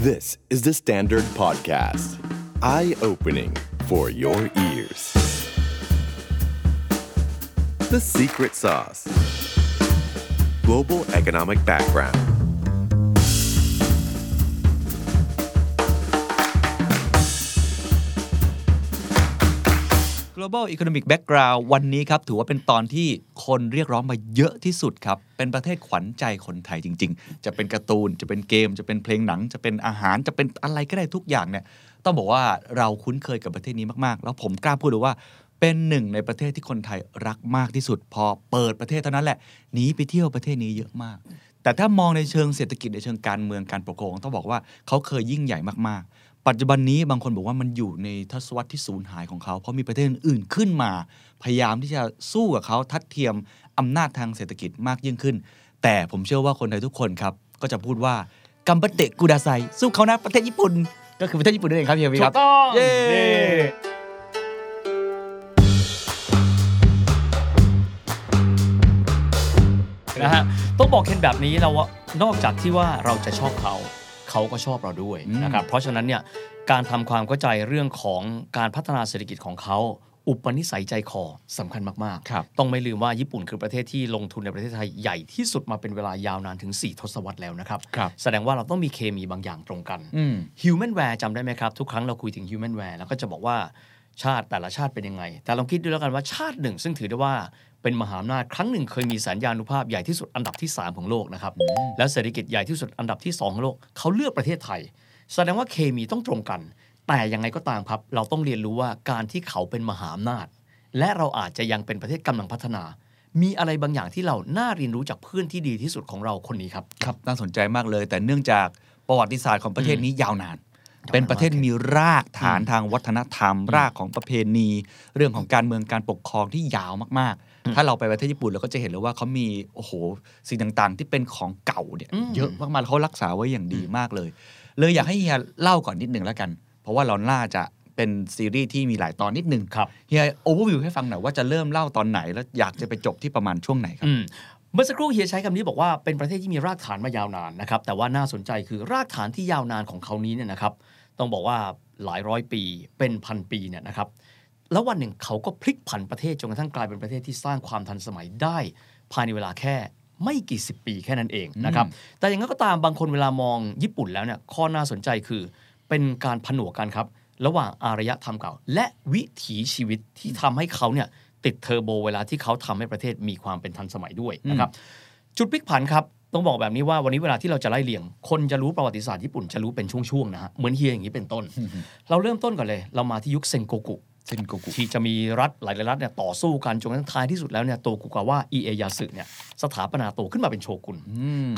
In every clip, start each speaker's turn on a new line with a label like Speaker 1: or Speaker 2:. Speaker 1: This is the Standard Podcast. Eye-opening for your ears. The Secret Sauce. Global Economic Background.
Speaker 2: global economic background วันนี้ครับ ถือว่าเป็นตอนที่คนเรียกร้องมาเยอะที่สุดครับ เป็นประเทศขวัญใจคนไทยจริง ๆ จะเป็นการ์ตูนจะเป็นเกม จะเป็นเพลงหนัง จะเป็นอาหารจะเป็นอะไรก็ได้ทุกอย่างเนี่ยต้องบอกว่าเราคุ้นเคยกับประเทศนี้มาก ๆ แล้วผมกล้าพูดเลยว่า เป็นหนึ่งในประเทศที่คนไทยรักมากที่สุด พอเปิดประเทศเท่านั้นแหละหนีไปเที่ยวประเทศนี้เยอะมาก แต่ถ้ามองในเชิงเศรษฐกิจในเชิงการเมืองการปกครอง ต้องบอกว่าเขาเคยยิ่งใหญ่มากๆ ปัจจุบันนี้บางคนบอกว่ามันอยู่ในทศวรรษที่สูญหายของเขา เพราะมีประเทศอื่นๆขึ้นมา พยายามที่จะสู้กับเขาทัดเทียมอำนาจทางเศรษฐกิจมากยิ่งขึ้น แต่ผมเชื่อว่าคนไทยทุกคนครับ ก็จะพูดว่ากัมปะเตะกูดาไซสู้เขานะประเทศญี่ปุ่น ก็คือประเทศญี่ปุ่นนั่นเองครับเฮียวี
Speaker 3: ถู
Speaker 2: ครับ
Speaker 3: กต้อง
Speaker 2: เย้
Speaker 3: นะฮะต้องบอกเคนแบบนี้เราว่านอกจากที่ว่าเราจะชอบเขา เขาก็ชอบเราด้วย
Speaker 2: อืม
Speaker 3: นะครับเพราะฉะนั้นเนี่ยการทำความเข้าใจเรื่องของการพัฒนาเศรษฐกิจของเขา อุปนิสัยใจคอสำคัญมาก
Speaker 2: ครับ
Speaker 3: ๆ ต้องไม่ลืมว่าญี่ปุ่นคือประเทศที่ลงทุนในประเทศไทยใหญ่ที่สุดมาเป็นเวลายาวนานถึง 4 ทศวรรษแล้วนะครับ
Speaker 2: ครับ
Speaker 3: แสดงว่าเราต้องมีเคมีบางอย่างตรงกัน
Speaker 2: อืม
Speaker 3: ฮิวแมนแวร์จำได้ไหมครับ ทุกครั้งเราคุยถึงฮิวแมนแวร์แล้วก็จะบอกว่าชาติแต่ละชาติเป็นยังไง แต่ลองคิดดูแล้วกันว่าชาติหนึ่ง ซึ่งถือได้ว่าเป็นมหาอำนาจครั้งหนึ่งเคยมีสัญญาณุภาพใหญ่ที่สุดอันดับที่ 3 ของโลกนะครับ แล้วเศรษฐกิจใหญ่ที่สุดอันดับที่ 2 ของโลก เขาเลือกประเทศไทย แสดงว่าเคมีต้องตรงกัน แต่ยังไงก็ตามครับ เราต้องเรียนรู้ว่าการที่เขาเป็นมหาอำนาจ และเราอาจจะยังเป็นประเทศกำลังพัฒนา มีอะไรบางอย่างที่เราน่าเรียนรู้จากเพื่อนที่ดีที่สุดของเราคนนี้ครับ
Speaker 2: ครับน่าสนใจมากเลย แต่เนื่องจากประวัติศาสตร์ของประเทศนี้ยาวนาน เป็นประเทศมีรากฐานทางวัฒนธรรม รากของประเพณี เรื่องของการเมืองการปกครองที่ยาวมากๆ ถ้าเราไปประเทศญี่ปุ่นเราก็จะเห็นเลยว่าเขามีโอ้โหสิ่งต่างๆ ที่เป็นของเก่าเนี่ย
Speaker 3: อืม
Speaker 2: เยอะมากๆแล้วเขารักษาไว้อย่างดีมากเลย เลยอยากให้เฮียเล่าก่อนนิดหนึ่งแล้วกัน เพราะว่าเราน่าจะเป็นซีรีส์ที่มีหลายตอนนิดหนึ่ง
Speaker 3: ครับ
Speaker 2: เฮียโอเวอร์วิวให้ฟังหน่อยว่าจะเริ่มเล่าตอนไหนแล้วอยากจะไปจบที่ประมาณช่วงไหนครับ
Speaker 3: อืมเมื่อสักครู่เฮียใช้คำนี้บอกว่าเป็นประเทศที่มีรากฐานมายาวนานนะครับแต่ว่าน่าสนใจคือรากฐานที่ยาวนานของเขานี้เนี่ยนะครับ ต้องบอกว่าหลายร้อยปีเป็นพันปีเนี่ยนะครับ แล้ววันหนึ่งเขาก็พลิกผันประเทศจนกระทั่งกลายเป็นประเทศที่สร้างความทันสมัยได้ ภายในเวลาแค่ไม่กี่สิบปีแค่นั้นเองนะครับ แต่อย่างนั้นก็ตามบางคนเวลามองญี่ปุ่นแล้วเนี่ยข้อน่าสนใจคือ เป็นการผนวกกันครับ ระหว่างอารยธรรมเก่า และวิถีชีวิตที่ทำให้เขาเนี่ยติดเทอร์โบเวลาที่เขาทำให้ประเทศมีความเป็นทันสมัยด้วยนะครับ จุดพลิกผันครับ ต้องบอกแบบนี้ว่าวันนี้เวลาที่เราจะไล่เลียง คนจะรู้ประวัติศาสตร์ญี่ปุ่นจะรู้เป็นช่วงๆนะฮะเหมือนเฮียอย่างนี้เป็นต้น เราเริ่มต้นก่อนเลย เรามาที่ยุคเซนโกกุ
Speaker 2: เซนโกกุ
Speaker 3: ที่จะมีรัฐหลายๆรัฐเนี่ยต่อสู้กันจนกระทั่งท้ายที่สุดแล้วเนี่ยโตกุกาวะอิเอยาสึเนี่ยสถาปนาตัวขึ้นมาเป็นโชกุน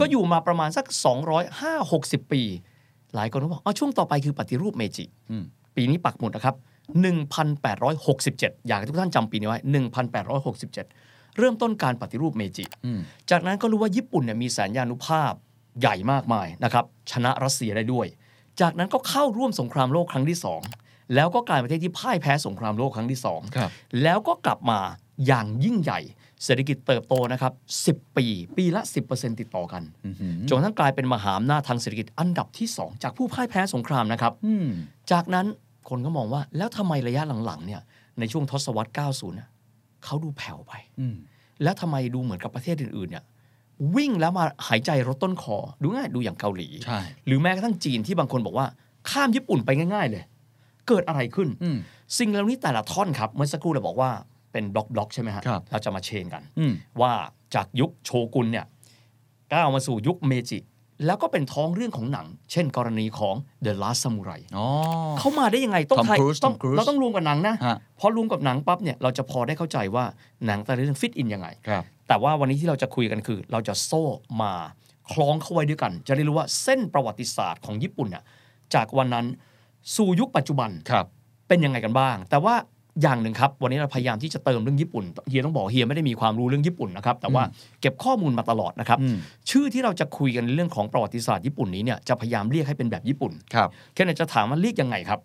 Speaker 3: ก็อยู่มาประมาณสัก 2 5 60 ปี หลายคนก็บอกอ๋อช่วงต่อไปคือปฏิรูปเมจิ
Speaker 2: อืม
Speaker 3: ปีนี้ปักหมุดนะครับ 1867 อยากให้ทุกท่านจำปีนี้ไว้ 1867 เริ่มต้นการปฏิรูปเมจิ
Speaker 2: อืม
Speaker 3: จากนั้นก็รู้ว่าญี่ปุ่นเนี่ยมีสัญญานุภาพใหญ่มากมายนะครับ ชนะรัสเซียได้ด้วย จากนั้นก็เข้าร่วมสงครามโลกครั้งที่ 2 แล้วก็กลายเป็นประเทศที่พ่ายแพ้สงครามโลกครั้งที่
Speaker 2: ครับ
Speaker 3: 2 แล้วก็กลับมาอย่างยิ่งใหญ่ เศรษฐกิจเติบโตนะครับ 10 ปี ปีละ 10%ติดต่อกัน
Speaker 2: อื้อหือ
Speaker 3: จนกระทั้งกลายเป็นมหาอำนาจทางเศรษฐกิจอันดับที่ 2 จากผู้พ่ายแพ้สงครามนะครับ
Speaker 2: อืม
Speaker 3: จากนั้นคนก็มองว่าแล้วทำไมระยะหลังๆเนี่ยในช่วงทศวรรษ 90น่ะเขาดูแผ่วไป
Speaker 2: อืม
Speaker 3: แล้วทำไมดูเหมือนกับประเทศอื่น ๆ เนี่ย วิ่งแล้วมาหายใจรถต้นคอ ดูง่ายดูอย่างเกาหลี
Speaker 2: ใช่
Speaker 3: หรือแม้กระทั่งจีนที่บางคนบอกว่า ข้ามญี่ปุ่นไปง่าย ๆ เลย เกิดอะไรขึ้น
Speaker 2: อืม
Speaker 3: สิ่งเหล่านี้แต่ละท่อนครับ เมื่อสักครู่เราบอกว่าเป็นบล็อกบล็อกๆใช่ไหมฮะ
Speaker 2: ครับ
Speaker 3: เราจะมาเชนกัน
Speaker 2: อืม
Speaker 3: ว่าจากยุคโชกุนเนี่ยก้าวมาสู่ยุคเมจิ แล้วก็เป็นท้องเรื่องของหนัง เช่น กรณีของ The Last Samurai
Speaker 2: อ๋อ
Speaker 3: เขามาได้ยังไงต้อง
Speaker 2: Tom
Speaker 3: ไทย
Speaker 2: Cruise
Speaker 3: ต้อง
Speaker 2: Tom Cruise
Speaker 3: เราต้องรวมกับหนังนะ
Speaker 2: ฮะ
Speaker 3: พอรวมกับหนังปั๊บเนี่ยเราจะพอได้เข้าใจว่าหนังแต่ละเรื่องฟิตอินยังไง
Speaker 2: ครับ
Speaker 3: แต่ว่าวันนี้ที่เราจะคุยกันคือ เราจะโซ่มาคล้องเข้าไว้ด้วยกัน จะได้รู้ว่าเส้นประวัติศาสตร์ของญี่ปุ่นน่ะจากวันนั้นสู่ยุคปัจจุบัน
Speaker 2: ครับ
Speaker 3: เป็นยังไงกันบ้าง แต่ว่าอย่างหนึ่งครับ วันนี้เราพยายามที่จะเติมเรื่องญี่ปุ่นเฮียต้องบอกเฮียไม่ได้มีความรู้เรื่องญี่ปุ่นนะครับแต่ว่าเก็บข้อมูลมาตลอดนะครับ
Speaker 2: อืม
Speaker 3: ชื่อที่เราจะคุยกันเรื่องของประวัติศาสตร์ญี่ปุ่นนี้เนี่ยจะพยายามเรียกให้เป็นแบบญี่ปุ่น
Speaker 2: ครับ
Speaker 3: แค่นั้นจะถามว่าเรียกยังไงครับ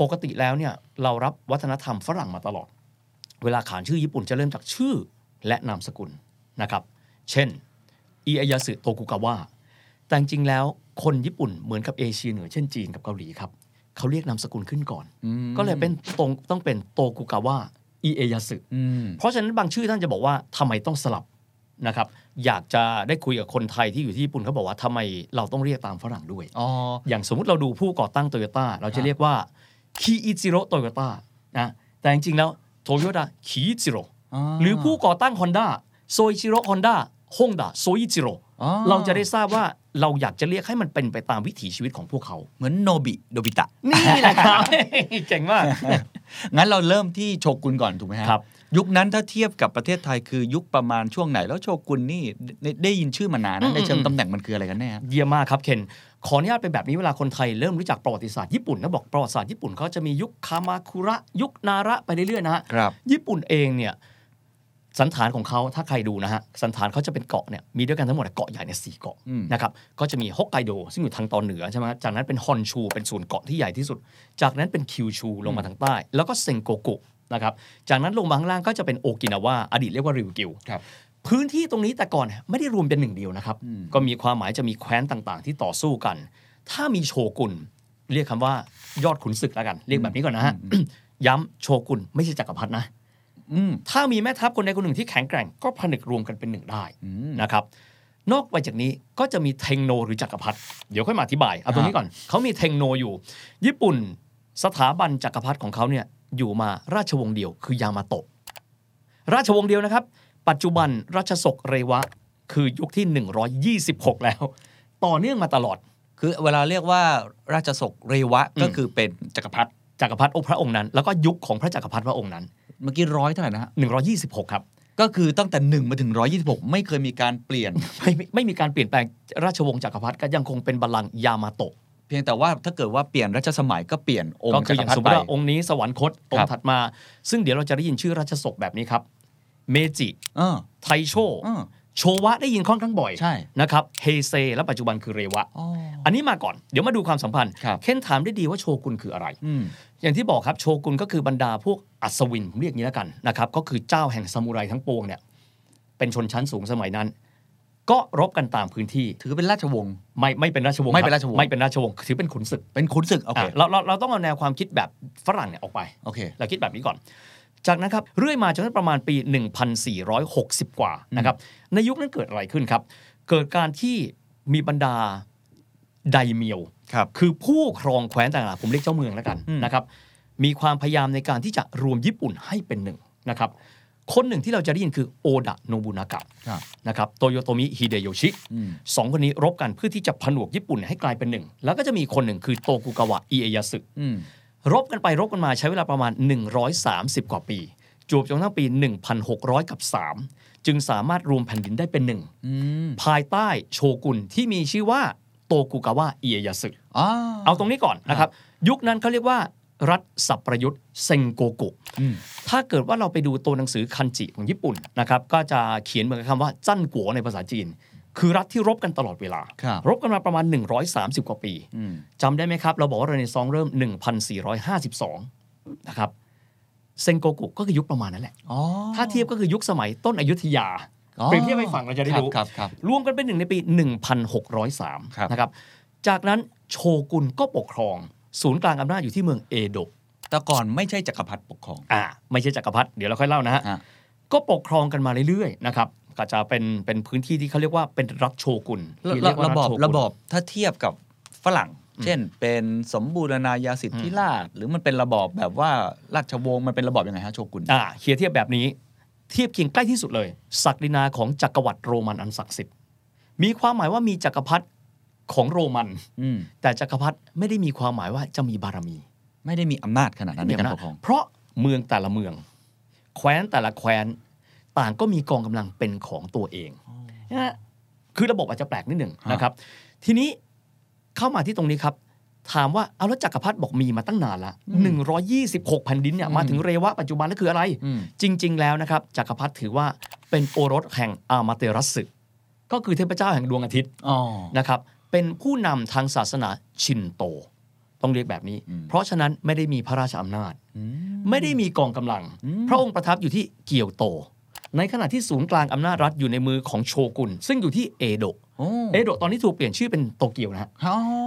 Speaker 3: ปกติแล้วเนี่ยเรารับวัฒนธรรมฝรั่งมาตลอด เวลาขานชื่อญี่ปุ่นจะเริ่มจากชื่อและนามสกุลนะครับ เช่น อิอายาสึโตกุกาวะแต่จริงๆแล้ว คนญี่ปุ่นเหมือนกับเอเชียเหนือเช่นจีนกับเกาหลีครับเขาเรียกนามสกุลขึ้นก่อน
Speaker 2: อืม
Speaker 3: ก็เลยเป็นตรงต้องเป็นโตกุกาวะอิเอยาสึ
Speaker 2: อืม
Speaker 3: เพราะฉะนั้นบางชื่อท่านจะบอกว่าทำไมต้องสลับนะครับ อยากจะได้คุยกับคนไทยที่อยู่ที่ญี่ปุ่นเขาบอกว่าทำไมเราต้องเรียกตามฝรั่งด้วย
Speaker 2: อ๋อ
Speaker 3: อย่างสมมติเราดูผู้ก่อตั้งโตโยต้าเราจะเรียกว่าคีอิจิโร่โตโยต้านะแต่จริงๆแล้วโตโยต้าคีอิจิโร่หรือผู้ก่อตั้งฮอนด้าโซอิจิโร่ฮอนด้าฮงดาโซอิจิโร่
Speaker 2: อ๋อ
Speaker 3: เราจะได้ทราบว่าเราอยากจะเรียกให้มันเป็นไปตามวิถีชีวิตของพวกเขา
Speaker 2: เหมือนโนบิโนบิตะ
Speaker 3: นี่แหละครับ เจ๋งมาก
Speaker 2: งั้นเราเริ่มที่โชกุนก่อนถูกไหมฮะ
Speaker 3: ครับ
Speaker 2: ยุคนั้นถ้าเทียบกับประเทศไทยคือยุคประมาณช่วงไหน แล้วโชกุนนี่ได้ได้ยินชื่อมานาน
Speaker 3: อื
Speaker 2: นะ
Speaker 3: ม
Speaker 2: ในเชิงตำแหน่งมันคืออะไรกันแน่ฮะ
Speaker 3: เยี่ยมมากครับเคน ขออนุญาตไปแบบนี้เวลาคนไทยเริ่มรู้จักประวัติศาสตร์ญี่ปุ่นนะบอกประวัติศาสตร์ญี่ปุ่นเขาจะมียุคคามาคุระยุคนาระไปเรื่อยๆนะฮะ
Speaker 2: ครับ
Speaker 3: ญี่ปุ่นเองเนี่ยสันฐานของเขาถ้าใครดูนะฮะสันฐานเขาจะเป็นเกาะเนี่ยมีด้วยกันทั้งหมดเกาะใหญ่เนี่ยสี่เกาะ
Speaker 2: อืม
Speaker 3: นะครับก็จะมีฮอกไกโดซึ่งอยู่ทางตอนเหนือใช่ไหมฮะจากนั้นเป็นฮอนชูเป็นส่วนเกาะที่ใหญ่ที่สุด จากนั้นเป็นคิวชูลงมาทางใต้ แล้วก็เซงโกกุนะครับจากนั้นลงมาข้างล่างก็จะเป็นโอกินาวาอดีตเรียกว่าริวกิว พื้นที่ตรงนี้แต่ก่อนไม่ได้รวมเป็นหนึ่งเดียวนะครับ ก็มีความหมายจะมีแคว้นต่างๆ ที่ต่อสู้กัน ถ้ามีโชกุนเรียกคำว่ายอดขุนศึกแล้วกัน เรียกแบบนี้ก่อนนะฮะ ย้ำโชกุนไม่ใช่จักรพรรดินะ
Speaker 2: อืม
Speaker 3: ถ้ามีแม่ทัพคนใดคนหนึ่งที่แข็งแกร่งก็ผนึกรวมกันเป็นหนึ่งได้นะครับ นอกไปจากนี้ก็จะมีเทงโนหรือจักรพรรดิเดี๋ยวค่อยมาอธิบายเอาตรงนี้ก่อนเขามีเทงโนอยู่ ญี่ปุ่นสถาบันจักรพรรดิของเขาเนี่ยอยู่มาราชวงศ์เดียวคือยามาโตะราชวงศ์เดียวนะครับ ปัจจุบันราชสกเรวะ คือยุคที่ 126 แล้ว ต่อเนื่องมาตลอด
Speaker 2: คือเวลาเรียกว่าราชสกเรวะ
Speaker 3: อืม
Speaker 2: ก็คือเป็นจักรพรรดิ
Speaker 3: จักรพรรดิองค์พระองค์นั้น แล้วก็ยุคของพระจักรพรรดิพระองค์นั้น
Speaker 2: เมื่อกี้ร้อยเท่าไหร่นะฮะ
Speaker 3: 126 ครับ
Speaker 2: ก็คือตั้งแต่1มาถึง 126 ไม่เคยมีการเปลี่ยน
Speaker 3: ไม่ไม่ไม่มีการเปลี่ยนแปลงราชวงศ์จักรพรรดิก็ยังคงเป็นบัลลังก์ยามาโตะ
Speaker 2: เพียงแต่ว่าถ้าเกิดว่าเปลี่ยนรัชสมัยก็เปลี่ยนอง
Speaker 3: ก็
Speaker 2: ค์
Speaker 3: คื
Speaker 2: จั
Speaker 3: อ
Speaker 2: ร
Speaker 3: ก อย่าง
Speaker 2: พรร
Speaker 3: ส
Speaker 2: ดิ
Speaker 3: มม
Speaker 2: ไป
Speaker 3: ติว่าองค์นี้สวรรคตอง
Speaker 2: ครับ
Speaker 3: ค์ถัดมา ซึ่งเดี๋ยวเราจะได้ยินชื่อราชศพแบบนี้ครับ เมจิ
Speaker 2: เออ
Speaker 3: ไทโช
Speaker 2: เออ
Speaker 3: โชวะได้ยินค่อนข้างบ่อย
Speaker 2: ใช่
Speaker 3: นะครับเฮเซและปัจจุบันคือเรวะ
Speaker 2: อ๋อ
Speaker 3: อันนี้มาก่อนเดี๋ยวมาดูความสัมพันธ์
Speaker 2: ครับ
Speaker 3: เค้นถามได้ดีว่าโชกุนคืออะไร
Speaker 2: อืม
Speaker 3: อย่างที่บอกครับโชกุนก็คือบรรดาพวกอัศวินผมเรียกอย่างนี้แล้วกันนะครับก็คือเจ้าแห่งซามูไรทั้งปวงเนี่ยเป็นชนชั้นสูงสมัยนั้น ก็รบกันตามพื้นที่
Speaker 2: ถือเป็นราชวงศ์
Speaker 3: ไม่ไม่เป็นราชวงศ์
Speaker 2: ไม่เป็นราชวงศ์
Speaker 3: ไม่เป็นราชวงศ์ถือเป็นขุนศึก
Speaker 2: เป็นขุนศึกโอเค
Speaker 3: อ่ะเราเราเราต้องเอาแนวความคิดแบบฝรั่งเนี่ยออกไป
Speaker 2: โอเค
Speaker 3: เราคิดแบบนี้ก่อน จากนั้นครับ เรื่อยมาจนถึงประมาณปี 1460 กว่านะครับ ในยุคนั้นเกิดอะไรขึ้นครับ เกิดการที่มีบรรดาไดเมียว
Speaker 2: ครับ
Speaker 3: คือผู้ครองแคว้นต่างๆ ผมเรียกเจ้าเมืองแล้วกัน
Speaker 2: อืม
Speaker 3: นะครับ มีความพยายามในการที่จะรวมญี่ปุ่นให้เป็นหนึ่งนะครับ คนหนึ่งที่เราจะได้ยินคือโอดะโนบุนากะ
Speaker 2: ครับ
Speaker 3: นะครับ โตโยโตมิ ฮิเดโยชิ
Speaker 2: อืม
Speaker 3: สองคนนี้รบกันเพื่อที่จะผนวกญี่ปุ่นให้กลายเป็นหนึ่ง แล้วก็จะมีคนหนึ่งคือโตกุกาวะ อิเอยาสึ
Speaker 2: อืม
Speaker 3: รบกันไปรบกันมาใช้เวลาประมาณ 130 กว่าปี จวบจนกระทั้งปี 1,600 กับ 3 จึงสามารถรวมแผ่นดินได้เป็นหนึ่ง
Speaker 2: อืม
Speaker 3: ภายใต้โชกุนที่มีชื่อว่าโตกุกาวะเอียยาสึ
Speaker 2: อ๋อ
Speaker 3: เอาตรงนี้ก่อนนะครับ ยุคนั้นเขาเรียกว่า รัฐสับประยุทธ์เซงโกกุ
Speaker 2: อืม
Speaker 3: ถ้าเกิดว่าเราไปดูตัวหนังสือคันจิของญี่ปุ่นนะครับก็จะเขียนเหมือนกับคำว่าจั้นกัวในภาษาจีน คือรัฐที่รบกันตลอดเวลา
Speaker 2: ครับ
Speaker 3: รบกันมาประมาณ 130 กว่าปี
Speaker 2: อืม
Speaker 3: จำได้ไหมครับ เราบอกว่าเรเนซองส์เริ่ม 1452 นะครับเซนโกกุก็คือยุคประมาณนั้นแหละ
Speaker 2: อ๋อ
Speaker 3: ถ้าเทียบก็คือยุคสมัยต้นอยุธยา
Speaker 2: อ๋อ
Speaker 3: เปรียบเทียบให้ฟังเราจะได้รู้
Speaker 2: ครับครับ
Speaker 3: รวมกันเป็นหนึ่งในปี
Speaker 2: ครับ
Speaker 3: 1603 นะครับ จากนั้นโชกุนก็ปกครอง ศูนย์กลางอำนาจอยู่ที่เมืองเอโดะ
Speaker 2: แต่ก่อนไม่ใช่จักรพรรดิปกครอง
Speaker 3: อ่าไม่ใช่จักรพรรดิเดี๋ยวเราค่อยเล่านะฮะ
Speaker 2: อ่ะ
Speaker 3: ก็ปกครองกันมาเรื่อยๆนะครับก็จะเป็นเป็นพื้นที่ที่เขาเรียกว่าเป็นรัฐโชกุนหอ
Speaker 2: ระ
Speaker 3: ยกว่า
Speaker 2: ระบอบ
Speaker 3: โชกุน
Speaker 2: ระบอบถ้าเทียบกับฝรั่ง เช่น เป็นสมบูรณาญาสิทธิราชย์หรือมันเป็นระบอบแบบว่าราชวงศ์มันเป็นระบอบยังไงฮะโชกุน
Speaker 3: อ่าเคียร์เทียบแบบนี้เทียบเคียงใกล้ที่สุดเลย ศักดินาของจักรวรรดิโรมันอันศักดิ์สิทธิ์มีความหมายว่ามีจักรพรรดิของโรมัน
Speaker 2: อืม
Speaker 3: แต่จักรพรรดิไม่ได้มีความหมายว่าจะมีบารมี
Speaker 2: ไม่ได้มีอำนาจขนาดนั้นในการปกครอง
Speaker 3: เพราะเมืองแต่ละเมือง แคว้นแต่ละแคว้น ต่างก็มีกองกำลังเป็นของตัวเองนะฮะคือระบบอาจจะแปลกนิดหนึ่ง
Speaker 2: ฮะ
Speaker 3: นะครับ ทีนี้เข้ามาที่ตรงนี้ครับ ถามว่าเอาแล้วจักรพรรดิบอกมีมาตั้งนานละ126แผ่นดินเนี่ยมาถึงเรวะปัจจุบันแล้วคืออะไร
Speaker 2: อืม
Speaker 3: จริง ๆ แล้วนะครับจักรพรรดิถือว่าเป็นโอรสแห่งอามาเตรัสสึก็คือเทพเจ้าแห่งดวงอาทิตย์
Speaker 2: อ๋อ
Speaker 3: นะครับ เป็นผู้นำทางศาสนาชินโต ต้องเรียกแบบนี้
Speaker 2: อืม
Speaker 3: เพราะฉะนั้นไม่ได้มีพระราชอำนาจ
Speaker 2: อืม
Speaker 3: ไม่ได้มีกองกำลัง
Speaker 2: อืม
Speaker 3: พระองค์ประทับอยู่ที่เกียวโต ในขณะที่ศูนย์กลางอำนาจรัฐอยู่ในมือของโชกุนซึ่งอยู่ที่เอโดะ
Speaker 2: โอ้
Speaker 3: เอโดะตอนนี้ถูกเปลี่ยนชื่อเป็นโตเกียวนะฮะ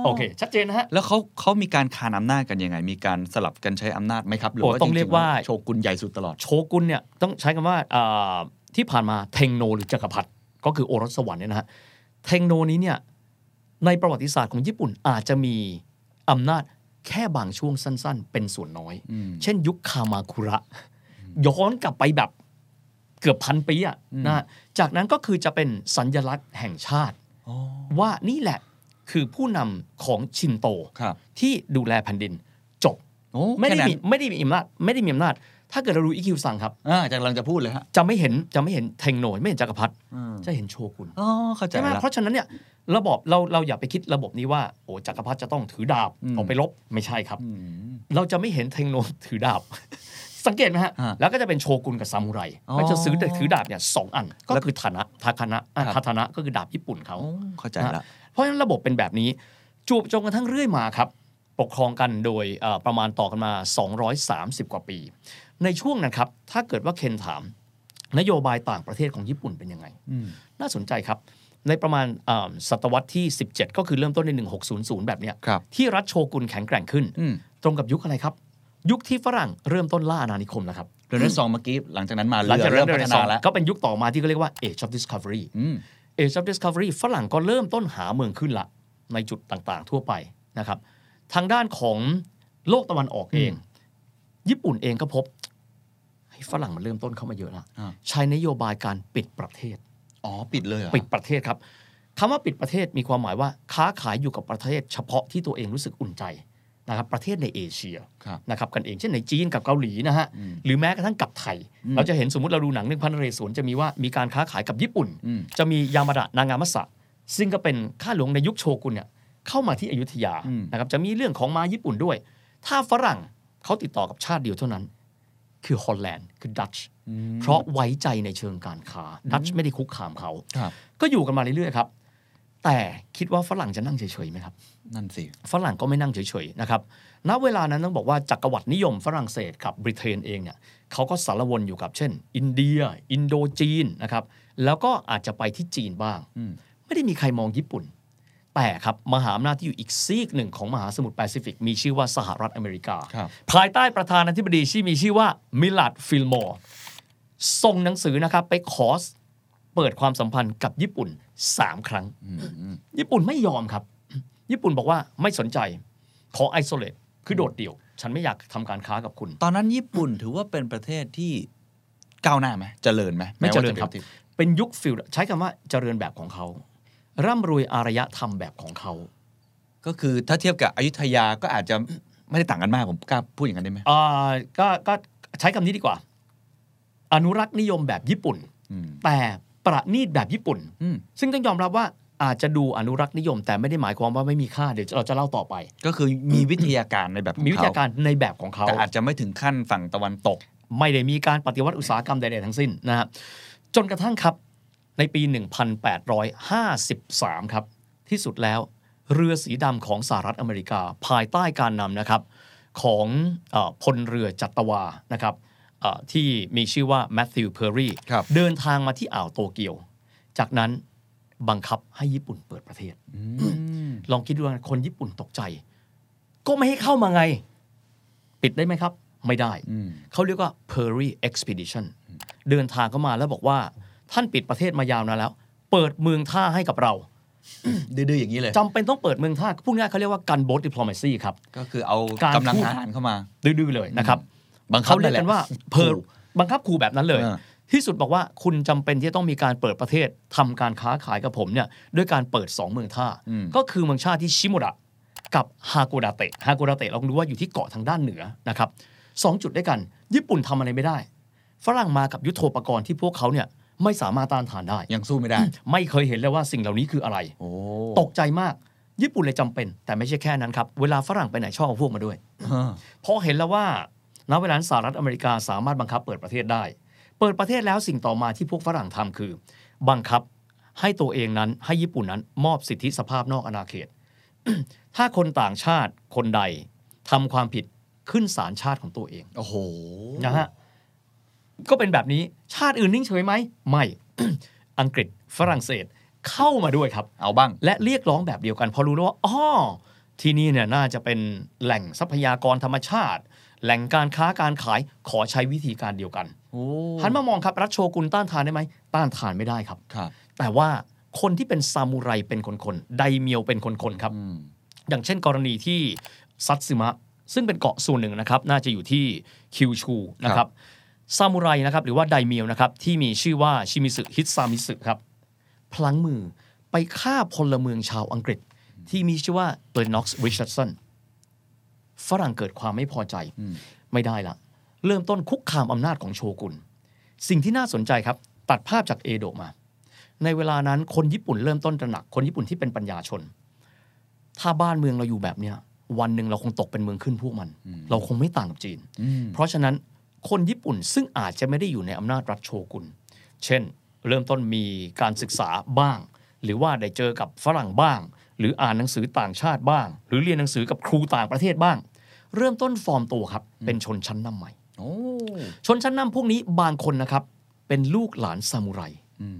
Speaker 3: โอเค ชัดเจนนะฮะ
Speaker 2: แล้วเขาเขามีการคานอำนาจกันยังไง มีการสลับกันใช้อำนาจไหมครับหรือ
Speaker 3: โอ้
Speaker 2: ว่า
Speaker 3: ต้องเรียกว่า
Speaker 2: จงๆแล้โชกุนใหญ่สุดตลอด
Speaker 3: โชกุนเนี่ยต้องใช้คำว่าอ่าที่ผ่านมาเทงโนหรือจักรพรรดิก็คือโอรสสวรรค์เนี่ยนะฮะเทงโนนี้เนี่ยในประวัติศาสตร์ของญี่ปุ่นอาจจะมีอำนาจแค่บางช่วงสั้นๆ เป็นส่วนน้อย
Speaker 2: อืม
Speaker 3: เช่นยุคคามาคุระ ย้อนกลับไปแบบเกือบพันปีอะ
Speaker 2: อืม
Speaker 3: นะฮะจากนั้นก็คือจะเป็นสัญญลักษณ์แห่งชาติ
Speaker 2: อ๋อ
Speaker 3: ว่านี่แหละคือผู้นำของชินโต
Speaker 2: ครับ
Speaker 3: ที่ดูแลแผ่นดินจบ
Speaker 2: โอ้
Speaker 3: ไม่ได้
Speaker 2: แค่นั้น
Speaker 3: มีไม่ได้มีอำนาจไม่ได้มีอำนาจ ถ้าเกิดเราดูอีคิวสั่งครับ
Speaker 2: อ่าจากหลังจะพูดเลยฮะ
Speaker 3: จะไม่เห็นจะไม่เห็นเทงโนไม่เห็นจักรพรรดิ
Speaker 2: อืม
Speaker 3: จะเห็นโชกุน
Speaker 2: อ๋อเข้าใจ
Speaker 3: ใช่ไหม
Speaker 2: แล้ว
Speaker 3: เพราะฉะนั้นเนี่ยระบบเราเราอย่าไปคิดระบบนี้ว่าโอ้จักรพรรดิจะต้องถือดาบ
Speaker 2: อืม
Speaker 3: ออกไปรบไม่ใช่ครับ
Speaker 2: อืม
Speaker 3: เราจะไม่เห็นเทงโนถือดาบ สังเกตไหมฮะ
Speaker 2: ฮะ
Speaker 3: แล้วก็จะเป็นโชกุนกับซามูไร
Speaker 2: อ๋อ
Speaker 3: ก็จะซื้อถือดาบเนี่ยสองอัน ก็คือฐานะทาคานะอ่ะ
Speaker 2: ครับ
Speaker 3: ทาคานะก็คือดาบญี่ปุ่นเขา
Speaker 2: โอ้เข้าใจแล้ว
Speaker 3: เพราะฉะนั้นระบบเป็นแบบนี้จูบจนกระทั่งเรื่อยมาครับ ปกครองกันโดยเอ่อประมาณต่อกันมา 230 กว่าปี ในช่วงนั้นครับ ถ้าเกิดว่าเคนถาม นโยบายต่างประเทศของญี่ปุ่นเป็นยังไง
Speaker 2: อืม
Speaker 3: น่าสนใจครับ ในประมาณเอ่อศตวรรษที่ 17 ก็คือเริ่มต้นใน 1600 แบบเนี้ย
Speaker 2: ครับ
Speaker 3: ที่รัฐโชกุนแข็งแกร่งขึ้น
Speaker 2: อืม
Speaker 3: ตรงกับยุคอะไรครับ ยุคที่ฝรั่งเริ่มต้นล่าอาณานิคมแล้วครับ
Speaker 2: เรนเนซองส์เมื่อกี้หลังจากนั้นมา
Speaker 3: หลัง
Speaker 2: เรือ
Speaker 3: จาก
Speaker 2: เริ่ม
Speaker 3: เริ่
Speaker 2: พัฒ
Speaker 3: มพัฒ
Speaker 2: นา
Speaker 3: นา
Speaker 2: แล้
Speaker 3: แล้ว วก็เป็นยุคต่อมาที่เขาเรียกว่า Age of Discovery
Speaker 2: อืม
Speaker 3: Age of Discovery ฝรั่งก็เริ่มต้นหาเมืองขึ้นละ ในจุดต่างๆทั่วไปนะครับ ทางด้านของโลกตะวันออกเอง ญี่ปุ่นเองก็พบให้ยฝรั่งมันเริ่มต้นเข้ามาเยอะละ
Speaker 2: อ่า
Speaker 3: ใช้นโยบายการปิดประเทศ
Speaker 2: อ๋อปิดเลยเหรอ
Speaker 3: ปิดประเทศครับคำว่าปิดประเทศมีความหมายว่าค้าขายอยู่กับประเทศ เฉพาะที่ตัวเองรู้สึกอุ่นใจนะครับ ประเทศในเอเชีย
Speaker 2: ครับ
Speaker 3: นะครับกันเองเช่นในจีนกับเกาหลีนะฮะ
Speaker 2: อืม
Speaker 3: หรือแม้กระทั่งกับไทย
Speaker 2: อืม
Speaker 3: เราจะเห็นสมมติเราดูหนังเรื่องพันเรศวนจะมีว่ามีการค้าขายกับญี่ปุ่น
Speaker 2: อืม
Speaker 3: จะมียามาดะนางามะสะ ซึ่งก็เป็นข้าหลวงในยุคโชกุนเนี่ยเข้ามาที่อยุธยา
Speaker 2: อืม
Speaker 3: นะครับจะมีเรื่องของมาญี่ปุ่นด้วย ถ้าฝรั่งเขาติดต่อกับชาติเดียวเท่านั้น คือฮอลแลนด์คือดัตช์
Speaker 2: อืม
Speaker 3: เพราะไว้ใจในเชิงการค้าดัตช์ไม่ได้คุกคามเขา
Speaker 2: ครับ
Speaker 3: ก็อยู่กันมาเรื่อยๆครับแต่คิดว่าฝรั่งจะนั่งเฉยๆไหมครับ
Speaker 2: นั่นสิ
Speaker 3: ฝรั่งก็ไม่นั่งเฉยๆนะครับ ณ เวลานั้นต้องบอกว่าจักรวรรดินิยมฝรั่งเศสกับบริเตนเองเนี่ยเขาก็สารวนอยู่กับเช่น อินเดีย อินโดจีนนะครับ แล้วก็อาจจะไปที่จีนบ้าง
Speaker 2: อืม
Speaker 3: ไม่ได้มีใครมองญี่ปุ่น แต่ครับมหาอำนาจที่อยู่อีกซีกหนึ่งของมหาสมุทรแปซิฟิก มีชื่อว่าสหรัฐอเมริกา
Speaker 2: ครับ
Speaker 3: ภายใต้ประธานาธิบดีที่มีชื่อว่ามิลาดฟิลโมร์ส่งหนังสือนะครับไปขอเปิดความสัมพันธ์กับญี่ปุ่นสามครั้ง
Speaker 2: อืมอืม
Speaker 3: ญี่ปุ่นไม่ยอมครับ ญี่ปุ่นบอกว่าไม่สนใจ ขอไอโซเลตคือโดดเดี่ยว ฉันไม่อยากทำการค้ากับคุณ
Speaker 2: ตอนนั้นญี่ปุ่นถือว่าเป็นประเทศที่ก้าวหน้าไหมเจริญไหม
Speaker 3: ไม่เจริญ
Speaker 2: แว่าะป็น
Speaker 3: ครับ
Speaker 2: ปะทศ
Speaker 3: เป็นยุคฟิลใช้คำว่าเจริญแบบของเขา ร่ำรวยอารยธรรมแบบของเขา
Speaker 2: ก็คือถ้าเทียบกับอยุธยาก็อาจจะไม่ได้ต่างกันมากผมกล้าพูดอย่างนั้นได้ไหม
Speaker 3: อ่าก็ก็ใช้คำนี้ดีกว่า อนุรักษ์นิยมแบบญี่ปุ่น
Speaker 2: อืม
Speaker 3: แต่ประณีตแบบญี่ปุ่น
Speaker 2: อืม
Speaker 3: ซึ่งต้องยอมรับว่าอาจจะดูอนุรักษ์นิยม แต่ไม่ได้หมายความว่าไม่มีค่าเดี๋ยวเราจะเล่าต่อไป
Speaker 2: ก็คือมีวิทยาการในแบบของ
Speaker 3: มีวิทยา
Speaker 2: เขา
Speaker 3: การในแบบของเขา
Speaker 2: แต่อาจจะไม่ถึงขั้นฝั่งตะวันตก
Speaker 3: ไม่ได้มีการปฏิวัติอุตสาหกรรมใดๆทั้งสิ้นนะฮะจนกระทั่งครับในปี 1853 ครับ ที่สุดแล้วเรือสีดำของสหรัฐอเมริกา ภายใต้การนำนะครับของเออพลเรือจัตวานะครับเอ่อที่มีชื่อว่าแมทธิวเพอร์รี่
Speaker 2: ครับ
Speaker 3: เดินทางมาที่อ่าวโตเกียว จากนั้นบังคับให้ญี่ปุ่นเปิดประเทศ ลองคิดดูนะคนญี่ปุ่นตกใจ ก็ไม่ให้เข้ามาไง ปิดได้ไหมครับ ไม่ได้
Speaker 2: อืม
Speaker 3: เขาเรียกว่า Perry Expedition เดินทางเข้ามาแล้วบอกว่า ท่านปิดประเทศมายาวนานแล้ว เปิดเมืองท่าให้กับเรา
Speaker 2: ดื้อๆอย่างนี้เลย
Speaker 3: จำเป็นต้องเปิดเมืองท่าพูดง่ายๆเขาเรียกว่ากันโบสดิปโลมซีครับ
Speaker 2: ก็คือเอา
Speaker 3: การ
Speaker 2: กำลัง
Speaker 3: พูด
Speaker 2: ทหารเข้ามา
Speaker 3: ดื้อๆเลยนะครับ
Speaker 2: บังคับ
Speaker 3: เขาเรียกกันว่าเพอ
Speaker 2: เพิ่
Speaker 3: บังคับขู่แบบนั้นเลย
Speaker 2: อ่า
Speaker 3: ที่สุดบอกว่าคุณจำเป็นที่จะต้องมีการเปิดประเทศทำการค้าขายกับผมเนี่ยด้วยการเปิดสองเมืองท่า ก็คือเมืองชาติที่ชิโมดะกับฮาโกดาเตะฮาโกดาเตะลองดูว่าอยู่ที่เกาะทางด้านเหนือนะครับสองจุดด้วยกัน ญี่ปุ่นทำอะไรไม่ได้ ฝรั่งมากับยุโทโธปกรณ์ที่พวกเขาเนี่ยไม่สามารถต้านทานได้
Speaker 2: ยังสู้ไม่ได้
Speaker 3: ไม่เคยเห็นเลยว่าสิ่งเหล่านี้คืออะไร
Speaker 2: โอ้
Speaker 3: ตกใจมาก ญี่ปุ่นเลยจำเป็น แต่ไม่ใช่แค่นั้นครับ เวลาฝรั่งไปไหนชอบเอาพวกมาด้วย
Speaker 2: เออ
Speaker 3: เพราะเห็นแล้วว่าณเวลานั้นสหรัฐอเมริกาสามารถบังคับเปิดประเทศได้ เปิดประเทศแล้วสิ่งต่อมาที่พวกฝรั่งทำคือ บังคับให้ตัวเองนั้นให้ญี่ปุ่นนั้นมอบสิทธิสภาพนอกอาณาเขต ถ้าคนต่างชาติคนใดทำความผิดขึ้นศาลชาติของตัวเอง
Speaker 2: โอ้โห
Speaker 3: นะฮะ ก็เป็นแบบนี้ชาติอื่นนิ่งเฉยไหมไม่ อังกฤษฝรั่งเศส เข้ามาด้วยครับ
Speaker 2: เอาบ้าง
Speaker 3: และเรียกร้องแบบเดียวกันเพอรู้แล้วว่าอ๋อที่นี่เนี่ยน่าจะเป็นแหล่งทรัพยากรธรรมชาติ แหล่งการค้าการขายขอใช้วิธีการเดียวกันหันมามองครับรัฐโชกุนต้านทานได้ไหมต้านทานไม่ได้ครับ
Speaker 2: ครับ
Speaker 3: แต่ว่าคนที่เป็นซามูไรเป็นคนๆไดเมียวเป็นคนๆครับ
Speaker 2: อืม
Speaker 3: อย่างเช่นกรณีที่ซัตสึมะ ซึ่งเป็นเกาะส่วนหนึ่งนะครับ น่าจะอยู่ที่คิวชูนะครับซามูไรนะครับหรือว่าไดเมียวนะครับ ที่มีชื่อว่าชิมิสึฮิตซามิสึครับ พลั้งมือไปฆ่าพลเมืองชาวอังกฤษ ที่มีชื่อว่าเ e อร์น็อกซ์ริชาร์ดสันฝรั่งเกิดความไม่พอใจ ไม่ได้ละ เริ่มต้นคุกคามอำนาจของโชกุน สิ่งที่น่าสนใจครับ ตัดภาพจากเอโดะมา ในเวลานั้นคนญี่ปุ่นเริ่มต้นตระหนักคนญี่ปุ่นที่เป็นปัญญาชน ถ้าบ้านเมืองเราอยู่แบบเนี้ยวันหนึ่งเราคงตกเป็นเมืองขึ้นพวกมัน เราคงไม่ต่างกับจีน
Speaker 2: อืม
Speaker 3: เพราะฉะนั้นคนญี่ปุ่นซึ่งอาจจะไม่ได้อยู่ในอำนาจรัฐโชกุน เช่น เริ่มต้นมีการศึกษาบ้าง หรือว่าได้เจอกับฝรั่งบ้าง หรืออ่านหนังสือต่างชาติบ้าง หรือเรียนหนังสือกับครูต่างประเทศบ้าง เริ่มต้นฟอร์มตัวครับ เป็นชนชั้นนำใหม่
Speaker 2: โอ้
Speaker 3: ชนชั้นนำพวกนี้บางคนนะครับ เป็นลูกหลานซามูไร
Speaker 2: อืม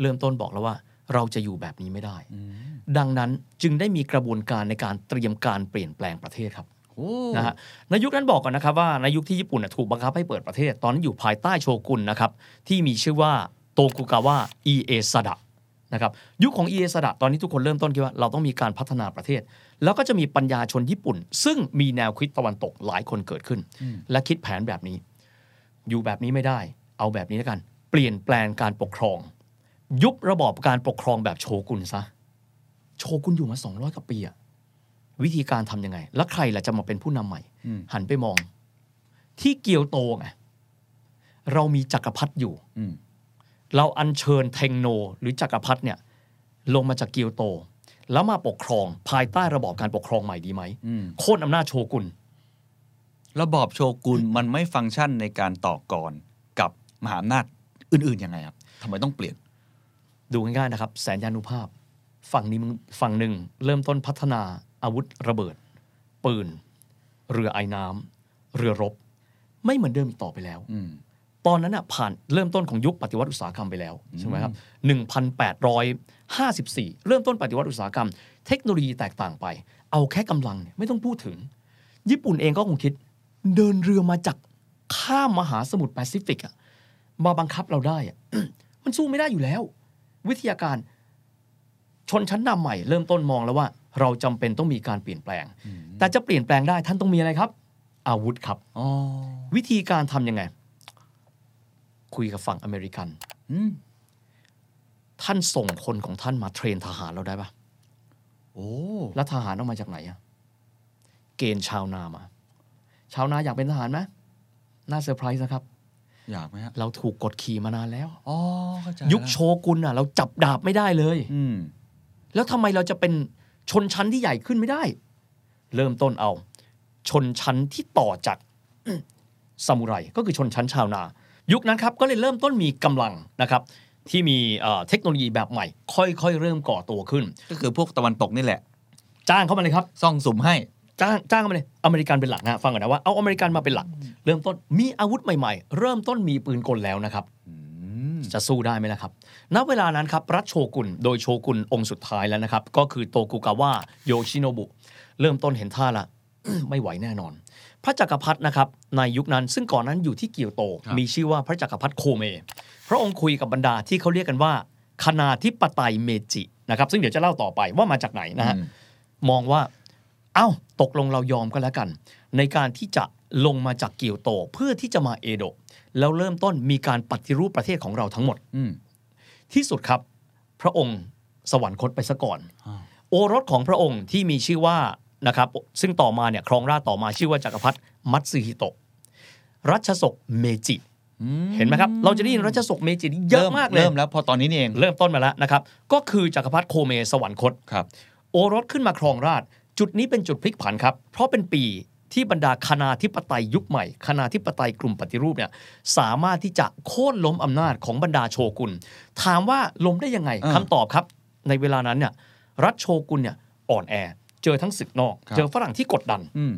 Speaker 3: เริ่มต้นบอกแล้วว่าเราจะอยู่แบบนี้ไม่ได้
Speaker 2: อืม
Speaker 3: ดังนั้นจึงได้มีกระบวนการในการเตรียมการเปลี่ยนแปลงประเทศครับ
Speaker 2: โอ้
Speaker 3: นะฮะในยุคนั้นบอกก่อนนะครับว่าในยุคที่ญี่ปุ่นน่ะถูกบังคับให้เปิดประเทศ ตอนนั้นอยู่ภายใต้โชกุนนะครับ ที่มีชื่อว่าโตกุกาวะอีเอซาดะนะครับยุคของอีเอซาดะตอนนี้ทุกคนเริ่มต้นคิดว่าเราต้องมีการพัฒนาประเทศ แล้วก็จะมีปัญญาชนญี่ปุ่น ซึ่งมีแนวคิดตะวันตกหลายคนเกิดขึ้น และคิดแผนแบบนี้ อยู่แบบนี้ไม่ได้ เอาแบบนี้แล้วกัน เปลี่ยนแปลงการปกครอง ยุบระบอบการปกครองแบบโชกุนซะโชกุนอยู่มา200กว่าปีอะวิธีการทำยังไง แล้วใครล่ะจะมาเป็นผู้นำใหม่
Speaker 2: อืม
Speaker 3: หันไปมอง ที่เกียวโตไงเรามีจักรพรรดิอยู่
Speaker 2: อืม
Speaker 3: เราอัญเชิญเทงโน หรือจักรพรรดิเนี่ย ลงมาจากเกียวโต แล้วมาปกครองภายใต้ระบอบการปกครองใหม่ดีไหม
Speaker 2: อืม
Speaker 3: โค่นอำนาจโชกุน
Speaker 2: ระบอบโชกุนมันไม่ฟังก์ชันในการต่อกรกับมหาอำนาจอื่นๆยังไงครับทำไมต้องเปลี่ยน
Speaker 3: ดูง่ายๆนะครับ แสนยานุภาพ ฝั่งนี้มึงฝั่งหนึ่ง เริ่มต้นพัฒนาอาวุธระเบิด ปืน เรือไอ้น้ำเรือรบ ไม่เหมือนเดิมอีกต่อไปแล้ว
Speaker 2: อืม
Speaker 3: ตอนนั้นน่ะผ่านเริ่มต้นของยุคปฏิวัติอุตสาหกรรมไปแล้ว ใช่ไหมครับ 1854 เริ่มต้นปฏิวัติอุตสาหกรรม เทคโนโลยีแตกต่างไป เอาแค่กำลังเนี่ยไม่ต้องพูดถึง ญี่ปุ่นเองก็คงคิด เดินเรือมาจากข้ามมหาสมุทรแปซิฟิกอะมาบังคับเราได้อะ มันสู้ไม่ได้อยู่แล้ว วิทยาการชนชั้นนำใหม่ เริ่มต้นมองแล้วว่า เราจำเป็นต้องมีการเปลี่ยนแปลง แต่จะเปลี่ยนแปลงได้ท่านต้องมีอะไรครับ อาวุธครับ
Speaker 2: อ๋อ
Speaker 3: วิธีการทำยังไง คุยกับฝั่งอเมริกัน
Speaker 2: อืม
Speaker 3: ท่านส่งคนของท่านมาเทรนทหารเราได้ปะ
Speaker 2: โอ้
Speaker 3: แล้วทหารออกมาจากไหนอะเกณฑ์ชาวนามา ชาวนาอยากเป็นทหารไหมน่าเซอร์ไพรส์นะครับ
Speaker 2: อยากไหมฮะ
Speaker 3: เราถูกกดขี่มานานแล้ว
Speaker 2: อ๋อเข้าใจ
Speaker 3: ยุคโชกุนอ่ะ เราจับดาบไม่ได้เลย
Speaker 2: อืม
Speaker 3: แล้วทำไมเราจะเป็นชนชั้นที่ใหญ่ขึ้นไม่ได้ เริ่มต้นเอา ชนชั้นที่ต่อจาก ซามูไรก็คือชนชั้นชาวนา ยุคนั้นครับก็เลยเริ่มต้นมีกำลังนะครับ ที่มีเอ่อเทคโนโลยีแบบใหม่ ค่อยๆ เริ่มก่อตัวขึ้น
Speaker 2: ก็คือพวกตะวันตกนี่แหละ
Speaker 3: จ้างเข้ามาเลยครับ
Speaker 2: ซ่องสุมให้
Speaker 3: จ้างจ้างเข้ามาเลยอเมริกันเป็นหลักนะฟังก่อนนะว่าเอาอเมริกันมาเป็นหลัก เริ่มต้นมีอาวุธใหม่ๆ เริ่มต้นมีปืนกลแล้วนะครับ
Speaker 2: อืม
Speaker 3: จะสู้ได้ไหมล่ะครับ ณ เวลานั้นครับ รัฐโชกุน โดยโชกุนองค์สุดท้ายแล้วนะครับ ก็คือโตกุกาวะโยชิโนบุ เริ่มต้นเห็นท่าละ ไม่ไหวแน่นอน พระจักรพรรดินะครับ ในยุคนั้นซึ่งก่อนนั้นอยู่ที่เกียวโต มีชื่อว่าพระจักรพรรดิโคเม พระองค์คุยกับบรรดาที่เขาเรียกกันว่า คณาธิปไตยเมจินะครับ ซึ่งเดี๋ยวจะเล่าต่อไปว่ามาจากไหนนะฮะ มองว่า เอ้า ตกลงเรายอมก็แล้วกัน ในการที่จะลงมาจากเกียวโตเพื่อที่จะมาเอโดะแล้วเริ่มต้นมีการปฏิรูปประเทศของเราทั้งหมด
Speaker 2: อืม
Speaker 3: ที่สุดครับ พระองค์สวรรคตไปซะก่อน
Speaker 2: อ้าว
Speaker 3: โอรสของพระองค์ที่มีชื่อว่านะครับซึ่งต่อมาเนี่ยครองราชย์ต่อมาชื่อว่าจักรพรรดิมัตสึฮิโตะรัชศกเมจิ
Speaker 2: อื
Speaker 3: เห็นไหมครับ เราจะได้ยินรัชศกเมจินี่เยอะมากเลย
Speaker 2: เริ่มแล้วพอตอนนี้นี่เอง
Speaker 3: เริ่มต้นมาแล้วนะครับ ก็คือจักรพรรดิโคเมสวรรคต
Speaker 2: ครับ
Speaker 3: โอรสขึ้นมาครองราชย์จุดนี้เป็นจุดพลิกผันครับ เพราะเป็นปีที่บรรดาคณาธิปไตยยุคใหม่ คณาธิปไตยกลุ่มปฏิรูปเนี่ยสามารถที่จะโค่นล้มอำนาจของบรรดาโชกุน ถามว่าล้มได้ยังไง
Speaker 2: อ่า
Speaker 3: คำตอบครับ ในเวลานั้นเนี่ยรัฐโชกุนเนี่ยอ่อนแอ เจอทั้งศึกนอก
Speaker 2: ครับ
Speaker 3: เจอฝรั่งที่กดดัน
Speaker 2: อืม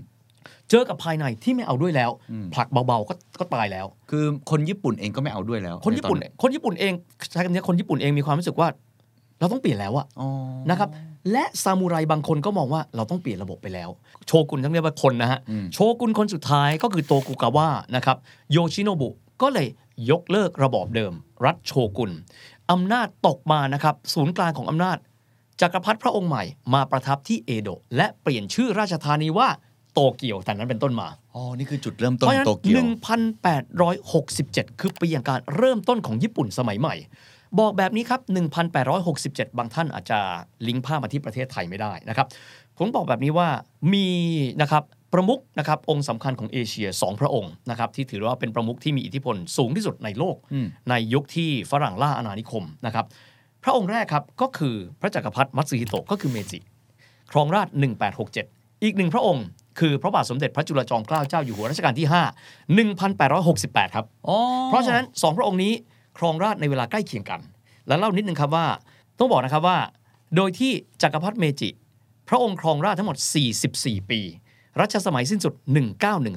Speaker 3: เจอกับภายในที่ไม่เอาด้วยแล้ว
Speaker 2: อืม
Speaker 3: ผลักเบาๆก็ก็ตายแล้ว
Speaker 2: คือคนญี่ปุ่นเองก็ไม่เอาด้วยแล้ว
Speaker 3: คนญี่ปุ่น
Speaker 2: ใตอ
Speaker 3: คนญี่ปุ่นเองใช้คำนี้คนญี่ปุ่นเองมีความรู้สึกว่า เราต้องเปลี่ยนแล้วอะ
Speaker 2: อ๋อ
Speaker 3: นะครับและซามูไรบางคนก็มองว่าเราต้องเปลี่ยนระบบไปแล้ว โชกุนทั้งเรียกว่าคนนะฮะ
Speaker 2: อืม
Speaker 3: โชกุนคนสุดท้ายก็คือโตกุกาวะนะครับโยชิโนบุก็เลยยกเลิกระบอบเดิม รัฐโชกุนอำนาจตกมานะครับ ศูนย์กลางของอำนาจ จักรพรรดิพระองค์ใหม่มาประทับที่เอโดะและเปลี่ยนชื่อราชธานีว่าโตเกียวแต่นั้นเป็นต้นมา
Speaker 2: อ๋อ นี่คือจุดเริ่มต้
Speaker 3: เพ
Speaker 2: น
Speaker 3: ราะฉะ
Speaker 2: ของ
Speaker 3: นั้
Speaker 2: โต
Speaker 3: น
Speaker 2: เกียว
Speaker 3: 1,867 คือปีแห่งการเริ่มต้นของญี่ปุ่นสมัยใหม่ บอกแบบนี้ครับ 1,867 บางท่านอาจจะลิงก์ภาพมาที่ประเทศไทยไม่ได้นะครับ ผมบอกแบบนี้ว่ามีนะครับประมุขนะครับองค์สำคัญของเอเชีย 2 พระองค์นะครับที่ถือว่าเป็นประมุขที่มีอิทธิพลสูงที่สุดในโลก
Speaker 2: อืม
Speaker 3: ในยุคที่ฝรั่งล่าอาณานิคมนะครับ พระองค์แรกครับก็คือพระจักรพรรดิมัตสึฮิโตะก็คือเมจิ ครองราช 1867 อีกหนึ่งพระองค์ คือพระบาทสมเด็จพระจุลจอมเกล้าเจ้าอยู่หัวรัชกาลที่ 5 1868 ครับ
Speaker 2: อ๋อ
Speaker 3: เพราะฉะนั้น 2 พระองค์นี้ครองราชในเวลาใกล้เคียงกัน แล้วเล่านิดนึงครับว่า ต้องบอกนะครับว่า โดยที่จักรพรรดิเมจิ พระองค์ครองราชทั้งหมด 44 ปี รัชสมัยสิ้นสุด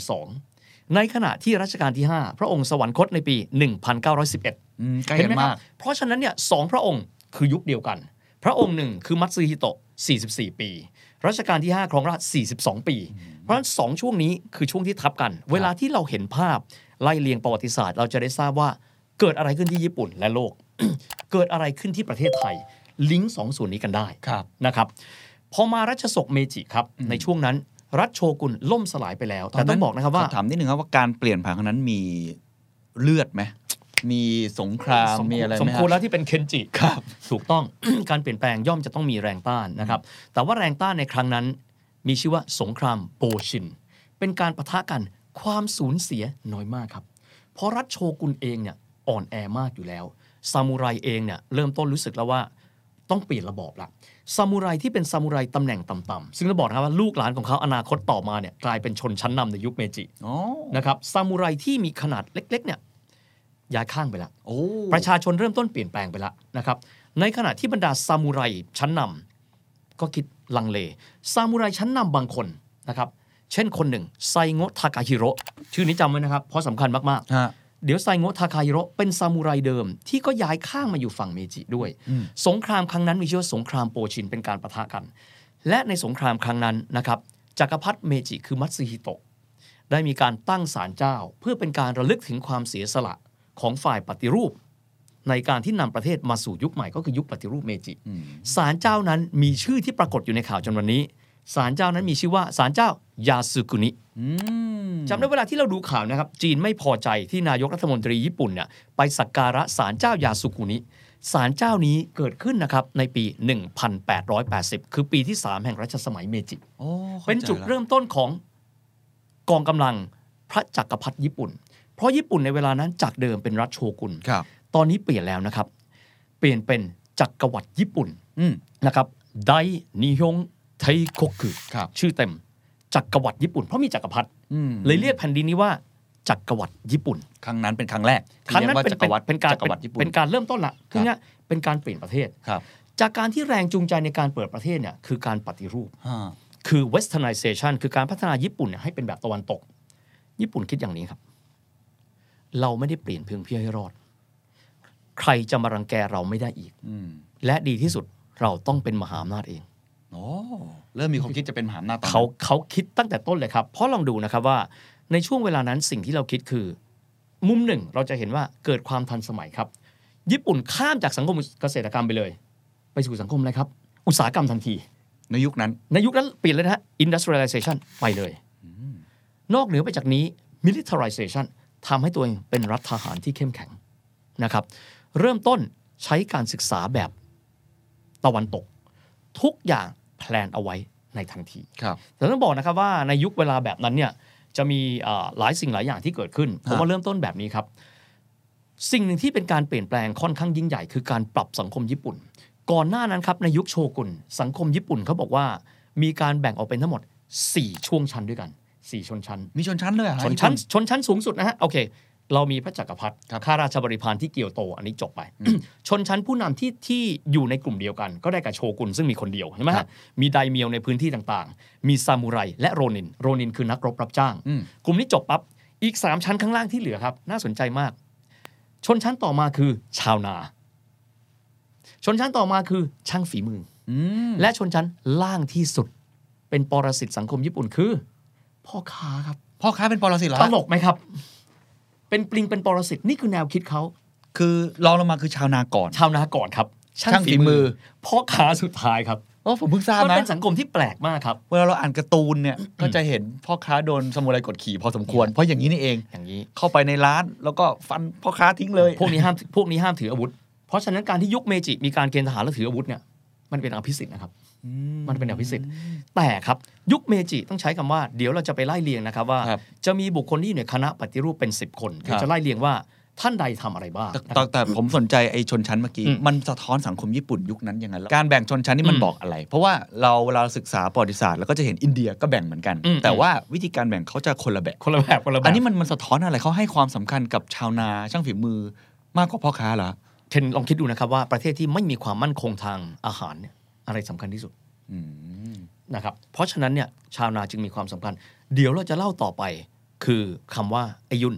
Speaker 3: 1912 ในขณะที่รัชกาลที่ 5 พระองค์สวรรคตในปี 1911
Speaker 2: อืมใกล้
Speaker 3: เห็น
Speaker 2: กัน
Speaker 3: ไหมค
Speaker 2: มา
Speaker 3: รั
Speaker 2: ก
Speaker 3: บเพราะฉะนั้นเนี่ยสองพระองค์คือยุคเดียวกัน พระองค์หนึ่งคือมัตสึฮิโตะ 44 ปี รัชกาลที่ 5 ครองราช 42 ปี เพราะฉะนั้นสองช่วงนี้คือช่วงที่ทับกัน เวลาที่เราเห็นภาพไล่เรียงประวัติศาสตร์ เราจะได้ทราบว่าเกิดอะไรขึ้นที่ญี่ปุ่นและโลก เกิดอะไรขึ้นที่ประเทศไทย ลิงก์สองส่วนนี้กันได้
Speaker 2: ครับ
Speaker 3: นะครับพอมารัชศกเมจิครับในช่วงนั้นรัชโชกุนล่มสลายไปแล้ว แต่ต้องบอกนะครับว่า
Speaker 2: ขถามนิดนึงครับว่าการเปลี่ยนผ่านครั้งนั้นมีเลือดไหม มีสงคราม มีอะไรไหม
Speaker 3: สม
Speaker 2: ฮะ
Speaker 3: ควรแล้วที่เป็นเคนจิ
Speaker 2: ครับ
Speaker 3: ถูกต้อง การเปลี่ยนแปลงย่อมจะต้องมีแรงต้านนะครับ แต่ว่าแรงต้านในครั้งนั้น มีชื่อว่าสงครามโปชิน เป็นการประทะกันความสูญเสียน้อยมากครับ เพราะรัฐโชกุนเองเนี่ยอ่อนแอมากอยู่แล้วซามูไรเองเนี่ยเริ่มต้นรู้สึกแล้วว่า ต้องเปลี่ยนระบอบละซามูไรที่เป็นซามูไรตำแหน่งต่ำๆซึ่งเราบอกนะครับว่าลูกหลานของเขาอนาคตต่อมาเนี่ยกลายเป็นชนชั้นนำในยุคเมจิ
Speaker 2: อ๋อ
Speaker 3: นะครับซามูไรที่มีขนาดเล็กๆเนี่ยย้ายข้างไปละ
Speaker 2: โอ้
Speaker 3: ประชาชนเริ่มต้นเปลี่ยนแปลงไปแล้วนะครับ ในขณะที่บรรดาซามูไรชั้นนำก็คิดลังเล ซามูไรชั้นนำบางคนนะครับ เช่นคนหนึ่งไซโงะทาคาฮิโร่ชื่อนี้จำไว้นะครับ เพราะสำคัญมาก
Speaker 2: ฮะ
Speaker 3: ๆ เดี๋ยวไซโงะทาคาฮิโร่เป็นซามูไรเดิม ที่ก็ย้ายข้างมาอยู่ฝั่งเมจิด้วย
Speaker 2: อืม
Speaker 3: สงครามครั้งนั้นมีชื่อว่าสงครามโปชินเป็นการประทะกัน และในสงครามครั้งนั้นนะครับจักรพรรดิเมจิคือมัตสึฮิโตะ ได้มีการตั้งศาลเจ้า เพื่อเป็นการระลึกถึงความเสียสละของฝ่ายปฏิรูป ในการที่นำประเทศมาสู่ยุคใหม่ก็คือยุคปฏิรูปเมจิ
Speaker 2: อืม
Speaker 3: ศาลเจ้านั้นมีชื่อที่ปรากฏอยู่ในข่าวจนวันนี้ศาลเจ้านั้นมีชื่อว่าศาลเจ้ายาสึกุนิ
Speaker 2: อืม
Speaker 3: จำได้เวลาที่เราดูข่าวนะครับ จีนไม่พอใจที่นายกรัฐมนตรีญี่ปุ่นเนี่ยไปสักการะศาลเจ้ายาสึกุนิศาลเจ้านี้เกิดขึ้นนะครับในปี 1880 คือปีที่สามแห่งรัชสมัยเมจิ
Speaker 2: โอ้ข้าใจ
Speaker 3: เป็นจุด
Speaker 2: ละ
Speaker 3: เริ่มต้นของกองกำลังพระจักรพรรดิญี่ปุ่น เพราะญี่ปุ่นในเวลานั้นจากเดิมเป็นรัฐโชกุน
Speaker 2: ครับ
Speaker 3: ตอนนี้เปลี่ยนแล้วนะครับ เปลี่ยนเป็นจักรวรรดิญี่ปุ่น
Speaker 2: อืม
Speaker 3: นะครับ ไดนิฮงไทโคกุ
Speaker 2: ครับ
Speaker 3: ชื่อเต็ม จักรวรรดิญี่ปุ่นเพราะมีจักรพรรดิ
Speaker 2: อืม
Speaker 3: เลยเรียกแผ่นดินนี้ว่า จักรวรรดิญี่ปุ่น
Speaker 2: ครั้งนั้นเป็นครั้งแรกที่
Speaker 3: ครั้งนั้น
Speaker 2: รียว่า
Speaker 3: เป็น
Speaker 2: จักรวรรดิ
Speaker 3: เป็นการ
Speaker 2: จักรวรรดิญี่ปุ่น
Speaker 3: เป็นการเริ่มต้นละ
Speaker 2: ครับ
Speaker 3: ทีเนี้ยเป็นการเปลี่ยนประเทศ
Speaker 2: ครับ
Speaker 3: จากการที่แรงจูงใจในการเปิดประเทศเนี่ยคือการปฏิรูป
Speaker 2: ฮะ
Speaker 3: คือ westernization คือการพัฒนาญี่ปุ่นเนี่ยให้เป็นแบบตะวันตก ญี่ปุ่นคิดอย่างนี้ครับ เราไม่ได้เปลี่ยนเพียงเพื่อให้รอด ใครจะมารังแกเราไม่ได้อีก
Speaker 2: อืม
Speaker 3: และดีที่สุดเราต้องเป็นมหาอำนาจเอง
Speaker 2: โอ้เริ่มมีความคิดจะเป็นมหาอำนาจตอนนั้น
Speaker 3: เขาเขาคิดตั้งแต่ต้นเลยครับ เพราะลองดูนะครับว่าในช่วงเวลานั้นสิ่งที่เราคิดคือ มุมหนึ่งเราจะเห็นว่าเกิดความทันสมัยครับ ญี่ปุ่นข้ามจากสังคมเกษตรกรรมไปเลย ไปสู่สังคมอะไรครับ อุตสาหกรรมทันที
Speaker 2: ในยุคนั้น
Speaker 3: ในยุคนั้นเปลี่ยนเลยนะฮะ industrialization ไปเลย นอกเหนือไปจากนี้ militarization ทำให้ตัวเองเป็นรัฐทหารที่เข้มแข็งนะครับ เริ่มต้นใช้การศึกษาแบบตะวันตก ทุกอย่างแพลนเอาไว้ในทันที
Speaker 2: ครับ
Speaker 3: แต่ต้องบอกนะครับว่าในยุคเวลาแบบนั้นเนี่ยจะมีเอ่อหลายสิ่งหลายอย่างที่เกิดขึ้น
Speaker 2: ฮะ
Speaker 3: ผมว่าเริ่มต้นแบบนี้ครับ สิ่งหนึ่งที่เป็นการเปลี่ยนแปลงค่อนข้างยิ่งใหญ่ คือการปรับสังคมญี่ปุ่น ก่อนหน้านั้นครับในยุคโชกุนสังคมญี่ปุ่นเขาบอกว่า มีการแบ่งออกเป็นทั้งหมด 4 ช่วงชั้นด้วยกัน 4 ชนชั้น
Speaker 2: มีชนชั้นเลยเหรอฮะ
Speaker 3: ชนชั้น
Speaker 2: ญี่ปุ่
Speaker 3: ชนชั้นสูงสุดนะฮะโอเค เรามีพระจักรพรรดิ
Speaker 2: ครับ
Speaker 3: ข้าราชบริพารที่เกียวโตอันนี้จบไป ชนชั้นผู้นำที่ที่อยู่ในกลุ่มเดียวกัน ก็ได้กับโชกุนซึ่งมีคนเดียวใช่ไหม
Speaker 2: ครั
Speaker 3: ฮะ
Speaker 2: บ
Speaker 3: มีไดเมียวในพื้นที่ต่างๆ มีซามูไรและโรนิน โรนินคือนักรบรับจ้าง
Speaker 2: อืม
Speaker 3: กลุ่มนี้จบปั๊บอีก 3 ชั้นข้างล่างที่เหลือครับ น่าสนใจมาก ชนชั้นต่อมาคือชาวนา ชนชั้นต่อมาคือช่างฝีมือ
Speaker 2: อืม
Speaker 3: และชนชั้นล่างที่สุด เป็นปรสิตสังคมญี่ปุ่นคือ พ่อค้าครับ
Speaker 2: พ่อค้าเป็นปรสิตเหรอ
Speaker 3: ต
Speaker 2: ฮะ
Speaker 3: ลกไหมครับ เป็นปลิงเป็นปรสิตนี่คือแนวคิดเขา
Speaker 2: คือรองลงมาคือชาวนาก่อน
Speaker 3: ชาวนาก่อนครับ
Speaker 2: ช่างฝีมือ
Speaker 3: พ่อค้าสุดท้ายครับ
Speaker 2: โอ้ผมเพิ่งทราบ
Speaker 3: มัน
Speaker 2: นะ
Speaker 3: เป็นสังคมที่แปลกมากครับ
Speaker 2: เวลาเราอ่านการ์ตูนเนี่ยก็จะเห็นพ่อค้าโดนสมุไรกดขี่พอสมควร เพราะอย่างนี้นี่เอง
Speaker 3: อย่างนี้
Speaker 2: เข้าไปในร้านแล้วก็ฟันพ่อค้าทิ้งเลย
Speaker 3: พวกนี้ห้ามพวกนี้ห้ามถืออาวุธ เพราะฉะนั้นการที่ยุคเมจิ มีการเกณฑ์ทหารและถืออาวุธเนี่ยมันเป็นอภิสิทธิ์นะครับ มันเป็นอภิสิทธิ์ แต่ครับยุคเมจิต้องใช้คำว่าเดี๋ยวเราจะไปไล่เรียงนะครับว่า
Speaker 2: ครับ
Speaker 3: จะมีบุคคลที่อยู่ในคณะปฏิรูปเป็น 10 คนเดี๋ยว
Speaker 2: ครับ
Speaker 3: จะไล่เรียงว่าท่านใดทำอะไรบ้าง
Speaker 2: แต่แต่
Speaker 3: นะครับ
Speaker 2: แต่ผมสนใจไอ้ชนชั้นเมื่อกี้
Speaker 3: อืม
Speaker 2: มันสะท้อนสังคมญี่ปุ่นยุคนั้นยังไงแล้วการแบ่งชนชั้นนี่มัน
Speaker 3: อืม
Speaker 2: บอกอะไร เพราะว่าเราเวลาเราศึกษาประวัติศาสตร์แล้วก็จะเห็นอินเดียก็แบ่งเหมือนกัน
Speaker 3: อืม
Speaker 2: แต่ว่าวิธีการแบ่งเขาจะคนละแบบ
Speaker 3: คนละแบบคนละแบบ
Speaker 2: อัน
Speaker 3: อัน
Speaker 2: นี้
Speaker 3: นี้
Speaker 2: มันมันสะท้อนอะไรเขาให้ความสำคัญกับชาวนาช่างฝีมือมากกว่าพ่อค้าเหรอ
Speaker 3: เทนลองคิดดูนะครับว่าประเทศที่ไม่มีความมั่นคงทางอาหารเนี่ยอะไรสำคัญที่สุด
Speaker 2: อืม
Speaker 3: นะครับเพราะฉะนั้นเนี่ยชาวนาจึงมีความสำคัญ เดี๋ยวเราจะเล่าต่อไป คือคำว่าไอยุน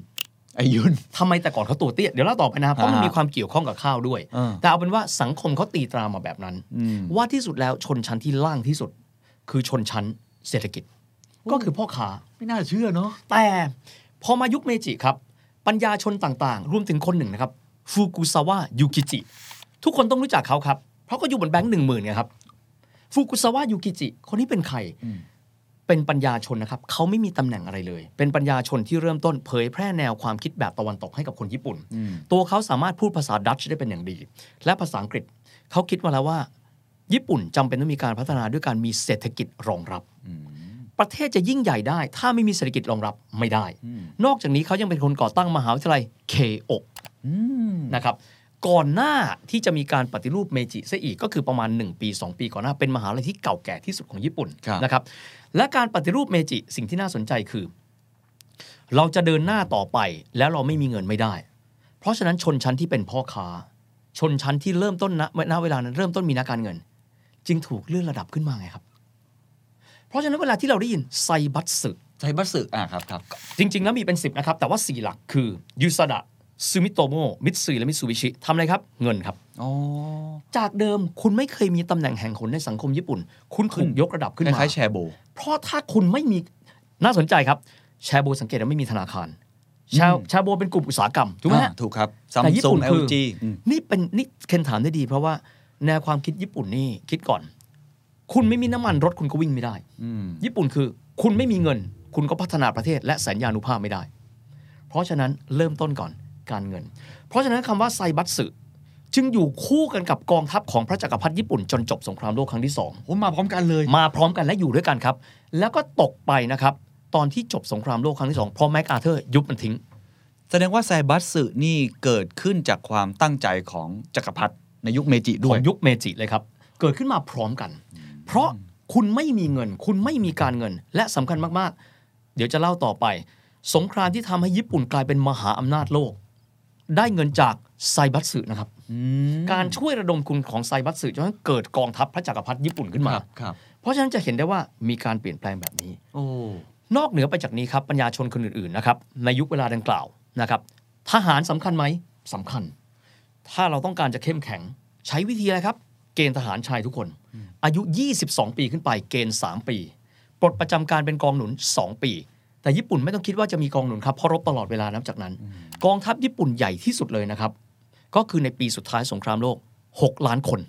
Speaker 2: อายุน
Speaker 3: ทำไมแต่ก่อนเขาตัวเตี้ยเดี๋ยวเล่าต่อไปนะครับเพราะมัน
Speaker 2: อ่ามี
Speaker 3: มีความเกี่ยวข้องกับข้าวด้วย
Speaker 2: เออ
Speaker 3: แต่เอาเป็นว่าสังคมเขาตีตรามาแบบนั้น
Speaker 2: อืม
Speaker 3: ว่าที่สุดแล้วชนชั้นที่ล่างที่สุด คือชนชั้นเศรษฐกิจ ก็คือพ่อค้า
Speaker 2: ไม่น่าเชื่อเนาะ
Speaker 3: แต่พอมายุคเมจิครับ ปัญญาชนต่างๆ รวมถึงคนหนึ่งนะครับฟูกุซาวะยูกิจิทุกคนต้องรู้จักเขาครับ เพราะก็อยู่บนแบงค์หนึ่งหมื่นไงครับฟูกุซาวะยูกิจิคนนี้เป็นใคร เป็นปัญญาชนนะครับ เขาไม่มีตำแหน่งอะไรเลย เป็นปัญญาชนที่เริ่มต้นเผยแพร่แนวความคิดแบบตะวันตกให้กับคนญี่ปุ่น
Speaker 2: อืม
Speaker 3: ตัวเขาสามารถพูดภาษาดัตช์ได้เป็นอย่างดี และภาษาอังกฤษ เขาคิดมาแล้วว่า ญี่ปุ่นจำเป็นต้องมีการพัฒนาด้วยการมีเศรษฐกิจรองรับ
Speaker 2: อืม
Speaker 3: ประเทศจะยิ่งใหญ่ได้ ถ้าไม่มีเศรษฐกิจรองรับไม่ได้
Speaker 2: อืม
Speaker 3: นอกจากนี้เขายังเป็นคนก่อตั้งมหาวิทยาลัยเคโอก
Speaker 2: อืม
Speaker 3: นะครับ ก่อนหน้าที่จะมีการปฏิรูปเมจิซะอีกก็คือประมาณ 1 ปี 2 ปีก่อนหน้าเป็นมหาวิทยาลัยที่เก่าแก่ที่สุดของญี่ปุ่นนะครับ และการปฏิรูปเมจิสิ่งที่น่าสนใจคือ เราจะเดินหน้าต่อไปแล้วเราไม่มีเงินไม่ได้ เพราะฉะนั้นชนชั้นที่เป็นพ่อค้า ชนชั้นที่เริ่มต้นณณเวลานั้นเริ่มต้นมีนักการเงิน จึงถูกเลื่อนระดับขึ้นมาไงครับ เพราะฉะนั้นเวลาที่เราได้ยินไซบัตสึ
Speaker 2: ไซบัสสึอ่ะครับครับ
Speaker 3: จริง ๆ แล้วมีเป็น 10 นะครับ แต่ว่า 4 หลักคือยูซาดะซูมิโตโมมิตซึและมิตซูบิชิทำอะไรครับ เงินครับ
Speaker 2: อ๋อ
Speaker 3: จากเดิมคุณไม่เคยมีตำแหน่งแห่งหนในสังคมญี่ปุ่น คุณถู
Speaker 2: ขึ้
Speaker 3: ก
Speaker 2: น
Speaker 3: ยกระดับขึ้นมา
Speaker 2: คล้ายๆแชร์โบ
Speaker 3: เพราะถ้าคุณไม่มีน่าสนใจครับ แชร์โบสังเกตว่าไม่มีธนาคาร แชร์
Speaker 2: อืม
Speaker 3: แชร์โบเป็นกลุ่มอุตสาหกรรม ถูกไหมฮะ
Speaker 2: อ่าถูกครับซัม
Speaker 3: แต่ญี่
Speaker 2: ซุ
Speaker 3: ปุ่
Speaker 2: ง
Speaker 3: น
Speaker 2: เอ
Speaker 3: คื
Speaker 2: ล
Speaker 3: อ
Speaker 2: จี
Speaker 3: นี่เป็นนี่เคนถามได้ดี เพราะว่าแนวความคิดญี่ปุ่นนี่คิดก่อน คุณไม่มีน้ำมันรถคุณก็วิ่งไม่ได้ ญี่ปุ่นคือคุณไม่มีเงิน คุณก็พัฒนาประเทศและสัญญานุภาพไม่ได้ เพราะฉะนั้นเริ่มต้นก่อนการเงิน เพราะฉะนั้นคำว่าไซบัตสึจึงอยู่คู่กันกับกองทัพของพระจักรพรรดิญี่ปุ่นจนจบสงครามโลกครั้งที่
Speaker 2: โอ้มาพร้อมกันเลย
Speaker 3: 2 มาพร้อมกันและอยู่ด้วยกันครับ แล้วก็ตกไปนะครับ ตอนที่จบสงครามโลกครั้งที่ 2 เพราะแม็กอาเธอร์ยุบมันทิ้ง
Speaker 2: แสดงว่าไซบัสสึนี่เกิดขึ้นจากความตั้งใจของจักรพรรดิในยุคเมจิ
Speaker 3: ข
Speaker 2: ด้ว
Speaker 3: อย งยุคเมจิเลยครับ เกิดขึ้นมาพร้อมกัน เพราะคุณไม่มีเงิน คุณไม่มีการเงิน และสำคัญมาก ๆ เดี๋ยวจะเล่าต่อไป สงครามที่ทำให้ญี่ปุ่นกลายเป็นมหาอำนาจโลก ได้เงินจากไซบัตสึนะครับ
Speaker 2: อืม
Speaker 3: การช่วยระดมทุนของไซบัตสึจนกระทั่งเกิดกองทัพพระจักรพรรดิญี่ปุ่นขึ้นมา
Speaker 2: ครับครับ
Speaker 3: เพราะฉะนั้นจะเห็นได้ว่ามีการเปลี่ยนแปลงแบบนี้
Speaker 2: โอ้
Speaker 3: นอกเหนือไปจากนี้ครับปัญญาชนคนอื่นๆนะครับในยุคเวลาดังกล่าวนะครับ ทหารสำคัญไหมสำคัญ ถ้าเราต้องการจะเข้มแข็ง ใช้วิธีอะไรครับ เกณฑ์ทหารชายทุกคน อายุ 22 ปีขึ้นไปเกณฑ์ 3 ปี ปลดประจำการเป็นกองหนุน 2 ปี แต่ญี่ปุ่นไม่ต้องคิดว่าจะมีกองหนุนครับเพราะรบตลอดเวลานับจากนั้น กองทัพญี่ปุ่นใหญ่ที่สุดเลยนะครับ ก็คือในปีสุดท้ายสงครามโลก 6 ล้านคน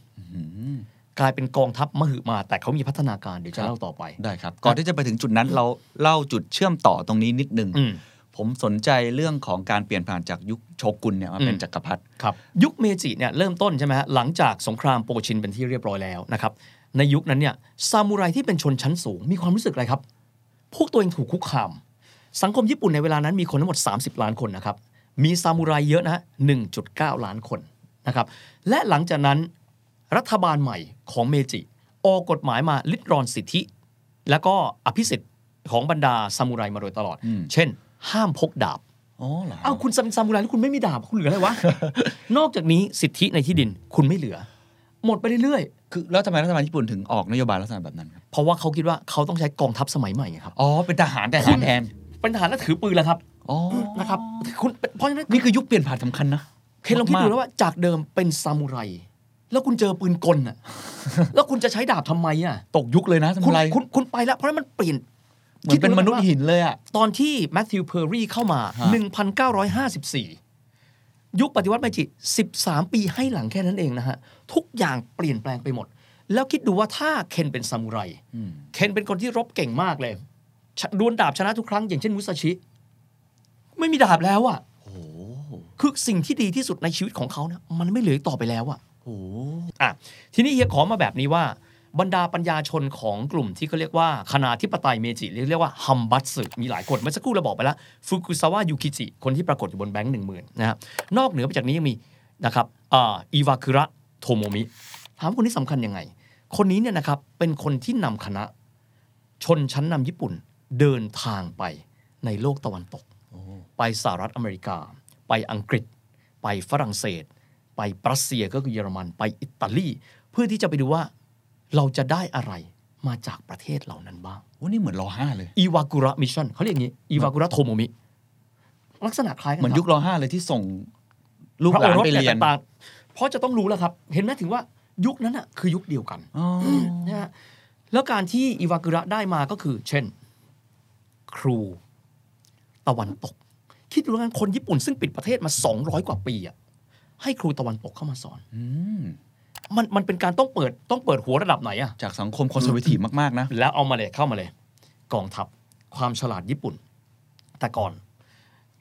Speaker 3: กลายเป็นกองทัพมหึมา แต่เขามีพัฒนาการเดี๋ยวจะเล่าต่อไป
Speaker 2: ได้ครับ ก่อนที่จะไปถึงจุดนั้นเราเล่าจุดเชื่อมต่อตรงนี้นิดนึง
Speaker 3: อืม
Speaker 2: ผมสนใจเรื่องของการเปลี่ยนผ่านจากยุคโชกุนเนี่ยมาเป็น
Speaker 3: อืม
Speaker 2: จักรพรรดิ
Speaker 3: ครับยุคเมจิเนี่ยเริ่มต้นใช่ไหมฮะหลังจากสงครามโปชินเป็นที่เรียบร้อยแล้วนะครับในยุคนั้นเนี่ยซามูไรที่เป็นชนชั้นสูง มีความรู้สึกอะไรครับ พวกตัวเองถูกคุกคาม สังคมญี่ปุ่นในเวลานั้นมีคนทั้งหมด 30 ล้านคนนะครับ มีซามูไรเยอะนะฮะ1.9 ล้านคนนะครับและหลังจากนั้นรัฐบาลใหม่ของเมจิ ออกกฎหมายมาลิดรอนสิทธิ และก็อภิสิทธิ์ของบรรดาซามูไรมาโดยตลอด
Speaker 2: อืม
Speaker 3: เช่น ห้ามพกดาบ
Speaker 2: อ๋อเหรอ
Speaker 3: อ้าวคุณเป็นซามูไรแล้วคุณไม่มีดาบคุณเหลือ อะไรวะ นอกจากนี้สิทธิในที่ดินคุณไม่เหลือ หมดไปเรื่อย
Speaker 2: คือแล้วทำไมรัฐบาลญี่ปุ่นถึงออกนโยบายลักษณะแบบนั้นครับ
Speaker 3: ๆ เพราะว่าเขาคิดว่าเขาต้องใช้กองทัพสมัยใหม่ไงครับ
Speaker 2: อ๋อ เป็นทหารแต่
Speaker 3: คุ
Speaker 2: หาร
Speaker 3: ณ
Speaker 2: แทน
Speaker 3: เป็นทหารแล้วถือปืนแล้วครับ
Speaker 2: อ๋อ
Speaker 3: นะครับคุณเพราะฉะนั้น
Speaker 2: นี่คือยุคเปลี่ยนผ่านสำคัญนะ
Speaker 3: เคนลองคิดดู
Speaker 2: มาก
Speaker 3: แล้วว่าจากเดิมเป็นซามูไร แล้วคุณเจอปืนกล น่ะ แล้วคุณจะใช้ดาบทำไมอ่ะ
Speaker 2: ตกยุคเลยนะ
Speaker 3: คุณ
Speaker 2: ทำไร
Speaker 3: คุณคุณไปแล้วเพราะฉะนั้นมันเปลี่ยน
Speaker 2: เหมือนเป็นมนุษย์หินเลยอ่ะ
Speaker 3: ตอนที่แม t ธิวเพอร์รี่เข้ามา
Speaker 2: ฮะ
Speaker 3: 1954 ยุคปฏิวัติไมจิ 13 ปีให้หลังแค่นั้นเองนะฮะ ทุกอย่างเปลี่ยนแปลงไปหมด แล้วคิดดูว่าถ้าเคนเป็นซามูไร เคนเป็นคนที่รบเก่งมากเลยชะดวลดาบชนะทุกครั้งอย่างเช่นมุซาชิ ไม่มีดาบแล้วอะ
Speaker 2: โอ้โห
Speaker 3: คือสิ่งที่ดีที่สุดในชีวิตของเขานะมันไม่เหลืออีกต่อไปแล้วอะ
Speaker 2: โอ้โห
Speaker 3: อ่ะทีนี้เฮียขอมาแบบนี้ว่า บรรดาปัญญาชนของกลุ่มที่เขาเรียกว่าคณาธิปไตยเมจิหรือเรียกว่าฮัมบัตสึมีหลายคนเมื่อสักครู่เราบอกไปแล้วฟุกุซาวะยูกิจิคนที่ปรากฏอยู่บนแบงค์หนึ่งหมื่นนะฮะนอกเหนือไปจากนี้ยังมีนะครับอ่าอิวาคุระโทโมมิถามว่าคนนี้สำคัญยังไง คนนี้เนี่ยนะครับเป็นคนที่นำคณะ ชนชั้นนำญี่ปุ่นเดินทางไปในโลกตะวันตก ไปสหรัฐอเมริกา ไปอังกฤษ ไปฝรั่งเศส ไปรัสเซียก็คือเยอรมันไปอิตาลี เพื่อที่จะไปดูว่าเราจะได้อะไรมาจากประเทศเหล่านั้นบ้าง
Speaker 2: โอ้นี่เหมือนรอห้าเลย
Speaker 3: อีวากุระมิชชั่นเขาเรียกอย่างนี้อีวากุระโทโมมิ ลักษณะคล้ายกั
Speaker 2: เหมือน
Speaker 3: รับ
Speaker 2: ยุครอห้าเลยที่ส่งลูกหลานไปเรียน
Speaker 3: พะโอสต่างๆเพราะจะต้องรู้แล้วครับ เห็นไหมถึงว่ายุคนั้นอ่ะคือยุคเดียวกัน
Speaker 2: อ๋อ
Speaker 3: นะฮะแล้วการที่อิวากุระได้มาก็คือ เช่น ครูตะวันตก คิดดูแล้วกันคนญี่ปุ่นซึ่งปิดประเทศมา 200 กว่าปีอ่ะให้ครูตะวันตกเข้ามาสอน
Speaker 2: อืม
Speaker 3: มันมันเป็นการต้องเปิดต้องเปิดหัวระดับไหนอ่ะ
Speaker 2: จากสังคมคอนเซอร์ว ทีฟมาก ๆ นะ
Speaker 3: แล้วเอามาเลยเข้ามาเลย กองทัพความฉลาดญี่ปุ่น แต่ก่อน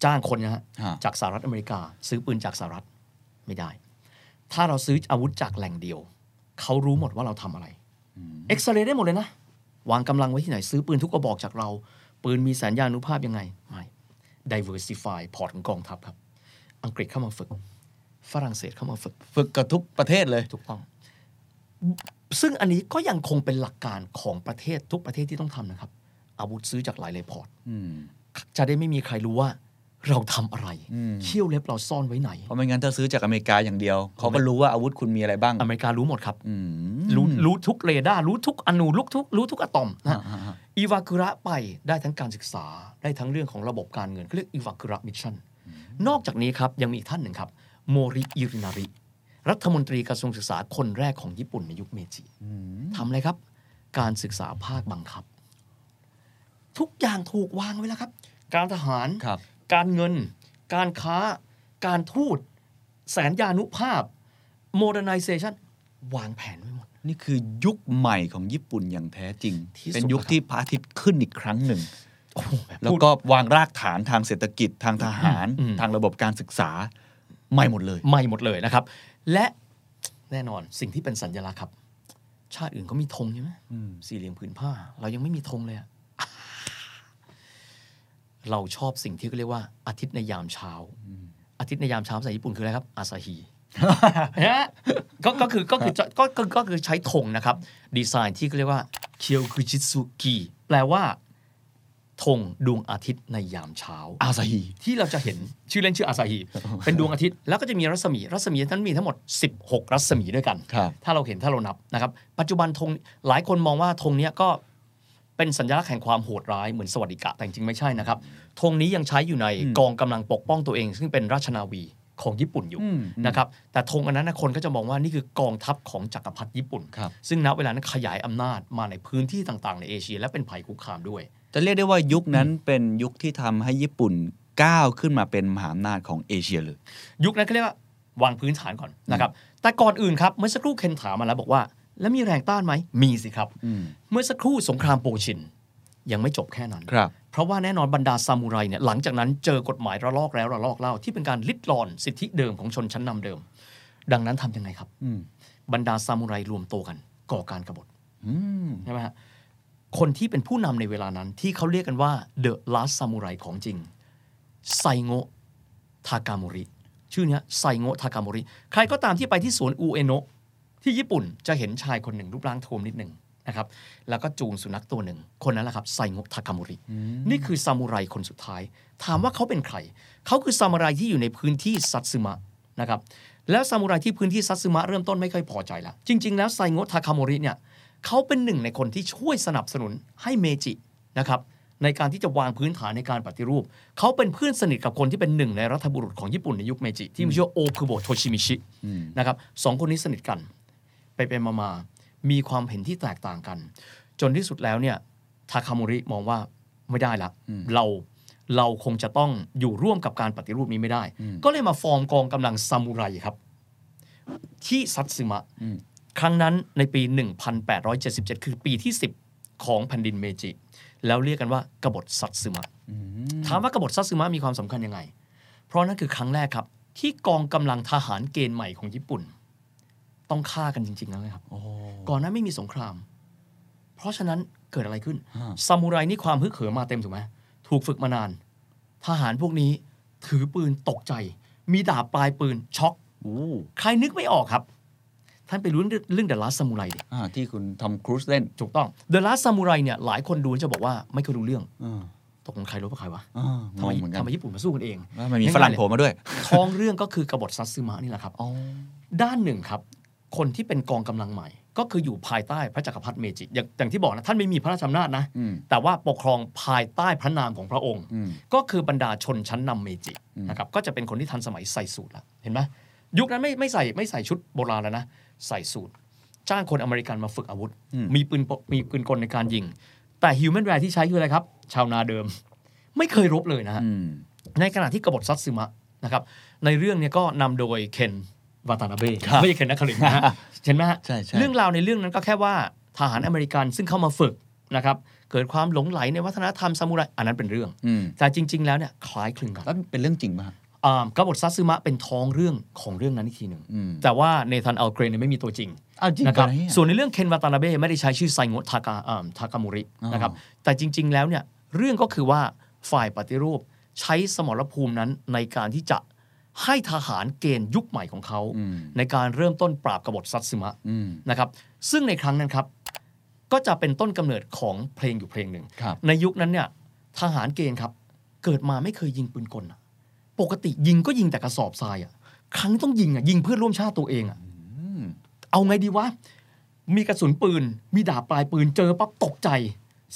Speaker 3: จ้างคนนะฮะ
Speaker 2: ฮะ
Speaker 3: จากสหรัฐอเมริกา ซื้อปืนจากสหรัฐไม่ได้ ถ้าเราซื้ออาวุธจากแหล่งเดียว เขารู้หมดว่าเราทำอะไรเอ็กซเรย์ได้หมดเลยนะ วางกำลังไว้ที่ไหนซื้อปืนทุกกระบอกจากเรา ปืนมีสัญญานุภาพยังไง ไม่ diversify พอร์ตของกองทัพครับ อังกฤษเข้ามาฝึก ฝรั่งเศสเข้ามาฝึก
Speaker 2: ฝึกกับทุกประเทศเลย
Speaker 3: ถูกต้อง ซึ่งอันนี้ก็ยังคงเป็นหลักการของประเทศทุกประเทศที่ต้องทำนะครับ อาวุธซื้อจากหลายเลยพอร์ต
Speaker 2: อืม
Speaker 3: จะได้ไม่มีใครรู้ว่าเราทำอะไร
Speaker 2: อืม
Speaker 3: เขี้ยวเล็บเราซ่อนไว้ไหน
Speaker 2: เพราะไม่งั้นถ้าซื้อจากอเมริกาอย่างเดียว เขาก็รู้ว่าอาวุธคุณมีอะไรบ้าง
Speaker 3: อเมริการู้หมดครับ
Speaker 2: อืม
Speaker 3: รู้รู้ทุกเรดาร์รู้ทุกอนูรู้ทุกรู้ทุกอะตอมนะ
Speaker 2: อ่า
Speaker 3: ฮะ
Speaker 2: ๆ
Speaker 3: อีวาคุระไปได้ทั้งการศึกษาได้ทั้งเรื่องของระบบการเงินเขาเรียกอีวาคุระมิชชั่นนอกจากนี้ครับยังมีอีกท่านหนึ่งครับโมริอิรินาริรัฐมนตรีกระทรวงศึกษาคนแรกของญี่ปุ่นในยุคเมจิ
Speaker 2: ๆอืม
Speaker 3: ทำอะไรครับ การศึกษาภาคบังคับ ทุกอย่างถูกวางไว้แล้วครับ การทหาร
Speaker 2: ครับ
Speaker 3: การเงิน การค้า การทูตแสนยานุภาพ modernization วางแผนไว้หมด
Speaker 2: นี่คือยุคใหม่ของญี่ปุ่นอย่างแท้จริง
Speaker 3: ที่สุด
Speaker 2: เป็นยุคที่พระอาทิตย์ขึ้นอีกครั้งหนึ่ง
Speaker 3: โอ้โหบบ
Speaker 2: แล้ว
Speaker 3: พูด
Speaker 2: ก็วางรากฐานทางเศรษฐกิจทางทหาร
Speaker 3: อืม
Speaker 2: ทางระบบการศึกษาใหม่หมดเลย
Speaker 3: ไม่หมดเลยนะครับ และแน่นอนสิ่งที่เป็นสัญลักษณ์ครับ ชาติอื่นก็มีธงใช่ไหม
Speaker 2: อืม
Speaker 3: สี่เหลี่ยมผืนผ้า เรายังไม่มีธงเลยอะ เราชอบสิ่งที่เขาเรียกว่าอาทิตย์ในยามเช้า อาทิตย์ในยามเช้าภาษาญี่ปุ่นคืออะไรครับ อาซา ฮีฮะก็ก็คือก็คือ จะก็ก็ก็คือใช้ธงนะครับ ดีไซน์ที่เขาเรียกว่าเคียวคุจิสุกิแปลว่าธงดวงอาทิตย์ในยามเช้า
Speaker 2: อาซาฮี
Speaker 3: ที่เราจะเห็นชื่อเล่นชื่ออาซา ฮี เป็นดวงอาทิตย์ แล้วก็จะมีรัศมี รัศมีนั้นมีทั้งหมด 16 รัศมีด้วยกัน
Speaker 2: ครับ
Speaker 3: ถ้าเราเห็นถ้าเรานับนะครับ ปัจจุบันธงหลายคนมองว่าธงเนี้ยก็เป็นสัญลักษณ์แห่งความโหดร้ายเหมือนสวัสดิกะแต่จริงๆไม่ใช่นะครับธงนี้ยังใช้อยู่ในกองกำลังปกป้องตัวเอง ซึ่งเป็นราชนาวีของญี่ปุ่นอยู่
Speaker 2: อืม
Speaker 3: นะครับแต่ธงอันนั้นนะคนก็จะมองว่านี่คือกองทัพของจักรพรรดิญี่ปุ่น
Speaker 2: ครับ
Speaker 3: ซึ่งณเวลานั้นขยายอำนาจมาในพื้นที่ต่างๆ ในเอเชีย และเป็นภัยคุกคามด้วย
Speaker 2: จะเรียกได้ว่ายุคนั้นเป็นยุคที่ทำให้ญี่ปุ่นก้าวขึ้นมาเป็นมหาอำนาจของเอเชียเลย
Speaker 3: ยุคนั้นก็เรียกว่าวางพื้นฐานก่อนนะครับแต่ก่อนอื่นครับเมื่อสักครู่เคนถามมาแล้วบอกว่า แล้วมีแรงต้านไหมมีสิครับ
Speaker 2: อืม
Speaker 3: เมื่อสักครู่สงครามโปชิน ยังไม่จบแค่นั้น
Speaker 2: ครับ
Speaker 3: เพราะว่าแน่นอนบรรดาซามูไรเนี่ยหลังจากนั้นเจอกฎหมายระลอกแล้วระลอกเล่าที่เป็นการลิดรอนสิทธิเดิมของชนชั้นนำเดิม ดังนั้นทำยังไงครับ
Speaker 2: อืม
Speaker 3: บรรดาซามูไรรวมตัวกัน ก่อการกบฏ
Speaker 2: อืม
Speaker 3: ใช่ไหมฮะคนที่เป็นผู้นำในเวลานั้นที่เขาเรียกกันว่าเดอะลาสซามูไรของจริงไซโงะทากามริชื่อเนี้ยไซโงะทากามริใครก็ตามที่ไปที่สวนอูเอโนะที่ญี่ปุ่นจะเห็นชายคนหนึ่งรูปร่างโทวมนิดหนึ่งนะครับแล้วก็จูงสุนัขตัวหนึ่ง คนนั้นแหละครับไซโงะทากามริ
Speaker 2: อืม
Speaker 3: นี่คือซามูไรคนสุดท้าย ถามว่าเขาเป็นใคร เขาคือซามูไรที่อยู่ในพื้นที่ซัตสึมะนะครับ แล้วซามูไรที่พื้นที่ซัตสึมะเริ่มต้นไม่ค่อยพอใจละจริง ๆ แล้วไซโงะทาคาโมริเนี่ยเขาเป็นหนึ่งในคนที่ช่วยสนับสนุนให้เมจินะครับใน ในการที่จะวางพื้นฐานในการปฏิรูป เขาเป็นเพื่อนสนิทกับคนที่เป็นหนึ่งในรัฐบุรุษของญี่ปุ่นในยุคเมจิ ที่มีชื่อว่าโอคุโบโทชิมิชิ
Speaker 2: อืม
Speaker 3: นะครับสองคนนี้สนิทกัน ไปไปมามาๆมีความเห็นที่แตกต่างกัน จนที่สุดแล้วเนี่ยทาคามุริมองว่าไม่ได้ละเราเราคงจะต้องอยู่ร่วมกับการปฏิรูปนี้ไม่ได้ ก็เลยมาฟอร์มกองกำลังซามูไรครับที่ซัตสึมะ ครั้งนั้นในปี 1877 คือปีที่ 10 ของแผ่นดินเมจิ แล้วเรียกกันว่ากบฏซัตสึมะ ถามว่ากบฏซัตสึมะมีความสำคัญยังไง เพราะนั่นคือครั้งแรกครับ ที่กองกำลังทหารเกณฑ์ใหม่ของญี่ปุ่น ต้องฆ่ากันจริงๆแล้วนะครับ ก่อนหนั้นไม่มีสงคราม เพราะฉะนั้นเกิดอะไรขึ้น
Speaker 2: ฮะ
Speaker 3: ซามูไรนี่ความฮึกเหิมมาเต็มถูกไหม ถูกฝึกมานาน ทหารพวกนี้ถือปืนตกใจ มีดาบปลายปืนช็อก
Speaker 2: โอ้
Speaker 3: ใครนึกไม่ออกครับ ท่านไปรู้เรื่องเดอะลัสซามูไรดิ
Speaker 2: อ่าที่คุณทอมครูซเล่น
Speaker 3: ถูกต้อง The Last Samurai เนี่ยหลายคนดูจะบอกว่าไม่เคยดูเรื่อง
Speaker 2: อ่า
Speaker 3: ตกลงใครรู้ปะใครวะ
Speaker 2: อ่าง
Speaker 3: ทำไม
Speaker 2: งเหมือนกัน
Speaker 3: ทำไมญี่ปุ่นมาสู้กันเอง
Speaker 2: ว่ามันมีฝรั่งโผล่มาด้วย
Speaker 3: ท้องเรื่องก็คือกบฏซัตสึมะนี่แหละครับ
Speaker 2: อ๋อ
Speaker 3: ด้านหนึ่งครับ คนที่เป็นกองกำลังใหม่ ก็คืออยู่ภายใต้พระจักรพรรดิเมจิ อย่างอย่างที่บอกนะท่านไม่มีพระราชอำนาจนะ
Speaker 2: อืม
Speaker 3: แต่ว่าปกครองภายใต้พระนามของพระองค์
Speaker 2: อืม
Speaker 3: ก็คือบรรดาชนชั้นนำเมจิ
Speaker 2: อืม
Speaker 3: นะครับก็จะเป็นคนที่ทันสมัยใส่สูตรละเห็นไหมยุคนั้นไม่ไม่ใส่ไม่ใส่ชุดโบราณแล้วนะ ใส่สูตร จ้างคนอเมริกันมาฝึกอาวุธ มีปืนปมีปืนกลในการยิง แต่ฮิวแมนแวร์ที่ใช้คืออะไรครับ ชาวนาเดิม ไม่เคยรบเลยนะฮะ
Speaker 2: อืม
Speaker 3: ในขณะที่กบฏซัตสึมะนะครับในเรื่องเนี้ก็นำโดยเคนวาตานาเบะไม่ใช่เคนนักคลิน นะฮะเห็นไหมฮะ
Speaker 2: ใช่ใช่
Speaker 3: เรื่องราวในเรื่องนั้นก็แค่ว่าทหารอเมริกันซึ่งเข้ามาฝึกนะครับเกิดความหลงไหลในวัฒนธรรมซามูไรอันนั้นเป็นเรื่อง
Speaker 2: อืม
Speaker 3: แต่จริง ๆ แล้วเนี่ยคล้ายคลึงกัน
Speaker 2: แล้วเป็นเรื่องจริงป่ะฮะ
Speaker 3: อ่ากบฏซัตซึมะเป็นท้องเรื่องของเรื่องนั้นอีกทีหนึ่ง
Speaker 2: อืม
Speaker 3: แต่ว่าเนธานอัลเกรนเนี่ยไม่มีตัวจริง
Speaker 2: เอาจริง
Speaker 3: นะครับ
Speaker 2: เหอเนี่ย
Speaker 3: ส่วนในเรื่องเคนวาตานาเบไม่ได้ใช้ชื่อไซงะทากาอ่าทากามุริ
Speaker 2: อ๋อ
Speaker 3: นะครับแต่จริง ๆ แล้วเนี่ยเรื่องก็คือว่าฝ่ายปฏิรูปใช้สมรภูมินั้นในการที่จะให้ทหารเกณฑ์ยุคใหม่ของเขา
Speaker 2: อืม
Speaker 3: ในการเริ่มต้นปราบกบฏซัตสึมะ
Speaker 2: อืม
Speaker 3: นะครับซึ่งในครั้งนั้นครับก็จะเป็นต้นกำเนิดของเพลงอยู่เพลงหนึ่ง
Speaker 2: ครับ
Speaker 3: ในยุคนั้นเนี่ยทหารเกณฑ์ครับ เกิดมาไม่เคยยิงปืนกลอะปกติยิงก็ยิงแต่กระสอบทรายอะครั้งนี้ต้องยิงอะยิงเพื่อนร่วมชาติตัวเองอะ
Speaker 2: อืม
Speaker 3: เอาไงดีวะ มีกระสุนปืน มีดาบปลายปืนเจอปั๊บตกใจ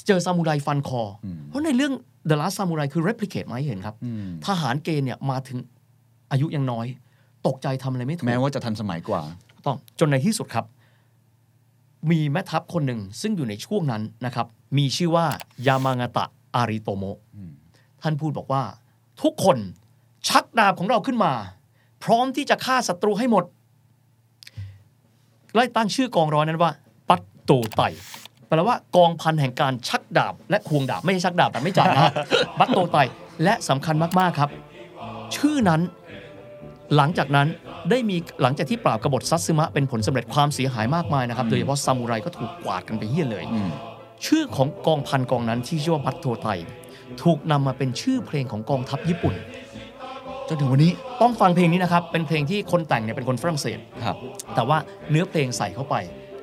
Speaker 3: เจอซามูไรฟันคออเพราะในเรื่อง The Last Samurai คือ replicate มาให้เห็นครับ
Speaker 2: อืม
Speaker 3: ทหารเกณฑ์เนี่ยมาถึงอายุยังน้อย ตกใจทำอะไรไม่ถูก
Speaker 2: แม้ว่าจะทันสมัยกว่า
Speaker 3: ถูกต้องจนในที่สุดครับ มีแม่ทัพคนหนึ่งซึ่งอยู่ในช่วงนั้นนะครับ มีชื่อว่ายามางาตะอาริโตโมะ
Speaker 2: อืม
Speaker 3: ท่านพูดบอกว่า ทุกคนชักดาบของเราขึ้นมา พร้อมที่จะฆ่าศัตรูให้หมด ไล่ตั้งชื่อกองร้อยนั้นว่า ปัตโตไตแปลว่ากองพันแห่งการชักดาบ และควงดาบ ไม่ใช่ชักดาบแต่ไม่จ่ายนะ ฮะ ปัตโตไตและสำคัญมากๆครับ ชื่อนั้น หลังจากนั้นได้มีหลังจากที่ปราบกบฏซัตสึมะเป็นผลสำเร็จความเสียหายมากมายนะครับ โดยเฉพาะซามูไรก็ถูกกวาดกันไปเหี้ยเลย
Speaker 2: อืม
Speaker 3: ชื่อของกองพันกองนั้นที่ชื่อว่าบัตโทไตถูกนำมาเป็นชื่อเพลงของกองทัพญี่ปุ่น
Speaker 2: จนถึงวันนี้
Speaker 3: ต้องฟังเพลงนี้นะครับ เป็นเพลงที่คนแต่งเนี่ยเป็นคนฝรั่งเศส
Speaker 2: ครับ
Speaker 3: แต่ว่าเนื้อเพลงใส่เข้าไป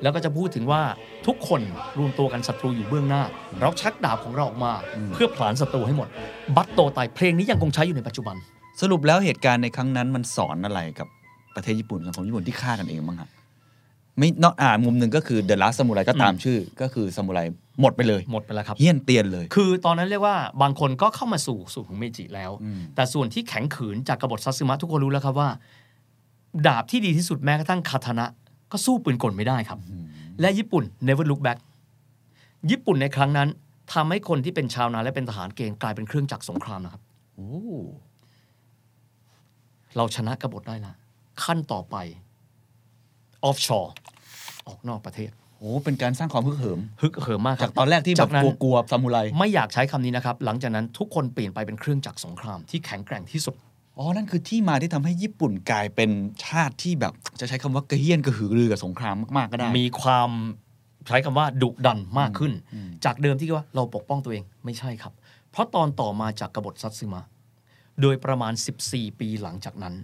Speaker 3: แล้วก็จะพูดถึงว่าทุกคนรวมตัวกันศัตรูอยู่เบื้องหน้า เราชักดาบของเราออกมา เพื่อผลาญศัตรูให้หมด บัตโตไตเพลงนี้ยังคงใช้อยู่ในปัจจุบัน
Speaker 2: สรุปแล้วเหตุการณ์ในครั้งนั้นมันสอนอะไรกับประเทศญี่ปุ่นสังคมญี่ปุ่นที่ฆ่ากันเองบ้างฮะไม่นอกอ่ามุมหนึ่งก็คือเดอะลัสซามูไรก็ตามชื่อ ก็คือซามูไรหมดไปเลย
Speaker 3: หมดไปแล้วครับ
Speaker 2: เฮี้ยนเตียนเลย
Speaker 3: คือตอนนั้นเรียกว่าบางคนก็เข้ามาสู่สู่ของเมจิแล้ว
Speaker 2: อืม
Speaker 3: แต่ส่วนที่แข็งขืนจากกบฏซัตสึมะทุกคนรู้แล้วครับว่า ดาบที่ดีที่สุดแม้กระทั่งคาทานะ ก็สู้ปืนกลไม่ได้ครับ และญี่ปุ่น never look back ญี่ปุ่นในครั้งนั้นทำให้คนที่เป็นชาวนาและเป็นทหารเกณฑ์กลายเป็นเครื่องจักรสงครามนะครับ
Speaker 2: โอ้
Speaker 3: เราชนะกบฏได้ละขั้นต่อไป offshore ออกนอกประเทศ
Speaker 2: โหเป็นการสร้างความพึกเหิม
Speaker 3: ฮึกเหิมมากค
Speaker 2: จา
Speaker 3: รั
Speaker 2: ก
Speaker 3: บ
Speaker 2: ตอนแรกที่แบ
Speaker 3: จา
Speaker 2: บ
Speaker 3: นั้น
Speaker 2: กลัวๆซามูไร
Speaker 3: ไม่อยากใช้คำนี้นะครับ หลังจากนั้นทุกคนเปลี่ยนไปเป็นเครื่องจักรสงครามที่แข็งแกร่งที่สุด
Speaker 2: อ๋อนั่นคือที่มาที่ทำให้ญี่ปุ่นกลายเป็นชาติที่แบบจะใช้คำว่ากระเฮี้ยนกระหือรือกับสงครามมากๆก็ได้
Speaker 3: มีความใช้คำว่าดุดันมากขึ้น จากเดิมที่ว่าเราปกป้องตัวเองไม่ใช่ครับ เพราะตอนต่อมาจากกบฏซัตสึมะ โดยประมาณ 14 ปีหลังจากนั้น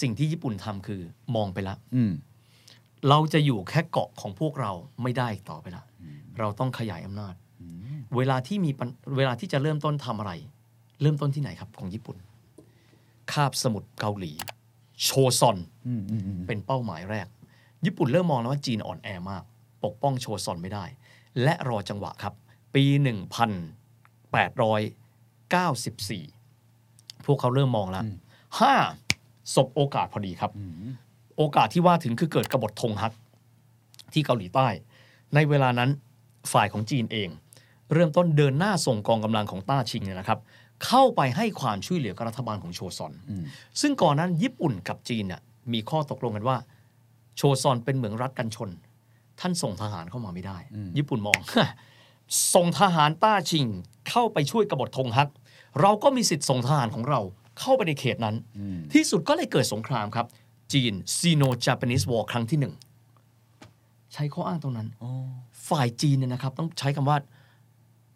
Speaker 3: สิ่งที่ญี่ปุ่นทำคือมองไปละ
Speaker 2: อืม
Speaker 3: เราจะอยู่แค่เกาะของพวกเราไม่ได้อีกต่อไปละ เราต้องขยายอำนาจ เวลาที่มีปัญเวลาที่จะเริ่มต้นทำอะไร เริ่มต้นที่ไหนครับของญี่ปุ่น คาบสมุทรเกาหลี โชซอน
Speaker 2: อืมอืมอืม
Speaker 3: เป็นเป้าหมายแรก ญี่ปุ่นเริ่มมองแล้วว่าจีนอ่อนแอมาก ปกป้องโชซอนไม่ได้ และรอจังหวะครับ ปี 894 พวกเขาเริ่มมองแล้วห้าสบโอกาสพอดีครับ โอกาสที่ว่าถึงคือเกิดกบฏธงฮักที่เกาหลีใต้ ในเวลานั้นฝ่ายของจีนเอง เริ่มต้นเดินหน้าส่งกองกำลังของต้าชิงเนี่ยนะครับ เข้าไปให้ความช่วยเหลือกับรัฐบาลของโชซอน ซึ่งก่อนนั้นญี่ปุ่นกับจีนเนี่ยมีข้อตกลงกันว่า โชซอนเป็นเหมืองรัฐกันชน ท่านส่งทหารเข้ามาไม่ได้ ญี่ปุ่นมอง ส่งทหารต้าชิง เข้าไปช่วยกบฏธงฮัก เราก็มีสิทธิ์ส่งทหารของเราเข้าไปในเขตนั้น ที่สุดก็เลยเกิดสงครามครับ จีนซีโนจ a p a n e s e War ครั้งที่หนึ่ง ใช้ข้ออ้างตรงนั้น ฝ่ายจีนเนี่ยนะครับ ต้องใช้คำว่า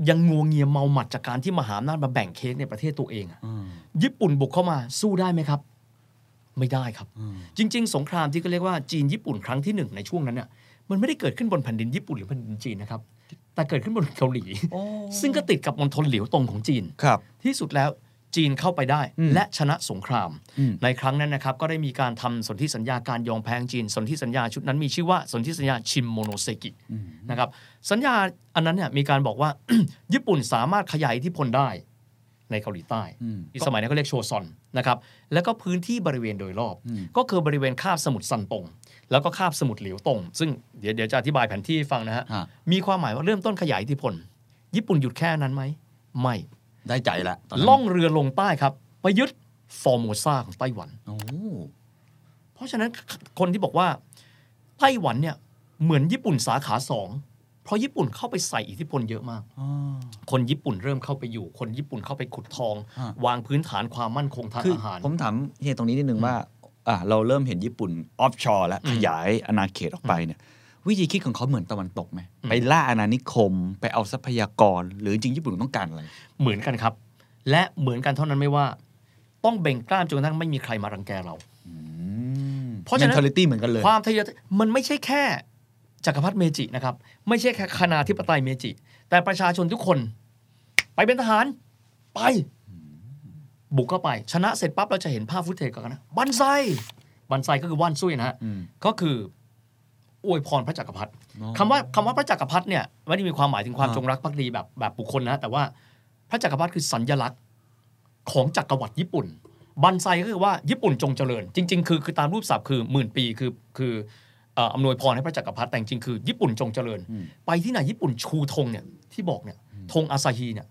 Speaker 3: ยังงัวเงียเมาหมัดจากการที่มหาอำนาจมาแบ่งเค้กในประเทศตัวเองอะ ญี่ปุ่นบุกเข้ามาสู้ได้ไหมครับ ไม่ได้ครับ จริง ๆ สงครามที่ก็เรียกว่าจีนญี่ปุ่นครั้งที่หนึ่งในช่วงนั้นเนี่ยมันไม่ได้เกิดขึ้นบนแผ่นดินญี่ปุ่นหรือแผ่นดินจีนนะครับ แต่เกิดขึ้นบนเกาหลี ซึ่งก็ติดกับมณฑลเหลียวตงของจีน
Speaker 2: ครับ
Speaker 3: ที่สุดแล้วจีนเข้าไปได้
Speaker 2: อืม
Speaker 3: และชนะสงคราม
Speaker 2: อืม
Speaker 3: ในครั้งนั้นนะครับ ก็ได้มีการทำสนธิสัญญาการยอมแพ้ของจีน สนธิสัญญาชุดนั้นมีชื่อว่าสนธิสัญญาชิมโมโนเซกินะครับสัญญาอันนั้นเนี่ยมีการบอกว่า ญี่ปุ่นสามารถขยายอิที่พลได้ในเกาหลีใต้ที่สมัยนั้นก็เรียกโชซอนนะครับแล้วก็พื้นที่บริเวณโดยรอบ ก็คือบริเวณคาบสมุทรซันตงแล้วก็คาบสมุทรเหลียวตงซึ่งเดี๋ยวเดี๋ยวจะอธิบายแผนที่ให้ฟังนะฮะ
Speaker 2: ฮะ
Speaker 3: มีความหมายว่าเริ่มต้นขยายอิที่พลญี่ปุ่นหยุดแค่นั้นไหมไม่
Speaker 2: ได้ใจละตนนั้น
Speaker 3: ล่องเรือลงใต้ครับไปยึดฟอร์โมซาของไต้หวัน
Speaker 2: โอ้
Speaker 3: เพราะฉะนั้นคนที่บอกว่าไต้หวันเนี่ยเหมือนญี่ปุ่นสาขาสองเพราะญี่ปุ่นเข้าไปใส่อิทธิพลเยอะมาก
Speaker 2: อ๋อ
Speaker 3: คนญี่ปุ่นเริ่มเข้าไปอยู่ คนญี่ปุ่นเข้าไปขุดทอง
Speaker 2: ฮะ
Speaker 3: วางพื้นฐานความมั่นคงทาง
Speaker 2: คือ
Speaker 3: อาหาร
Speaker 2: ผมถามเฮียตรงนี้นิดนึงว่าอ่ะเราเริ่มเห็นญี่ปุ่นออฟชอร์แล้ว
Speaker 3: อืม
Speaker 2: ขยายอาณาเขตออกไปเนี่ย วิธีคิดของเขาเหมือนตะวันตกไหม
Speaker 3: อืม
Speaker 2: ไปล่าอาณานิคม ไปเอาทรัพยากร หรือจริงๆญี่ปุ่นต้องการอะไร
Speaker 3: เหมือนกันครับ และเหมือนกันเท่านั้นไม่ว่า ต้องเบ่งกล้ามจนกระทั่งไม่มีใครมารังแกเรา เพราะฉะนั้น
Speaker 2: mentality เหมือนกันเลย
Speaker 3: ความทะเยอทะมันไม่ใช่แค่จักรพรรดิเมจินะครับ ไม่ใช่แค่คณาธิปไตยเมจิ แต่ประชาชนทุกคน ไปเป็นทหาร ไป บุกเข้าไป ชนะเสร็จปั๊บเราจะเห็นภาพฟุตเทจกันนะบันไซบันไซก็คือว่านซุยนะฮะ
Speaker 2: อืม
Speaker 3: ก็คืออวยพรพระจักรพรรดิ
Speaker 2: อ๋อ
Speaker 3: คำว่าคำว่าพระจักรพรรดิเนี่ยไม่ได้มีความหมายถึงความ
Speaker 2: อ่า
Speaker 3: จงรักภักดีแบบแบบบุคคลนะ แต่ว่าพระจักรพรรดิคือสัญลักษณ์ของจักรวรรดิญี่ปุ่น บันไซก็คือว่าญี่ปุ่นจงเจริญ จริง ๆ คือคือตามรูปศัพท์คือหมื่นปีคือคือเอ่ออำนวยพรให้พระจักรพรรดิแต่จริงๆคือญี่ปุ่นจงเจริญ
Speaker 2: อืม
Speaker 3: ไปที่ไหนญี่ปุ่นชูธงเนี่ยที่บอกเนี่ยธงอาซาฮีเนี่ย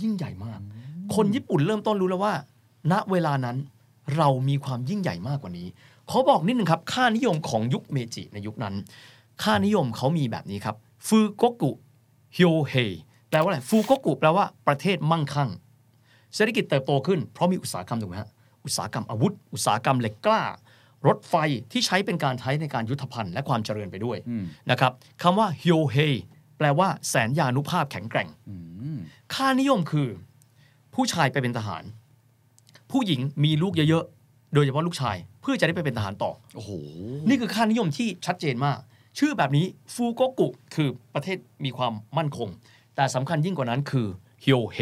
Speaker 3: ยิ่งใหญ่มาก คนญี่ปุ่นเริ่มต้นรู้แล้วว่า ณเวลานั้นเรามีความยิ่งใหญ่มากกว่านี้ขอบอกนิดนึงครับ ค่านิยมของยุคเมจิในยุคนั้น ค่านิยมเขามีแบบนี้ครับฟูกกุฮิโอเฮแปลว่าอะไรฟูกกุแปลว่าประเทศมั่งคั่ง เศรษฐกิจเติบโตขึ้นเพราะมีอุตสาหกรรมถูกไหมฮะอุตสาหกรรมอาวุธ อุตสาหกรรมเหล็กกล้า รถไฟที่ใช้เป็นการใช้ในการยุทธภัณฑ์และความเจริญไปด้วย
Speaker 2: อืม
Speaker 3: นะครับคำว่าฮิโอเฮแปลว่าแสนยานุภาพแข็งแกร่ง
Speaker 2: อืม
Speaker 3: ค่านิยมคือ ผู้ชายไปเป็นทหาร ผู้หญิงมีลูกเยอะๆ โดยเฉพาะลูกชาย เพื่อจะได้ไปเป็นทหารต่อ
Speaker 2: โอ้โห
Speaker 3: นี่คือค่านิยมที่ชัดเจนมาก ชื่อแบบนี้ฟูโกกุคือประเทศมีความมั่นคง แต่สำคัญยิ่งกว่านั้นคือฮิโอเฮ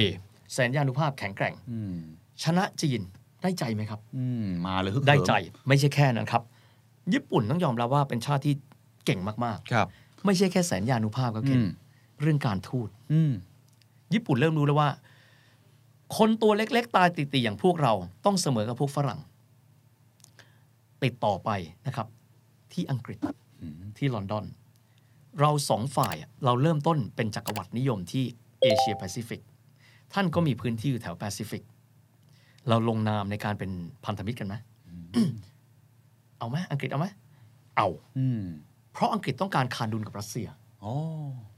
Speaker 3: แสนยานุภาพแข็งแกร่ง
Speaker 2: อืม
Speaker 3: ชนะจีนได้ใจไหมครับ
Speaker 2: อืมมาเลยฮึกเหิม
Speaker 3: ได้ใจไม่ใช่แค่นั้นครับ ญี่ปุ่นต้องยอมรับว่าเป็นชาติที่เก่งมาก
Speaker 2: ครับ
Speaker 3: ๆ ไม่ใช่แค่แสนยานุภาพก็เก่ง
Speaker 2: อืม
Speaker 3: เรื่องการทูต
Speaker 2: อืม
Speaker 3: ญี่ปุ่นเริ่มรู้แล้วว่า คนตัวเล็กๆ ตาตีๆอย่างพวกเราต้องเสมอกับพวกฝรั่ง ติดต่อไปนะครับ ที่อังกฤษที่ลอนดอน เราสองฝ่ายอะเราเริ่มต้นเป็นจักรวรรดินิยมที่เอเชียแปซิฟิกท่านก็มีพื้นที่อยู่แถวแปซิฟิก เราลงนามในการเป็นพันธมิตรกันไหมเอาไหมอังกฤษเอาไหมเอา
Speaker 2: อืม
Speaker 3: เพราะอังกฤษต้องการคานดุลกับรัสเซีย
Speaker 2: อ๋อ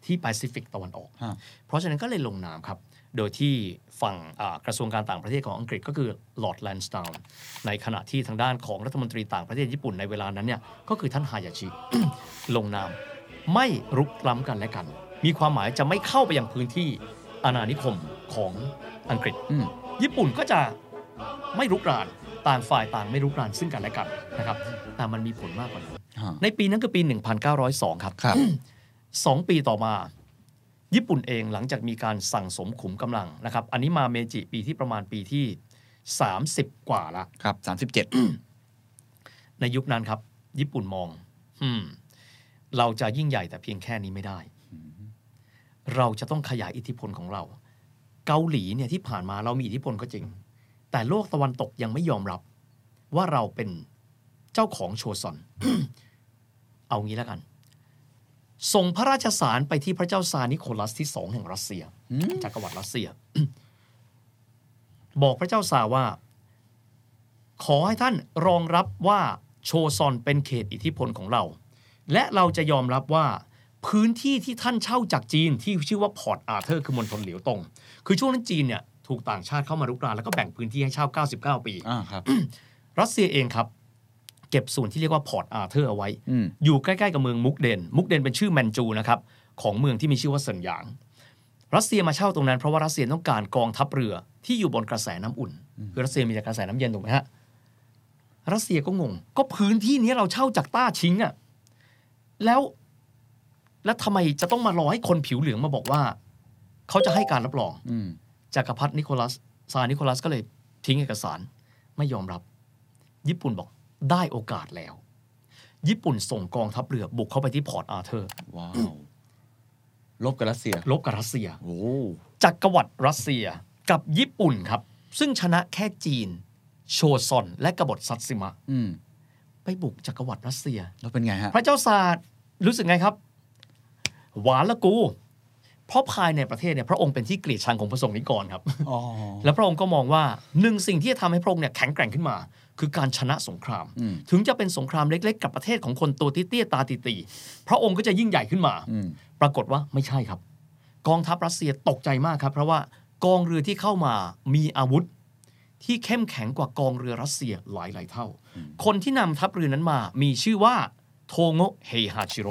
Speaker 3: ที่แปซิฟิกตะวันออก
Speaker 2: ฮะ
Speaker 3: เพราะฉะนั้นก็เลยลงนามครับ โดยที่ฝั่งอ่ากระทรวงการต่างประเทศของอังกฤษก็คือลอร์ดแลนส o าวน์ในขณะที่ทางด้านของรัฐมนตรีต่างประเทศญี่ปุ่นในเวลานั้นเนี่ยก็คือท่านฮายาชิ ลงนาม ไม่รุกล้ำกันและกัน มีความหมายจะไม่เข้าไปยังพื้นที่อาณานิคมของอังกฤษ
Speaker 2: อืม
Speaker 3: ญี่ปุ่นก็จะไม่รุกราน ต่างฝ่ายต่างไม่รุกรานซึ่งกันและกันนะครับแต่มันมีผลมากกว่านั้น
Speaker 2: ฮะ
Speaker 3: ในปีนั้นคือปี 1902 ครับ
Speaker 2: ครับ
Speaker 3: สองปีต่อมา ญี่ปุ่นเองหลังจากมีการสั่งสมขุมกำลังนะครับ อันนี้มาเมจิปีที่ประมาณปีที่ 30 กว่าละ
Speaker 2: ครับสามสิบเจ็ด
Speaker 3: ในยุคนั้นครับ ญี่ปุ่นมอง อืม เราจะยิ่งใหญ่แต่เพียงแค่นี้ไม่ได้ เราจะต้องขยายอิทธิพลของเรา เกาหลีเนี่ยที่ผ่านมาเรามีอิทธิพลก็จริง แต่โลกตะวันตกยังไม่ยอมรับว่าเราเป็นเจ้าของโชซอน เอางี้แล้วกัน ส่งพระราชสารไปที่พระเจ้าซาร์นิโคลัสที่สองแห่งรัสเซีย
Speaker 2: อืม
Speaker 3: จักรวรรดิรัสเซีย บอกพระเจ้าซาร์ว่า ขอให้ท่านรองรับว่าโชซอนเป็นเขตอิทธิพลของเรา และเราจะยอมรับว่าพื้นที่ที่ท่านเช่าจากจีนที่ชื่อว่าพอร์ตอาเธอร์คือมณฑลเหลียวตง คือช่วงนั้นจีนเนี่ยถูกต่างชาติเข้ามารุกรานแล้วก็แบ่งพื้นที่ให้เช่า 99 ปี
Speaker 2: อ่าครับ
Speaker 3: รัสเซียเองครับ เก็บส่วนที่เรียกว่าพอร์ตอาเธอร์เอาไว้
Speaker 2: อืม
Speaker 3: อยู่ใกล้ๆกับเมืองมุกเดน มุกเดนเป็นชื่อแมนจูนะครับ ของเมืองที่มีชื่อว่าเซินหยาง รัสเซียมาเช่าตรงนั้นเพราะว่ารัสเซียต้องการกองทัพเรือที่อยู่บนกระแสน้ำอุ่น คือรัสเซียมีแต่กระแสน้ำเย็นถูกไหมฮะ รัสเซียก็งง ก็พื้นที่นี้เราเช่าจากต้าชิงอะแล้วแล้วทำไมจะต้องมารอให้คนผิวเหลืองมาบอกว่า เขาจะให้การรับรอง
Speaker 2: อืม
Speaker 3: จักรพรรดินิโคลัสซาร์นิโคลัสก็เลยทิ้งเอกสารไม่ยอมรับ ญี่ปุ่นบอกได้โอกาสแล้ว ญี่ปุ่นส่งกองทัพเรือบุกเข้าไปที่พอร์ตอาเธอร์
Speaker 2: ว้าว ลบกับรัสเซีย
Speaker 3: ลบกับรัสเซีย
Speaker 2: โอ้
Speaker 3: จักรวรรดิรัสเซียกับญี่ปุ่นครับ ซึ่งชนะแค่จีน โชซอน และกบฏซัตซิมะ
Speaker 2: อืม
Speaker 3: ไปบุกจักรวรรดิรัสเซีย
Speaker 2: แล้วเป็นไงฮะ
Speaker 3: พระเจ้าซาร์รู้สึกไงครับ หวานละกู เพราะภายในประเทศเนี่ยพระองค์เป็นที่เกลียดชังของพระสงฆ์นิกรครับ
Speaker 2: อ๋อ
Speaker 3: และพระองค์ก็มองว่าหนึ่งสิ่งที่จะทำให้พระองค์เนี่ยแข็งแกร่งขึ้นมา คือการชนะสงคราม
Speaker 2: อืม
Speaker 3: ถึงจะเป็นสงครามเล็กๆ กับประเทศของคนตัวเตี้ยๆตาตีๆพระองค์ก็จะยิ่งใหญ่ขึ้นมา
Speaker 2: อืม
Speaker 3: ปรากฏว่าไม่ใช่ครับ กองทัพรัสเซียตกใจมากครับ เพราะว่ากองเรือที่เข้ามามีอาวุธ ที่เข้มแข็งกว่ากองเรือรัสเซียหลายหลายๆเท่า คนที่นำทัพเรือนั้นมามีชื่อว่าโทโงะเฮฮาชิโร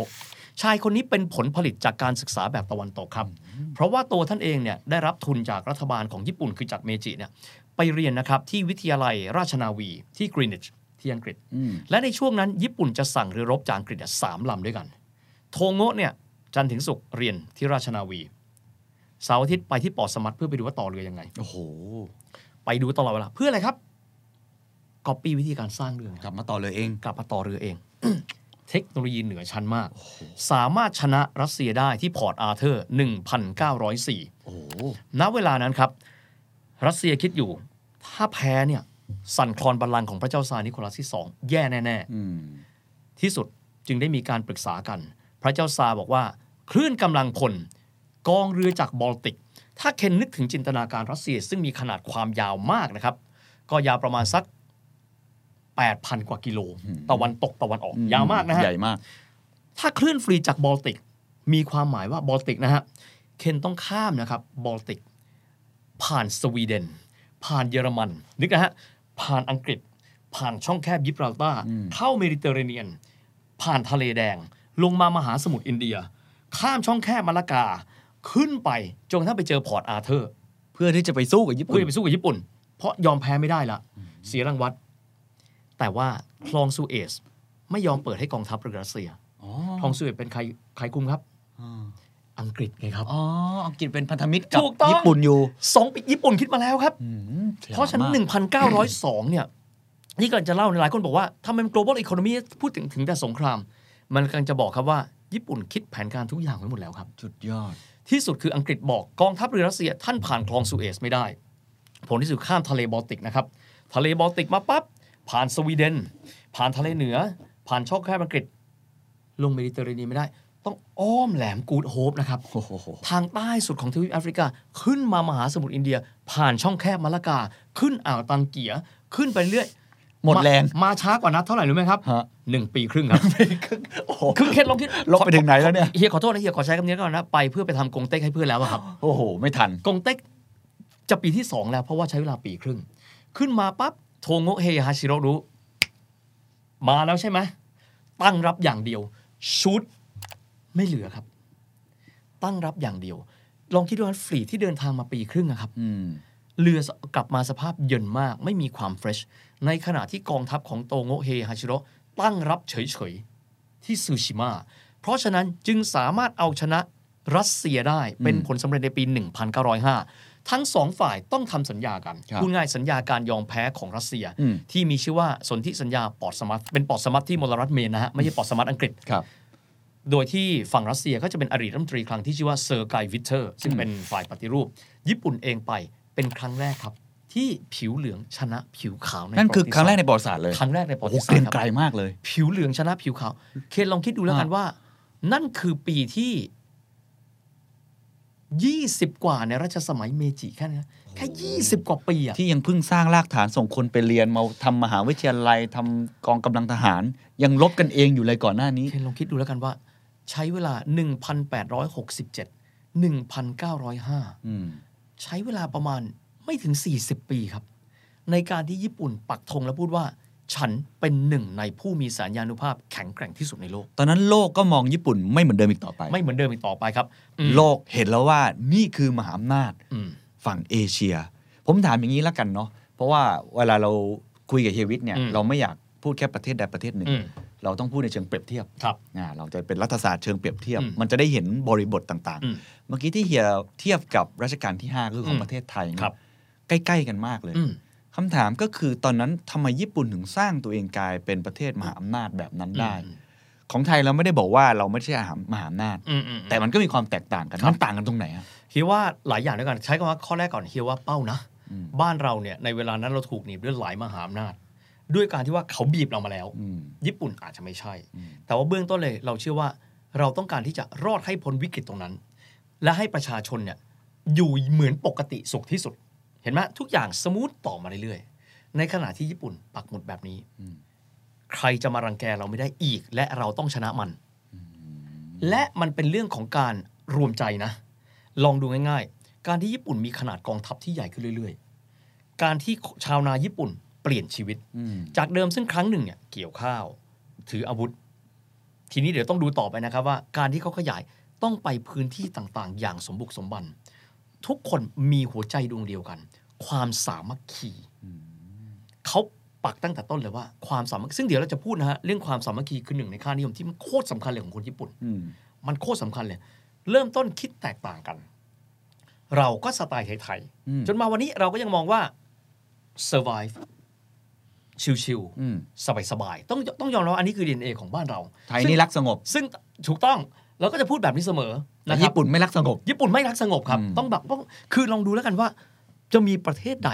Speaker 3: ชายคนนี้เป็นผลผลิตจากการศึกษาแบบตะวันตกครับ เพราะว่าตัวท่านเองเนี่ยได้รับทุนจากรัฐบาลของญี่ปุ่นคือจากเมจิเนี่ยไปเรียนนะครับที่วิทยาลัยราชนาวีที่กรีนิชที่อังกฤษ
Speaker 2: อืม
Speaker 3: และในช่วงนั้นญี่ปุ่นจะสั่งเรือรบจากอังกฤษเนี่ยสามลำด้วยกัน โทโงะเนี่ยจันทร์ถึงศุกร์เรียนที่ราชนาวีเสาร์อาทิตย์ไปที่ปอสมัตเพื่อไปดูว่าต่อเรือยังไง
Speaker 2: โอ้โห
Speaker 3: ไปดูตลอดเวลาเพื่ออะไรครับก๊อปปี้วิธีการสร้างเรือไง
Speaker 2: กลับมาต่อเลยเอง
Speaker 3: กลับมาต่อเรือเอง เทคโนโลยีเหนือชั้นมาก สามารถชนะรัสเซียได้ที่พอร์ตอาเธอร์ 1904
Speaker 2: โอ้โห
Speaker 3: ณเวลานั้นครับ รัสเซียคิดอยู่ ถ้าแพ้เนี่ยสั่นคลอนบัลลังก์ของพระเจ้าซาร์นิโคลัสที่สองแย่แน่ๆ
Speaker 2: อืม
Speaker 3: ที่สุดจึงได้มีการปรึกษากัน พระเจ้าซาร์บอกว่า คลื่นกำลังพล กองเรือจากบอลติก ถ้าเคนนึกถึงจินตนาการรัสเซีย ซึ่งมีขนาดความยาวมากนะครับ ก็ยาวประมาณสัก 8,000 กว่ากิโล ตะวันตกตะวันออก ยาวมากนะฮะ
Speaker 2: ใหญ่มาก
Speaker 3: ถ้าคลื่นฟรีจากบอลติก มีความหมายว่าบอลติกนะฮะ เคนต้องข้ามนะครับบอลติก ผ่านสวีเดน ผ่านเยอรมัน นึกนะฮะ ผ่านอังกฤษ ผ่านช่องแคบยิบราลตาร์เข้าเมดิเตอร์เรเนียน ผ่านทะเลแดง ลงมามหาสมุทรอินเดีย ข้ามช่องแคบมาลากา ขึ้นไปจนถ้าไปเจอพอร์ตอาเธอร์
Speaker 2: เพื่อที่จะไปสู้กับญี่
Speaker 3: เพื่
Speaker 2: ปุ่
Speaker 3: อน จะไปสู้กับญี่ปุ่น เพราะยอมแพ้ไม่ได้ละ เสียรางวัลแต่ว่าคลองซูเอซไม่ยอมเปิดให้กองทัพเรือรัสเซีย
Speaker 2: อ๋อ
Speaker 3: ทองสุเอตเป็นใครใครคุมครับ อังกฤษไงครับ
Speaker 2: อ๋ออังกฤษเป็นพันธมิตรกับ
Speaker 3: ถูกต้อง
Speaker 2: ญี่ปุ่นอยู่
Speaker 3: สองปีญี่ปุ่นคิดมาแล้วครับ
Speaker 2: อืมฉลด
Speaker 3: เพราะฉะนั้น
Speaker 2: มก
Speaker 3: 1,902 เนี่ย นี่กำลังจะเล่าในหลายคนบอกว่าทำไม global economy พูดถึงถึงแต่สงคราม มันกำลังจะบอกครับว่า ญี่ปุ่นคิดแผนการทุกอย่างไว้หมดแล้วครับ
Speaker 2: จุดยอด
Speaker 3: ที่สุดคืออังกฤษบอกกองทัพเรือรัสเซียท่านผ่านคลองสุเอซไม่ได้ ผลที่สุดข้ามทะเลบอลติกนะครับ ทะเลบอลติกมาปั๊บผ่านสวีเดน ผ่านทะเลเหนือ ผ่านช่องแคบอังกฤษ ลงเมดิเตอร์เรเนียนไม่ได้ ต้องอ้อมแหลมกูดโฮปนะครับ
Speaker 2: โอ้โห
Speaker 3: ทางใต้สุดของทวีปแอฟริกา ขึ้นมามหาสมุทรอินเดีย ผ่านช่องแคบมาลากา ขึ้นอ่าวตังเกีย ขึ้นไปเรื่อย
Speaker 2: หมดแรง
Speaker 3: ามาช้ากว่านัดเท่าไหร่รู้ไหมครับ
Speaker 2: ฮะ
Speaker 3: หนึ่งปีครึ่งครับ
Speaker 2: โอ้โห
Speaker 3: คือเคล็ดลองคิด
Speaker 2: ลบไปถึงไหนแล้วเนี่ย
Speaker 3: เฮียขอโทษนะเฮียขอใช้คำนี้ก่อนนะ ไปเพื่อไปทำกงเต็กให้เพื่อนแล้วอะครับ
Speaker 2: โอ้โห ไม่ทัน
Speaker 3: กงเต็กจะปีที่ 2 แล้วเพราะว่าใช้เวลาปีครึ่ง ขึ้นมาปั๊บโทโงะเฮฮาชิโร่รู้ มาแล้วใช่ไหมตั้งรับอย่างเดียว ชุดไม่เหลือครับ ตั้งรับอย่างเดียว ลองคิดดูนะฟรีที่เดินทางมาปีครึ่งนะครับ
Speaker 2: อืม
Speaker 3: เรือกลับมาสภาพเยินมาก ไม่มีความเฟรช ในขณะที่กองทัพของโตโงะเฮฮาชิโร่ตั้งรับเฉยๆ ที่ซูชิมะเพราะฉะนั้นจึงสามารถเอาชนะรัสเซียได้เป็นผลสำเร็จในปี 1905 ทั้งสองฝ่ายต้องทำสัญญากัน
Speaker 2: ครับ
Speaker 3: ดง่ายๆสัญญาการยอมแพ้ของรัสเซีย
Speaker 2: อืม
Speaker 3: ที่มีชื่อว่าสนธิสัญญาปอร์ตสมัตเป็นปอร์ตสมัตที่มลรัฐเมนนะฮะไม่ใช่ปอร์ตสมัตอังกฤษ
Speaker 2: ครับ
Speaker 3: โดยที่ฝั่งรัสเซียก็จะเป็นอดีตรัฐมนตรีคลังที่ชื่อว่าเซอร์ไกวิเทอร์ซึ่งเป็นฝ่ายปฏิรูป ญี่ปุ่นเองไปเป็นครั้งแรกครับ ที่ผิวเหลืองชนะผิวขาวใน
Speaker 2: นั่นคือ
Speaker 3: ปะวัติ
Speaker 2: ครั้งแรกในป
Speaker 3: ศาสต
Speaker 2: ระวัติศาสตร์เลย
Speaker 3: ครั้งแรกในประ
Speaker 2: โอ้
Speaker 3: วั
Speaker 2: โห
Speaker 3: ติศาส
Speaker 2: เกรีย
Speaker 3: ต
Speaker 2: น
Speaker 3: ร์
Speaker 2: ไก
Speaker 3: ค
Speaker 2: ล
Speaker 3: รับ
Speaker 2: มากเลย
Speaker 3: ผิวเหลืองชนะผิวขาว เคนลองคิดดูแล้วกันว่า นั่นคือปีที่ 20 กว่าในรัชสมัยเมจิแค่นั้นนะแค่20 กว่าปีอะ
Speaker 2: ที่ยังเพิ่งสร้างรากฐานส่งคนไปเรียนมาทำมหาวิทยาลัยทำกองกำลังทหาร ยังลบกันเองอยู่เลยก่อนหน้านี้
Speaker 3: เคนลองคิดดูแล้วกันว่า ใช้เวลา 1,867 1,905
Speaker 2: อืม
Speaker 3: ใช้เวลาประมาณไม่ถึง 40 ปีครับ ในการที่ญี่ปุ่นปักธงและพูดว่า ฉันเป็นหนึ่งในผู้มีสัญญานุภาพแข็งแกร่งที่สุดในโลก
Speaker 2: ตอนนั้นโลกก็มองญี่ปุ่นไม่เหมือนเดิมอีกต่อไป
Speaker 3: ไม่เหมือนเดิมอีกต่อไปครับอืม
Speaker 2: โลกเห็นแล้วว่านี่คือมหาอำนาจ
Speaker 3: อืม
Speaker 2: ฝั่งเอเชีย ผมถามอย่างนี้ละกันเนาะเพราะว่าเวลาเราคุยกับเฮยวิทเนี่ย
Speaker 3: อืม
Speaker 2: เราไม่อยากพูดแค่ประเทศใดประเทศหนึ่ง
Speaker 3: อืม
Speaker 2: เราต้องพูดในเชิงเปรียบเทียบ
Speaker 3: ครับ
Speaker 2: อ่าเราจะเป็นรัฐศาสตร์เชิงเปรียบเทียบ
Speaker 3: อืม
Speaker 2: มันจะได้เห็นบริบทต่าง
Speaker 3: อืม
Speaker 2: ๆ เมื่อกี้ที่เฮียเทียบกับรัชกาลที่5คือของ
Speaker 3: อืม
Speaker 2: ประเทศไทยเนี่ย
Speaker 3: ครับ
Speaker 2: ใกล้ๆกันมากเลย
Speaker 3: อืม
Speaker 2: คำถามก็คือตอนนั้นทำไมญี่ปุ่นถึงสร้างตัวเองกลายเป็นประเทศมหาอำนาจแบบนั้นได้
Speaker 3: อืม
Speaker 2: ของไทยเราไม่ได้บอกว่าเราไม่ใช่มหาอำนาจ
Speaker 3: อืมอืม
Speaker 2: แต่มันก็มีความแตกต่างกัน
Speaker 3: ครับ
Speaker 2: มันต่างกันตรงไหนอะ
Speaker 3: เฮียว่าหลายอย่างด้วยกันใช้คำว่าข้อแรกก่อนเฮียว่าเป้านะ
Speaker 2: อืม
Speaker 3: บ้านเราเนี่ยในเวลานั้นเราถูกหนีบด้วยหลายมหาอำนาจ ด้วยการที่ว่าเขาบีบเรามาแล้ว
Speaker 2: อืม
Speaker 3: ญี่ปุ่นอาจจะไม่ใช่
Speaker 2: อืม
Speaker 3: แต่ว่าเบื้องต้นเลยเราเชื่อว่าเราต้องการที่จะรอดให้พ้นวิกฤตตรงนั้น และให้ประชาชนเนี่ยอยู่เหมือนปกติสุขที่สุด เห็นไหมทุกอย่างสมูทต่อมาเรื่อยๆ ในขณะที่ญี่ปุ่นปักหมุดแบบนี้
Speaker 2: อืม
Speaker 3: ใครจะมารังแกเราไม่ได้อีก และเราต้องชนะมัน และมันเป็นเรื่องของการรวมใจนะ ลองดูง่ายๆ การที่ญี่ปุ่นมีขนาดกองทัพที่ใหญ่ขึ้นเรื่อยๆ การที่ชาวนาญี่ปุ่นเปลี่ยนชีวิต
Speaker 2: อืม
Speaker 3: จากเดิมซึ่งครั้งหนึ่งเนี่ยเกี่ยวข้าว ถืออาวุธ ทีนี้เดี๋ยวต้องดูต่อไปนะครับว่าการที่เขาขยายต้องไปพื้นที่ต่างๆ อย่างสมบุกสมบัน ทุกคนมีหัวใจดวงเดียวกัน ความสามัคคีเขาปักตั้งแต่ต้นเลยว่าความสามัคคีซึ่งเดี๋ยวเราจะพูดนะฮะเรื่องความสามัคคีคือหนึ่งในค่านิยมที่มันโคตรสำคัญเลยของคนญี่ปุ่น
Speaker 2: อืม
Speaker 3: มันโคตรสำคัญเลย เริ่มต้นคิดแตกต่างกัน เราก็สไตล์ไทย
Speaker 2: อืม
Speaker 3: ๆจนมาวันนี้เราก็ยังมองว่า survive ชิวๆ
Speaker 2: อืม
Speaker 3: สบายๆ ต้องต้องยอมรับว่าอันนี้คือ DNA ของบ้านเรา
Speaker 2: ไทย
Speaker 3: ซึ่ง
Speaker 2: นี่รักสงบ
Speaker 3: ซึ่งถูกต้องเราก็จะพูดแบบนี้เสมอ
Speaker 2: แต่
Speaker 3: นะครับ
Speaker 2: ญี่ปุ่นไม่รักสงบ
Speaker 3: ญี่ปุ่นไม่รักสงบครับ
Speaker 2: อืม
Speaker 3: ต้องแบบต้องคือลองดูแล้วกันว่า จะมีประเทศใด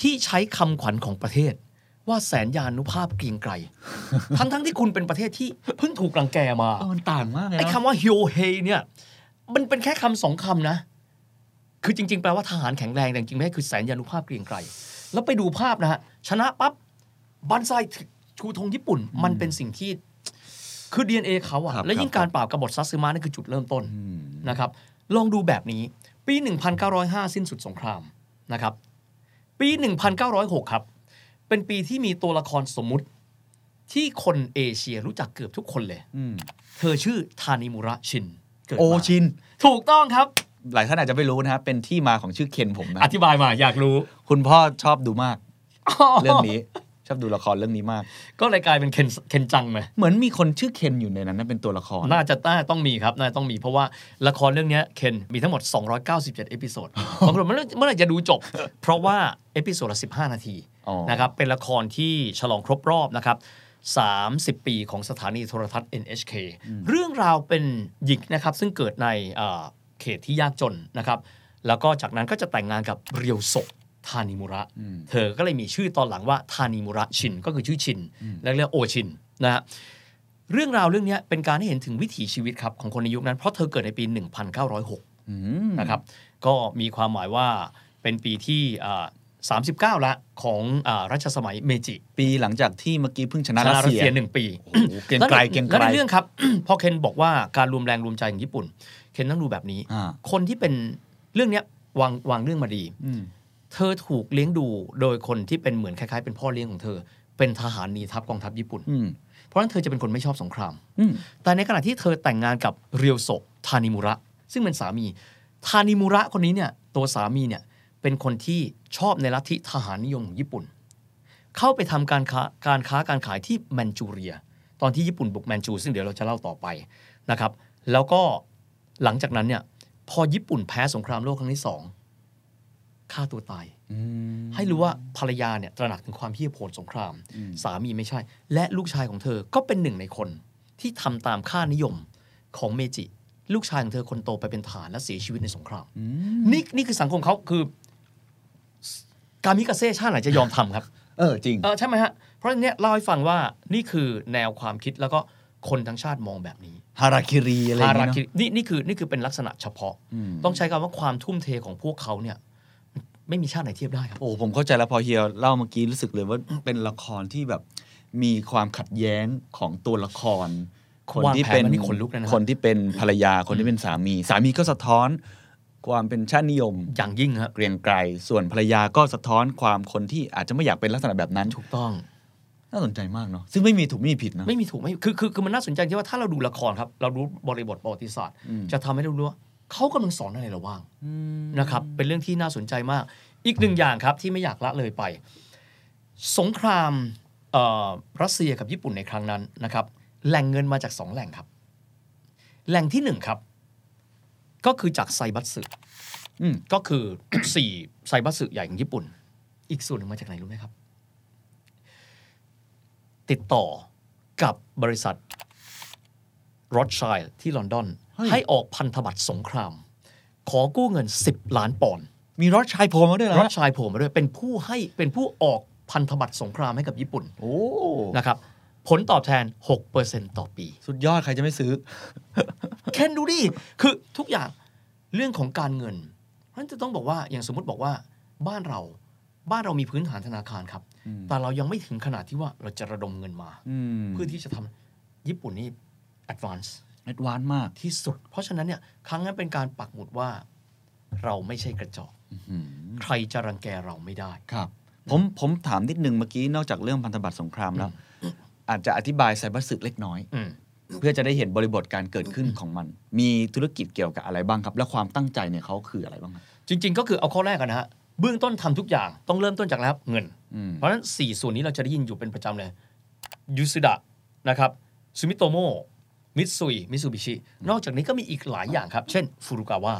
Speaker 3: ที่ใช้คำขวัญของประเทศ ว่าแสนยานุภาพเกรียงไกร ทั้งทั้งที่คุณเป็นประเทศที่เพิ่งถูกรังแกมา
Speaker 2: เออมันต่างมากเลย
Speaker 3: ไอ้
Speaker 2: นะ
Speaker 3: คำว่าฮิโอเฮเนี่ยมันเป็นแค่คำสองคำนะ คือจริง ๆ แปลว่าทหารแข็งแรงแต่จริงๆไม่ใช่คือแสนยานุภาพเกรียงไกรแล้วไปดูภาพนะฮะชนะปั๊บ บันไซชูธงญี่ปุ่นมันเป็นสิ่งที่ คือ DNA เขาอะและยิ่งการปราบกบฏซัตซึมะนั่นคือจุดเริ่มต้น
Speaker 2: อืม
Speaker 3: นะครับ ลองดูแบบนี้ ปี 1905 สิ้นสุดสงครามนะครับ ปี 1906 ครับ เป็นปีที่มีตัวละครสมมุติ ที่คนเอเชียรู้จักเกือบทุกคนเลย
Speaker 2: อืม
Speaker 3: เธอชื่อทานิมุระชินเกิดมา
Speaker 2: โอชิน
Speaker 3: ถูกต้องครับ
Speaker 2: หลายท่านอาจจะไม่รู้นะฮะเป็นที่มาของชื่อเคนผมนะ
Speaker 3: อธิบายมาอยากรู้
Speaker 2: คุณพ่อชอบดูมาก เรื่องนี้ ชอบดูละครเรื่องนี้มาก
Speaker 3: ก็เลยกลายเป็นเคนเคนจังไป
Speaker 2: เหมือนมีคนชื่อเคนอยู่ในนั้นนะเป็นตัวละคร
Speaker 3: น่าจะน่าต้องมีครับน่าต้องมีเพราะว่าละครเรื่องเนี้ยเคนมีทั้งหมด 297 เอพิโซด บางคนมันเมื่อไหร่จะดูจบ เพราะว่าเอพิโซดละ 15 นาที
Speaker 2: อ๋อ
Speaker 3: นะครับเป็นละครที่ฉลองครบรอบนะครับ 30 ปีของสถานีโทรทัศน์ NHK เรื่องราวเป็นหญิงนะครับ ซึ่งเกิดในเอ่อเขตที่ยากจนนะครับ แล้วก็จากนั้นก็จะแต่งงานกับเรียวศกทานิมุระ เธอก็เลยมีชื่อตอนหลังว่าทานิมุระชินก็คือชื่อชินและเรียกโอชินนะฮะ เรื่องราวเรื่องเนี้ยเป็นการให้เห็นถึงวิถีชีวิตครับของคนในยุคนั้น เพราะเธอเกิดในปี 1906
Speaker 2: อืม
Speaker 3: นะครับ ก็มีความหมายว่าเป็นปีที่อ่า39 ละของอารัชสมัยเมจิ
Speaker 2: ปีหลังจากที่เมื่อกี้เพิ่งชนะ
Speaker 3: ช
Speaker 2: รั
Speaker 3: นะ
Speaker 2: ส
Speaker 3: รัส
Speaker 2: เซีย
Speaker 3: เซียหนึ่งปี
Speaker 2: โอ้โหเกรียงไกลเกรียงไก
Speaker 3: แล้ว
Speaker 2: ล
Speaker 3: ในเรื่องครับ พอเคนบอกว่าการรวมแรงรวมใจของญี่ปุ่น เคนต้องดูแบบนี้
Speaker 2: อ่า
Speaker 3: คนที่เป็นเรื่องเนี้ยวางวางเรื่องมาดี
Speaker 2: อืม
Speaker 3: เธอถูกเลี้ยงดูโดยคนที่เป็นเหมือนคล้ายๆ เป็นพ่อเลี้ยงของเธอ เป็นทหารหนีทัพกองทัพญี่ปุ่น
Speaker 2: อืม
Speaker 3: เพราะฉะนั้นเธอจะเป็นคนไม่ชอบสงคราม
Speaker 2: อืม
Speaker 3: แต่ในขณะที่เธอแต่งงานกับเรียวโซะทานิมุระ ซึ่งเป็นสามี ทานิมุระคนนี้เนี่ยตัวสามีเนี่ยเป็นคนที่ชอบในลัทธิทหารนิยมของญี่ปุ่น เข้าไปทำการค้าการค้าการขายที่แมนจูเรีย ตอนที่ญี่ปุ่นบุกแมนจู ซึ่งเดี๋ยวเราจะเล่าต่อไปนะครับ แล้วก็หลังจากนั้นเนี่ยพอญี่ปุ่นแพ้สงครามโลกครั้งที่สองฆ่าตัวตาย
Speaker 2: อืม
Speaker 3: ให้รู้ว่าภรรยาเนี่ยตระหนักถึงความเหี้ยโหดสงคราม สามีไม่ใช่ และลูกชายของเธอก็เป็นหนึ่งในคนที่ทำตามค่านิยม ของเมจิ ลูกชายของเธอคนโตไปเป็นทหารและเสียชีวิตในสงคราม
Speaker 2: อืม
Speaker 3: นี่นี่คือสังคมเขาคือ การมิกาเซ่ชาติไหนจะยอมทำครับ
Speaker 2: เออจริง
Speaker 3: เออใช่ไหมฮะ เพราะฉะนั้นเนี้ยเล่าให้ฟังว่านี่คือแนวความคิดแล้วก็คนทั้งชาติมองแบบนี้
Speaker 2: ฮาราคิรีอะไรอย่า
Speaker 3: ฮาง รา
Speaker 2: เงี้ย
Speaker 3: คิ
Speaker 2: เนอะ
Speaker 3: นี่นี่คือนี่คือเป็นลักษณะเฉพาะ
Speaker 2: อืม
Speaker 3: ต้องใช้คำว่าความทุ่มเทของพวกเขาเนี่ย ไม่มีชาติไหนเทียบได้ครับ
Speaker 2: โอ้ผมเข้าใจแล้วพอเฮียเล่าเมื่อกี้รู้สึกเลยว่าเป็นละครที่แบบมีความขัดแย้งของตัวละคร คนที่เป็น
Speaker 3: วางแผนมานี่ขนลุกเลยนะครับ
Speaker 2: คนที่เป็นภรรยาคนที่เป็นสามี สามีก็สะท้อนความเป็นชาตินิยม
Speaker 3: อย่างยิ่งครับ
Speaker 2: เกรียงไกรส่วนภรรยาก็สะท้อนความคนที่อาจจะไม่อยากเป็นลักษณะแบบนั้น
Speaker 3: ถูกต้อง
Speaker 2: น่าสนใจมากเนาะซึ่งไม่มีถูกไม่มีผิดเนาะ
Speaker 3: ไม่มีถูกไม่มีคือคือคือมันน่าสนใจที่ว่าถ้าเราดูละครครับ เรารู้บริบทประวัติศาสตร์
Speaker 2: อืม
Speaker 3: จะทำให้เรารู้ว่าเขากำลังสอนอะไรเราบ้าง
Speaker 2: อืม
Speaker 3: นะครับเป็นเรื่องที่น่าสนใจมาก อีกหนึ่งอย่างครับที่ไม่อยากละเลยไป สงครามเอ่อรัสเซียกับญี่ปุ่นในครั้งนั้นนะครับ แหล่งเงินมาจากสองแหล่งครับ แหล่งที่หนึ่งครับ ก็คือจากไซบัตสึ
Speaker 2: อืม
Speaker 3: ก็คือ สี่ไซบัตสึใหญ่ของญี่ปุ่น อีกส่วนหนึ่งมาจากไหนรู้ไหมครับ ติดต่อกับบริษัทโรดชัยที่ลอนดอน ให้ออกพันธบัตรสงคราม ขอกู้เงิน 10 ล้านปอนด์
Speaker 2: มีรถชายโผล่มาด้วยเหรอ
Speaker 3: รัชชัยโผล่มาด้วยเป็นผู้ให้เป็นผู้ออกพันธบัตรสงครามให้กับญี่ปุ่น
Speaker 2: โอ้
Speaker 3: นะครับผลตอบแทน 6%ต่อปี
Speaker 2: สุดยอดใครจะไม่ซื้อ
Speaker 3: เคนดูดิ คือทุกอย่างเรื่องของการเงินเพราะฉะนั้นจะต้องบอกว่าอย่างสมมติบอกว่าบ้านเราบ้านเรามีพื้นฐานธนาคารครับ
Speaker 2: อืม
Speaker 3: แต่เรายังไม่ถึงขนาดที่ว่าเราจะระดมเงินมา
Speaker 2: อืม
Speaker 3: เพื่อที่จะทำญี่ปุ่นนี่ advance
Speaker 2: แอดวานซ์มาก
Speaker 3: ที่สุด เพราะฉะนั้นเนี่ยครั้งนั้นเป็นการปักหมุดว่าเราไม่ใช่กระจอก
Speaker 2: อืม
Speaker 3: ใครจะรังแกเราไม่ได้
Speaker 2: ครับผมผมถามนิดนึงเมื่อกี้นอกจากเรื่องพันธบัตรสงครามแล้ว อาจจะอธิบายไซเบัร์สึกเล็กน้อย
Speaker 3: อืม
Speaker 2: เพื่อจะได้เห็นบริบทการเกิดขึ้นของมัน มีธุรกิจเกี่ยวกับอะไรบ้างครับ และความตั้งใจเนี่ยเขาคืออะไรบ้างครับ
Speaker 3: จริงๆ ก็คือเอาข้อแรกกันนะฮะ เบื้องต้นทำทุกอย่างต้องเริ่มต้นจากแล้วเงิน
Speaker 2: อืม
Speaker 3: เพราะฉะนั้น 4 ส่วนนี้เราจะได้ยินอยู่เป็นประจำเลยยูซ d ดะนะครับซูมิโตโมมิตซุยมิซูบิชินอกจากนี้ก็มีอีกหลายอย่างครับ เช่นฟูรุกาวะ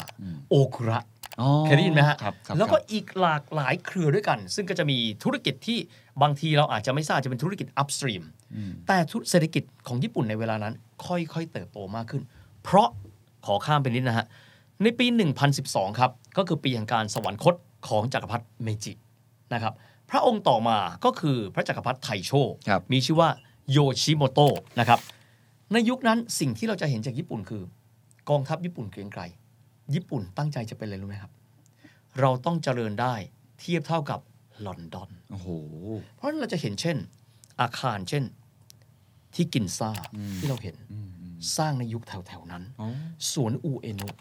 Speaker 3: โอคุระ
Speaker 2: อ๋อ
Speaker 3: เคยได้ยินไหมฮะ
Speaker 2: ครับครับ
Speaker 3: แล้วก็
Speaker 2: ครับ
Speaker 3: อีกหลากหลายเครือด้วยกัน ซึ่งก็จะมีธุรกิจที่บางทีเราอาจจะไม่ทราบจะเป็นธุรกิจอัพสตรีม
Speaker 2: อืม
Speaker 3: แต่ธุรเศรษฐกิจของญี่ปุ่นในเวลานั้น ค่อยๆเติบโตมากขึ้น เพราะขอข้ามไปนิดนะฮะ ในปี 1012 ครับ ก็คือปีแห่งการสวรรคตของจักรพรรดิเมจินะครับ พระองค์ต่อมาก็คือพระจักรพรรดิไทโช
Speaker 2: ครับ
Speaker 3: มีชื่อว่าโยชิโมโตะนะครับ ในยุคนั้นสิ่งที่เราจะเห็นจากญี่ปุ่นคือ กองทัพญี่ปุ่นเกรียงไกรญี่ปุ่นตั้งใจจะเป็นอะไรรู้ไหมครับ เราต้องเจริญได้เทียบเท่ากับลอนดอน
Speaker 2: โอ้โห
Speaker 3: เพราะฉะนั้นเราจะเห็นเช่น อาคารเช่นที่กินซ่าที่เราเห็นสร้างในยุคแถวๆนั้น สวนอูเอโนะ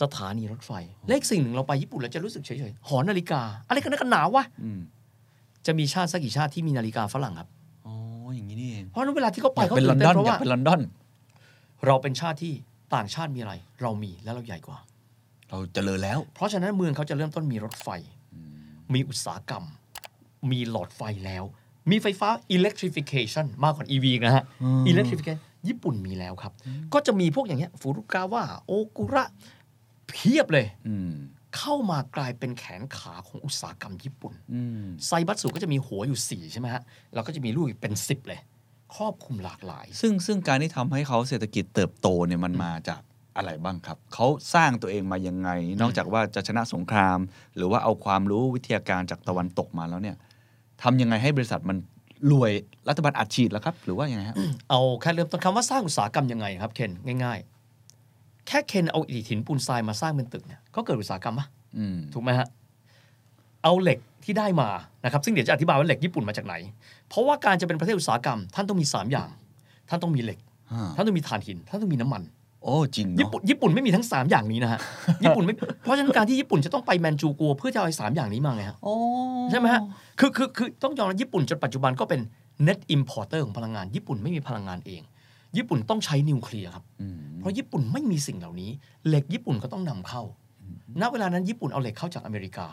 Speaker 3: สถานีรถไฟ เลขสิ่งหนึ่งเราไปญี่ปุ่นเราจะรู้สึกเฉยๆ หอนาฬิกา อะไรกันนะกันหนาวะ
Speaker 2: อืม
Speaker 3: จะมีชาติสักกี่ชาติที่มีนาฬิกาฝรั่งครับ
Speaker 2: อ๋ออย่างนี้นี่เอง
Speaker 3: เพราะฉะนั้นเวลาที่เขาไป
Speaker 2: อยาก
Speaker 3: เขา
Speaker 2: เป็นล
Speaker 3: ตื่
Speaker 2: อน น
Speaker 3: เต้
Speaker 2: ดอน
Speaker 3: นเพราะ
Speaker 2: อยา
Speaker 3: ว่าก
Speaker 2: เป็นลอนดอน
Speaker 3: เราเป็นชาติที่ต่างชาติมีอะไร เรามีและเราใหญ่กว่า
Speaker 2: เราเจริญแล้ว
Speaker 3: เพราะฉะนั้นเมืองเขาจะเริ่มต้นมีรถไฟ มีอุตสาหกรรม มีหลอดไฟแล้ว มีไฟฟ้า electrification มากกว่า EV อีกนะฮะ
Speaker 2: อืม
Speaker 3: electrification ญี่ปุ่นมีแล้วครับ ก็จะมีพวกอย่างเงี้ยฟูรุกาวะโอกุระเพียบเลย
Speaker 2: อืม
Speaker 3: เข้ามากลายเป็นแขนขาของอุตสาหกรรมญี่ปุ่น
Speaker 2: อืม
Speaker 3: ไซบัตสุก็จะมีหัวอยู่ 4 ใช่ไหมฮะ แล้วก็จะมีลูกอีกเป็น 10 เลย ครอบคลุมหลากหลาย
Speaker 2: ซึ่งซึ่งการที่ทำให้เขาเศรษฐกิจเติบโตเนี่ยมันมาจากอะไรบ้างครับ เขาสร้างตัวเองมายังไง นอกจากว่าจะชนะสงคราม หรือว่าเอาความรู้วิทยาการจากตะวันตกมาแล้วเนี่ยทำยังไงให้บริษัทมันรวยรัฐบาลอัดฉีดแล้วครับ หรือว่ายังไงฮะ
Speaker 3: เอาแค่เริ่มต้นคำว่าสร้างอุตสาหกรรมยังไงครับเคนง่ายๆ แค่เคนเอาอิฐหินปูนทรายมาสร้างเป็นตึกเนี่ยก็เกิดอุตสาหกรรมปะ
Speaker 2: อืม
Speaker 3: ถูกไหมฮะ เอาเหล็กที่ได้มานะครับซึ่งเดี๋ยวจะอธิบายว่าเหล็กญี่ปุ่นมาจากไหน เพราะว่าการจะเป็นประเทศอุตสาหกรรม ท่านต้องมีสามอย่าง ท่านต้องมีเหล็ก
Speaker 2: ฮะ
Speaker 3: ท่านต้องมีถ่านหิน ท่านต้องมีน้ำมัน
Speaker 2: โอ้จริง
Speaker 3: ญี่
Speaker 2: เนาะ
Speaker 3: ปุ่นญี่ปุ่นไม่มีทั้ง 3 อย่างนี้นะฮะ ญี่ปุ่นไม่เพราะฉะนั้นการที่ญี่ปุ่นจะต้องไปแมนจูกัวเพื่อจะเอาไอ้สามอย่างนี้มาไงฮะ
Speaker 2: โอ้
Speaker 3: ใช่ไหมฮะคือคือคือต้องยอมรับญี่ปุ่นจนปัจจุบันก็เป็น net importer ของพลังงาน ญี่ปุ่นไม่มีพลังงานเอง ญี่ปุ่นต้องใช้นิวเคลียร์ครับ
Speaker 2: อืม
Speaker 3: เพราะญี่ปุ่นไม่มีสิ่งเหล่านี้ เหล็กญี่ปุ่นก็ต้องนำเข้า ณ เวลานั้นญี่ปุ่นเอาเหล็กเข้าจากอเมริกา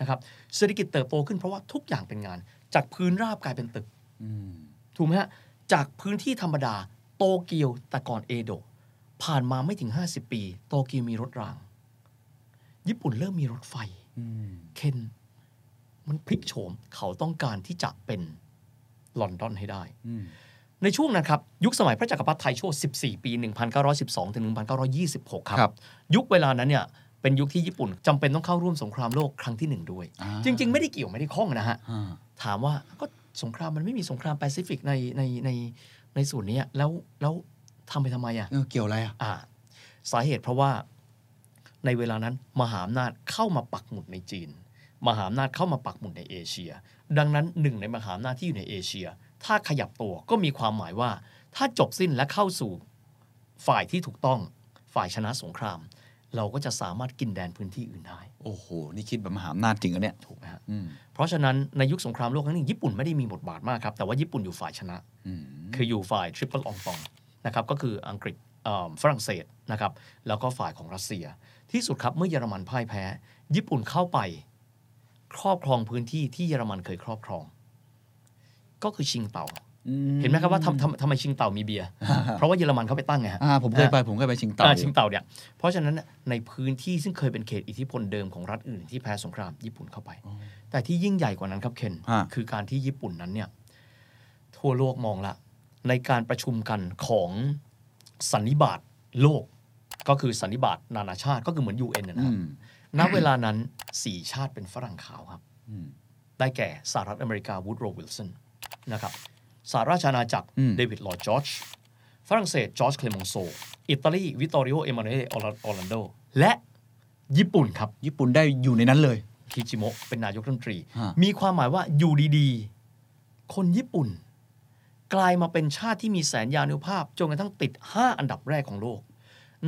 Speaker 3: นะครับเศรษฐกิจเติบโตขึ้นเพราะว่าทุกอย่างเป็นงาน จากพื้นราบกลายเป็นตึก
Speaker 2: อืม
Speaker 3: ถูกไหมฮะ จากพื้นที่ธรรมดาโตเกียวแต่ก่อนเอโดะผ่านมาไม่ถึง 50 ปี โตเกียวมีรถราง ญี่ปุ่นเริ่มมีรถไฟ
Speaker 2: อืม
Speaker 3: เคน มันพลิกโฉมเขาต้องการที่จะเป็นลอนดอนให้ได้
Speaker 2: อืม
Speaker 3: ในช่วงนั้นครับ ยุคสมัยพระจักรพรรดิไทยช่วง 14 ปี 1912 ถึง 1926 ครับ
Speaker 2: ครับ
Speaker 3: ยุคเวลานั้นเนี่ยเป็นยุคที่ญี่ปุ่นจำเป็นต้องเข้าร่วมสงครามโลกครั้งที่หนึ่งด้วย
Speaker 2: อ่า
Speaker 3: จริง ๆ ไม่ได้เกี่ยวไม่ได้ข้องนะฮะ
Speaker 2: อ่า
Speaker 3: ถามว่าก็สงครามมันไม่มีสงครามแปซิฟิกในในในในส่วนเนี้ยแล้วแล้วทำไปทำไมอ่ะ
Speaker 4: เออเกี่ยวอะไรอ่ะ
Speaker 3: อ่าสาเหตุเพราะว่าในเวลานั้นมหาอำนาจเข้ามาปักหมุดในจีน มหาอำนาจเข้ามาปักหมุดในเอเชีย ดังนั้นหนึ่งในมหาอำนาจที่อยู่ในเอเชีย ถ้าขยับตัวก็มีความหมายว่า ถ้าจบสิ้นและเข้าสู่ฝ่ายที่ถูกต้องฝ่ายชนะสงคราม เราก็จะสามารถกินแดนพื้นที่อื่นได้
Speaker 2: โอ้โห นี่คิดแบบมหาอำนาจจริงอะเนี่ย
Speaker 3: ถูกไหมฮะ
Speaker 2: อืม
Speaker 3: เพราะฉะนั้นในยุคสงครามโลกครั้งหนึ่งญี่ปุ่นไม่ได้มีบทบาทมากครับแต่ว่าญี่ปุ่นอยู่ฝ่ายชนะ
Speaker 2: อืม
Speaker 3: คืออยู่ฝ่ายทริปเปิลอองฟองนะครับก็คืออังกฤษเอิ่มฝรั่งเศสนะครับแล้วก็ฝ่ายของรัสเซีย ที่สุดครับเมื่อเยอรมันพ่ายแพ้ ญี่ปุ่นเข้าไป ครอบครองพื้นที่ที่เยอรมันเคยครอบครอง ก็คือชิงเต่า เห็นไหมครับว่าทำทำทำไมชิงเต่ามีเบียร์ เพราะว่าเยอรมันเขาไปตั้งไงฮะ
Speaker 2: อ่าผมเคยไปผมเคยไปชิงเต่า
Speaker 3: อ่าชิงเต่าเนี่ย เพราะฉะนั้นน่ะในพื้นที่ซึ่งเคยเป็นเขตอิทธิพลเดิมของรัฐอื่นที่แพ้สงครามญี่ปุ่นเข้าไป แต่ที่ยิ่งใหญ่กว่านั้นครับเคน คือการที่ญี่ปุ่นนั้นเนี่ยทั่วโลกมองละ ในการประชุมกันของสันนิบาตโลก ก็คือสันนิบาตนานาชาติก็คือเหมือน UN นะ
Speaker 2: อื
Speaker 3: ฮะ
Speaker 2: ม
Speaker 3: ณเวลานั้นสี่ชาติเป็นฝรั่งขาวครับ
Speaker 2: อืม
Speaker 3: ได้แก่สหรัฐอเมริกาวูดโรวิลสันนะครับสหราชอาณาจักร
Speaker 2: อืม
Speaker 3: เดวิดลอร์จจอร์จฝรั่งเศสจอร์จเคลมงโซ อิตาลีวิตตอริโอเอมานูเอลออร์แลนโด และญี่ปุ่นครับ
Speaker 2: ญี่ปุ่นได้อยู่ในนั้นเลย
Speaker 3: คิจิโมะเป็นนายกรัฐมนตรี
Speaker 2: ฮะ
Speaker 3: มีความหมายว่าอยู่ดีๆ คนญี่ปุ่น กลายมาเป็นชาติที่มีแสนยานุภาพจนกระทั่งติด 5 อันดับแรกของโลก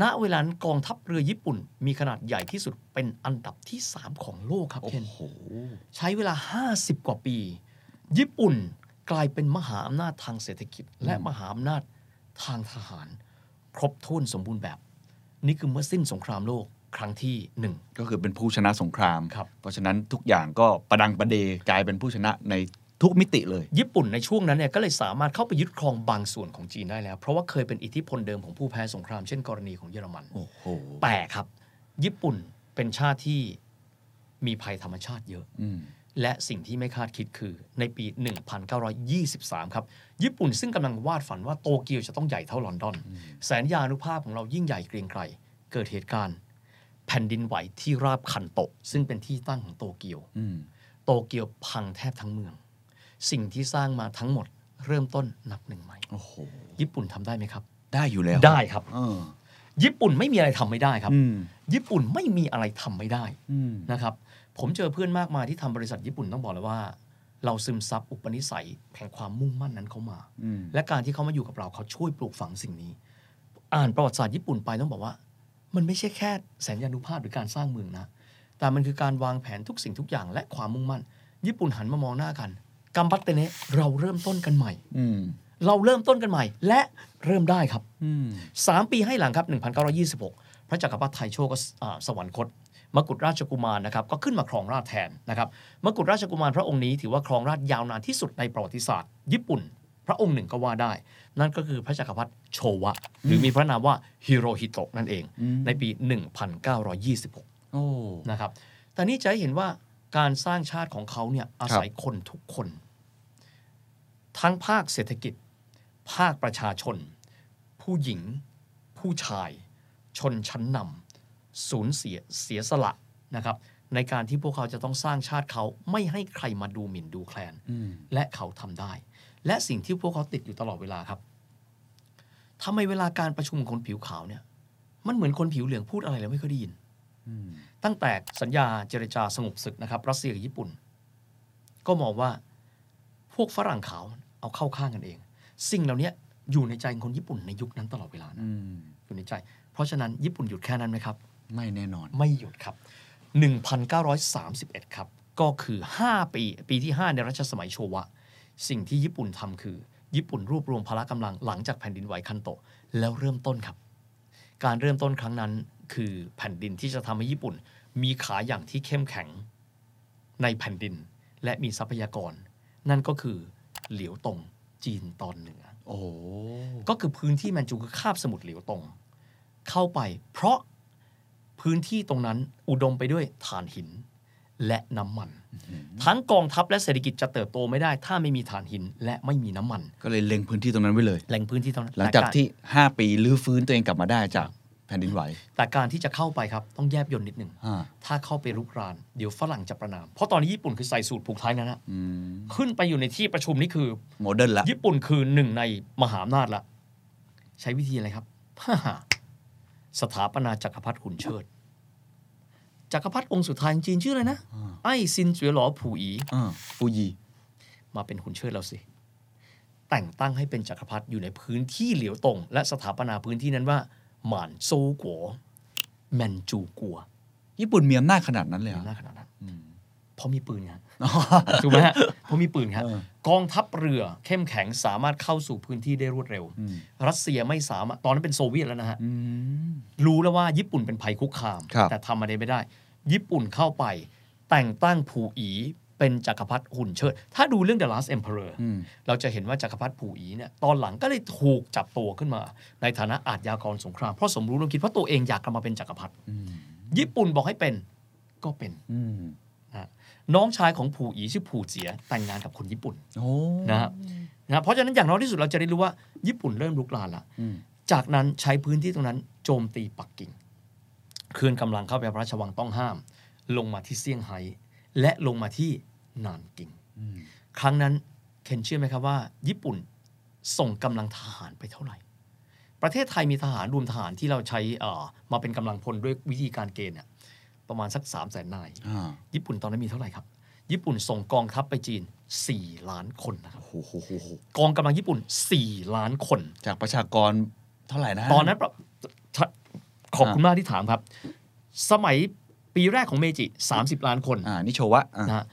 Speaker 3: ณเวลานั้นกองทัพเรือญี่ปุ่น มีขนาดใหญ่ที่สุดเป็นอันดับที่สามของโลกครับเคน ใช้เวลา 50 กว่าปี ญี่ปุ่นกลายเป็นมหาอำนาจทางเศรษฐกิจ และมหาอำนาจทางทหาร ครบถ้วนสมบูรณ์แบบ นี่คือเมื่อสิ้นสงครามโลกครั้งที่หนึ่ง
Speaker 2: ก็คือเป็นผู้ชนะสงคราม
Speaker 3: ครับ
Speaker 2: เพราะฉะนั้นทุกอย่างก็ประดังประเดกลายเป็นผู้ชนะในทุกมิติเลย
Speaker 3: ญี่ปุ่นในช่วงนั้นเนี่ยก็เลยสามารถเข้าไปยึดครองบางส่วนของจีนได้แล้ว เพราะว่าเคยเป็นอิทธิพลเดิมของผู้แพ้สงครามเช่นกรณีของเยอรมัน
Speaker 2: โอ้โห
Speaker 3: แต่ครับ ญี่ปุ่นเป็นชาติที่มีภัยธรรมชาติเยอะ
Speaker 2: อืม
Speaker 3: และสิ่งที่ไม่คาดคิดคือในปี 1923 ครับ ญี่ปุ่นซึ่งกำลังวาดฝันว่าโตเกียวจะต้องใหญ่เท่าลอนดอน แสนยานุภาพของเรายิ่งใหญ่เกรียงไกรเกิดเหตุการณ์ แผ่นดินไหวที่ราบคันโตะ ซึ่งเป็นที่ตั้งของโตเกียว
Speaker 2: อืม
Speaker 3: โตเกียวพังแทบทั้งเมือง สิ่งที่สร้างมาทั้งหมด เริ่มต้นนับหนึ่งใหม่
Speaker 2: โอ้โห
Speaker 3: ญี่ปุ่นทำได้ไหมครับ
Speaker 2: ได้อยู่แล้ว
Speaker 3: ได้ครับ
Speaker 2: เออ
Speaker 3: ญี่ปุ่นไม่มีอะไรทำไม่ได้ครับ
Speaker 2: อืม
Speaker 3: ญี่ปุ่นไม่มีอะไรทำไม่ได้
Speaker 2: อืม
Speaker 3: นะครับผมเจอเพื่อนมากมายที่ทำบริษัทญี่ปุ่นต้องบอกเลยว่า เราซึมซับอุปนิสัยแห่งความมุ่งมั่นนั้นเขามา
Speaker 2: อืม
Speaker 3: และการที่เขามาอยู่กับเราเขาช่วยปลูกฝังสิ่งนี้ อ่านประวัติศาสตร์ญี่ปุ่นไปต้องบอกว่า มันไม่ใช่แค่แสนยานุภาพหรือการสร้างเมืองนะ แต่มันคือการวางแผนทุกสิ่งทุกอย่างและความมุ่งมั่น ญี่ปุ่นหันมามองหน้ากันกัมบัตเตเนะเราเริ่มต้นกันใหม่
Speaker 2: อืม
Speaker 3: เราเริ่มต้นกันใหม่ และเริ่มได้ครับ
Speaker 2: อืม
Speaker 3: สามปีให้หลังครับ 1926 พระจักรพรรดิไทยโชคก็สอ่าสวรรคต มกุฎราชกุมารนะครับก็ขึ้นมาครองราชย์แทนนะครับมกุฎราชกุมารพระองค์นี้ถือว่าครองราชย์ยาวนานที่สุดในประวัติศาสตร์ ญี่ปุ่น พระองค์หนึ่งก็ว่าได้ นั่นก็คือพระจักรพรรดิโชวะ หรือมีพระนามว่าฮิโรฮิโตะนั่นเอง
Speaker 2: อืม
Speaker 3: ในปี 1926
Speaker 2: โอ้
Speaker 3: นะครับ แต่นี่จะให้เห็นว่าการสร้างชาติของเขาเนี่ยอาศัยคนทุกคน ทั้งภาคเศรษฐกิจ ภาคประชาชน ผู้หญิง ผู้ชาย ชนชั้นนำสูญเสียเสียสละนะครับ ในการที่พวกเขาจะต้องสร้างชาติเขาไม่ให้ใครมาดูหมิ่นดูแคลน
Speaker 2: อืม
Speaker 3: และเขาทำได้ และสิ่งที่พวกเขาติดอยู่ตลอดเวลาครับทำไมเวลาการประชุมของคนผิวขาวเนี่ย มันเหมือนคนผิวเหลืองพูดอะไรแล้วไม่ค่อยได้ยิน
Speaker 2: อืม
Speaker 3: ตั้งแต่สัญญาเจรจาสงบศึกนะครับ รัสเซียกับญี่ปุ่น ก็มองว่าพวกฝรั่งขาวเอาเข้าข้างกันเอง สิ่งเหล่านี้อยู่ในใจของคนญี่ปุ่นในยุคนั้นตลอดเวลานะ
Speaker 2: อืม
Speaker 3: อยู่ในใจ เพราะฉะนั้นญี่ปุ่นหยุดแค่นั้นไหมครับ
Speaker 2: ไม่แน่นอน
Speaker 3: ไม่หยุดครับ 1931 ครับ ก็คือ 5 ปี ปีที่ 5 ในรัชสมัยโชวะ สิ่งที่ญี่ปุ่นทำคือ ญี่ปุ่นรวบรวมพละกำลังหลังจากแผ่นดินไหวคันโตะ แล้วเริ่มต้นครับ การเริ่มต้นครั้งนั้นคือแผ่นดินที่จะทำให้ญี่ปุ่น มีขาอย่างที่เข้มแข็งในแผ่นดินและมีทรัพยากร นั่นก็คือเหลียวตงจีนตอนเหนือ
Speaker 2: โอ้โห
Speaker 3: ก็คือพื้นที่แมนจูคือคาบสมุทรเหลียวตง เข้าไป เพราะพื้นที่ตรงนั้นอุดมไปด้วยถ่านหิน และน้ำมัน ทั้งกองทัพและเศรษฐกิจจะเติบโตไม่ได้ ถ้าไม่มีถ่านหินและไม่มีน้ำมัน
Speaker 2: ก็เลยเล็งพื้นที่ตรงนั้นไว้เลย
Speaker 3: แหล่งพื้นที่เท่านั้น
Speaker 2: หลังจาก
Speaker 3: แต่ร
Speaker 2: ที่ 5 ปีลื้อฟื้นตัวเองกลับมาได้จากแผ่นดินไหว
Speaker 3: แต่การที่จะเข้าไปครับ ต้องแยบยนต์นิดหนึ่ง
Speaker 2: อ่า
Speaker 3: ถ้าเข้าไปรุกราน เดี๋ยวฝรั่งจะประนาม เพราะตอนนี้ญี่ปุ่นคือใส่สูตรผูกไทยนั่นนะ
Speaker 2: อืม
Speaker 3: ขึ้นไปอยู่ในที่ประชุมนี่คือ
Speaker 2: โมเดิร์นละ
Speaker 3: ญี่ปุ่นคือหนึ่งในมหาอำนาจละ ใช้วิธีอะไรครับ สถาปนาจักรพรรดิขุนเชิด จักรพรรดิองค์สุดท้ายของจีนชื่ออะไรนะ ไอ้ซินเจ๋อหลอผู่อี
Speaker 2: อ่าฟูยี
Speaker 3: มาเป็นขุนเชิดเราสิ แต่งตั้งให้เป็นจักรพรรดิอยู่ในพื้นที่เหลียวตง และสถาปนาพื้นที่นั้นว่าหมานโซกัวแมนจูกัว
Speaker 2: ญี่ปุ่นมีอำนาจขนาดนั้นเลยเหรอ
Speaker 3: หน้าขนาดนั้น
Speaker 2: อืม
Speaker 3: เพราะมีปืนฮะ ถูกไหมฮะเพราะมีปืนครับ
Speaker 2: เออ
Speaker 3: กองทัพเรือเข้มแข็งสามารถเข้าสู่พื้นที่ได้รวดเร็ว
Speaker 2: อืม
Speaker 3: รัสเซียไม่สามารถตอนนั้นเป็นโซเวียตแล้วนะฮะ
Speaker 2: อืม
Speaker 3: รู้แล้วว่าญี่ปุ่นเป็นภัยคุกคาม
Speaker 2: ครับ
Speaker 3: แต่ทำอะไรไม่ได้ ญี่ปุ่นเข้าไป แต่งตั้งผูอีเป็นจักรพรรดิหุ่นเชิด ถ้าดูเรื่อง The Last Emperor
Speaker 2: อืม
Speaker 3: เราจะเห็นว่าจักรพรรดิผูอีเนี่ยตอนหลังก็เลยถูกจับตัวขึ้นมา ในฐานะอาชญากรสงคราม เพราะสมรู้ร่วมคิดเพราะตัวเองอยากกลับมาเป็นจักรพรรดิ
Speaker 2: อืม
Speaker 3: ญี่ปุ่นบอกให้เป็นก็เป็น
Speaker 2: อืม
Speaker 3: น้องชายของผูอีชื่อผูเจียแต่งงานกับคนญี่ปุ่น
Speaker 2: โอ้
Speaker 3: นะฮะนะเพราะฉะนั้นอย่างน้อยที่สุดเราจะได้รู้ว่าญี่ปุ่นเริ่มลุกลานละ
Speaker 2: อืม
Speaker 3: จากนั้นใช้พื้นที่ตรงนั้นโจมตีปักกิ่ง เคลื่อนกำลังเข้าไปพระราชวังต้องห้าม ลงมาที่เซี่ยงไฮ้และลงมาที่นานกิง
Speaker 2: อืม
Speaker 3: ครั้งนั้นเคนเชื่อไหมครับว่า ญี่ปุ่นส่งกำลังทหารไปเท่าไหร่ ประเทศไทยมีทหารรวมทหารที่เราใช้เอ่อมาเป็นกำลังพลด้วยวิธีการเกณฑ์เนี่ยประมาณสัก3ามแสนนาย
Speaker 2: อ่า
Speaker 3: ญี่ปุ่นตอนนั้นมีเท่าไหร่ครับ ญี่ปุ่นส่งกองทัพไปจีน 4 ล้านคนนะครับ
Speaker 2: โอ้โหโหโหโห
Speaker 3: กองกำลังญี่ปุ่น 4 ล้านคน
Speaker 2: จากประชากรเท่าไหร่นะ
Speaker 3: ตอนนั้นประชขอบคุณมากที่ถามครับ สมัยปีแรกของเมจิ 30 ล้านคน
Speaker 2: อ่านิโชวะอ่า
Speaker 3: นะฮะ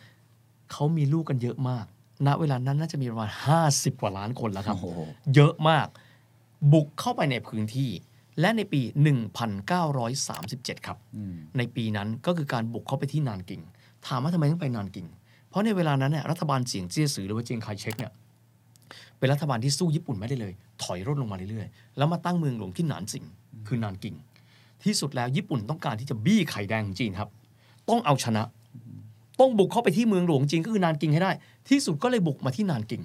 Speaker 3: เขามีลูกกันเยอะมาก ณ เวลานั้นน่าจะมีประมาณ 50 กว่าล้านคนแล้วครับ
Speaker 2: โอ้โห
Speaker 3: เยอะมาก บุกเข้าไปในพื้นที่ และในปี 1937 ครับ
Speaker 2: อืม
Speaker 3: ในปีนั้นก็คือการบุกเข้าไปที่นานกิง ถามว่าทำไมต้องไปนานกิง เพราะในเวลานั้นเนี่ยรัฐบาลเสียงเจี้ยสือหรือว่าเจียงไคเชกเนี่ยเป็นรัฐบาลที่สู้ญี่ปุ่นไม่ได้เลย ถอยร่นลงมาเรื่อยๆ แล้วมาตั้งเมืองหลวงที่หนานสิงคือนานกิง ที่สุดแล้วญี่ปุ่นต้องการที่จะบี้ไข่แดงของจีนครับ ต้องเอาชนะ ต้องบุกเข้าไปที่เมืองหลวงจีนก็คือนานกิงให้ได้ ที่สุดก็เลยบุกมาที่นานกิง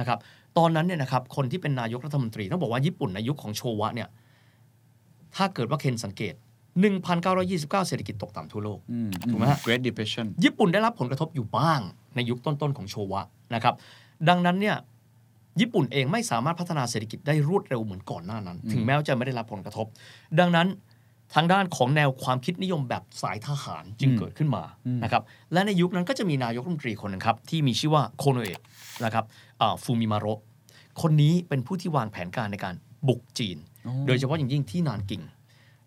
Speaker 3: นะครับ ตอนนั้นเนี่ยนะครับคนที่เป็นนายกรัฐมนตรีต้องบอกว่าญี่ปุ่นในยุคของโชวะเนี่ยถ้าเกิดว่าเคนสังเกต 1929 เศรษฐกิจตกต่ำทั่วโลก
Speaker 2: อืม
Speaker 3: ถูกไหมฮะ
Speaker 2: Great Depression
Speaker 3: ญี่ปุ่นได้รับผลกระทบอยู่บ้างในยุคต้น ๆ ของโชวะนะครับ ดังนั้นเนี่ยญี่ปุ่นเองไม่สามารถพัฒนาเศรษฐกิจได้รวดเร็วเหมือนก่อนหน้านั้น ถึงแม้ว่าจะไม่ได้รับผลกระทบ ดังนั้นทางด้านของแนวความคิดนิยมแบบสายทหารจึง
Speaker 2: อืม
Speaker 3: เกิดขึ้นมา
Speaker 2: อืม
Speaker 3: นะครับและในยุคนั้นก็จะมีนายกรัฐมนตรีคนหนึ่งครับ ที่มีชื่อว่าโคโนเอะนะครับฟูมิมาโรคนนี้เป็นผู้ที่วางแผนการในการบุกจีน โดยเฉพาะอย่างยิ่งที่นานกิง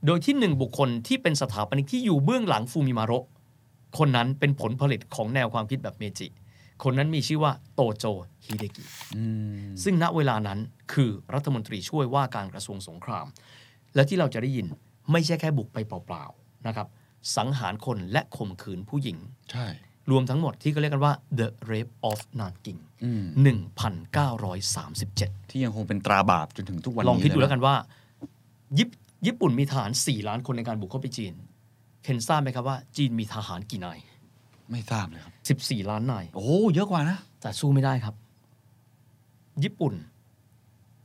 Speaker 3: โดยที่หนึ่งบุคคลที่เป็นสถาปนิกที่อยู่เบื้องหลังฟูมิมาโระคนนั้นเป็นผลผลิตของแนวความคิดแบบเมจิ คนนั้นมีชื่อว่าโตโจฮิเดกิ
Speaker 2: อืม
Speaker 3: ซึ่งณเวลานั้นคือรัฐมนตรีช่วยว่าการกระทรวงสงคราม และที่เราจะได้ยินไม่ใช่แค่บุกไปเปล่าๆนะครับ สังหารคนและข่มขืนผู้หญิง
Speaker 2: ใช่
Speaker 3: รวมทั้งหมดที่เขาเรียกกันว่า The Rape of Nanking
Speaker 2: อืม
Speaker 3: 1937
Speaker 2: ที่ยังคงเป็นตราบาปจนถึงทุกวันนี้
Speaker 3: ลองคิดดูแล้ว
Speaker 2: เยะ
Speaker 3: กันว่าญี่ปุ่นญี่ปุ่นมีทหาร 4 ล้านคนในการบุกเข้าไปจีนเคนทราบไหมครับว่าจีนมีทหารกี่นาย
Speaker 2: ไม่ทราบเลยครับ
Speaker 3: 14 ล้านนาย
Speaker 2: โอ้โหเยอะกว่านะ
Speaker 3: แต่สู้ไม่ได้ครับ ญี่ปุ่น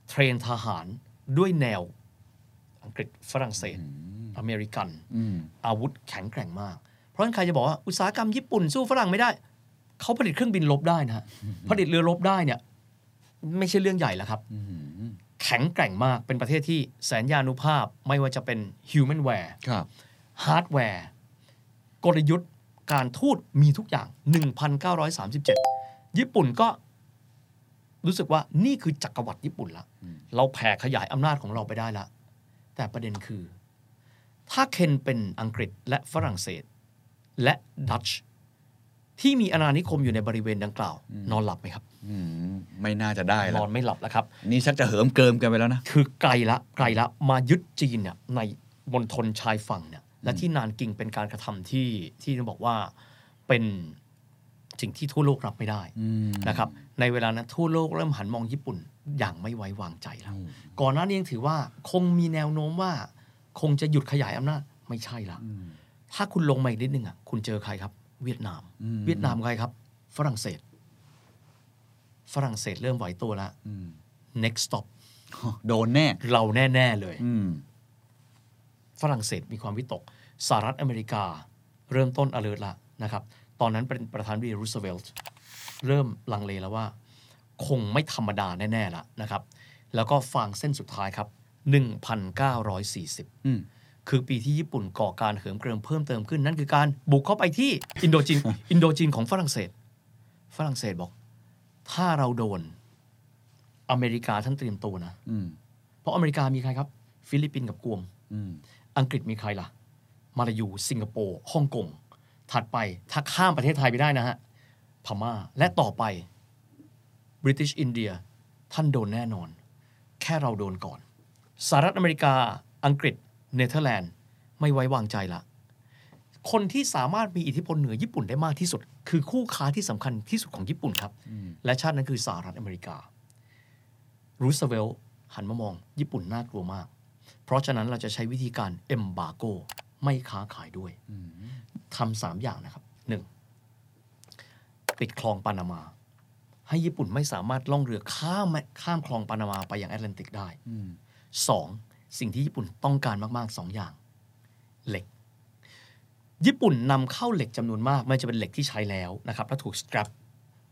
Speaker 3: เทรนทหารด้วยแนวอังกฤษฝรั่งเศส อเมริกัน
Speaker 2: อืม
Speaker 3: อาวุธแข็งแกร่งมาก เพราะฉะนั้นใครจะบอกว่าอุตสาหกรรมญี่ปุ่นสู้ฝรั่งไม่ได้ เขาผลิตเครื่องบินลบได้นะฮะผลิตเรือลบได้เนี่ย ไม่ใช่เรื่องใหญ่แล้วครับ
Speaker 2: อืม
Speaker 3: แข็งแกร่งมาก เป็นประเทศที่แสนยานุภาพ ไม่ว่าจะเป็นฮิวแมนแวร์
Speaker 2: ครับ
Speaker 3: ฮาร์ดแวร์ กลยุทธ์ การทูตมีทุกอย่าง 1937 ญี่ปุ่นก็รู้สึกว่านี่คือจักรวรรดิญี่ปุ่นละ
Speaker 2: อืม
Speaker 3: เราแผ่ขยายอำนาจของเราไปได้ละ แต่ประเด็นคือ ถ้าเคนเป็นอังกฤษและฝรั่งเศส และดัตช์ที่มีอาณานิคมอยู่ในบริเวณดังกล่าว นอนหลับไหมครับ
Speaker 2: อืม ไม่น่าจะได้
Speaker 3: น
Speaker 2: แล้
Speaker 3: อ
Speaker 2: วน
Speaker 3: ไม่หลับแล้วครับ
Speaker 2: นี่ชักจะเหิมเกิมกันไปแล้วนะ
Speaker 3: คือไกลละไกลละมายึดจีนเนี่ยในมณฑลชายฝั่งเนี่ยและที่นานกิงเป็นการกระทำที่ที่ต้องบอกว่าเป็นสิ่งที่ทั่วโลกรับไม่ได้
Speaker 2: อืม
Speaker 3: นะครับในเวลานั้นทั่วโลกเริ่มหันมองญี่ปุ่นอย่างไม่ไว้วางใจแล้ว ก่อนหน้านี้ยังถือว่าคงมีแนวโน้มว่า คงจะหยุดขยายอำนาจไม่ใช่ละถ้าคุณลงมาอีกนิดนึงอ่ะคุณเจอใครครับ เวียดนาม
Speaker 2: อืม
Speaker 3: เวียดนามใครครับ ฝรั่งเศส ฝรั่งเศสเริ่มไหวตัวแล้ว
Speaker 2: อืม
Speaker 3: next stop
Speaker 2: โดนแน่
Speaker 3: เราแน่ ๆ เลย
Speaker 2: อืม
Speaker 3: ฝรั่งเศสมีความวิตกสหรัฐอเมริกา เริ่มต้น alert ละนะครับ ตอนนั้นเป็นประธานวีรูสเวลต์เริ่มลังเลแล้วว่า คงไม่ธรรมดาแน่ ๆ ละนะครับ แล้วก็ฟางเส้นสุดท้ายครับ 1940
Speaker 2: อืม
Speaker 3: คือปีที่ญี่ปุ่นก่อการเหิมเกริมเพิ่มเติมขึ้น นั่นคือการบุกเข้าไปที่อินโดจีน อินโดจีนของฝรั่งเศส ฝรั่งเศสบอก ถ้าเราโดนอเมริกาท่านเตรียมตัวนะ
Speaker 2: อืม
Speaker 3: เพราะอเมริกามีใครครับ ฟิลิปปินส์กับกวม
Speaker 2: อืม
Speaker 3: อังกฤษมีใครล่ะ มาลายู สิงคโปร์ ฮ่องกง ถัดไป ถ้าข้ามประเทศไทยไปได้นะฮะ พม่า และต่อไป British India ท่านโดนแน่นอน แค่เราโดนก่อน สหรัฐอเมริกา อังกฤษ เนเธอร์แลนด์ ไม่ไว้วางใจละ คนที่สามารถมีอิทธิพลเหนือญี่ปุ่นได้มากที่สุด คือคู่ค้าที่สำคัญที่สุดของญี่ปุ่นครับ และชาตินั้นคือสหรัฐอเมริกา รูสเวลต์หันมามองญี่ปุ่นน่ากลัวมาก เพราะฉะนั้นเราจะใช้วิธีการเอมบาโกไม่ค้าขายด้วยทำสามอย่างนะครับหนึ่งปิดคลองปานามา ให้ญี่ปุ่นไม่สามารถล่องเรือข้ามข้ามคลองปานามาไปยังแอตแลนติกได้
Speaker 2: อืม
Speaker 3: สองสิ่งที่ญี่ปุ่นต้องการมากๆสองอย่าง เหล็ก ญี่ปุ่นนำเข้าเหล็กจำนวนมาก ไม่ว่าจะเป็นเหล็กที่ใช้แล้วนะครับและถูกสครับ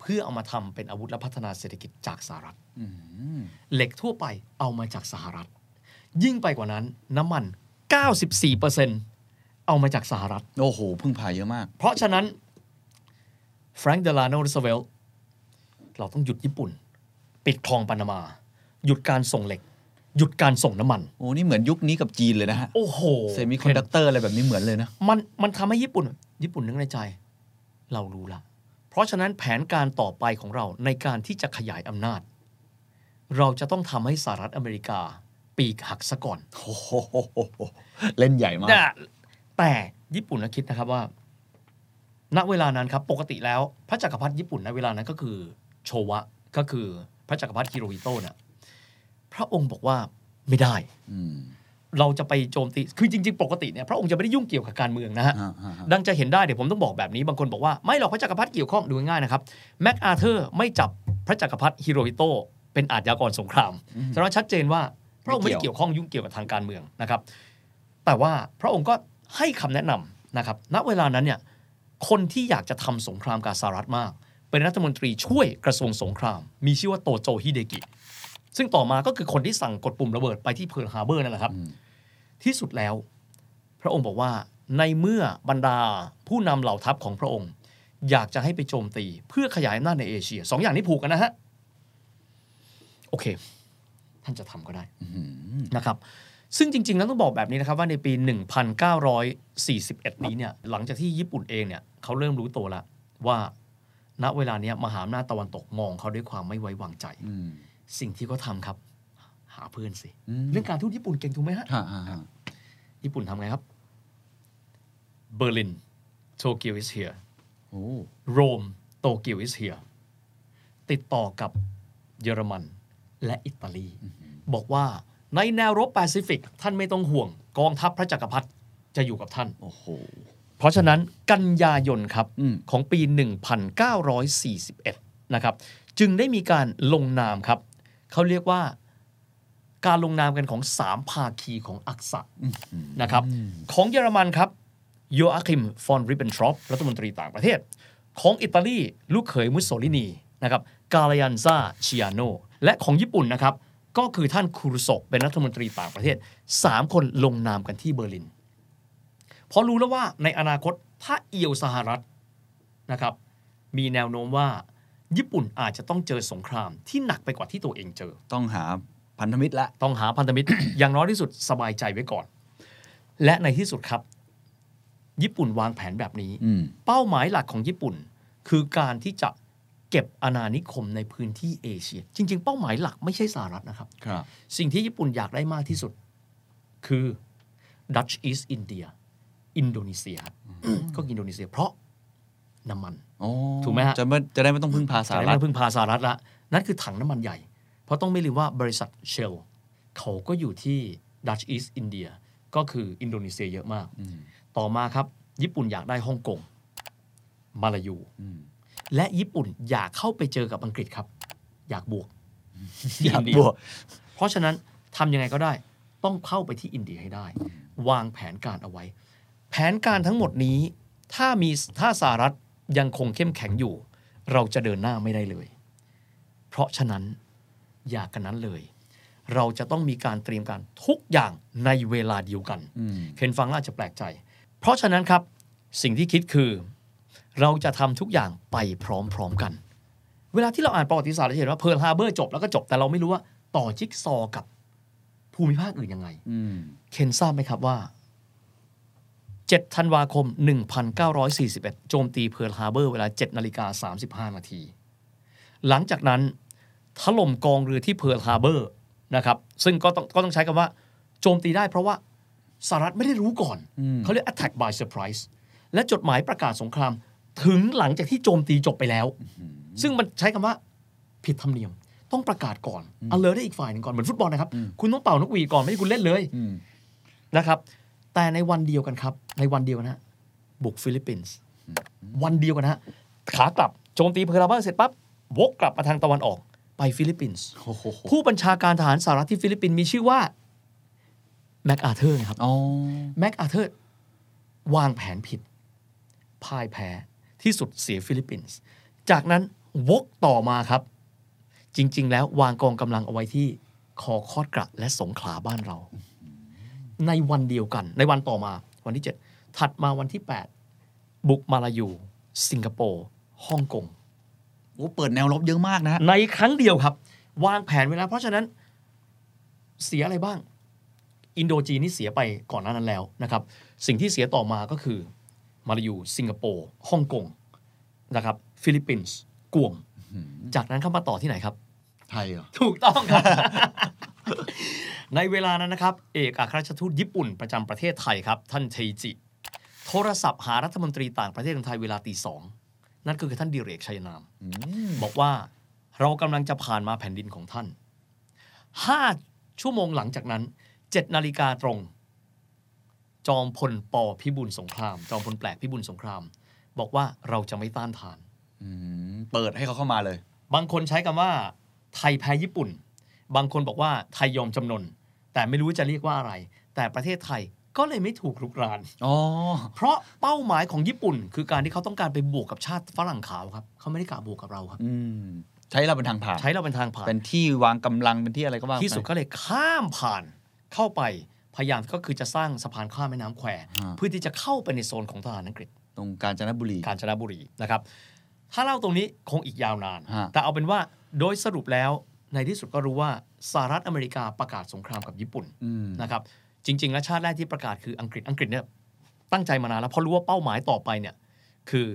Speaker 3: เพื่อเอามาทำเป็นอาวุธและพัฒนาเศรษฐกิจจากสหรัฐ
Speaker 2: อืม
Speaker 3: เหล็กทั่วไปเอามาจากสหรัฐ ยิ่งไปกว่านั้นน้ำมัน 94%เอามาจากสหรัฐ
Speaker 2: โอ้โห พึ่งพาเยอะมาก
Speaker 3: เพราะฉะนั้นแฟรงค์เดลาโนรูสเวลเราต้องหยุดญี่ปุ่น ปิดคลองปานามา หยุดการส่งเหล็ก หยุดการส่งน้ำมัน
Speaker 2: โอ้ นี่เหมือนยุคนี้กับจีนเลยนะฮะ
Speaker 3: โอ้โห
Speaker 2: เซมิคอนดักเตอร์อะไรแบบนี้เหมือนเลยนะ
Speaker 3: มันมันทำให้ญี่ปุ่น ญี่ปุ่นนึกในใจ เรารู้ละ เพราะฉะนั้นแผนการต่อไปของเราในการที่จะขยายอำนาจ เราจะต้องทำให้สหรัฐอเมริกา ปีกหักซะก่อน
Speaker 2: โอ้โห เล่นใหญ่มาก
Speaker 3: แต่แต่ญี่ปุ่นนะคิดนะครับว่า ณเวลานั้นครับ ปกติแล้ว พระจักรพรรดิญี่ปุ่นณเวลานั้นก็คือโชวะก็คือพระจักรพรรดิฮิโรฮิโตะเนี่ยพระองค์บอกว่าไม่ได้
Speaker 2: อืม
Speaker 3: เราจะไปโจมตีคือจริง ๆ ปกติเนี่ยพระองค์จะไม่ได้ยุ่งเกี่ยวกับการเมืองนะฮะ
Speaker 2: อ่าฮะฮะ
Speaker 3: ดังจะเห็นได้เดี๋ยวผมต้องบอกแบบนี้ บางคนบอกว่า ไม่หรอกพระจักรพรรดิเกี่ยวข้องดูง่ายๆนะครับ แม็กอาเธอร์ไม่จับพระจักรพรรดิฮิโรฮิโตะเป็นอาชญากรสงครามแสดงว่าชัดเจนว่าพระองค์ไม่ได้เกี่ยวข้องยุ่งเกี่ยวกับทางการเมืองนะครับ แต่ว่าพระองค์ก็ให้คำแนะนำนะครับ ณเวลานั้นเนี่ยคนที่อยากจะทำสงครามกับสหรัฐมาก เป็นรัฐมนตรีช่วยกระทรวงสงคราม มีชื่อว่าโตโจฮิเดกิ ซึ่งต่อมาก็คือคนที่สั่งกดปุ่มระเบิดไปที่เพิร์ลฮาร์เบอร์นั่นแหละครับ ที่สุดแล้ว พระองค์บอกว่าในเมื่อบรรดาผู้นำเหล่าทัพของพระองค์ อยากจะให้ไปโจมตี เพื่อขยายอำนาจในเอเชียสองอย่างนี้ผูกกันนะฮะ โอเค ท่านจะทำก็ได้
Speaker 2: อืม
Speaker 3: นะครับ ซึ่งจริง ๆ แล้วต้องบอกแบบนี้นะครับ ว่าในปี 1941 นี้เนี่ยหลังจากที่ญี่ปุ่นเองเนี่ยเขาเริ่มรู้ตัวแล้วว่าณเวลาเนี้ยมหาอำนาจตะวันตกมองเขาด้วยความไม่ไว้วางใจ
Speaker 2: อืม
Speaker 3: สิ่งที่เขาทำครับ หาเพื่อนสิ
Speaker 2: อืม
Speaker 3: เรื่องการทูตญี่ปุ่นเก่งถูกไหมฮะ
Speaker 2: ฮะฮะฮะ
Speaker 3: ญี่ปุ่นทำไงครับ เบอร์ลิน โตเกียว is here
Speaker 2: โอ้
Speaker 3: โรม โตเกียว is here ติดต่อกับเยอรมันและอิตาลี บอกว่าในแนวรบแปซิฟิก ท่านไม่ต้องห่วง กองทัพพระจักรพรรดิจะอยู่กับท่าน
Speaker 2: โอ้โห
Speaker 3: เพราะฉะนั้นกันยายนครับ
Speaker 2: อืม
Speaker 3: ของปี 1941 นะครับ จึงได้มีการลงนามครับ เขาเรียกว่าการลงนามกันของสามภาคีของอักษะนะครับ ของเยอรมันครับโยอาคิมฟอนริบเบนทรอปรัฐมนตรีต่างประเทศ ของอิตาลีลูกเขยมุสโสลินีนะครับกาลยันซาชิอาโนและของญี่ปุ่นนะครับ ก็คือท่านคุรุโซะเป็นรัฐมนตรีต่างประเทศสามคนลงนามกันที่เบอร์ลิน เพราะรู้แล้วว่าในอนาคตถ้าเอียวสหรัฐนะครับ มีแนวโน้มว่าญี่ปุ่นอาจจะต้องเจอสงครามที่หนักไปกว่าที่ตัวเองเจอ
Speaker 2: ต้องหาพันธมิตรละ
Speaker 3: ต้องหาพันธมิตร อย่างน้อยที่สุดสบายใจไว้ก่อน และในที่สุดครับ ญี่ปุ่นวางแผนแบบนี้
Speaker 2: อืม
Speaker 3: เป้าหมายหลักของญี่ปุ่น คือการที่จะเก็บอาณานิคมในพื้นที่เอเชีย จริง ๆ เป้าหมายหลักไม่ใช่สหรัฐนะครับ
Speaker 2: ครับ
Speaker 3: สิ่งที่ญี่ปุ่นอยากได้มากที่สุด คือ Dutch East India อินโดนีเซียครับก็อินโดนีเซียเพราะน้ำมัน
Speaker 2: โอ้
Speaker 3: ถูกไหมฮะ
Speaker 2: จะไม่จะได้ไม่ต้องพึ่งพาสห
Speaker 3: แต่
Speaker 2: รัฐ
Speaker 3: ไม่พึ่งพาสหรัฐละ นั่นคือถังน้ำมันใหญ่ เพราะต้องไม่ลืมว่าบริษัทเชล เขาก็อยู่ที่ Dutch East India ก็คืออินโดนีเซียเยอะมาก ต่อมาครับ ญี่ปุ่นอยากได้ฮ่องกง มาลายู
Speaker 2: อืม
Speaker 3: และญี่ปุ่นอยากเข้าไปเจอกับอังกฤษครับ อยากบวกที่
Speaker 2: อยาก
Speaker 3: นเดี
Speaker 2: บวก
Speaker 3: เพราะฉะนั้นทำยังไงก็ได้ ต้องเข้าไปที่อินเดียให้ได้ วางแผนการเอาไว้ แผนการทั้งหมดนี้ ถ้ามีถ้าสหรัฐยังคงเข้มแข็งอยู่ เราจะเดินหน้าไม่ได้เลย เพราะฉะนั้นอย่ากกันนั้นเลย เราจะต้องมีการเตรียมการทุกอย่างในเวลาเดียวกัน
Speaker 2: อืม
Speaker 3: เคนฟังแล้วอาจจะแปลกใจ เพราะฉะนั้นครับ สิ่งที่คิดคือ เราจะทำทุกอย่างไปพร้อมๆกัน เวลาที่เราอ่านประวัติศาสตร์เราจะเห็นว่าเพิร์ลฮาร์เบอร์จบแล้วก็จบแต่เราไม่รู้ว่าต่อจิ๊กซอว์กับภูมิภาคอื่นยังไง
Speaker 2: อืม
Speaker 3: เคนทราบไหมครับว่า 7 ธันวาคม 1941 โจมตีเพิร์ลฮาร์เบอร์เวลา 7 นาฬิกา 35 นาที หลังจากนั้นถล่มกองเรือที่เพิร์ลฮาร์เบอร์นะครับซึ่งก็ต้องก็ต้องใช้คำว่า โจมตีได้เพราะว่าสหรัฐไม่ได้รู้ก่อน เขาเรียก attack by surprise และจดหมายประกาศสงคราม ถึงหลังจากที่โจมตีจบไปแล้ว ซึ่งมันใช้คำว่าผิดธรรมเนียม ต้องประกาศก่อน alert ได้อีกฝ่ายหนึ่งก่อน เหมือนฟุตบอลนะครับ คุณต้องเป่านกหวีดก่อน ไม่ใช่คุณเล่นเลย
Speaker 2: อืม
Speaker 3: นะครับแต่ในวันเดียวกันครับ ในวันเดียวกันฮะบุกฟิลิปปินส์วันเดียวกันฮะขากลับโจมตีเพอร์ลาเบอร์เสร็จปั๊บวกกลับมาทางตะวันออกไปฟิลิปปินส์
Speaker 2: โอ้โห
Speaker 3: ผู้บัญชาการทหารสหรัฐที่ฟิลิปปินส์มีชื่อว่าแม็กอาเธอร์นะครับ
Speaker 2: อ๋อ
Speaker 3: แม็กอาเธอร์วางแผนผิดพ่ายแพ้ที่สุดเสียฟิลิปปินส์จากนั้นวกต่อมาครับ จริง ๆ แล้ววางกองกำลังเอาไว้ที่คอคอดกระและสงขลาบ้านเรา ในวันเดียวกัน ในวันต่อมาวันที่ 7 ถัดมาวันที่ 8 บุกมาลายู สิงคโปร์ฮ่องกง
Speaker 2: โอ้เปิดแนวรบเยอะมากนะฮะ
Speaker 3: ในครั้งเดียวครับ วางแผนไว้แล้ว เพราะฉะนั้นเสียอะไรบ้าง อินโดจีนนี่เสียไปก่อนหน้านั้นแล้วนะครับ สิ่งที่เสียต่อมาก็คือมาลายูสิงคโปร์ฮ่องกงนะครับ ฟิลิปปินส์กวม จากนั้นเข้ามาต่อที่ไหนครับ
Speaker 2: ไทยเหรอ
Speaker 3: ถูกต้องครับ ในเวลานั้นนะครับ เอกอัครราชทูตญี่ปุ่นประจำประเทศไทยครับ ท่านเทจิ โทรศัพท์หารัฐมนตรีต่างประเทศของไทยเวลาตีสองนั่นก็คือท่านดิเรกชัยนาม
Speaker 2: อืม
Speaker 3: บอกว่าเรากำลังจะผ่านมาแผ่นดินของท่าน 5 ชั่วโมงหลังจากนั้น 7 นาฬิกาตรง จอมพลปพิบูลสงคราม จอมพลแปลกพิบูลสงคราม บอกว่าเราจะไม่ต้านทาน
Speaker 2: อืมเปิดให้เขาเข้ามาเลย
Speaker 3: บางคนใช้คำว่า ไทยแพ้ญี่ปุ่น บางคนบอกว่าไทยยอมจำนน แต่ไม่รู้จะเรียกว่าอะไร แต่ประเทศไทยก็เลยไม่ถูกรุกราน
Speaker 2: อ๋อ
Speaker 3: เพราะเป้าหมายของญี่ปุ่น คือการที่เขาต้องการไปบวกกับชาติฝรั่งขาวครับเขาไม่ได้กะบวกกับเราครับ
Speaker 2: อืม ใช้เราเป็นทางผ่าน
Speaker 3: ใช้เราเป็นทางผ่าน
Speaker 2: เป็นที่วางกำลังเป็นที่อะไรก็ว่าไป
Speaker 3: ที่สุดก็เลยข้ามผ่านเข้าไปพยายามก็คือจะสร้างสะพานข้ามแม่น้ำแคว
Speaker 2: ฮะ
Speaker 3: เพื่อที่จะเข้าไปในโซนของทหารอังกฤษ
Speaker 2: ตรงกาญจนบุรี
Speaker 3: กาญจนบุรีนะครับ ถ้าเล่าตรงนี้คงอีกยาวนาน
Speaker 2: ฮะ
Speaker 3: แต่เอาเป็นว่าโดยสรุปแล้วในที่สุดก็รู้ว่าสหรัฐอเมริกาประกาศสงครามกับญี่ปุ่น
Speaker 2: อืม
Speaker 3: นะครับ จริง ๆ แล้วชาติแรกที่ประกาศคืออังกฤษอังกฤษเนี่ยตั้งใจมานานแล้วเพราะรู้ว่าเป้าหมายต่อไปเนี่ยคือ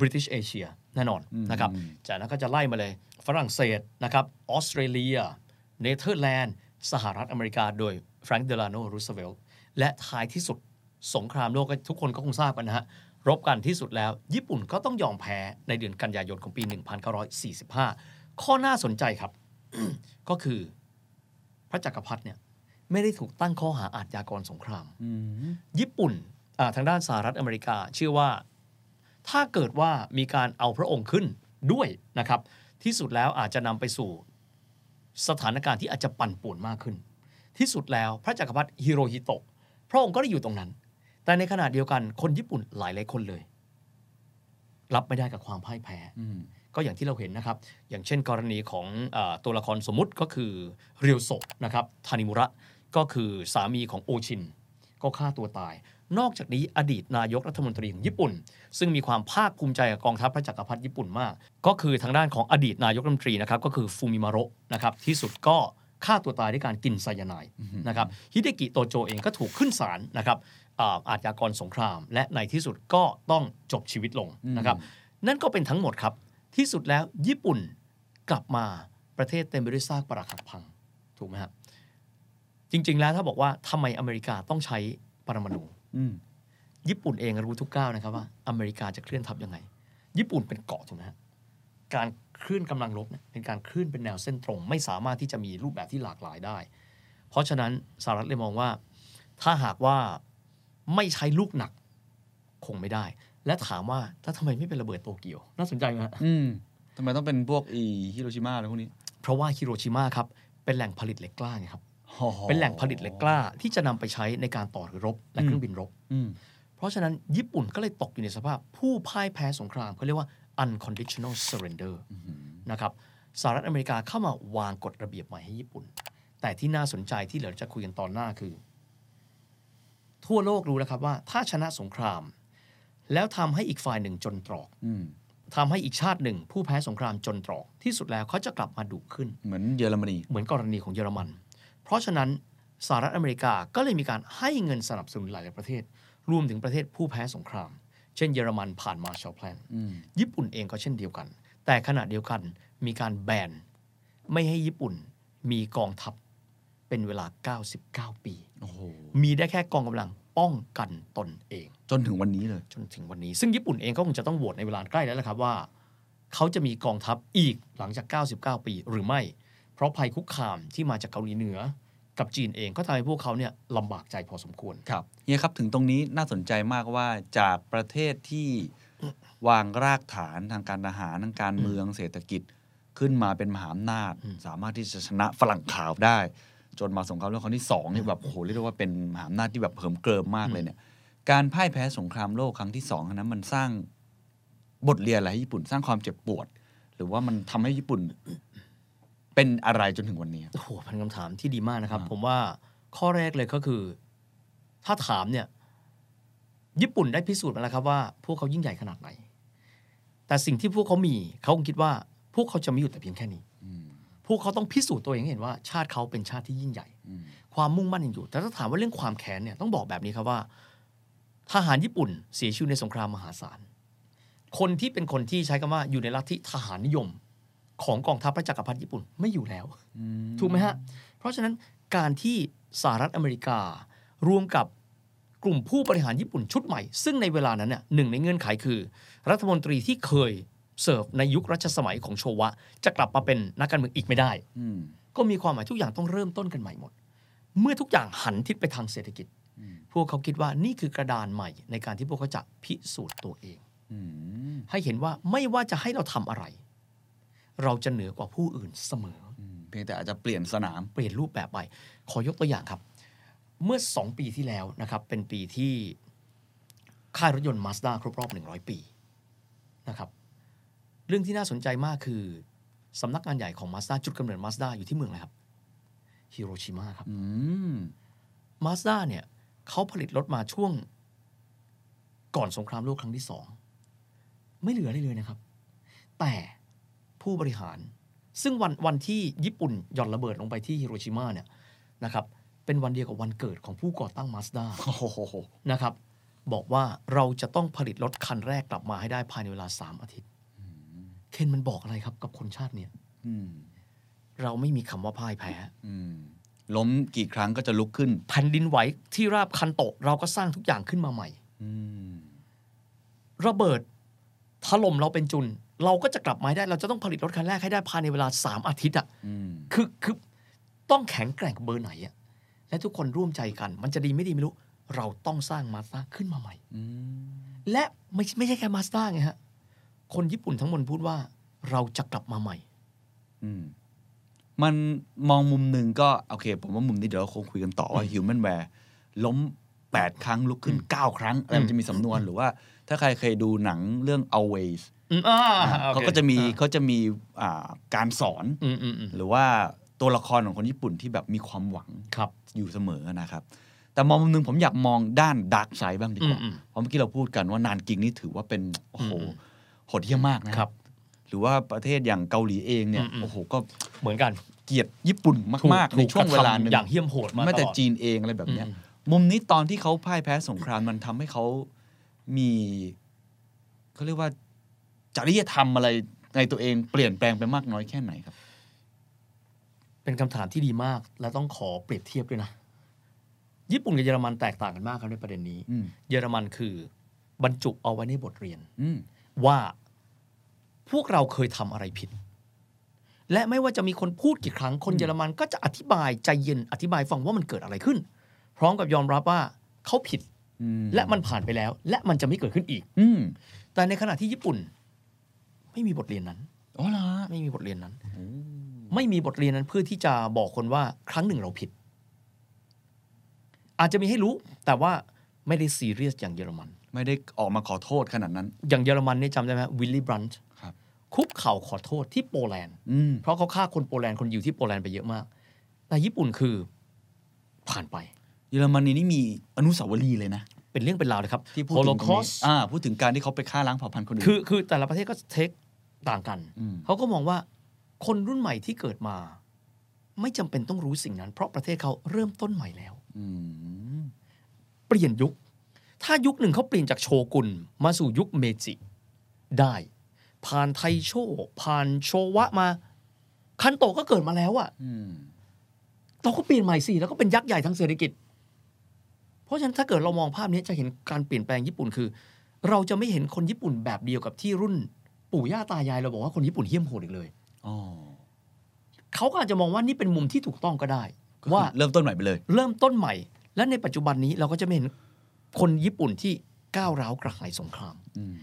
Speaker 3: British Asia แน่นอนนะครับ จากนั้นก็จะไล่มาเลย ฝรั่งเศสนะครับออสเตรเลีย เนเธอร์แลนด์ สหรัฐอเมริกาโดยแฟรงค์เดลาโนรูสเวลต์และท้ายที่สุดสงครามโลกก็ทุกคนก็คงทราบกันนะฮะ รบกันที่สุดแล้ว ญี่ปุ่นก็ต้องยอมแพ้ในเดือนกันยายนของปี 1945 ข้อน่าสนใจครับ ก็คือพระจักรพรรดิเนี่ยไม่ได้ถูกตั้งข้อหาอาทยากรสงคราม
Speaker 2: อืม
Speaker 3: ญี่ปุ่นอ่าทางด้านสหรัฐอเมริกาเชื่อว่า ถ้าเกิดว่ามีการเอาพระองค์ขึ้นด้วยนะครับ ที่สุดแล้วอาจจะนำไปสู่สถานการณ์ที่อาจจะปั่นป่วนมากขึ้น ที่สุดแล้วพระจักรพรรดิฮิโรฮิโตะพระองค์ก็ได้อยู่ตรงนั้น แต่ในขณะเดียวกันคนญี่ปุ่นหลายหลายๆคนเลย รับไม่ได้กับความพ่ายแพ้
Speaker 2: อืม
Speaker 3: ก็อย่างที่เราเห็นนะครับ อย่างเช่นกรณีของเออตัวละครสมมุติก็คือเรียวโซะนะครับทานิมุระก็คือสามีของโอชิน ก็ฆ่าตัวตาย นอกจากนี้อดีตนายกรัฐมนตรีของญี่ปุ่น ซึ่งมีความภาคภูมิใจกับกองทัพพระจักรพรรดิญี่ปุ่นมาก ก็คือทางด้านของอดีตนายกรัฐมนตรีนะครับก็คือฟูมิมาโระนะครับที่สุดก็ฆ่าตัวตายด้วยการกินไซยาไนด์นะครับฮิเดกิโตโจเองก็ถูกขึ้นศาลนะครับอาอาชญากรสงคราม และในที่สุดก็ต้องจบชีวิตลงนะครับ นั่นก็เป็นทั้งหมดครับ ที่สุดแล้วญี่ปุ่นกลับมาประเทศเต็มไปด้วยซากปรักหักพัง ถูกไหมครับจริง ๆ แล้วถ้าบอกว่าทำไมอเมริกาต้องใช้ปรมาณู
Speaker 2: อืม
Speaker 3: ญี่ปุ่นเองรู้ทุกก้าวนะครับว่าอเมริกาจะเคลื่อนทัพยังไง ญี่ปุ่นเป็นเกาะถูกไหมฮะการเคลื่อนกำลังรบเนี่ยเป็นการเคลื่อนเป็นแนวเส้นตรง ไม่สามารถที่จะมีรูปแบบที่หลากหลายได้ เพราะฉะนั้นสหรัฐเลยมองว่า ถ้าหากว่าไม่ใช้ลูกหนักคงไม่ได้ และถามว่าถ้าทำไมไม่เป็นระเบิดโตเกียว น่าสนใจไหมฮะ
Speaker 2: อืมทำไมต้องเป็นพวกอีฮิโรชิมาอะไรพวกนี้
Speaker 3: เพราะว่าฮิโรชิมาครับ เป็นแหล่งผลิตเหล็กกล้าไงครับ
Speaker 2: อ๋อ
Speaker 3: เป็นแหล่งผลิตเหล็กกล้าที่จะนำไปใช้ในการต่อเรือรบและเครื่องบินรบ
Speaker 2: อืม
Speaker 3: เพราะฉะนั้นญี่ปุ่นก็เลยตกอยู่ในสภาพผู้พ่ายแพ้สงครามเขาเรียกว่า unconditional surrender นะครับสหรัฐอเมริกาเข้ามาวางกฎระเบียบใหม่ให้ญี่ปุ่น แต่ที่น่าสนใจที่เดี๋ยวเราจะคุยกันตอนหน้าคือ ทั่วโลกรู้แล้วครับว่า ถ้าชนะสงคราม แล้วทำให้อีกฝ่ายหนึ่งจนตรอก
Speaker 2: อืม
Speaker 3: ทำให้อีกชาติหนึ่ง ผู้แพ้สงครามจนตรอก ที่สุดแล้วเขาจะกลับมาดุขึ้น
Speaker 2: เหมือนเยอรมนี
Speaker 3: เหมือนกรณีของเยอรมัน เพราะฉะนั้นสหรัฐอเมริกาก็เลยมีการให้เงินสนับสนุนหลาย ๆ ประเทศ รวมถึงประเทศผู้แพ้สงคราม เช่นเยอรมันผ่านมา h a l l Plan
Speaker 2: อืม
Speaker 3: ญี่ปุ่นเองก็เช่นเดียวกัน แต่ขณะเดียวกันมีการแบน ไม่ให้ญี่ปุ่นมีกองทัพเป็นเวลา 99 ปี
Speaker 2: โอ้โห
Speaker 3: มีได้แค่กองกำลังป้องกันตนเอง
Speaker 2: จนถึงวันนี้เลย
Speaker 3: จนถึงวันนี้ ซึ่งญี่ปุ่นเองก็คงจะต้องโหวตในเวลาใกล้แล้วละครับว่า เขาจะมีกองทัพอีกหลังจาก 99 ปีหรือไม่ เพราะภัยคุกคามที่มาจากเกาหลีเหนือ กับจีนเองก็ทำให้พวกเขาเนี่ยลำบากใจพอสมควร
Speaker 2: ครับเฮียครับถึงตรงนี้น่าสนใจมากว่าจากประเทศ ที่วางรากฐานทางการทหารทางการเมืองเศรษฐกิจขึ้นมาเป็นมหาอำนาจ
Speaker 3: อืม
Speaker 2: สามารถที่จะชนะฝรั่งขาวได้ จนมาสงครามโลกครั้งที่สองนี่แบบโอ้โหเรียกได้ว่าเป็นมหาอำนาจที่แบบเหิมเกริมมากเลยเนี่ย การพ่ายแพ้สงครามโลกครั้งที่สองอันนั้นมันสร้างบทเรียนอะไรให้ญี่ปุ่นสร้างความเจ็บปวด หรือว่ามันทำให้ญี่ปุ่นเป็นอะไรจนถึงวันนี้
Speaker 3: โอ้โหเป็นคำถามที่ดีมากนะครับ
Speaker 2: อ่า
Speaker 3: ผมว่าข้อแรกเลยก็คือ ถ้าถามเนี่ย ญี่ปุ่นได้พิสูจน์มาแล้วครับว่า พวกเขายิ่งใหญ่ขนาดไหน แต่สิ่งที่พวกเขามีเขาคงคิดว่า พวกเขาจะไม่หยุดแต่เพียงแค่นี้
Speaker 2: อืม
Speaker 3: พวกเขาต้องพิสูจน์ตัวเองให้เห็นว่าชาติเขาเป็นชาติที่ยิ่งใหญ่
Speaker 2: อืม
Speaker 3: ความมุ่งมั่นยังอยู่ แต่ถ้าถามว่าเรื่องความแค้นเนี่ยต้องบอกแบบนี้ครับว่า ทหารญี่ปุ่นเสียชีวิตในสงครามมหาศาล คนที่เป็นคนที่ใช้คำว่าอยู่ในลัทธิทหารนิยม ของกองทัพพระจักรพรรดิญี่ปุ่นไม่อยู่แล้ว
Speaker 2: อืม
Speaker 3: ถูกไหมฮะ เพราะฉะนั้นการที่สหรัฐอเมริการวมกับกลุ่มผู้บริหารญี่ปุ่นชุดใหม่ ซึ่งในเวลานั้นเนี่ยหนึ่งในเงื่อนไขคือ รัฐมนตรีที่เคยเสิร์ฟในยุครัชสมัยของโชวะ จะกลับมาเป็นนักการเมืองอีกไม่ได้
Speaker 2: อืม
Speaker 3: ก็มีความหมายทุกอย่างต้องเริ่มต้นกันใหม่หมด เมื่อทุกอย่างหันทิศไปทางเศรษฐกิจ
Speaker 2: อืม
Speaker 3: พวกเขาคิดว่านี่คือกระดานใหม่ในการที่พวกเขาจะพิสูจน์ตัวเอง
Speaker 2: อืม
Speaker 3: ให้เห็นว่าไม่ว่าจะให้เราทำอะไร เราจะเหนือกว่าผู้อื่นเสมอ
Speaker 2: อืมเพียงแต่อาจจะเปลี่ยนสนาม
Speaker 3: เปลี่ยนรูปแบบไป ขอยกตัวอย่างครับ เมื่อ 2 ปีที่แล้วนะครับ เป็นปีที่ค่ายรถยนต์มาสด้าครบรอบ 100 ปีนะครับ เรื่องที่น่าสนใจมากคือสำนักงานใหญ่ของมาสด้าจุดกำเนิดมาสด้าอยู่ที่เมืองอะไรครับ ฮิโรชิมาครับ
Speaker 2: อืม
Speaker 3: มาสด้าเนี่ยเขาผลิตรถมาช่วงก่อนสงครามโลกครั้งที่สองไม่เหลืออะไรเลยนะครับ แต่ผู้บริหาร ซึ่งวันวันที่ญี่ปุ่นหย่อนระเบิดลงไปที่ฮิโรชิมาเนี่ยนะครับเป็นวันเดียวกับวันเกิดของผู้ก่อตั้งมาสด้า
Speaker 2: โอ้โห
Speaker 3: นะครับ บอกว่าเราจะต้องผลิตรถคันแรกกลับมาให้ได้ภายในเวลา 3 อาทิตย์ เคนมันบอกอะไรครับกับคนชาติเนี่ย
Speaker 2: อืม
Speaker 3: เราไม่มีคำว่าพ่ายแพ้
Speaker 2: อืม ล้มกี่ครั้งก็จะลุกขึ้น
Speaker 3: แผ่นดินไหวที่ราบคันโตะเราก็สร้างทุกอย่างขึ้นมาใหม่
Speaker 2: อืม
Speaker 3: ระเบิดถล่มเราเป็นจุน เราก็จะกลับมาให้ได้ เราจะต้องผลิตรถคันแรกให้ได้ภายในเวลา 3 อาทิตย์อ่ะ
Speaker 2: อืม
Speaker 3: คือคือต้องแข็งแกร่งเบอร์ไหนอ่ะและทุกคนร่วมใจกัน มันจะดีไม่ดีไม่รู้ เราต้องสร้างมาสด้าขึ้นมาใหม่
Speaker 2: อืม
Speaker 3: และไม่ใช่ไม่ใช่แค่มาสด้าไงฮะ คนญี่ปุ่นทั้งหมดพูดว่าเราจะกลับมาใหม่
Speaker 2: อืม มันมองมุมหนึ่งก็ โอเค ผมว่ามุมนี้เดี๋ยวเราคงคุยกันต่อว่า Human w a r e ล้ม 8 ครั้งลุกขึ้น 9 ครั้ง อะไรมันจะมีสำนวนหรือว่า ถ้าใครเคยดูหนังเรื่อง always
Speaker 3: อืมอ่าโอค
Speaker 2: เขาก็จะมีเขาจะมีอ่าการสอน
Speaker 3: อืมอืมอืม
Speaker 2: หรือว่าตัวละครของคนญี่ปุ่นที่แบบมีความหวัง
Speaker 3: ครับ
Speaker 2: อยู่เสมอนะครับ แต่มองมุมหนึงผมอยากมองด้านดาร์กไซด์บ้างดีกว่า
Speaker 3: อืมอืม
Speaker 2: เพราะเมื่อกี้เราพูดกันว่านานกิงนี่ถือว่าเป็น โอ้โห
Speaker 3: อืม
Speaker 2: โหดเยี่ยมมากนะครับ หรือว่าประเทศอย่างเกาหลีเองเนี่ย
Speaker 3: อืมอืม
Speaker 2: โอ้โห ก็
Speaker 3: เหมือนกัน
Speaker 2: เกลียดญี่ปุ่นมาก
Speaker 3: ถู
Speaker 2: ๆ ในช่วงเวลาห
Speaker 3: ถู
Speaker 2: นึ่
Speaker 3: ก
Speaker 2: ง
Speaker 3: กระทำอย่างเหี้ยมโหดมาต
Speaker 2: แม้
Speaker 3: ล
Speaker 2: แต่
Speaker 3: อด
Speaker 2: จีนเองอะไรแบบเนี้ย
Speaker 3: อืม
Speaker 2: มุมนี้ตอนที่เขาพ่ายแพ้สงครามมันทำให้เขามีเขาเรียกว่าจริยธรรมอะไรในตัวเองเปลี่ยนแปลงไปมากน้อยแค่ไหนครับ
Speaker 3: เป็นคำถามที่ดีมาก และต้องขอเปรียบเทียบด้วยนะ ญี่ปุ่นกับเยอรมันแตกต่างกันมากครับในประเด็นนี้
Speaker 2: อืม
Speaker 3: เยอรมันคือบรรจุเอาไว้ในบทเรียน
Speaker 2: อืม
Speaker 3: ว่าพวกเราเคยทำอะไรผิด และไม่ว่าจะมีคนพูดกี่ครั้งคนเยอรมันก็จะอธิบายใจเย็นอธิบายฟังว่ามันเกิดอะไรขึ้น พร้อมกับยอมรับว่าเขาผิด
Speaker 2: อื
Speaker 3: และมันผ่านไปแล้ว และมันจะไม่เกิดขึ้นอีก
Speaker 2: อืม
Speaker 3: แต่ในขณะที่ญี่ปุ่น ไม่มีบทเรียนนั้น
Speaker 2: อ๋อเหรอ
Speaker 3: ไม่มีบทเรียนนั้น ไม่มีบทเรียนนั้นเพื่อที่จะบอกคนว่าครั้งหนึ่งเราผิด อาจจะมีให้รู้ แต่ว่าไม่ได้ซีเรียสอย่างเยอรมัน
Speaker 2: ไม่ได้ออกมาขอโทษขนาดนั้น
Speaker 3: อย่างเยอรมันเนี่ยจำได้ไหมวิลลี่บรันช์
Speaker 2: ครับ
Speaker 3: คุกเข่าขอโทษที่โปแลนด์
Speaker 2: อืม
Speaker 3: เพราะเขาฆ่าคนโปแลนด์คนยิวที่โปแลนด์ไปเยอะมาก แต่ญี่ปุ่นคือผ่านไป
Speaker 2: เยอรมนีนี่มีอนุสาวรีย์เลยนะ
Speaker 3: เป็นเรื่องเป็นราวเลยครับ
Speaker 2: ที่พูด
Speaker 3: โฮ
Speaker 2: ถึ
Speaker 3: โล
Speaker 2: งต
Speaker 3: ค
Speaker 2: รง
Speaker 3: อส
Speaker 2: นี้อ่าพูดถึงการที่เขาไปฆ่าล้างเผ่าพันธุ์คนอื่น
Speaker 3: คือคือแต่ละประเทศก็เทคต่างกัน
Speaker 2: ม
Speaker 3: เขาก็มองว่าคนรุ่นใหม่ที่เกิดมา ไม่จำเป็นต้องรู้สิ่งนั้น เพราะประเทศเขาเริ่มต้นใหม่แล้ว
Speaker 2: อืม
Speaker 3: เปลี่ยนยุค ถ้ายุคหนึ่งเขาเปลี่ยนจากโชกุนมาสู่ยุคเมจิ ได้ ผ่านไทโชผ่านโชวะมา คันโตะก็เกิดมาแล้วอะ
Speaker 2: อืม
Speaker 3: เราก็เปลี่ยนใหม่สิแล้วก็เป็นยักษ์ใหญ่ทางเศรษฐกิจ เพราะฉะนั้นถ้าเกิดเรามองภาพนี้จะเห็นการเปลี่ยนแปลงญี่ปุ่นคือ เราจะไม่เห็นคนญี่ปุ่นแบบเดียวกับที่รุ่นปู่ย่าตายายเราบอกว่าคนญี่ปุ่นเหี้ยมโหดอีกเลย
Speaker 2: อ๋อ
Speaker 3: เขาก็อาจจะมองว่านี่เป็นมุมที่ถูกต้องก็ได้
Speaker 2: ก็คือ
Speaker 3: ว่า
Speaker 2: เริ่มต้นใหม่ไปเลย
Speaker 3: เริ่มต้นใหม่ และในปัจจุบันนี้เราก็จะไม่เห็นคนญี่ปุ่นที่ก้าวร้าวกระหายสงคราม
Speaker 2: อืม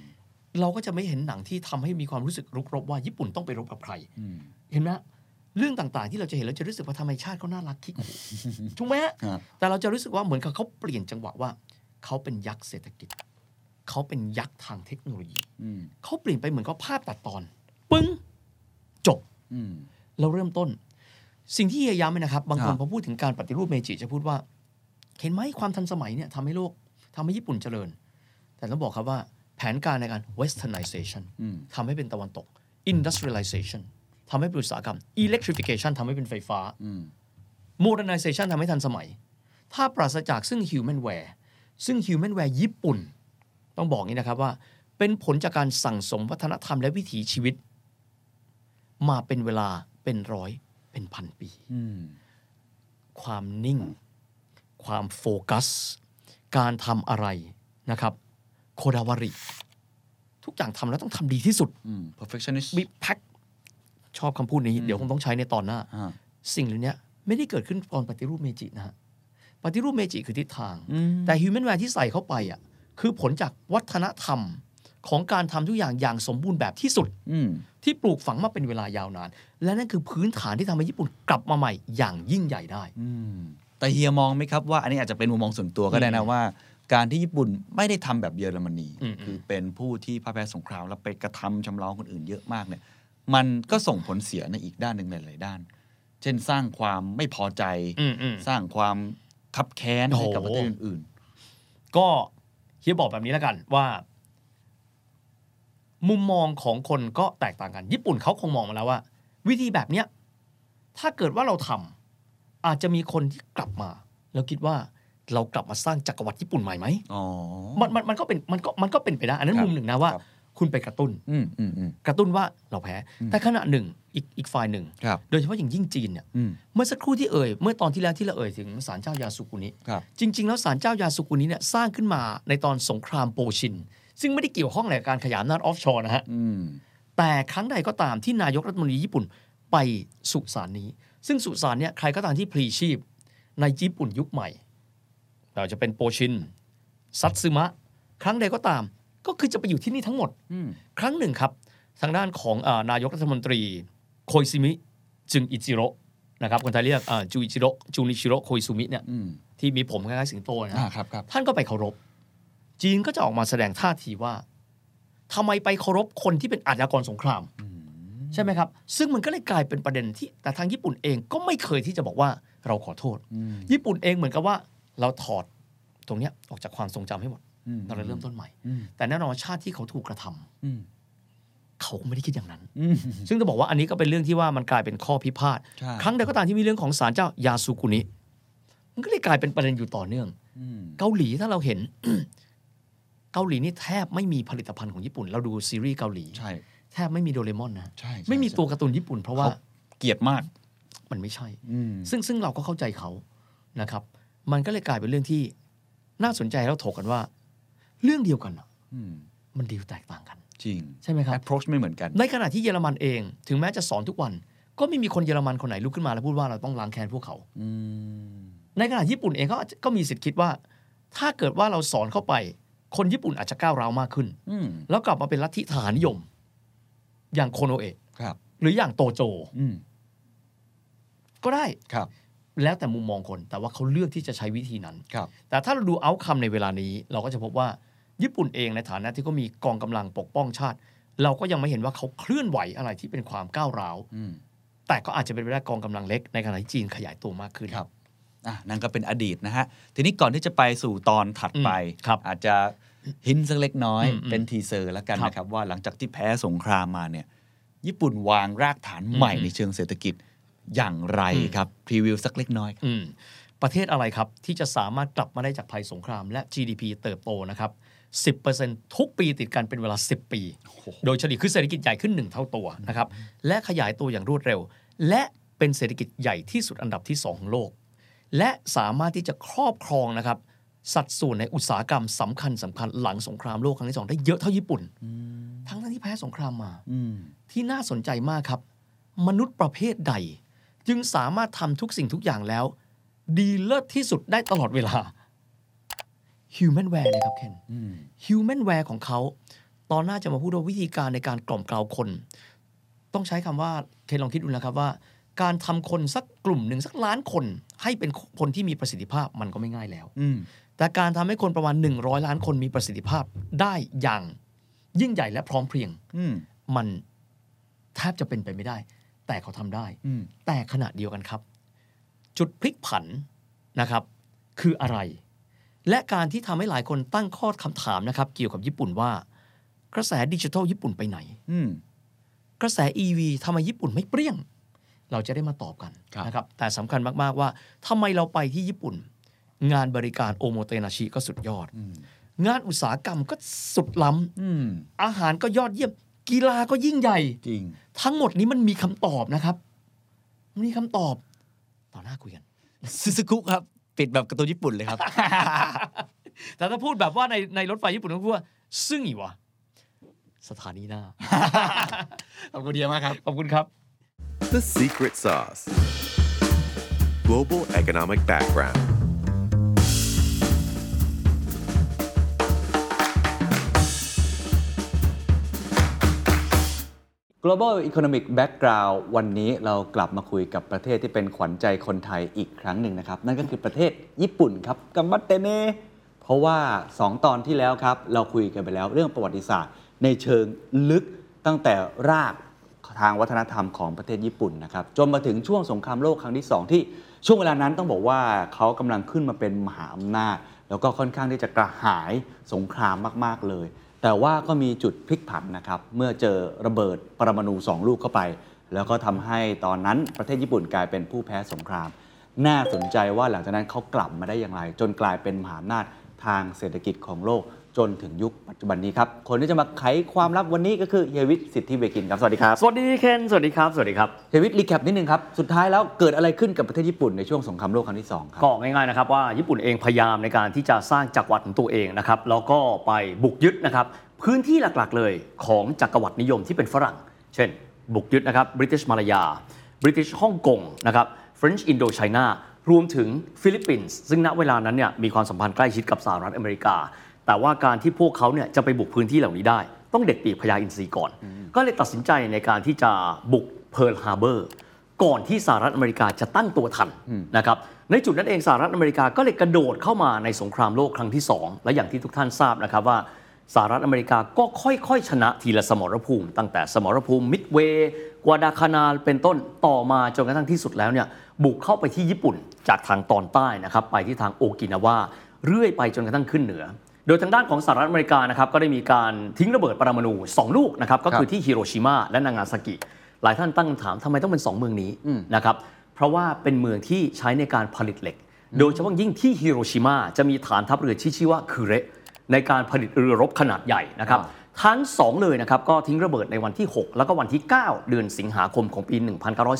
Speaker 3: เราก็จะไม่เห็นหนังที่ทำให้มีความรู้สึกรุกรบว่าญี่ปุ่นต้องไปรบกับใคร
Speaker 2: อืม
Speaker 3: เห็นไหมเรื่องต่างๆ ที่เราจะเห็นเราจะรู้สึกว่าทำไมชาติเขาน่ารักคิกหูถูกไหมฮะ
Speaker 2: ครับ
Speaker 3: แต่เราจะรู้สึกว่าเหมือนกับเขาเปลี่ยนจังหวะว่า เขาเป็นยักษ์เศรษฐกิจ เขาเป็นยักษ์ทางเทคโนโลยี
Speaker 2: อืม
Speaker 3: เขาเปลี่ยนไปเหมือนกับภาพตัดตอน ปึ้งจบ
Speaker 2: อืม
Speaker 3: เราเริ่มต้น สิ่งที่เฮียย้ำเลยนะครับ บางค
Speaker 2: ครั
Speaker 3: น
Speaker 2: บ
Speaker 3: พอพูดถึงการปฏิรูปเมจิจะพูดว่า เห็นไหมความทันสมัยเนี่ยทำให้โลกทำให้ญี่ปุ่นเจริญ แต่ต้องบอกครับว่าแผนการในการ westernization
Speaker 2: อืม
Speaker 3: ทำให้เป็นตะวันตก industrialization ทำให้เป็นอุตสาหกรรม electrification ทำให้เป็นไฟฟ้า
Speaker 2: อืม
Speaker 3: modernization ทำให้ทันสมัย ถ้าปราศจากซึ่ง humanware ซึ่ง humanware ญี่ปุ่น ต้องบอกงี้นะครับว่า เป็นผลจากการสั่งสมวัฒนธรรมและวิถีชีวิต มาเป็นเวลาเป็นร้อยเป็นพันปี
Speaker 2: อืม
Speaker 3: ความนิ่ง ความโฟกัส การทำอะไรนะครับ โคดาวาริ ทุกอย่างทำแล้วต้องทำดีที่สุด
Speaker 2: อืม perfectionist
Speaker 3: วิแพ็คชอบคำพูดนี้ เดี๋ยวคงต้องใช้ในตอนหน้า
Speaker 2: อ่า
Speaker 3: สิ่งเหล่านี้ไม่ได้เกิดขึ้นตอนปฏิรูปเมจินะฮะ ปฏิรูปเมจิคือทิศทาง
Speaker 2: อืม
Speaker 3: แต่ฮิวแมนแวร์ที่ใส่เข้าไปอ่ะคือผลจากวัฒนธรรมของการทำทุกอย่างอย่างสมบูรณ์แบบที่สุด
Speaker 2: อืม
Speaker 3: ที่ปลูกฝังมาเป็นเวลายาวนาน และนั่นคือพื้นฐานที่ทำให้ญี่ปุ่นกลับมาใหม่อย่างยิ่งใหญ่ได้
Speaker 2: อืม แต่เฮียมองไหมครับว่า อันนี้อาจจะเป็นมุมมองส่วนตัวก็ได้นะว่า การที่ญี่ปุ่นไม่ได้ทำแบบเยอรมนี
Speaker 3: อืม
Speaker 2: คือเป็นผู้ที่พ่ายแพ้สงครามแล้วไปกระทำชำเราคนอื่นเยอะมากเนี่ย มันก็ส่งผลเสียในอีกด้านหนึ่งหลายๆด้าน เช่นสร้างความไม่พอใจ
Speaker 3: อืมอืม
Speaker 2: สร้างความขับแค้น
Speaker 3: โอ้โห
Speaker 2: ให้กับประเทศอื่น
Speaker 3: ก็เฮียบอกแบบนี้แล้วกันว่า มุมมองของคนก็แตกต่างกัน ญี่ปุ่นเขาคงมองมาแล้วว่า วิธีแบบเนี้ยถ้าเกิดว่าเราทำอาจจะมีคนที่กลับมา แล้วคิดว่าเรากลับมาสร้างจักรวรรดิญี่ปุ่นใหม่ไหม
Speaker 2: ๆ อ๋อ
Speaker 3: มันมันมันก็เป็นมันก็มันก็เป็นไปได้อันนั้น
Speaker 2: ครับ
Speaker 3: มุมหนึ่งนะว่า
Speaker 2: ครับ
Speaker 3: คุณไปกระตุ้น
Speaker 2: อืมอืมอืม
Speaker 3: กระตุ้นว่าเราแพ้
Speaker 2: อืม
Speaker 3: แต่ขณะหนึ่งอีกอีกฝ่ายหนึ่ง
Speaker 2: ครับ
Speaker 3: โดยเฉพาะอย่างยิ่งจีนเนี่ย
Speaker 2: อืม
Speaker 3: เมื่อสักครู่ที่เอ่ยเมื่อตอนที่แล้วที่เราเอ่ยถึงศาลเจ้ายาสุกุนิ
Speaker 2: ครับ
Speaker 3: จริง ๆ แล้วศาลเจ้ายาสุกุนิเนี่ยสร้างขึ้นมาในตอนสงครามโปชิน ซึ่งไม่ได้เกี่ยวข้องอะไรกับการขยายอำนาจออฟชอร์นะฮะ
Speaker 2: อืม
Speaker 3: แต่ครั้งใดก็ตามที่นายกรัฐมนตรีญี่ปุ่นไปสุสานนี้ ซึ่งสุสานเนี่ยใครก็ตามที่พลีชีพในญี่ปุ่นยุคใหม่เราจะเป็นโปชินซัตซึมะ ครั้งใดก็ตามก็คือจะไปอยู่ที่นี่ทั้งหมด
Speaker 2: อืม
Speaker 3: ครั้งหนึ่งครับ ทางด้านของเออนายกรัฐมนตรีโคยซิมิจึงอิจิโร่นะครับคนไทยเรียกเอ่อจูอิจิโร่จูนิชิโร่โคยซุมิเนี่ย
Speaker 2: อืม
Speaker 3: ที่มีผมคล้ายๆสิงโตนะ
Speaker 2: อ่า
Speaker 3: ฮะ
Speaker 2: ครับครับ
Speaker 3: ท่านก็ไปเคารพ จีนก็จะออกมาแสดงท่าทีว่าทำไมไปเคารพคนที่เป็นอาชญากรสงคราม ใช่ไหมครับ ซึ่งมันก็เลยกลายเป็นประเด็นที่แต่ทางญี่ปุ่นเองก็ไม่เคยที่จะบอกว่าเราขอโทษ
Speaker 2: อืม
Speaker 3: ญี่ปุ่นเองเหมือนกับว่า เราถอดตรงเนี้ยออกจากความทรงจำให้หมด
Speaker 2: อื
Speaker 3: เราเลยเริ่มต้นใหม่
Speaker 2: อืม
Speaker 3: แต่แน่นอนว่าชาติที่เขาถูกกระทำ
Speaker 2: อืม
Speaker 3: เขาก็ไม่ได้คิดอย่างนั้น
Speaker 2: อืม
Speaker 3: ซึ่งจะบอกว่าอันนี้ก็เป็นเรื่องที่ว่ามันกลายเป็นข้อพิพาท
Speaker 2: ใช่
Speaker 3: ครั้งใดก็ตามที่มีเรื่องของศาลเจ้ายาสุกุนิมันก็เลยกลายเป็นประเด็นอยู่ต่อเนื่อง
Speaker 2: อืม
Speaker 3: เกาหลีถ้าเราเห็น เกาหลีนี่แทบไม่มีผลิตภัณฑ์ของญี่ปุ่น เราดูซีรีส์เกาหลี
Speaker 2: ใช่
Speaker 3: แทบไม่มีโดเรมอนนะ
Speaker 2: ใช่ใช่
Speaker 3: ไม่มี
Speaker 2: ใช่
Speaker 3: ตัวการ์ตูนญี่ปุ่น เพราะว่า
Speaker 2: เขา เกลียดมาก
Speaker 3: มันไม่ใช่
Speaker 2: อืม
Speaker 3: ซึ่งซึ่งเราก็เข้าใจเขานะครับ มันก็เลยกลายเป็นเรื่องที่น่าสนใจแล้วถกกันว่า เรื่องเดียวกันน่ะ
Speaker 2: อืม
Speaker 3: มันดีลแตกต่างกัน
Speaker 2: จริง
Speaker 3: ใช่ไหมครับ
Speaker 2: approach ไม่เหมือนกัน
Speaker 3: ในขณะที่เยอรมันเอง ถึงแม้จะสอนทุกวัน ก็ไม่มีคนเยอรมันคนไหนลุกขึ้นมาแล้วพูดว่าเราต้องล้างแค้นพวกเขา
Speaker 2: อืม
Speaker 3: ในขณะญี่ปุ่นเองก็ก็มีสิทธิ์คิดว่า ถ้าเกิดว่าเราสอนเข้าไป คนญี่ปุ่นอาจจะก้าวร้าวมากขึ้น
Speaker 2: อืม
Speaker 3: แล้วกลับมาเป็นลัทธิทหารนิยม อย่างโคโนเอะ
Speaker 2: ครับ
Speaker 3: หรืออย่างโตโจ
Speaker 2: อืม
Speaker 3: ก็ได้
Speaker 2: ครับ
Speaker 3: แล้วแต่มุมมองคน แต่ว่าเขาเลือกที่จะใช้วิธีนั้น
Speaker 2: ครับ
Speaker 3: แต่ถ้าเราดูเอาคำในเวลานี้ เราก็จะพบว่าญี่ปุ่นเองในฐานะที่เขามีกองกำลังปกป้องชาติ เราก็ยังไม่เห็นว่าเขาเคลื่อนไหวอะไรที่เป็นความก้าวร้าว
Speaker 2: อืม
Speaker 3: แต่ก็อาจจะเป็นไปได้กองกำลังเล็กในขณะที่จีนขยายตัวมากขึ้น
Speaker 2: ครับ อ่ะนั่นก็เป็นอดีตนะฮะ ทีนี้ก่อนที่จะไปสู่ตอนถัดไป
Speaker 3: อืมครับ
Speaker 2: อาจจะหินสักเล็กน้อย
Speaker 3: อืมอืม
Speaker 2: เป็นทีเซอร์แล้วกัน
Speaker 3: ครับ
Speaker 2: นะครับ ว่าหลังจากที่แพ้สงครามมาเนี่ย ญี่ปุ่นวางรากฐานใหม่
Speaker 3: อืม
Speaker 2: ในเชิงเศรษฐกิจอย่างไร
Speaker 3: อืม
Speaker 2: ครับพรีวิวสักเล็กน้อยครับ
Speaker 3: อืมประเทศอะไรครับ ที่จะสามารถกลับมาได้จากภัยสงคราม และ GDP เติบโตนะครับ 10%ทุกปีติดกันเป็นเวลา 10 ปี โดยเฉลี่ยคือเศรษฐกิจใหญ่ขึ้น 1 เท่าตัวนะครับ และขยายตัวอย่างรวดเร็ว และเป็นเศรษฐกิจใหญ่ที่สุดอันดับที่ 2 ของโลก และสามารถที่จะครอบครองนะครับ สัดส่วนในอุตสาหกรรมสำคัญสคัญๆหลังสงครามโลกครั้งที่สองได้เยอะเท่าญี่ปุ่น ทั้งๆที่แพ้สงครามมา
Speaker 2: อืม
Speaker 3: ที่น่าสนใจมากครับ มนุษย์ประเภทใด จึงสามารถทำทุกสิ่งทุกอย่างแล้ว ดีเลิศที่สุดได้ตลอดเวลา Humanware นะครับเคน
Speaker 2: อืม
Speaker 3: Humanware ของเขา ตอนหน้าจะมาพูดว่าวิธีการในการกล่อมกล่าวคน ต้องใช้คำว่าเคนลองคิดดูนะครับว่า การทำคนสักกลุ่มหนึ่งสักล้านคน ให้เป็นคนที่มีประสิทธิภาพมันก็ไม่ง่ายแล้ว
Speaker 2: อืม
Speaker 3: แต่การทำให้คนประมาณ 100 ล้านคนมีประสิทธิภาพได้อย่าง ยิ่งใหญ่และพร้อมเพรียง
Speaker 2: อืม
Speaker 3: มันแทบจะเป็นไปไม่ได้ แต่เขาทำได้
Speaker 2: อืม
Speaker 3: แต่ขณะเดียวกันครับ จุดพลิกผันนะครับ คืออะไร และการที่ทำให้หลายคนตั้งข้อคำถามนะครับ เกี่ยวกับญี่ปุ่นว่า กระแสดิจิทัลญี่ปุ่นไปไหน
Speaker 2: อืม
Speaker 3: กระแส EV ทำไมญี่ปุ่นไม่เปรี้ยง เราจะได้มาตอบกัน
Speaker 2: ครับ
Speaker 3: นะครับ แต่สำคัญมาก ๆ ว่าทำไมเราไปที่ญี่ปุ่น งานบริการโอโมเตนาชิก็สุดยอด
Speaker 2: อืม
Speaker 3: งานอุตสาหกรรมก็สุดล้
Speaker 2: อืม
Speaker 3: ำอาหารก็ยอดเยี่ยม กีฬาก็ยิ่งใหญ่
Speaker 2: จริง
Speaker 3: ทั้งหมดนี้มันมีคำตอบนะครับ มันมีคำตอบ ต่อหน้าคุยกัน
Speaker 2: ซึซึคุครับ ปิดแบบการ์ตูนญี่ปุ่นเลยครับ
Speaker 3: แต่ถ้าพูดแบบว่าในในรถไฟญี่ปุ่นต้องพูดว่า ซึ่งอีวะ สถานีห น้า
Speaker 2: ขอบคุณเดียมากครับ
Speaker 3: ขอบคุณครับ
Speaker 1: The secret sauce. Global economic background.
Speaker 2: global economic background วันนี้เรากลับมาคุยกับประเทศที่เป็นขวัญใจคนไทยอีกครั้งหนึ่งนะครับ นั่นก็คือประเทศญี่ปุ่นครับกัมบัตเตเนเพราะว่า 2 ตอนที่แล้วครับ เราคุยกันไปแล้วเรื่องประวัติศาสตร์ ในเชิงลึกตั้งแต่ราก ทางวัฒนธรรมของประเทศญี่ปุ่นนะครับจนมาถึงช่วงสงครามโลกครั้งที่ 2 ที่ช่วงเวลานั้นต้องบอกว่าเขากำลังขึ้นมาเป็นมหาอำนาจ แล้วก็ค่อนข้างที่จะกระหายสงครามมาก ๆ เลย แต่ว่าก็มีจุดพลิกผันนะครับ เมื่อเจอระเบิดปรมาณูสองลูกเข้าไป แล้วก็ทำให้ตอนนั้นประเทศญี่ปุ่นกลายเป็นผู้แพ้สงคราม น่าสนใจว่าหลังจากนั้นเขากลับมาได้อย่างไร จนกลายเป็นมหาอำนาจทางเศรษฐกิจของโลกจนถึงยุคปัจจุบันนี้ครับคนที่จะมาไขความลับวันนี้ก็คือเฮียวิทย์สิทธิเวกินครับสวัสดีครับ
Speaker 4: สวัสดีเคนสวัสดีครับ สวัสดีครับ
Speaker 2: เฮวิตรีแคปนิดนึงครับ สุดท้ายแล้วเกิดอะไรขึ้นกับประเทศญี่ปุ่นในช่วงสงครามโลกครั้งที่ 2 ครับ
Speaker 4: ก็ง่ายๆนะครับว่าญี่ปุ่นเองพยายามในการที่จะสร้างจักรวรรดิของตัวเองนะครับแล้วก็ไปบุกยึดนะครับพื้นที่หลักๆเลยของจักรวรรดินิยมที่เป็นฝรั่ง เช่น บุกยึดนะครับบริเตนมาลายาบริเตนฮ่องกงนะครับฟรนช์อินโดไชน่ารวมถึงฟิลิปปินส์ซึ่งณเวลานั้นเนี่ยมีความสัมพันธ์ใกล้ชิดกับสหรัฐอเมริกา แต่ว่าการที่พวกเขาเนี่ยจะไปบุกพื้นที่เหล่านี้ได้ ต้องเด็ดปีกพญาอินทรีก่อน ก็เลยตัดสินใจในการที่จะบุกเพิร์ลฮาร์เบอร์ ก่อนที่สหรัฐอเมริกาจะตั้งตัวทันนะครับในจุดนั้นเองสหรัฐอเมริกาก็เลยกระโดดเข้ามาในสงครามโลกครั้งที่ 2 และอย่างที่ทุกท่านทราบนะครับว่าสหรัฐอเมริกาก็ค่อยๆ ชนะทีละสมรภูมิ ตั้งแต่สมรภูมิมิดเวย์กวาดาคานาลเป็นต้นต่อมาจนกระทั่งที่สุดแล้วเนี่ยบุกเข้าไปที่ญี่ปุ่นจากทางตอนใต้นะครับไปที่ทางโอกินาวาเรื่อยไปจนกระทั่งขึ้นเหนือ โดยทางด้านของสหรัฐอเมริกานะครับก็ได้มีการทิ้งระเบิดปรมาณูสองลูกนะครับก็คือที่ฮิโรชิมาและนางาซากิ หลายท่านตั้งคำถามทำไมต้องเป็น 2 เมืองนี้นะครับ เพราะว่าเป็นเมืองที่ใช้ในการผลิตเหล็ก โดยเฉพาะยิ่งที่ฮิโรชิมาจะมีฐานทัพเรือที่ชื่อว่าคือเระในการผลิตเรือรบขนาดใหญ่นะครับ
Speaker 2: อ่า
Speaker 4: ทั้ง 2 เลยนะครับ ก็ทิ้งระเบิดในวันที่ 6 แล้วก็วันที่ 9 เดือนสิงหาคมของปี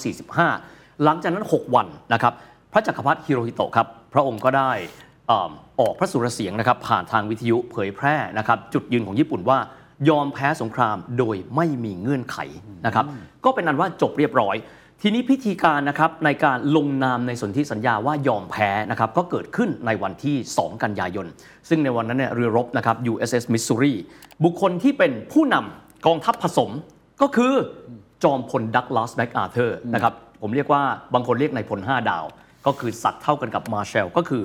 Speaker 4: 1945 หลังจากนั้น 6 วันนะครับ พระจักรพรรดิฮิโรฮิโตะครับ พระองค์ก็ได้เอิ่มออกพระสุรเสียงนะครับ ผ่านทางวิทยุเผยแพร่นะครับ จุดยืนของญี่ปุ่นว่ายอมแพ้สงครามโดยไม่มีเงื่อนไขนะครับ ก็เป็นอันว่าจบเรียบร้อย ทีนี้พิธีการนะครับในการลงนามในสนธิสัญญาว่ายอมแพ้นะครับก็เกิดขึ้นในวันที่ 2 กันยายน ซึ่งในวันนั้นเนี่ยเรือรบนะครับ USS Missouri บุคคลที่เป็นผู้นำกองทัพผสมก็คือจอมพลดักลาสแมกอาเธอร์นะครับผมเรียกว่าบางคนเรียกนายพล 5 ดาว ก็คือสักเท่ากันกับมาร์แชลก็คือ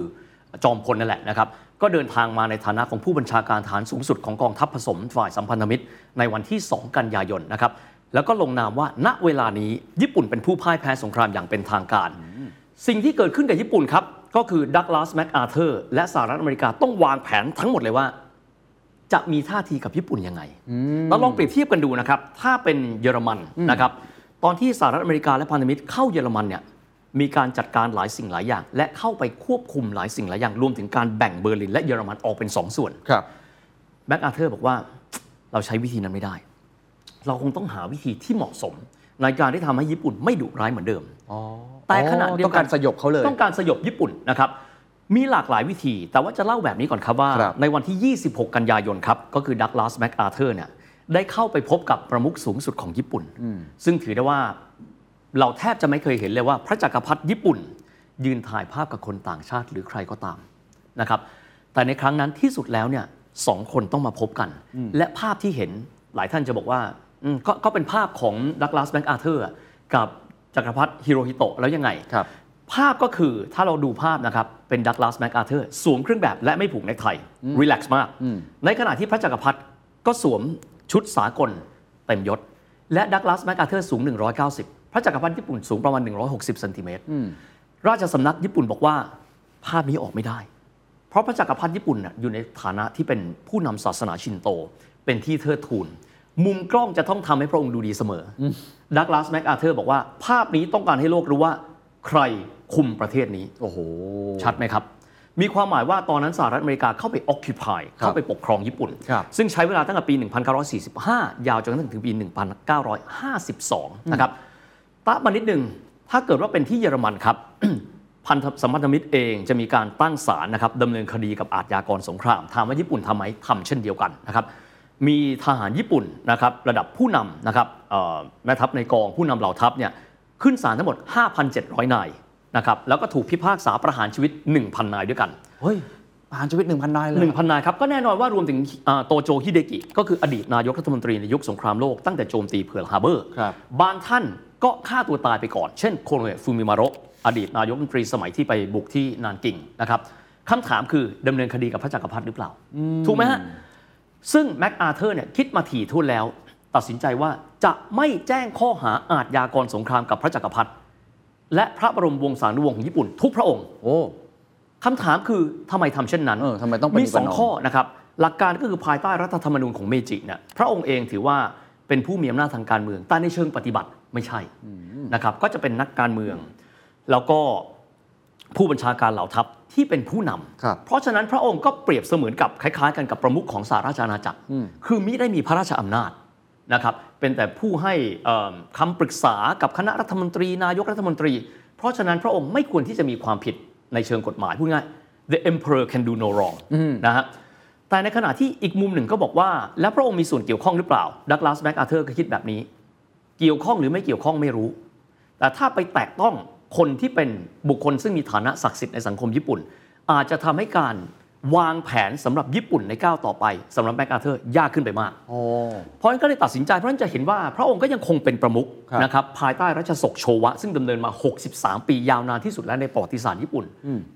Speaker 4: จอมพลนั่นแหละนะครับ ก็เดินทางมาในฐานะของผู้บัญชาการฐานสูงสุดของกองทัพผสมฝ่ายสัมพันธมิตร ในวันที่ 2 กันยายนนะครับ แล้วก็ลงนามว่าณเวลานี้ญี่ปุ่นเป็นผู้พ่ายแพ้สงครามอย่างเป็นทางการ สิ่งที่เกิดขึ้นกับญี่ปุ่นครับ ก็คือดักลาสแมกอาเธอร์และสหรัฐอเมริกาต้องวางแผนทั้งหมดเลยว่า จะมีท่าทีกับญี่ปุ่นยังไง เราลองเปรียบเทียบกันดูนะครับ ถ้าเป็นเยอรมันนะครับ ตอนที่สหรัฐอเมริกาและพันธมิตรเข้าเยอรมันเนี่ย มีการจัดการหลายสิ่งหลายอย่าง และเข้าไปควบคุมหลายสิ่งหลายอย่าง รวมถึงการแบ่งเบอร์ลินและเยอรมันออกเป็นสองส่วน
Speaker 2: ครับ
Speaker 4: แบ็กอาเธอร์บอกว่าเราใช้วิธีนั้นไม่ได้ เราคงต้องหาวิธีที่เหมาะสม ในการที่ทำให้ญี่ปุ่นไม่ดุร้ายเหมือนเดิม แต่ขณะเดียว
Speaker 5: ต้อง
Speaker 4: กั
Speaker 5: กาน รสยบเขาเลย
Speaker 4: ต้องการสยบญี่ปุ่นนะครับ มีหลากหลายวิธี แต่ว่าจะเล่าแบบนี้ก่อนครับว่า
Speaker 5: ครับ
Speaker 4: ในวันที่ 26 กันยายนครับ ก็คือดักลาสแม c อาเธอร์เนี่ยได้เข้าไปพบกับประมุขสูงสุดของญี่ปุ่น ซึ่งถือได้ว่าเราแทบจะไม่เคยเห็นเลยว่าพระจักรพรรดิญี่ปุ่น ยืนถ่ายภาพกับคนต่างชาติหรือใครก็ตามนะครับ แต่ในครั้งนั้นที่สุดแล้วเนี่ยสองคนต้องมาพบกัน และภาพที่เห็นหลายท่านจะบอกว่าอืมกก็เป็นภาพของดักลาสแม c อาเธอร์กับจักรพรรดิฮิโรฮิโตะแล้วยังไง
Speaker 5: ครับ
Speaker 4: ภาพก็คือถ้าเราดูภาพนะครับ เป็นดักลาสแม c อาเธอร์สวมเครื่องแบบและไม่ผูกเนคไทรีแลกซ์มาก ในขณะที่พระจักรพรรดิก็สวมชุดสากลเต็มยศ และดักลาสแม c อาเธอร์สูง 190 พระจักรพรรดิญี่ปุ่นสูงประมาณ 160เซนติเมตรราชสำนักญี่ปุ่นบอกว่าภาพนี้ออกไม่ได้ เพราะพระจักรพรรดิญี่ปุ่นน่ะอยู่ในฐานะที่เป็นผู้นำศาสนาชินโต เป็นที่เทิดทูน มุมกล้องจะต้องทำให้พระองค์ดูดีเสมออดักลาสแม c อาเธอร์บอกว่าภาพนี้ต้องการให้โลกรู้ว่าใครคุมประเทศนี้
Speaker 5: โอ้โห
Speaker 4: ชัดไหมครับ มีความหมายว่าตอนนั้นสหรัฐอเมริกาเข้าไป occupy เข้าไปปกครองญี่ปุ่น
Speaker 5: ครับ
Speaker 4: ซึ่งใช้เวลาตั้งแต่ปี 1945 ยาวจนกระทั่งถึงปี 1952 นะครับตะมานิดหนึ่ง ถ้าเกิดว่าเป็นที่เยอรมันครับ พันธสัมพันธมิตรเองจะมีการตั้งศาลนะครับดำเนินคดีกับอาชญากรสงคราม ถามว่าญี่ปุ่นทำไหมทำเช่นเดียวกันนะครับ มีทหารญี่ปุ่นนะครับระดับผู้นำนะครับเอ่อแม่ทัพในกองผู้นำเหล่าทัพเนี่ยขึ้นศาลทั้งหมด 5,700 นายนะครับแล้วก็ถูกพิพากษาประหารชีวิต 1,000 นายด้วยกัน
Speaker 5: เฮ้ยประหารชีวิตหนึ่งพันนายเลย
Speaker 4: 1,000 นายครับ ก็แน่นอนว่ารวมถึงอ่าโตโจฮิเดกิ ก็คืออดีตนายกรัฐมนตรีในยุคสงครามโลกตั้งแต่โจมตีเพิร์ลฮาร์เบอร์
Speaker 5: ครับ
Speaker 4: บางท่านก็ฆ่าตัวตายไปก่อน เช่นโคโนเอะฟูมิมาโระอดีตนายกรัฐมนตรีสมัยที่ไปบุกที่นานกิงนะครับคำถามคือดำเนินคดีกับพระจักรพรรดิหรือเปล่า ถูกไหมฮะ ซึ่งแม็กอาเธอร์เนี่ยคิดมาถี่ถ้วนแล้ว ตัดสินใจว่าจะไม่แจ้งข้อหาอาทยากรสงครามกับพระจักรพรรดิและพระบรมวงศานุวงศ์ของญี่ปุ่นทุกพระองค์
Speaker 5: โอ้
Speaker 4: คำถามคือทำไมทำเช่นนั้น
Speaker 5: เออทำไมต้องประนี
Speaker 4: มีส
Speaker 5: ประนอ
Speaker 4: อ
Speaker 5: ม
Speaker 4: งข้อนะครับ หลักการก็คือภายใต้รัฐธรรมนูญของเมจิเนี่ยพระองค์เองถือว่าเป็นผู้มีอำนาจทางการเมือง แต่ในเชิงปฏิบัติไม่ใช่นะครับ ก็จะเป็นนักการเมือง แล้วก็ผู้บัญชาการเหล่าทัพที่เป็นผู้น
Speaker 5: ครับ
Speaker 4: ำเพราะฉะนั้นพระองค์ก็เปรียบเสมือนกับคล้ายๆ กันกับประมุขของสหราชอาณาจักร คือมิได้มีพระราชอำนาจนะครับ เป็นแต่ผู้ให้เอิ่มคำปรึกษากับคณะรัฐมนตรี นายกรัฐมนตรี เพราะฉะนั้นพระองค์ไม่ควรที่จะมีความผิดในเชิงกฎหมายพูดง่าย the emperor can do no wrong นะฮะ แต่ในขณะที่อีกมุมหนึ่งก็บอกว่า แล้วพระองค์มีส่วนเกี่ยวข้องหรือเปล่าดักลาสแม c อาเธอร์ก็คิดแบบนี้ เกี่ยวข้องหรือไม่เกี่ยวข้องไม่รู้ แต่ถ้าไปแตะต้องคนที่เป็นบุคคลซึ่งมีฐานะศักดิ์สิทธิ์ในสังคมญี่ปุ่น อาจจะทำให้การวางแผนสำหรับญี่ปุ่นในก้าวต่อไปสำหรับแมคอาเธอร์ยากขึ้นไปมาก
Speaker 5: โอ้
Speaker 4: เพราะฉะนั้นก็เลยตัดสินใจเพราะฉะนั้นจะเห็นว่าพระองค์ก็ยังคงเป็นประมุข
Speaker 5: ครับ
Speaker 4: นะครับภายใต้รัชสกโชวะ ซึ่งดำเนินมา 63 ปียาวนานที่สุดแล้วในประวัติศาสตร์ญี่ปุ่น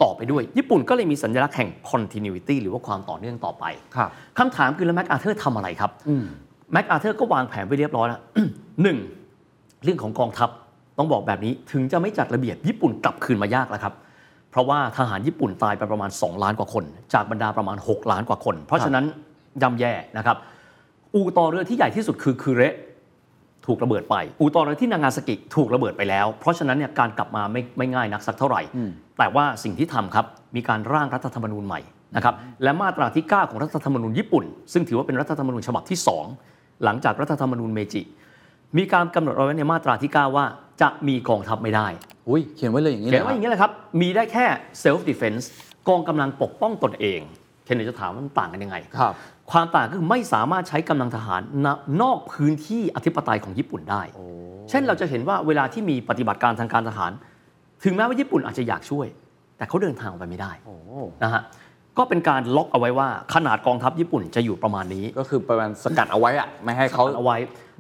Speaker 4: ต่อไปด้วย ญี่ปุ่นก็เลยมีสัญลักษณ์แห่ง continuity หรือว่าความต่อเนื่องต่อไป
Speaker 5: ครับ
Speaker 4: คำถามคือแล้วแม็กอาเธอร์ทำอะไรครับแม็กอาเธอร์ก็วางแผนไว้เรียบร้อยแล้ว หนึ่งเรื่องของกองทัพต้องบอกแบบนี้ถึงจะไม่จัดระเบียบญี่ปุ่นกลับคืนมายากแล้วครับ เพราะว่าทหารญี่ปุ่นตายไปประมาณ 2 ล้านกว่าคน จากบรรดาประมาณ 6 ล้านกว่าคน เพราะฉะนั้นย่ำแย่นะครับ อูต่อเรือที่ใหญ่ที่สุดคือคือเระถูกระเบิดไป อูต่อเรือที่นางาซากิถูกระเบิดไปแล้ว เพราะฉะนั้นเนี่ยการกลับมาไม่ไม่ง่ายนักสักเท่าไหร่ แต่ว่าสิ่งที่ทำครับมีการร่างรัฐธรรมนูญใหม่นะครับและมาตราที่ 9 ของรัฐธรรมนูญญี่ปุ่น ซึ่งถือว่าเป็นรัฐธรรมนูญฉบับที่ 2 หลังจากรัฐธรรมนูญเมจิ มีการกำหนดเอาไว้ในมาตราที่ 9 ว่าจะมีกองทัพไม่ได้
Speaker 5: อุ้ยเขียนไว้เลยอย่างนี้เล
Speaker 4: เขียน
Speaker 5: ยเหรอ
Speaker 4: ว่าอย่างนี้แหละครับ มีได้แค่ self defense กองกำลังปกป้องตนเอง เคนเนจะถามว่ามันต่างกันยังไง
Speaker 5: ครับ
Speaker 4: ความต่างก็คือไม่สามารถใช้กำลังทหารนะนอกพื้นที่อธิปไตยของญี่ปุ่นได้ เช่นเราจะเห็นว่าเวลาที่มีปฏิบัติการทางการทหาร ถึงแม้ว่าญี่ปุ่นอาจจะอยากช่วย แต่เขาเดินทางออกไปไม่ได้นะฮะก็เป็นการล็อกเอาไว้ว่าขนาดกองทัพญี่ปุ่นจะอยู่ประมาณนี้
Speaker 5: ก็คือประมาณสกัดเอาไว้อะไม่ให้เขา
Speaker 4: เอาไว้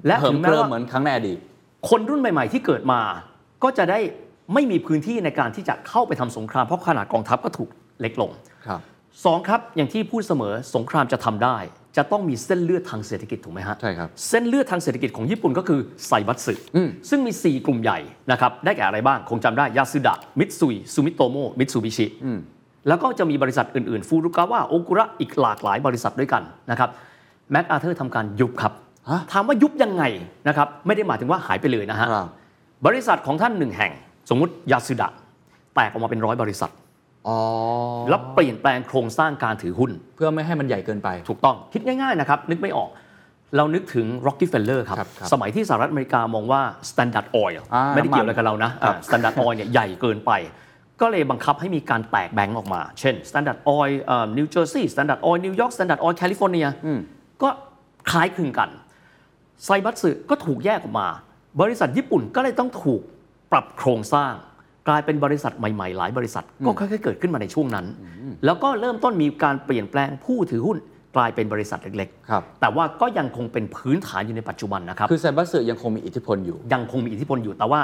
Speaker 4: และ
Speaker 5: เหิ
Speaker 4: ถึ
Speaker 5: ม
Speaker 4: ง
Speaker 5: เก
Speaker 4: แม้
Speaker 5: ลิม
Speaker 4: ว่า
Speaker 5: เหมือนครั้งในอดีต
Speaker 4: คนรุ่นใหม่ ๆ ที่เกิดมา ก็จะได้ไม่มีพื้นที่ในการที่จะเข้าไปทำสงคราม เพราะขนาดกองทัพก็ถูกเล็กลง
Speaker 5: ครับ
Speaker 4: สองครับ อย่างที่พูดเสมอสงครามจะทำได้ จะต้องมีเส้นเลือดทางเศรษฐกิจถูกไหมฮะ
Speaker 5: ใช่ครับ
Speaker 4: เส้นเลือดทางเศรษฐกิจของญี่ปุ่นก็คือไซบัตสึ
Speaker 5: อืม
Speaker 4: ซึ่งมี 4 กลุ่มใหญ่นะครับ ได้แก่อะไรบ้าง คงจำได้ ยาสึดะ มิตซุย ซูมิโตโมมิตซูบิชิ
Speaker 5: อืม
Speaker 4: แล้วก็จะมีบริษัทอื่น ๆ ฟูรุกาวะโอกุระอีกหลากหลายบริษัทด้วยกันนะครับแมคอาเธอร์ทำการยุบครับ
Speaker 5: ฮะ
Speaker 4: ถามว่ายุบยังไงนะครับ ไม่ได้หมายถึงว่าหายไปเลยนะฮะ
Speaker 5: ครับ
Speaker 4: บริษัทของท่านหนึ่งแห่ง สมมติยาสุดะแตกออกมาเป็นร้อยบริษัท
Speaker 5: อ๋อ
Speaker 4: แล้วเปลี่ยนแปลงโครงสร้างการถือหุ้น
Speaker 5: เพื่อไม่ให้มันใหญ่เกินไป
Speaker 4: ถูกต้องคิดง่าย ๆ นะครับ นึกไม่ออก เรานึกถึง Rockefeller ครับ
Speaker 5: ครับครับ
Speaker 4: สมัยที่สหรัฐอเมริกามองว่า Standard Oil
Speaker 5: อ่า
Speaker 4: ไม่ได้เกี่ยวอะไร
Speaker 5: น้ำมัน
Speaker 4: กับเรานะอ่า Standard Oil เนี่ยใหญ่เกินไป ก็เลยบังคับให้มีการแตกแบงก์ออกมา เช่น Standard Oil นิวเจอร์ซีย์ Standard Oil นิวยอร์ก Standard Oil แคลิฟอร์เนีย
Speaker 5: อืม
Speaker 4: ก็คล้ายคลึงกัน ไซบัตสึก็ถูกแยกออกมา บริษัทญี่ปุ่นก็เลยต้องถูกปรับโครงสร้าง กลายเป็นบริษัทใหม่ๆ หลายบริษัทก็ค่อยๆเกิดขึ้นมาในช่วงนั้น แล้วก็เริ่มต้นมีการเปลี่ยนแปลงผู้ถือหุ้นกลายเป็นบริษัทเล็ก
Speaker 5: ครับ
Speaker 4: ๆ แต่ว่าก็ยังคงเป็นพื้นฐานอยู่ในปัจจุบันนะครับ
Speaker 5: คือไซบัสเซอร์ยังคงมีอิทธิพลอยู่
Speaker 4: ยังคงมีอิทธิพลอยู่แต่ว่า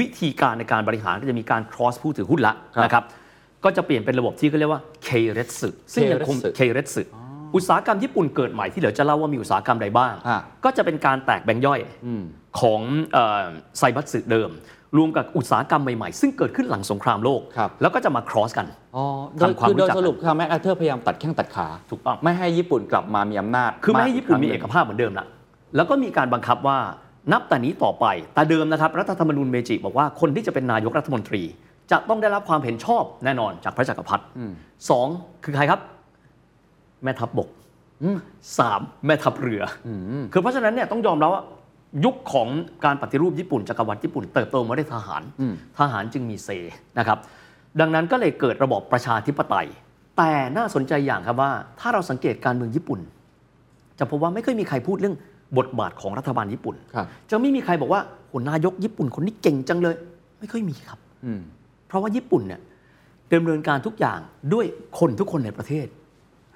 Speaker 4: วิธีการในการบริหารก็จะมีการ cross ผู้ถือหุ้นละ
Speaker 5: ครับ
Speaker 4: นะครับ ก็จะเปลี่ยนเป็นระบบที่เขาเรียกว่า k r e t s u ซึ่งยังคง
Speaker 5: Keiretsu
Speaker 4: k r e t s u อุตสาหกรรมญี่ปุ่นเกิดใหม่ที่เดี๋ยวจะเล่าว่ามีอุตสาหกรรมใดบ้าง
Speaker 5: อ่ะ
Speaker 4: ก็จะเป็นการแตกแบ่งย่อยของเอ่อไซบัตสึเดิม รวมกับอุตสาหกรรมใหม่ๆ ซึ่งเกิดขึ้นหลังสงครามโลก
Speaker 5: ครับ
Speaker 4: แล้วก็จะมา cross กัน
Speaker 5: อ๋อโดย
Speaker 4: ทำความ
Speaker 5: คือ
Speaker 4: รู้
Speaker 5: โดย
Speaker 4: จัก
Speaker 5: สรุปคือแม็กอาเธอร์พยายามตัดแข้งตัดขา
Speaker 4: ถูกต้อง
Speaker 5: ไม่ให้ญี่ปุ่นกลับมามีอำนาจ
Speaker 4: คือไม่ให้
Speaker 5: าก
Speaker 4: ญี่ปุ่นมี
Speaker 5: ค
Speaker 4: เอ
Speaker 5: รั้ง
Speaker 4: ก
Speaker 5: หง
Speaker 4: ภาพเหมือนเดิมละแล้วก็มีการบังคับว่านับแต่นี้ต่อไป แต่เดิมนะครับ รัฐธรรมนูญเมจิบอกว่าคนที่จะเป็นนายกรัฐมนตรี จะต้องได้รับความเห็นชอบแน่นอนจากพระจักรพรรดิสองคือใครครับ แม่ทัพบกสามแม่ทัพเรืออคือเพราะฉะนั้นเนี่ยต้องยอมแล้วว่ายุคของการปฏิรูปญี่ปุ่นจักรวรรดิญี่ปุ่นเติบโตมาด้วยทหาร ทหารจึงมีเซนะครับ ดังนั้นก็เลยเกิดระบอบประชาธิปไตย แต่น่าสนใจอย่างครับว่า ถ้าเราสังเกตการเมืองญี่ปุ่น จะพบว่าไม่เคยมีใครพูดเรื่องบทบาทของรัฐบาลญี่ปุ่น
Speaker 5: ครับ
Speaker 4: จะไม่มีใครบอกว่าโหนายกญี่ปุ่นคนนี้เก่งจังเลย ไม่ค่อยมีครับ
Speaker 5: อืม
Speaker 4: เพราะว่าญี่ปุ่นเนี่ยดำเนินการทุกอย่างด้วยคนทุกคนในประเทศ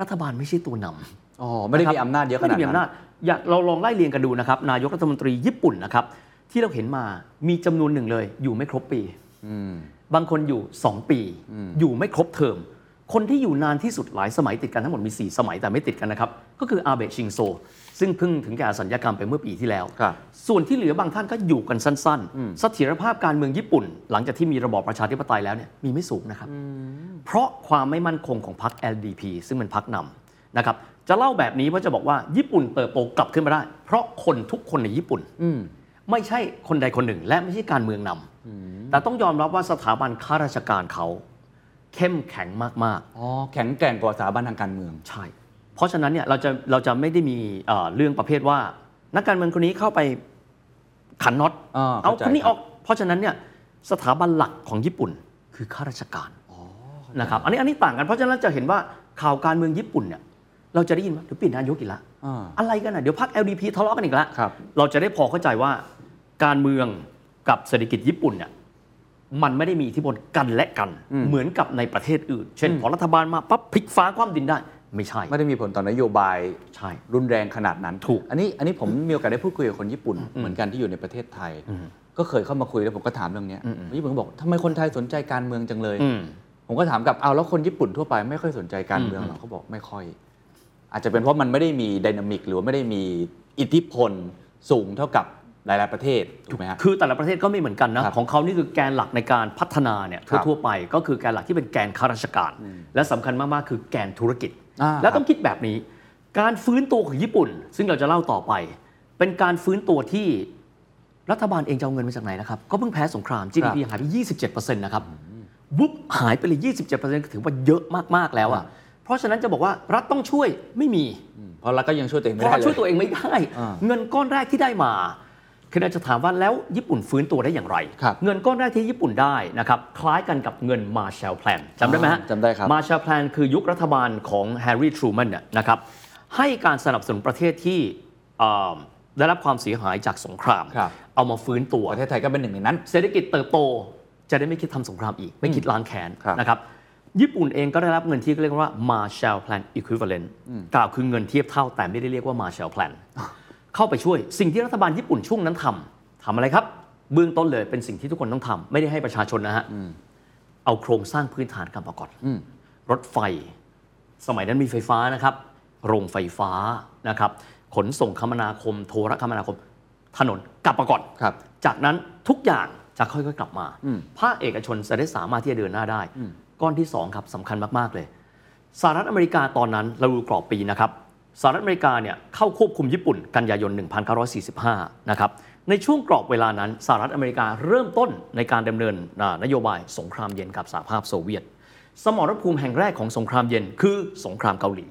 Speaker 4: รัฐบาลไม่ใช่ตัวนำ
Speaker 5: อ๋อ ไม่ได้มีอำนาจเยอะขนาด
Speaker 4: ไม่ได้มี
Speaker 5: นั้
Speaker 4: อำ
Speaker 5: น
Speaker 4: นาจอยากเราลองไล่เรียงกันดูนะครับ นายกรัฐมนตรีญี่ปุ่นนะครับ ที่เราเห็นมามีจำนวนหนึ่งเลย อยู่ไม่ครบปี
Speaker 5: อืม
Speaker 4: บางคนอยู่ 2 ปี อยู่ไม่ครบเทอม คนที่อยู่นานที่สุดหลายสมัยติดกันทั้งหมดมี 4 สมัยแต่ไม่ติดกันนะครับ ก็คืออาเบะชิงโซ ซึ่งเพิ่งถึงแก่อสัญญากรรมไปเมื่อปีที่แล้ว
Speaker 5: ครับ
Speaker 4: ส่วนที่เหลือบางท่านก็อยู่กันสั้นๆ เสถียรภาพการเมืองญี่ปุ่น หลังจากที่มีระบอบประชาธิปไตยแล้วเนี่ยมีไม่สูงนะครับ เพราะความไม่มั่นคงของพรรค LDP ซึ่งเป็นพรรคนำนะครับ จะเล่าแบบนี้เพราะจะบอกว่าญี่ปุ่นเติบโตกลับขึ้นมาได้ เพราะคนทุกคนในญี่ปุ่น
Speaker 5: อืม
Speaker 4: ไม่ใช่คนใดคนหนึ่ง และไม่ใช่การเมืองนำแต่ต้องยอมรับว่าสถาบันข้าราชการเขา เข้มแข็งมาก
Speaker 5: อ๋อ แข็งแกร่งกว่าสถาบันทางการเมือง
Speaker 4: ๆ ใช่ เพราะฉะนั้นเนี่ยเราจะเราจะไม่ได้มีเอ่อเรื่องประเภทว่า นักการเมืองคนนี้เข้าไปขันน็อต
Speaker 5: อ่า
Speaker 4: เอา
Speaker 5: เข้าใจ
Speaker 4: คนนี้
Speaker 5: ค
Speaker 4: อ
Speaker 5: รับ
Speaker 4: อก เพราะฉะนั้นเนี่ยสถาบันหลักของญี่ปุ่นคือข้าราชการนะครับอันนี้อันนี้ต่างกันเพราะฉะนั้นจะเห็นว่าข่าวการเมืองญี่ปุ่นเนี่ยเราจะได้ยินว่าเดี๋ยวเปลี่ยนนายกอีกแล้ว
Speaker 5: อ่า
Speaker 4: อะไรกันนะเดี๋ยวพัก LDP ทะเลาะกันอีกแล้ว
Speaker 5: ครับ
Speaker 4: เราจะได้พอเข้าใจว่าการเมืองกับเศรษฐกิจญี่ปุ่นเนี่ยมันไม่ได้มีอิทธิพลกันและกัน เหมือนกับในประเทศอื่น เช่นพอรัฐบาลมาปั๊บพลิกฟ้าความดินได้ ไม่ใช่
Speaker 5: ไม่ได้มีผลต่อนโยบาย
Speaker 4: ใช่
Speaker 5: รุนแรงขนาดนั้น
Speaker 4: ถูก
Speaker 5: อันนี้อันนี้ผมมีโอกาสได้พูดคุยกับคนญี่ปุ่น เหมือนกันที่อยู่ในประเทศไทย ก็เคยเข้ามาคุยแล้วผมก็ถามเรื่องเนี้ยคนญี่ปุ่นก็บอกทำไมคนไทยสนใจการเมืองจังเลย
Speaker 4: อืม
Speaker 5: ผมก็ถามกลับเอาแล้วคนญี่ปุ่นทั่วไปไม่ค่อยสนใจการเมืองหรอเขาบอกไม่ค่อย อาจจะเป็นเพราะมันไม่ได้มีไดินามิกหรือว่าไม่ได้มีอิทธิพลสูงเท่ากับหลาย ๆ ประเทศถูกไหมฮะ
Speaker 4: คือแต่ละประเทศก็ไม่เหมือนกันนะครับ ของเขานี่คือแกนหลักในการพัฒนาเนี่ย
Speaker 5: ครับ
Speaker 4: ทั่วๆไปก็คือแกนหลักที่เป็นแกนข้าราชการ และสำคัญมากๆคือแกนธุรกิจ
Speaker 5: อ่า
Speaker 4: แล้วต้องคิดแบบนี้ การฟื้นตัวของญี่ปุ่น ซึ่งเราจะเล่าต่อไป เป็นการฟื้นตัวที่ รัฐบาลเองจะเอาเงินมาจากไหนนะครับ ก็เพิ่งแพ้สงคราม GDP หายไป 27%นะครับวุบหายไปเลย 27%ก็ถือว่าเยอะมาก ๆ แล้ว
Speaker 5: ครั
Speaker 4: อ่ะ
Speaker 5: บ
Speaker 4: เพราะฉะนั้นจะบอกว่ารัฐต้องช่วยไม่มี
Speaker 5: เพราะเราก็ยังช่วยตัวเอง
Speaker 4: เพ
Speaker 5: ไม่ได้
Speaker 4: ราะ
Speaker 5: เลย
Speaker 4: ช่วยตัวเองไม่ได้
Speaker 5: อ่า
Speaker 4: เงินก้อนแรกที่ได้มาคือเราจะถามว่าแล้วญี่ปุ่นฟื้นตัวได้อย่างไร
Speaker 5: ครับ
Speaker 4: เงินก้อนแรกที่ญี่ปุ่นได้นะครับคล้ายกันกับเงินมาแชลแพลนจำได้ไหมฮะ
Speaker 5: อ่าจำได้ครับ
Speaker 4: มาแชลแพลนคือยุครัฐบาลของแฮร์รี่ทรูแมนเนี่ยนะครับ ให้การสนับสนุนประเทศที่เอ่อได้รับความเสียหายจากสงคราม
Speaker 5: ครับ
Speaker 4: เอามาฟื้นตัว
Speaker 5: ประเทศไทยก็เป็นหนึ่งในนั้น
Speaker 4: เศรษฐกิจเติบโตจะได้ไม่คิดทำสงครามอีก ไม่คิดล้างแค้น
Speaker 5: ครับ
Speaker 4: นะครับญี่ปุ่นเองก็ได้รับเงินที่เรียกว่า Marshall Plan Equivalent กล่าวคือเงินเทียบเท่าแต่ไม่ได้เรียกว่า Marshall Plan เข้าไปช่วยสิ่งที่รัฐบาลญี่ปุ่นช่วงนั้นทำทำอะไรครับ เบื้องต้นเลยเป็นสิ่งที่ทุกคนต้องทำไม่ได้ให้ประชาชนนะฮะเอาโครงสร้างพื้นฐานกันมาก่อน
Speaker 5: อืม
Speaker 4: รถไฟ สมัยนั้นมีไฟฟ้านะครับ โรงไฟฟ้านะครับขนส่งคมนาคม โทรคมนาคม ถนนกลับมาก่อน
Speaker 5: ครับ
Speaker 4: จากนั้นทุกอย่างจะค่อยๆกลับมา
Speaker 5: อืม
Speaker 4: ภาคเอกชนจะได้สามารถที่จะเดินหน้าได้
Speaker 5: อืม
Speaker 4: ก้อนที่ 2 ครับสำคัญมาก ๆ เลยสหรัฐอเมริกาตอนนั้นเราดูกรอบปีนะครับสหรัฐอเมริกาเนี่ยเข้าควบคุมญี่ปุ่นกันยายน 1945 นะครับในช่วงกรอบเวลานั้นสหรัฐอเมริกาเริ่มต้นในการดำเนินอ่านโยบายสงครามเย็นกับสหภาพโซเวียต สมรภูมิแห่งแรกของสงครามเย็นคือสงครามเกาหลี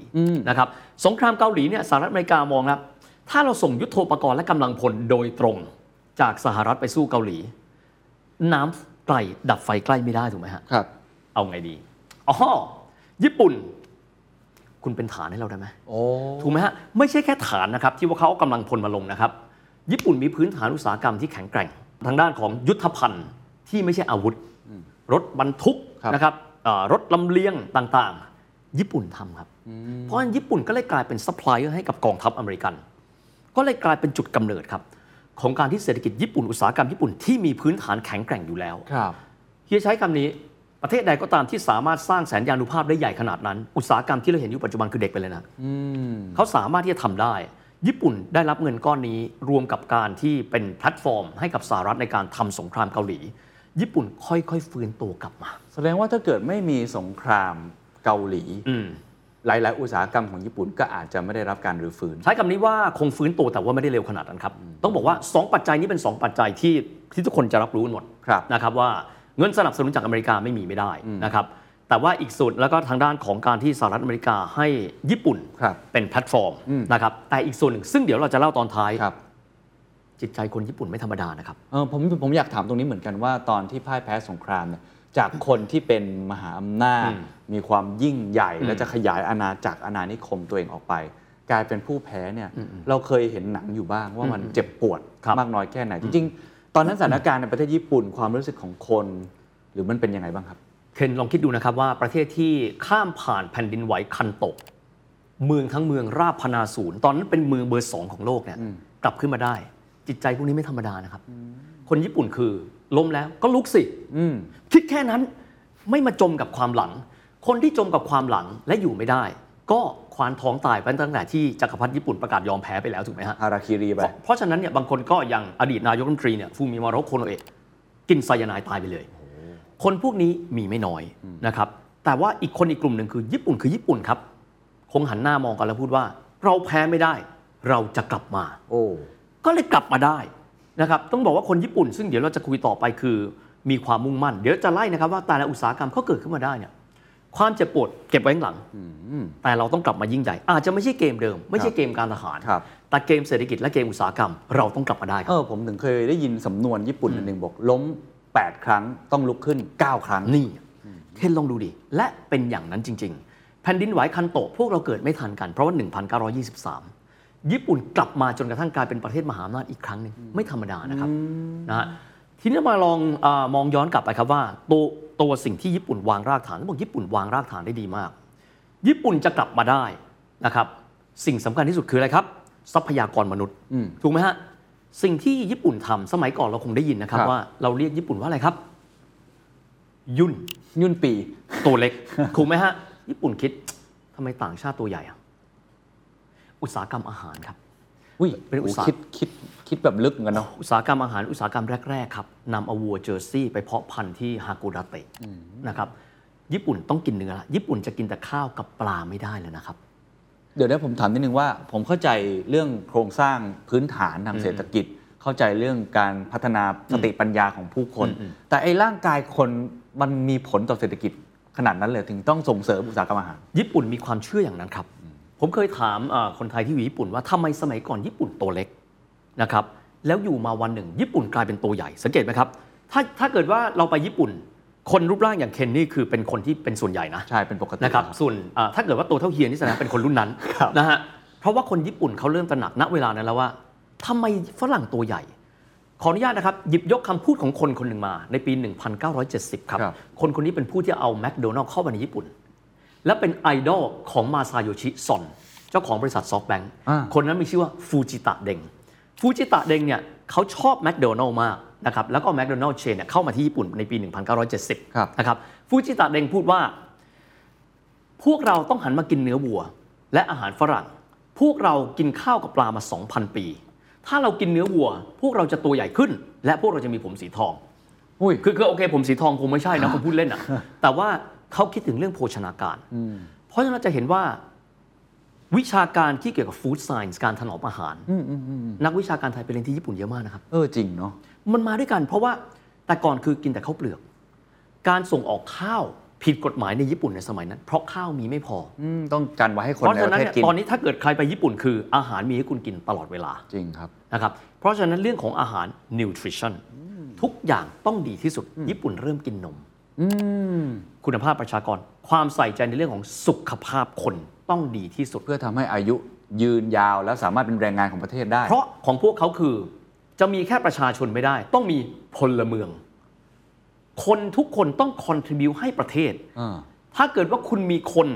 Speaker 4: นะครับสงครามเกาหลีเนี่ยสหรัฐอเมริกามองนะถ้าเราส่งยุโทโธปกรณ์และกำลังพลโดยตรงจากสหรัฐไปสู้เกาหลี น้ำไกลดับไฟใกล้ไม่ได้ถูกไหมฮะ
Speaker 5: ครับ
Speaker 4: เอาไงดี อ๋อ ญี่ปุ่น คุณเป็นฐานให้เราได้ไหม
Speaker 5: โอ้
Speaker 4: ถูกไหมฮะ ไม่ใช่แค่ฐานนะครับ ที่ว่าเขาเอากำลังพลมาลงนะครับ ญี่ปุ่นมีพื้นฐานอุตสาหกรรมที่แข็งแกร่ง ทางด้านของยุทธภัณฑ์ที่ไม่ใช่อาวุธ รถบรรทุก
Speaker 5: ครับ
Speaker 4: นะครับเอ่อรถลำเลียงต่างๆ ญี่ปุ่นทำครับ เพราะฉะนั้นญี่ปุ่นก็เลยกลายเป็นซัพพลายเออร์ให้กับกองทัพอเมริกัน ก็เลยกลายเป็นจุดกำเนิดครับ ของการที่เศรษฐกิจญี่ปุ่นอุตสาหกรรมญี่ปุ่นที่มีพื้นฐานแข็งแกร่งอยู่แล้ว
Speaker 5: ครับ
Speaker 4: เฮียใช้คำนี้ประเทศใดก็ตามที่สามารถสร้างแสนยานุภาพได้ใหญ่ขนาดนั้น อุตสาหกรรมที่เราเห็นอยู่ปัจจุบันคือเด็กไปเลยนะ
Speaker 5: อืม
Speaker 4: เขาสามารถที่จะทำได้ ญี่ปุ่นได้รับเงินก้อนนี้รวมกับการที่เป็นแพลตฟอร์ม ให้กับสหรัฐในการทำสงครามเกาหลี ญี่ปุ่นค่อยๆ ฟื้นตัวกลับมา
Speaker 5: แสดงว่าถ้าเกิดไม่มีสงครามเกาหลี
Speaker 4: อืม
Speaker 5: หลาย ๆ อุตสาหกรรมของญี่ปุ่นก็อาจจะไม่ได้รับการรื้อฟื้น
Speaker 4: ใช้คำนี้ว่าคงฟื้นตัวแต่ว่าไม่ได้เร็วขนาดนั้นครับ ต้องบอกว่าสองปัจจัยนี้เป็นสองปัจจัยที่ที่ทุกคนจะรับรู้หมด
Speaker 5: ครับ
Speaker 4: นะครับว่าเงินสนับสนุนจากอเมริกาไม่มีไม่ได้นะครับแต่ว่าอีกส่วนแล้วก็ทางด้านของการที่สหรัฐอเมริกาให้ญี่ปุ่น
Speaker 5: ครับ
Speaker 4: เป็นแพลตฟอร์ม
Speaker 5: อืม
Speaker 4: นะครับแต่อีกส่วนหนึ่งซึ่งเดี๋ยวเราจะเล่าตอนท้าย
Speaker 5: ครับ
Speaker 4: จิตใจคนญี่ปุ่นไม่ธรรมดานะครับ
Speaker 5: เออผมผมอยากถามตรงนี้เหมือนกันว่าตอนที่พ่ายแพ้สงครามเนี่ยจากคนที่เป็นมหาอำนาจ
Speaker 4: อืม
Speaker 5: มีความยิ่งใหญ่
Speaker 4: อืม
Speaker 5: และจะขยายอาณาจักรอาณานิคมตัวเองออกไป กลายเป็นผู้แพ้เนี่ยเราเคยเห็นหนังอยู่บ้างว่ามันเจ็บปวด
Speaker 4: ครับ
Speaker 5: มากน้อยแค่ไหน จริง ๆ ตอนนั้นสถานการณ์ในประเทศญี่ปุ่นความรู้สึกของคน หรือมันเป็นยังไงบ้างครับ
Speaker 4: เคนลองคิดดูนะครับว่าประเทศที่ข้ามผ่านแผ่นดินไหวคันโตก เมืองทั้งเมืองราบพนาศูนย์ตอนนั้นเป็นเมืองเบอร์สองของโลกเนี่ย
Speaker 5: อืม
Speaker 4: กลับขึ้นมาได้ จิตใจพวกนี้ไม่ธรรมดานะครับ คนญี่ปุ่นคือล้มแล้วก็ลุกสิ
Speaker 5: อืม
Speaker 4: คิดแค่นั้นไม่มาจมกับความหลัง คนที่จมกับความหลังและอยู่ไม่ได้ ก็ควานท้องตายไปตั้งแต่ที่จักรพรรดิญี่ปุ่นประกาศยอมแพ้ไปแล้วถูกไหมฮะ
Speaker 5: ฮาราคิรีไป
Speaker 4: เพราะเพราะฉะนั้นเนี่ยบางคนก็อย่างอดีตนายกรัฐมนตรีเนี่ยฟูมิมารโรโคโนเอะกินไซยาไนายตายไปเลย คนพวกนี้มีไม่น้อยนะครับแต่ว่าอีกคนอีกกลุ่มหนึ่งคือญี่ปุ่นคือญี่ปุ่นครับ คงหันหน้ามองกันแล้วพูดว่า เราแพ้ไม่ได้ เราจะกลับมา
Speaker 5: โอ้
Speaker 4: ก็เลยกลับมาได้นะครับต้องบอกว่าคนญี่ปุ่น ซึ่งเดี๋ยวเราจะคุยต่อไปคือ มีความมุ่งมั่น เดี๋ยวจะไล่นะครับว่าแต่ละอุตสาหกรรมเขาเกิดขึ้นมาได้เนี่ยความเจ็บปวดเก็บไว้ข้างหลัง
Speaker 5: อืม
Speaker 4: แต่เราต้องกลับมายิ่งใหญ่ อาจจะไม่ใช่เกมเดิม ไม่ใช่เกมการทหาร
Speaker 5: ครับ
Speaker 4: แต่เกมเศรษฐกิจและเกมอุตสาหกรรม เราต้องกลับมาได้ค
Speaker 5: เอ
Speaker 4: รับ
Speaker 5: อผมถึงเคยได้ยินสำนวนญี่ปุ่นอันหนึ่งบอก ล้ม 8 ครั้งต้องลุกขึ้น 9 ครั้ง
Speaker 4: นี่เคนลองดูดิ และเป็นอย่างนั้นจริง ๆ แผ่นดินไหวคันโตะพวกเราเกิดไม่ทันกันเพราะว่า 1923 ญี่ปุ่นกลับมาจนกระทั่งกลายเป็นประเทศมหาอำนาจอีกครั้งหนึ่งไม่ธรรมดานะครับนะฮะทีนี้มาลองเออมองย้อนกลับไปครับว่าตัวตัวสิ่งที่ญี่ปุ่นวางรากฐานต้องบอกญี่ปุ่นวางรากฐานได้ดีมาก ญี่ปุ่นจะกลับมาได้นะครับ สิ่งสำคัญที่สุดคืออะไรครับ ทรัพยากรมนุษย์
Speaker 5: อืม
Speaker 4: ถูกไหมฮะสิ่งที่ญี่ปุ่นทำสมัยก่อนเราคงได้ยินนะครับ
Speaker 5: ครับ
Speaker 4: ว่าเราเรียกญี่ปุ่นว่าอะไรครับ ยุ่น
Speaker 5: ยุ่นปี
Speaker 4: ตัวเล็ก ถูกไหมฮะ ญี่ปุ่นคิดทำไมต่างชาติตัวใหญ่อะอุตสาหกรรมอาหารครับ
Speaker 5: อุ้ย
Speaker 4: เป็นอุตสาห
Speaker 5: โคิดคิดคิดแบบลึกเหมือนกันเนาะ
Speaker 4: อุตสาหกรรมอาหารอุตสาหกรรมแรก ๆ ครับนำเอาวัวเจอร์ซี่ไปเพาะพันธุ์ที่ฮากุระเตะนะครับ ญี่ปุ่นต้องกินเนื้อละญี่ปุ่นจะกินแต่ข้าวกับปลาไม่ได้แล้วนะครับ
Speaker 5: เดี๋ยวได้ผมถามนิดนึงว่า ผมเข้าใจเรื่องโครงสร้างพื้นฐานทางเศรษฐกิจ เข้าใจเรื่องการพัฒนาสติปัญญาของผู้คน แต่ไอ้ร่างกายคนมันมีผลต่อเศรษฐกิจขนาดนั้นเลยถึงต้องส่งเสริมอุตสาหกรรมอาหาร
Speaker 4: ญี่ปุ่นมีความเชื่ออย่างนั้นครับ ผมเคยถามเอ่อคนไทยที่อยู่ญี่ปุ่นว่าทำไมสมัยก่อนญี่ปุ่นตัวเล็กนะครับ แล้วอยู่มาวันหนึ่ง ญี่ปุ่นกลายเป็นตัวใหญ่ สังเกตไหมครับ ถ้าถ้าเกิดว่าเราไปญี่ปุ่น คนรูปร่างอย่างเคนนี่คือเป็นคนที่เป็นส่วนใหญ่นะ
Speaker 5: ใช่เป็นปกติ
Speaker 4: นะครับ ส่วนอ่าถ้าเกิดว่าตัวเท่าเฮียนี่แสดงว่าเป็นคนรุ่นนั้นนะฮะ เพราะว่าคนญี่ปุ่นเขาเริ่มตระหนักณเวลานั้นแล้วว่าทำไมฝรั่งตัวใหญ่ ขออนุญาตนะครับ หยิบยกคำพูดของคนคนหนึ่งมาในปี 1970 ครับ
Speaker 5: ครับ
Speaker 4: คนคนนี้เป็นผู้ที่เอาแมคโดนัลล์เข้ามาในญี่ปุ่น และเป็นไอดอลของมาซาโยชิซอน เจ้าของบริษัทซอฟต์แบงค์
Speaker 5: อ่า
Speaker 4: คนนั้นมีชื่อว่าฟูจิตะเดงฟูจิตะเดงเนี่ยเขาชอบแมคโดนัลล์มากนะครับแล้วก็แมคโดนัลล์เชนเนี่ยเข้ามาที่ญี่ปุ่นในปี 1970
Speaker 5: ครับ
Speaker 4: นะครับฟูจิตะเดงพูดว่า พวกเราต้องหันมากินเนื้อวัว และอาหารฝรั่ง พวกเรากินข้าวกับปลามา 2,000 ปี ถ้าเรากินเนื้อวัว พวกเราจะตัวใหญ่ขึ้น และพวกเราจะมีผมสีทอง
Speaker 5: อุ้ย
Speaker 4: คือคือโอเคผมสีทองคงไม่ใช่ นะผมพูดเล่นอะแต่ว่าเขาคิดถึงเรื่องโภชนาการ เพราะฉะนั้นจะเห็นว่าวิชาการที่เกี่ยวกับฟู้ดไซน์การถนอมอาหาร
Speaker 5: อืมอืมอืมอืม
Speaker 4: นักวิชาการไทยไปเรียนที่ญี่ปุ่นเยอะมากนะครับ
Speaker 5: เออจริงเนาะ
Speaker 4: มันมาด้วยกันเพราะว่าแต่ก่อนคือกินแต่ข้าวเปลือก การส่งออกข้าวผิดกฎหมายในญี่ปุ่นในสมัยนั้น เพราะข้าวมีไม่พอ
Speaker 5: อืมต้องกันไว้ให้คน
Speaker 4: เพราะ
Speaker 5: ใน
Speaker 4: ฉะ
Speaker 5: ประ
Speaker 4: นั้น
Speaker 5: เทศ
Speaker 4: เนี่ย
Speaker 5: กิน
Speaker 4: ตอนนี้ถ้าเกิดใครไปญี่ปุ่นคืออาหารมีให้คุณกินตลอดเวลา
Speaker 5: จริงครับ
Speaker 4: นะครับเพราะฉะนั้นเรื่องของอาหาร nutrition ทุกอย่างต้องดีที่สุด ญี่ปุ่นเริ่มกินนม
Speaker 5: อืม
Speaker 4: คุณภาพประชากร ความใส่ใจในเรื่องของสุขภาพคนต้องดีที่สุด
Speaker 5: เพื่อทำให้อายุยืนยาวแล้วสามารถเป็นแรงงานของประเทศได้
Speaker 4: เพราะของพวกเขาคือจะมีแค่ประชาชนไม่ได้ ต้องมีพลเมือง คนทุกคนต้อง contribu ให้ประเทศ
Speaker 5: อ่า
Speaker 4: ถ้าเกิดว่าคุณมีคน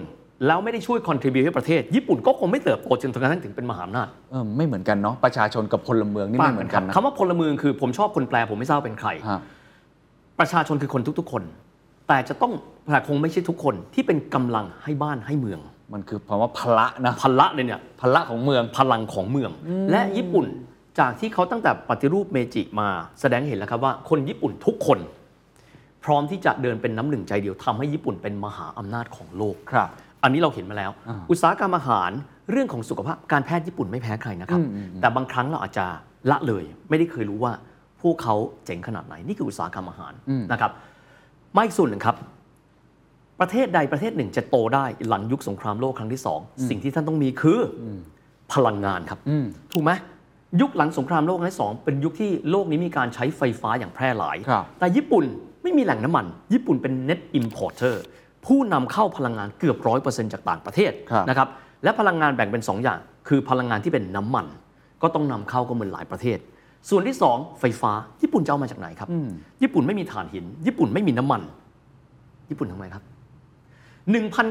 Speaker 4: แล้วไม่ได้ช่วย contribu ให้ประเทศ ญี่ปุ่นก็คงไม่เติบโตจนกระทั่งถึงเป็นมหาอำนาจ
Speaker 5: เออไม่เหมือนกันเนาะประชาชนกับพลเมืองนี่ไม่เหมือนกันนะ
Speaker 4: คำว่าพลเมืองคือผมชอบคนแปลผมไม่ทราบเป็นใคร
Speaker 5: ฮะ
Speaker 4: ประชาชนคือคนทุกๆคน แต่จะต้องแต่คงไม่ใช่ทุกคนที่เป็นกำลังให้บ้านให้เมือง
Speaker 5: มันคือคำว่าพละนะ
Speaker 4: พละเลยเนี่ย
Speaker 5: พละของเมือง
Speaker 4: พลังของเมือง และญี่ปุ่นจากที่เขาตั้งแต่ปฏิรูปเมจิมา แสดงให้เห็นแล้วครับว่าคนญี่ปุ่นทุกคน พร้อมที่จะเดินเป็นน้ำหนึ่งใจเดียวทำให้ญี่ปุ่นเป็นมหาอำนาจของโลก
Speaker 5: ครับ
Speaker 4: อันนี้เราเห็นมาแล้ว
Speaker 5: อ่า
Speaker 4: อุตสาหกรรมอาหารเรื่องของสุขภาพการแพทย์ญี่ปุ่นไม่แพ้ใครนะครับ
Speaker 5: อืมอืมอืม
Speaker 4: แต่บางครั้งเราอาจจะละเลย ไม่ได้เคยรู้ว่าพวกเขาเจ๋งขนาดไหน นี่คืออุตสาหกรรมอาหารนะครับมาอีกส่วนหนึ่งครับ ประเทศใดประเทศหนึ่งจะโตได้หลังยุคสงครามโลกครั้งที่สองสิ่งที่ท่านต้องมีคืออพลังงานครับ
Speaker 5: อืม
Speaker 4: ถูกไหมยุคหลังสงครามโลกครั้งที่สองเป็นยุคที่โลกนี้มีการใช้ไฟฟ้าอย่างแพร่หลาย
Speaker 5: ครับ
Speaker 4: แต่ญี่ปุ่นไม่มีแหล่งน้ำมัน ญี่ปุ่นเป็น net importer ผู้นำเข้าพลังงานเกือบร้อยเปอร์เซ็นต์จากต่างประเทศ
Speaker 5: ครับ
Speaker 4: นะครับและพลังงานแบ่งเป็น 2 อย่าง คือพลังงานที่เป็นน้ำมัน ก็ต้องนำเข้าก็เหมือนหลายประเทศ ส่วนที่ 2 ไฟฟ้า ญี่ปุ่นจะเอามาจากไหนครับ
Speaker 5: อืม
Speaker 4: ญี่ปุ่นไม่มีถ่านหิน ญี่ปุ่นไม่มีน้ำมัน ญี่ปุ่นทำไมครับ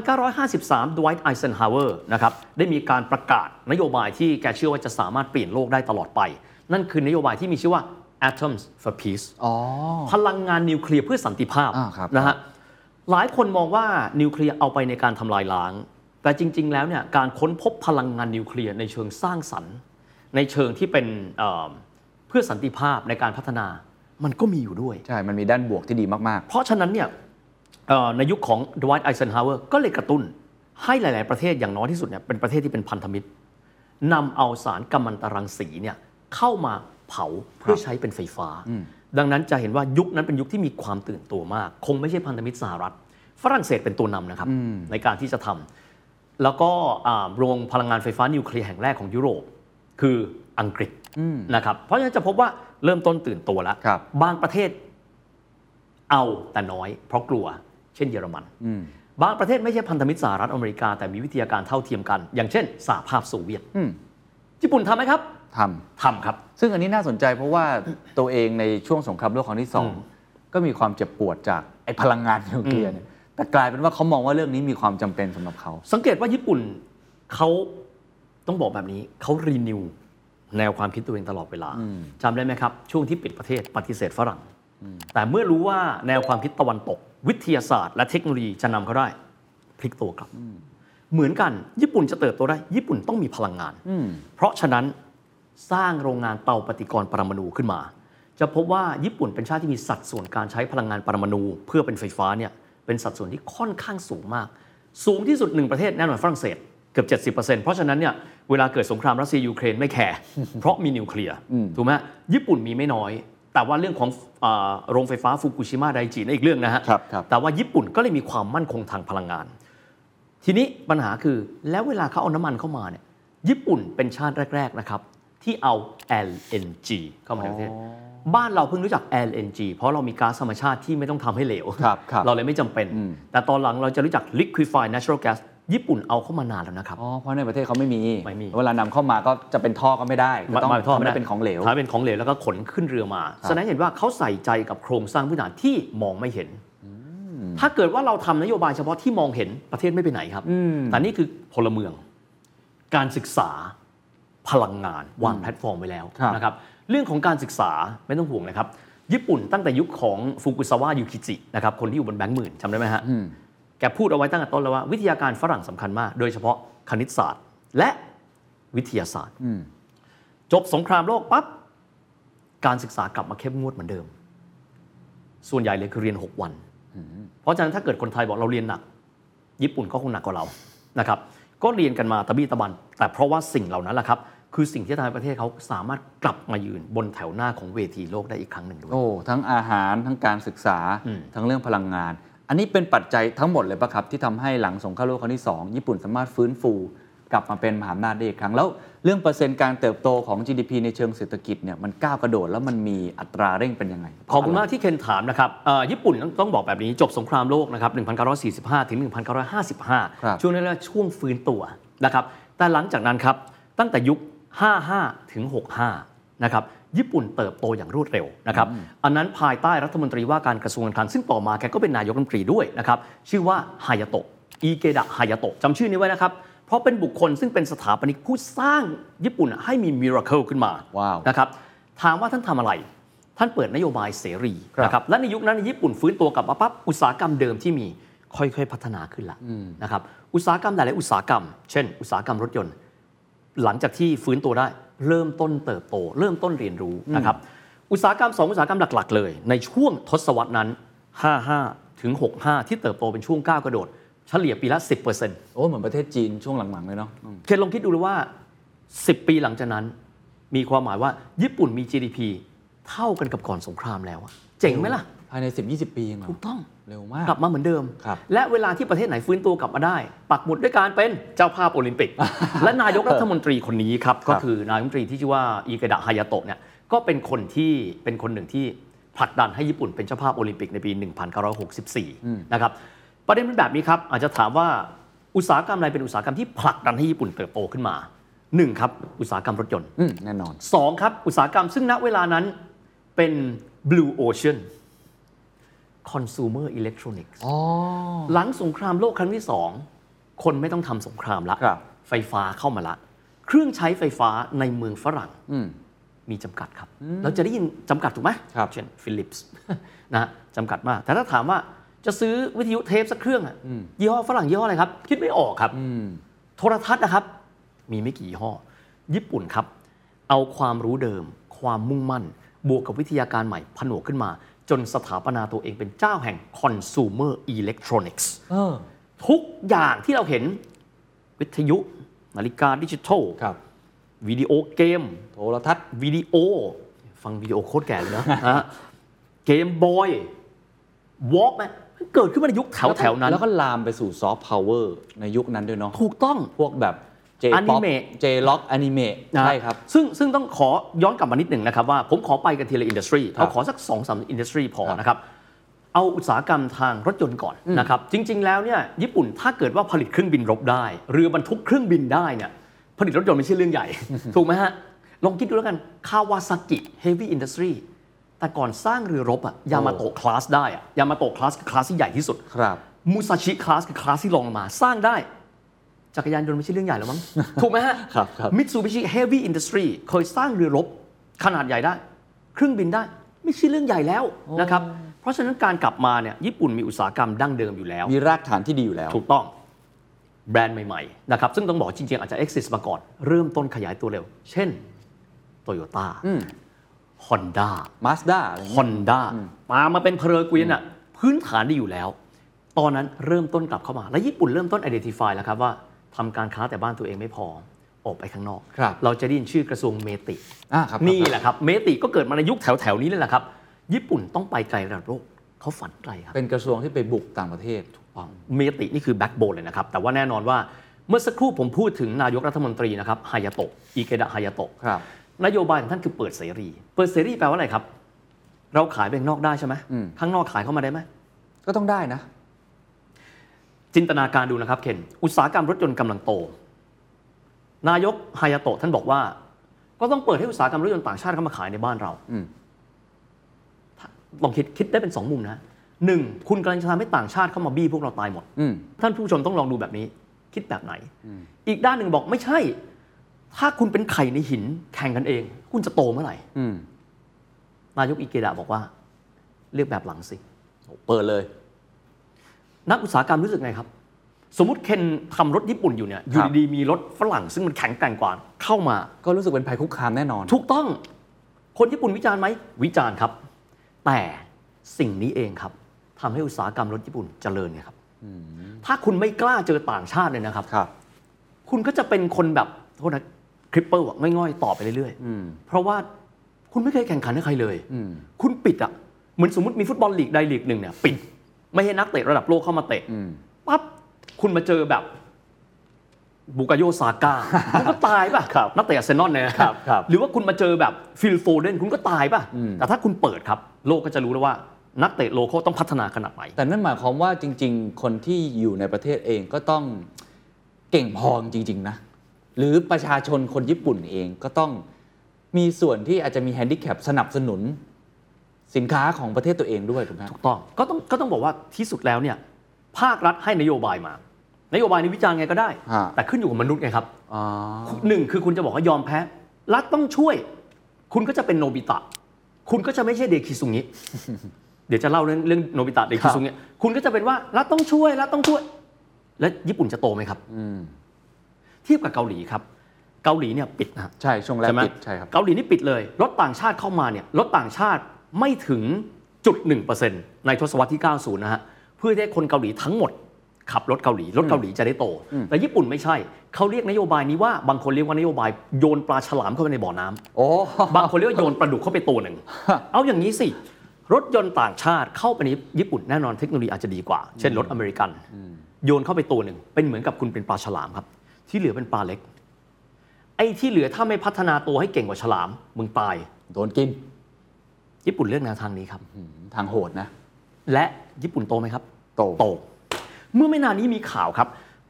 Speaker 4: 1953ดไวท์ไอเซนฮาวเวอร์นะครับได้มีการประกาศนโยบายที่แกเชื่อว่าจะสามารถเปลี่ยนโลกได้ตลอดไป นั่นคือนโยบายที่มีชื่อว่า Atoms for Peace
Speaker 5: อ๋อ
Speaker 4: พลังงานนิวเคลียร์เพื่อสันติภาพ
Speaker 5: อ่าครับ
Speaker 4: นะฮะหลายคนมองว่านิวเคลียร์เอาไปในการทำลายล้าง แต่จริง ๆ แล้วเนี่ยการค้นพบพลังงานนิวเคลียร์ในเชิงสร้างสรรค์ ในเชิงที่เป็นเอ่อเพื่อสันติภาพในการพัฒนามันก็มีอยู่ด้วย
Speaker 5: ใช่มันมีด้านบวกที่ดีมาก
Speaker 4: เพราะฉะนั้นเนี่ยเอ่อในยุคของดวัตไอเซนฮาวเวอร์ก็เลยกระตุ้นให้หลาย ๆ ประเทศอย่างน้อยที่สุดเนี่ยเป็นประเทศที่เป็นพันธมิตรนำเอาสารกัมมันตรังสีเนี่ยเข้ามาเผาเพื่อใช้เป็นไฟฟ้า ดังนั้นจะเห็นว่ายุคนั้นเป็นยุคที่มีความตื่นตัวมาก คงไม่ใช่พันธมิตรสหรัฐ ฝรั่งเศสเป็นตัวนำนะครับ ในการที่จะทำแล้วก็อ่าโรงพลังงานไฟฟ้านิวเคลียร์แห่งแรกของยุโรป คืออังกฤษนะครับเพราะฉะนั้นจะพบว่าเริ่มต้นตื่นตัวแล้ว
Speaker 5: ครับ
Speaker 4: งประเทศ เอาแต่น้อยเพราะกลัว เช่นเยอรมัน
Speaker 5: ๆ อืม
Speaker 4: บางประเทศไม่ใช่พันธมิตรสหรัฐอเมริกา แต่มีวิทยาการเท่าเทียมกัน อย่างเช่นสหภาพโซเวียต
Speaker 5: อืม
Speaker 4: ญี่ปุ่นทำไหมครับ
Speaker 5: ท
Speaker 4: ทำครับ
Speaker 5: ำซึ่งอันนี้น่าสนใจเพราะว่าตัวเองในช่วงสงครามโลกครั้งที่สอง
Speaker 4: อืม
Speaker 5: ก็มีความเจ็บปวดจากไอ้พลังงานนิวเคลียร์เนี่ยแต่กลายเป็นว่าเขามองว่าเรื่องนี้มีความจำเป็นสำหรับเขา
Speaker 4: สังเกตว่าญี่ปุ่นเขาต้องบอกแบบนี้เขารีนิวแนวความคิดตัวเองตลอดเวลา
Speaker 5: อืม
Speaker 4: จำได้ไหมครับ ช่วงที่ปิดประเทศปฏิเสธฝรั่ง แต่เมื่อรู้ว่าแนวความคิดตะวันตก วิทยาศาสตร์ และเทคโนโลยีจะนำเขาได้พลิกตัวกลับ เหมือนกันญี่ปุ่นจะเติบโตได้ ญี่ปุ่นต้องมีพลังงาน
Speaker 5: อืม
Speaker 4: เพราะฉะนั้นสร้างโรงงานเตาปฏิกรณ์ปรมาณูขึ้นมา จะพบว่าญี่ปุ่นเป็นชาติที่มีสัดส่วนการใช้พลังงานปรมาณูเพื่อเป็นไฟฟ้าเนี่ยเป็นสัดส่วนที่ค่อนข้างสูงมาก สูงที่สุดหนึ่งประเทศแน่นอนฝรั่งเศสเกือบ 70%เพราะฉะนั้นเนี่ยเวลาเกิดสงครามรัสเซียยูเครนไม่แคร์ เพราะมีนิวเคลียร์
Speaker 5: อืม
Speaker 4: ถูกไหมญี่ปุ่นมีไม่น้อย แต่ว่าเรื่องของอาโรงไฟฟ้าฟุกุชิมะไดจินั่นอีกเรื่องนะฮะ
Speaker 5: ครับครับ
Speaker 4: แต่ว่าญี่ปุ่นก็เลยมีความมั่นคงทางพลังงาน ทีนี้ปัญหาคือแล้วเวลาเขาเอาน้ำมันเข้ามาเนี่ยญี่ปุ่นเป็นชาติแรก ๆ นะครับ ที่เอา LNG เข้ามาในประเทศ บ้านเราเพิ่งรู้จัก LNG เพราะเรามีก๊าซธรรมชาติที่ไม่ต้องทำให้เหลว
Speaker 5: ครับครับ
Speaker 4: เราเลยไม่จำเป็น
Speaker 5: อืม
Speaker 4: แต่ตอนหลังเราจะรู้จัก liquefied natural gas ญี่ปุ่นเอาเข้ามานานแล้วนะครับ
Speaker 5: อ๋อเพราะในประเทศเขาไม่มี
Speaker 4: ไม่มี
Speaker 5: เวลานำเข้ามาก็จะเป็นท่อก็ไม่ได้จะต้อง
Speaker 4: มาทอด
Speaker 5: ทำให้เป็นของเหลว
Speaker 4: ทำให้เป็นของเหลวแล้วก็ขนขึ้นเรือมาแสดงให้เห็นว่าเขาใส่ใจกับโครงสร้างพื้นฐานที่มองไม่เห็น ถ้าเกิดว่าเราทำนโยบายเฉพาะที่มองเห็นประเทศไม่ไปไหนครับ
Speaker 5: อืม
Speaker 4: แต่นี่คือพลเมือง การศึกษาพลังงานวางแพลตฟอร์มไว้แล้ว
Speaker 5: ครับ
Speaker 4: นะครับเรื่องของการศึกษาไม่ต้องห่วงนะครับ ญี่ปุ่นตั้งแต่ยุคของฟุกุซาวะยูคิจินะครับคนที่อยู่บนแบงก์หมื่นจำได้ไหมฮะ
Speaker 5: อืม
Speaker 4: แกพูดเอาไว้ตั้งแต่ต้นแล้วว่าวิทยาการฝรั่งสำคัญมาก โดยเฉพาะคณิตศาสตร์ และวิทยาศาสตร์
Speaker 5: อืม
Speaker 4: จบสงครามโลกปั๊บ การศึกษากลับมาเข้มงวดเหมือนเดิม ส่วนใหญ่เลยคือเรียน 6 วัน เพราะฉะนั้นถ้าเกิดคนไทยบอกเราเรียนหนัก ญี่ปุ่นก็คงหนักกว่าเรานะครับก็เรียนกันมาตะบี้ตะบัน แต่เพราะว่าสิ่งเหล่านั้นแหละครับ คือสิ่งที่ทำให้ประเทศเขาสามารถกลับมายืนบนแถวหน้าของเวทีโลกได้อีกครั้งหนึ่งด้วย
Speaker 5: โอ้ ทั้งอาหารทั้งการศึกษา
Speaker 4: อืม
Speaker 5: ทั้งเรื่องพลังงาน อันนี้เป็นปัจจัยทั้งหมดเลยปะครับ ที่ทำให้หลังสงครามโลกครั้งที่ 2 ญี่ปุ่นสามารถฟื้นฟู กลับมาเป็นมหาอำนาจได้อีกครั้ง แล้วเรื่องเปอร์เซ็นต์การเติบโตของ GDP ในเชิงเศรษฐกิจเนี่ยมันก้าวกระโดดแล้วมันมีอัตราเร่งเป็นยังไง
Speaker 4: ขอบคุณมากที่เคนถามนะครับเอ่อญี่ปุ่นต้องต้องบอกแบบนี้จบสงครามโลกนะครับ 1945 ถึง
Speaker 5: ครับ
Speaker 4: 1955 ช่วงนั้นเรียกว่าช่วงฟื้นตัวนะครับ แต่หลังจากนั้นครับ ตั้งแต่ยุค 55 ถึง 65 นะครับ ญี่ปุ่นเติบโตอย่างรวดเร็วนะครับ อันนั้นภายใต้รัฐมนตรีว่าการกระทรวงการคลังซึ่งต่อมาแกก็เป็นนายกรัฐมนตรีด้วยนะครับ ชื่อว่าฮายาโตะอีเกดะฮายาโตะจำชื่อนี้ไว้นะครับ เพราะเป็นบุคคลซึ่งเป็นสถาปนิกผู้สร้างญี่ปุ่นให้มีมิราเคิลขึ้นมา
Speaker 5: ว้าว
Speaker 4: นะครับถามว่าท่านทำอะไร ท่านเปิดนโยบายเสรี
Speaker 5: ครับ
Speaker 4: นะครับและในยุคนั้นญี่ปุ่นฟื้นตัวกลับมาปั๊บอุตสาหกรรมเดิมที่มีค่อยๆพัฒนาขึ้นละนะครับอุตสาหกรรมหลายๆอุตสาหกรรม เช่น อุตสาหกรรมรถยนต์ หลังจากที่ฟื้นตัวได้เริ่มต้นเติบโต เริ่มต้นเรียนรู้นะครับอุตสาหกรรมสองอุตสาหกรรมหลัก ๆ เลย ในช่วงทศวรรษนั้น 55 ถึง 65 ที่เติบโตเป็นช่วงก้าวกระโดด เฉลี่ยปีละ 10%
Speaker 5: โอ้เหมือนประเทศจีนช่วงหลังๆเลยเนาะอืม
Speaker 4: เคนลองคิดดูเลยว่า 10 ปีหลังจากนั้น มีความหมายว่าญี่ปุ่นมี GDP เท่ากันกับก่อนสงครามแล้วอะเจ๋งไหมล่ะ
Speaker 5: ภายใน 10 20 ปีเองเหรอ
Speaker 4: ถูกต้อง
Speaker 5: เร็วมาก
Speaker 4: กลับมาเหมือนเดิม
Speaker 5: ครับ
Speaker 4: และเวลาที่ประเทศไหนฟื้นตัวกลับมาได้ ปักหมุดด้วยการเป็นเจ้าภาพโอลิม ปิก และนายกรัฐมนตรีคนนี้ครับ ก็คือนายกรัฐมนตรีที่ชื่อว่าอีเกดะฮายาโตะเนี่ยก็เป็นคนที่เป็นคนหนึ่งที่ผลักดันให้ญี่ปุ่นเป็นเจ้าภาพโอลิมปิกในปี
Speaker 5: อืม
Speaker 4: 1964 นะครับประเด็นเป็นแบบนี้ครับ อาจจะถามว่าอุตสาหกรรมอะไรเป็นอุตสาหกรรมที่ผลักดันให้ญี่ปุ่นเติบโตขึ้นมาหนึ่งครับอุตสาหกรรมรถยนต์
Speaker 5: อืมแน่นอน
Speaker 4: สองครับ อุตสาหกรรมซึ่งณเวลานั้นเป็น Blue Ocean Consumer Electronics
Speaker 5: อ๋อ
Speaker 4: หลังสงครามโลกครั้งที่สองคนไม่ต้องทำสงครามละ
Speaker 5: ครับ
Speaker 4: ไฟฟ้าเข้ามาละ เครื่องใช้ไฟฟ้าในเมืองฝรั่ง
Speaker 5: อืม
Speaker 4: มีจำกัดครับ เราจะได้ยินจำกัดถูกไหม
Speaker 5: ครับ
Speaker 4: เช่นฟิลิปส์ นะฮะจำกัดมาก แต่ถ้าถามว่าจะซื้อวิทยุเทปสักเครื่องอะ
Speaker 5: อืม
Speaker 4: ยี่ห้อฝรั่งยี่ห้ออะไรครับ คิดไม่ออกครับ
Speaker 5: อืม
Speaker 4: โทรทัศน์นะครับ มีไม่กี่ยี่ห้อ ญี่ปุ่นครับ เอาความรู้เดิม ความมุ่งมั่น บวกกับวิทยาการใหม่ผนวกขึ้นมา จนสถาปนาตัวเองเป็นเจ้าแห่ง consumer electronics
Speaker 5: เออ
Speaker 4: ทุกอย่างที่เราเห็นวิทยุ นาฬิกาดิจิทัล
Speaker 5: ครับ
Speaker 4: วิดีโอเกม
Speaker 5: โทรทัศน์
Speaker 4: วิดีโอ ฟังวิดีโอโคตรแก่ เลยนะ ฮะเกมบอยวอล์กมันเกิดขึ้นมาในยุคแถวแถวๆนั้น
Speaker 5: แล้วก็ลามไปสู่ซอฟต์พาวเวอร์ในยุคนั้นด้วยเนาะ
Speaker 4: ถูกต้อง
Speaker 5: พวกแบบ j p o p
Speaker 4: Anime
Speaker 5: j r o c k Anime
Speaker 4: นะ
Speaker 5: ใช่ครับ
Speaker 4: ซึ่งซึ่งต้องขอย้อนกลับมานิดหนึ่งนะครับว่าผมขอไปกันทีละอินดัสทรี
Speaker 5: ครับ
Speaker 4: เอาขอสัก2องสามอินดัสทรีพอ
Speaker 5: ครับ
Speaker 4: นะครับ เอาอุตสาหกรรมทางรถยนต์ก่อน
Speaker 5: อืม
Speaker 4: นะครับ จริง ๆ แล้วเนี่ยญี่ปุ่นถ้าเกิดว่าผลิตเครื่องบินรบได้ เรือบรรทุกเครื่องบินได้เนี่ยผลิตรถยนต์ไม่ใช่เรื่องใหญ่ ถูกไหมฮะ ลองคิดดูแล้วกันคาวาซากิเฮฟวี่อินดัสทรีแต่ก่อนสร้างเรือรบอะยามาโตะคลาสได้อะยามาโตะคลาสคือคลาสที่ใหญ่ที่สุด
Speaker 5: ครับ
Speaker 4: มูซาชิคลาสคือคลาสที่รองลงมาสร้างได้ จักรยานยนต์ไม่ใช่เรื่องใหญ่ แล้วมั้ง ถูกไหมฮะ
Speaker 5: ครับครับ
Speaker 4: มิตซูบิชิเฮฟวี่อินดัสทรีเคยสร้างเรือรบ ขนาดใหญ่ได้ เครื่องบินได้ ไม่ใช่เรื่องใหญ่แล้วนะครับ เพราะฉะนั้นการกลับมาเนี่ยญี่ปุ่นมีอุตสาหกรรมดั้งเดิมอยู่แล้ว
Speaker 5: มีรากฐานที่ดีอยู่แล้ว
Speaker 4: ถูกต้องแบรนด์ใหม่ ๆ นะครับ ซึ่งต้องบอกจริง ๆ อาจจะ exist มาก่อน เริ่มต้นขยายตัวเร็ว เช่นโตโยต้า
Speaker 5: อืม
Speaker 4: ฮอนด้า
Speaker 5: มาสด้า
Speaker 4: ฮอนด้ามามาเป็นเพลเกวียนอ่ะพื้นฐานดีอยู่แล้ว ตอนนั้นเริ่มต้นกลับเข้ามา และญี่ปุ่นเริ่มต้น identify แล้วครับว่าทำการค้าแต่บ้านตัวเองไม่พอ ออกไปข้างนอก
Speaker 5: ครับ
Speaker 4: เราจะได้ยินชื่อกระทรวงเมติ
Speaker 5: อ่าครับ
Speaker 4: นี่แหละครับ เมติก็เกิดมาในยุคแถว ๆ นี้เลยแหละครับ ญี่ปุ่นต้องไปไกลระดับโลกเขาฝันไกลครับ
Speaker 5: เป็นกระทรวงที่ไปบุกต่างประเทศ
Speaker 4: ต้องเมตินี่คือแบ็กโบนเลยนะครับ แต่ว่าแน่นอนว่าเมื่อสักครู่ผมพูดถึงนายกรัฐมนตรีนะครับฮายาโตะอีเกดะฮายาโตะ
Speaker 5: ครับ
Speaker 4: นโยบายของท่านคือเปิดเสรี เปิดเสรีแปลว่าอะไรครับ เราขายไปข้างนอกได้ใช่ไหม
Speaker 5: อืม
Speaker 4: ข้างนอกขายเข้ามาได้ไหม
Speaker 5: ก็ต้องได้นะ
Speaker 4: จินตนาการดูนะครับเคนอุตสาหกรรมรถยนต์กำลังโต นายกฮายาโตะท่านบอกว่า ก็ต้องเปิดให้อุตสาหกรรมรถยนต์ต่างชาติเข้ามาขายในบ้านเรา
Speaker 5: อืม
Speaker 4: ถ้าลองคิดคิดได้เป็นสองมุมนะหนึ่งคุณกำลังจะทำให้ต่างชาติเข้ามาบี้พวกเราตายหมด
Speaker 5: อืม
Speaker 4: ท่านผู้ชมต้องลองดูแบบนี้ คิดแบบไหน อีกด้านหนึ่งบอกไม่ใช่ ถ้าคุณเป็นไข่ในหินแข่งกันเอง คุณจะโตเมื่อไหร่
Speaker 5: อืม
Speaker 4: นายกอิเกดะบอกว่า เลือกแบบหลังสิ
Speaker 5: เปิดเลย
Speaker 4: นักอุตสาหกรรมรู้สึกไงครับ สมมติเคนทำรถญี่ปุ่นอยู่เนี่ยอยู่
Speaker 5: ครับ
Speaker 4: ดีๆมีรถฝรั่งซึ่งมันแข็งแกร่งกว่าเข้ามา
Speaker 5: ก็รู้สึกเป็นภัยคุกคามแน่นอน
Speaker 4: ถูกต้อง คนญี่ปุ่นวิจารณ์ไหม วิจารณ์ครับ แต่สิ่งนี้เองครับทำให้อุตสาหกรรมรถญี่ปุ่นเจริญไงครับถ้าคุณไม่กล้าเจอต่างชาติเลยนะครับ
Speaker 5: ครับ
Speaker 4: คุณก็จะเป็นคนแบบโทษนะคริปเปอร์ง่อยๆต่อไปเรื่อย
Speaker 5: อืม
Speaker 4: ๆ เพราะว่าคุณไม่เคยแข่งขันกับใครเลย
Speaker 5: อืม
Speaker 4: คุณปิดอ่ะ เหมือนสมมติมีฟุตบอลลีกใดลีกหนึ่งเนี่ยปิด ไม่ให้นักเตะระดับโลกเข้ามาเตะ
Speaker 5: อืม
Speaker 4: ปั๊บคุณมาเจอแบบบุกาโยซา ก้า คุณก็ตายป่ะ
Speaker 5: ครับ
Speaker 4: นักเตะอาร์เซนอลเนี่ยนะครับ
Speaker 5: ครับ
Speaker 4: หรือว่าคุณมาเจอแบบฟิลโฟเดนคุณก็ตายป่ะ
Speaker 5: อืม
Speaker 4: แต่ถ้าคุณเปิดครับ โลกก็จะรู้แล้วว่า นักเตะโลโก้ต้องพัฒนาขนาดไหน
Speaker 5: แต่นั่นหมายความว่าจริง ๆ คนที่อยู่ในประเทศเองก็ต้องเก่งพอจริง ๆ นะ หรือประชาชนคนญี่ปุ่นเองก็ต้องมีส่วนที่อาจจะมีแฮนดิแคปสนับสนุน สินค้าของประเทศตัวเองด้วยถูกไหม
Speaker 4: ถูกต้องก็ต้องก็ต้องบอกว่าที่สุดแล้วเนี่ยภาครัฐให้นโยบายมา นโยบายนี้วิจารณ์ไงก็ได้
Speaker 5: ฮะ
Speaker 4: แต่ขึ้นอยู่กับมนุษย์ไงครับ
Speaker 5: อ๋อ
Speaker 4: หนึ่งคือคุณจะบอกว่ายอมแพ้ รัฐต้องช่วย คุณก็จะเป็นโนบิตะ คุณก็จะไม่ใช่เด คิซุงิ เดี๋ยวจะเล่าเรื่องเรื่องโนบิตะเดคิซุงิคุณก็จะเป็นว่ารัฐต้องช่วยรัฐต้องช่วย และญี่ปุ่นจะโตไหมครับ
Speaker 5: อืม
Speaker 4: เทียบกับเกาหลีครับ เกาหลีเนี่ยปิดนะฮะ
Speaker 5: ใช่ช่วงแรก
Speaker 4: ใช่ไหม
Speaker 5: ปิดใช่ครับ
Speaker 4: เกาหลีนี่ปิดเลยรถต่างชาติเข้ามาเนี่ยรถต่างชาติไม่ถึงจุด1%ในทศวรรษที่ 90 นะฮะ เพื่อที่ให้คนเกาหลีทั้งหมด ขับรถเกาหลี รถเกาหลีจะได้โต แต่ญี่ปุ่นไม่ใช่ เขาเรียกนโยบายนี้ว่าบางคนเรียกว่านโยบายโยนปลาฉลามเข้าไปในบ่อน้ำ
Speaker 5: โอ้
Speaker 4: บางคนเรียกว่าโยนปลาดุกเข้าไปตัวหนึ่ง เอาอย่างนี้สิ รถยนต์ต่างชาติเข้าไปในญี่ปุ่นแน่นอนเทคโนโลยีอาจจะดีกว่า เช่นรถอเมริกัน โยนเข้าไปตัวหนึ่ง เป็นเหมือนกับคุณเป็นปลาฉลามครับ ที่เหลือเป็นปลาเล็ก ไอ้ที่เหลือถ้าไม่พัฒนาตัวให้เก่งกว่าฉลาม มึงตาย
Speaker 5: โดนกิน
Speaker 4: ญี่ปุ่นเลือกแนวทางนี้ครับ
Speaker 5: อืมทางโหดนะ
Speaker 4: และญี่ปุ่นโตไหมครับ
Speaker 5: โต
Speaker 4: โต เมื่อไม่นานนี้มีข่าวครับ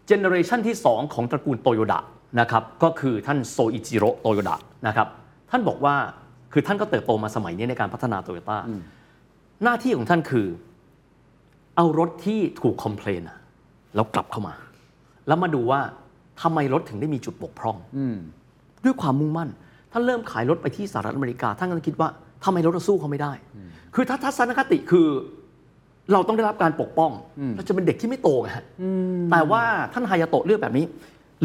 Speaker 4: เจเนอเรชันที่ 2 ของตระกูลโตโยดะนะครับ ก็คือท่านโซอิจิโร่โตโยดะนะครับ ท่านบอกว่า คือท่านก็เติบโตมาสมัยนี้ในการพัฒนาโตโยต้า หน้าที่ของท่านคือ เอารถที่ถูกคอมเพลนอะแล้วกลับเข้ามา แล้วมาดูว่าทำไมรถถึงได้มีจุดบกพร่อง
Speaker 5: อืม
Speaker 4: ด้วยความมุ่งมั่น ท่านเริ่มขายรถไปที่สหรัฐอเมริกา ท่านก็คิดว่าทำไมรถเราสู้เขาไม่ได้ คือถ้าทัศนคติคือเราต้องได้รับการปกป้อง เราจะเป็นเด็กที่ไม่โตไงฮะแต่ว่าท่านฮายาโตะเลือกแบบนี้